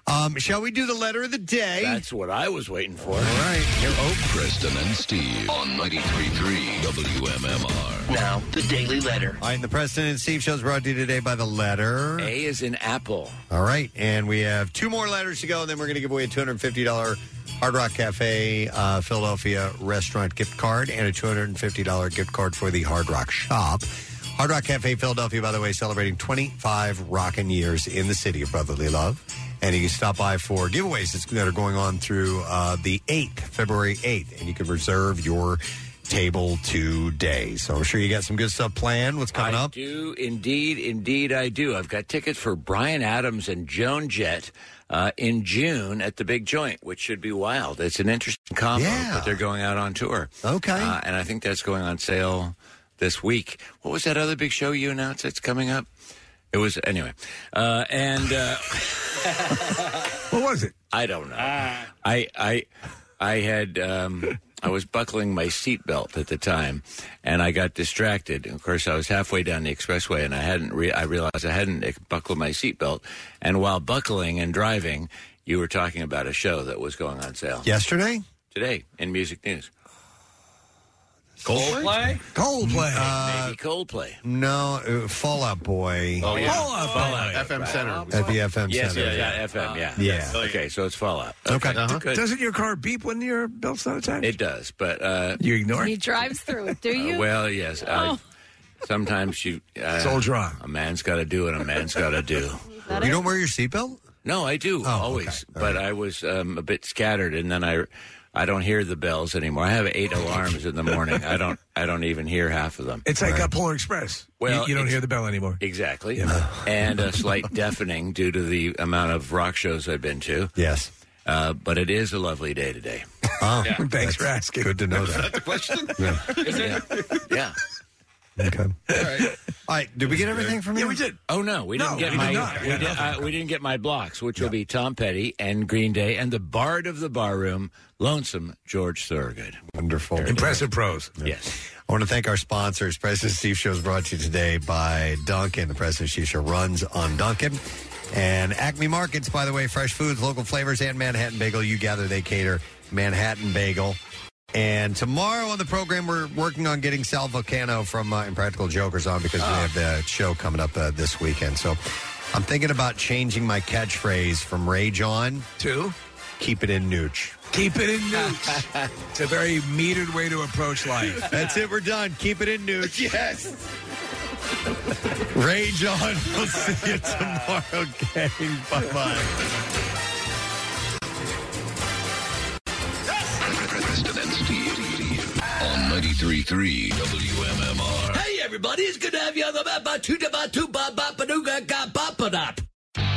Speaker 10: Um, shall we do the letter of the day?
Speaker 2: That's what I was waiting for. All
Speaker 10: right. Here, oh.
Speaker 5: Preston and Steve on 93.3 WMMR.
Speaker 2: Now, the Daily Letter.
Speaker 10: All right, and the President and Steve show is brought to you today by the letter.
Speaker 2: A is in apple.
Speaker 10: All right, and we have two more letters to go, and then we're going to give away a $250 Hard Rock Cafe uh, Philadelphia restaurant gift card and a $250 gift card for the Hard Rock Shop. Hard Rock Cafe Philadelphia, by the way, celebrating 25 rockin' years in the city of brotherly love. And you can stop by for giveaways that's- that are going on through uh, the 8th, February 8th, and you can reserve your table today. So I'm sure you got some good stuff planned. What's coming
Speaker 2: I
Speaker 10: up?
Speaker 2: do indeed, indeed, I do. I've got tickets for Brian Adams and Joan Jett uh, in June at the Big Joint, which should be wild. It's an interesting combo, but they're going out on tour.
Speaker 10: Okay,
Speaker 2: uh, and I think that's going on sale this week. What was that other big show you announced that's coming up? It was anyway, uh, and uh,
Speaker 6: what was it? Ah.
Speaker 2: I don't know. I I I had um, I was buckling my seatbelt at the time, and I got distracted. And of course, I was halfway down the expressway, and I hadn't re- I realized I hadn't buckled my seatbelt. And while buckling and driving, you were talking about a show that was going on sale
Speaker 10: Yesterday?
Speaker 2: today in music news.
Speaker 10: Coldplay?
Speaker 6: Coldplay.
Speaker 2: Maybe Coldplay.
Speaker 10: No, uh, Fallout Boy.
Speaker 2: Oh, yeah.
Speaker 6: Fallout
Speaker 2: Fallout.
Speaker 11: FM Center.
Speaker 10: At the FM
Speaker 2: Yes,
Speaker 10: Center.
Speaker 2: yeah, yeah, FM, yeah. Uh-huh.
Speaker 10: Yeah.
Speaker 2: Okay, so it's Fallout.
Speaker 10: Okay.
Speaker 2: Good.
Speaker 6: Doesn't your car beep when your belt's not attached?
Speaker 2: It does, but uh,
Speaker 6: you ignore
Speaker 15: He drives through it,
Speaker 10: Uh,
Speaker 15: do you?
Speaker 2: Well, yes. I,
Speaker 15: Oh.
Speaker 2: sometimes you. Uh,
Speaker 6: Soul dry.
Speaker 2: A man's got to do what a man's got to do.
Speaker 10: You don't wear your seatbelt? Oh,
Speaker 2: No, I do always, but I was um, a bit scattered, and then I. I don't hear the bells anymore. I have eight alarms in the morning. I don't. I don't even hear half of them.
Speaker 6: It's like a Polar Express.
Speaker 2: Well,
Speaker 6: you, you don't
Speaker 2: it's-
Speaker 6: hear the bell anymore.
Speaker 2: Exactly. and a slight deafening due to the amount of rock shows I've been to.
Speaker 10: Yes.
Speaker 2: Uh, but it is a lovely day today.
Speaker 10: Oh,
Speaker 6: thanks for asking.
Speaker 10: Good to know that.
Speaker 11: the question?
Speaker 2: Yeah. yeah.
Speaker 10: All right. Did we get everything from you?
Speaker 2: Yeah, we did. Oh no, we didn't
Speaker 10: No,
Speaker 2: get
Speaker 10: we did
Speaker 2: my
Speaker 10: not.
Speaker 2: we, did, uh, we didn't get my blocks, which will be Tom Petty and Green Day and the Bard of the Bar Room, Lonesome George Thorogood.
Speaker 10: Wonderful.
Speaker 6: Impressive pros.
Speaker 2: Yes.
Speaker 10: I want to thank our sponsors. President Steve Show is brought to you today by Duncan. The President Steve Show runs on Duncan. And Acme Markets, by the way, fresh foods, local flavors, and Manhattan Bagel. You gather, they cater. Manhattan Bagel. And tomorrow on the program, we're working on getting Sal Volcano from uh, Impractical Jokers on because we have the show coming up uh, this weekend. So I'm thinking about changing my catchphrase from Rage On
Speaker 6: to
Speaker 10: Keep It in Nooch.
Speaker 6: Keep it in news. it's a very metered way to approach life.
Speaker 10: That's it. We're done. Keep it in news. Yes. Rage on. We'll see you tomorrow, gang. Bye bye.
Speaker 25: Preston and Steve on 93.3 WMMR.
Speaker 12: Hey, everybody, it's good to have you on the map. Ba- two- da- ba- two- ba- ba- ba- doo- ga- ga- ba- ba- da.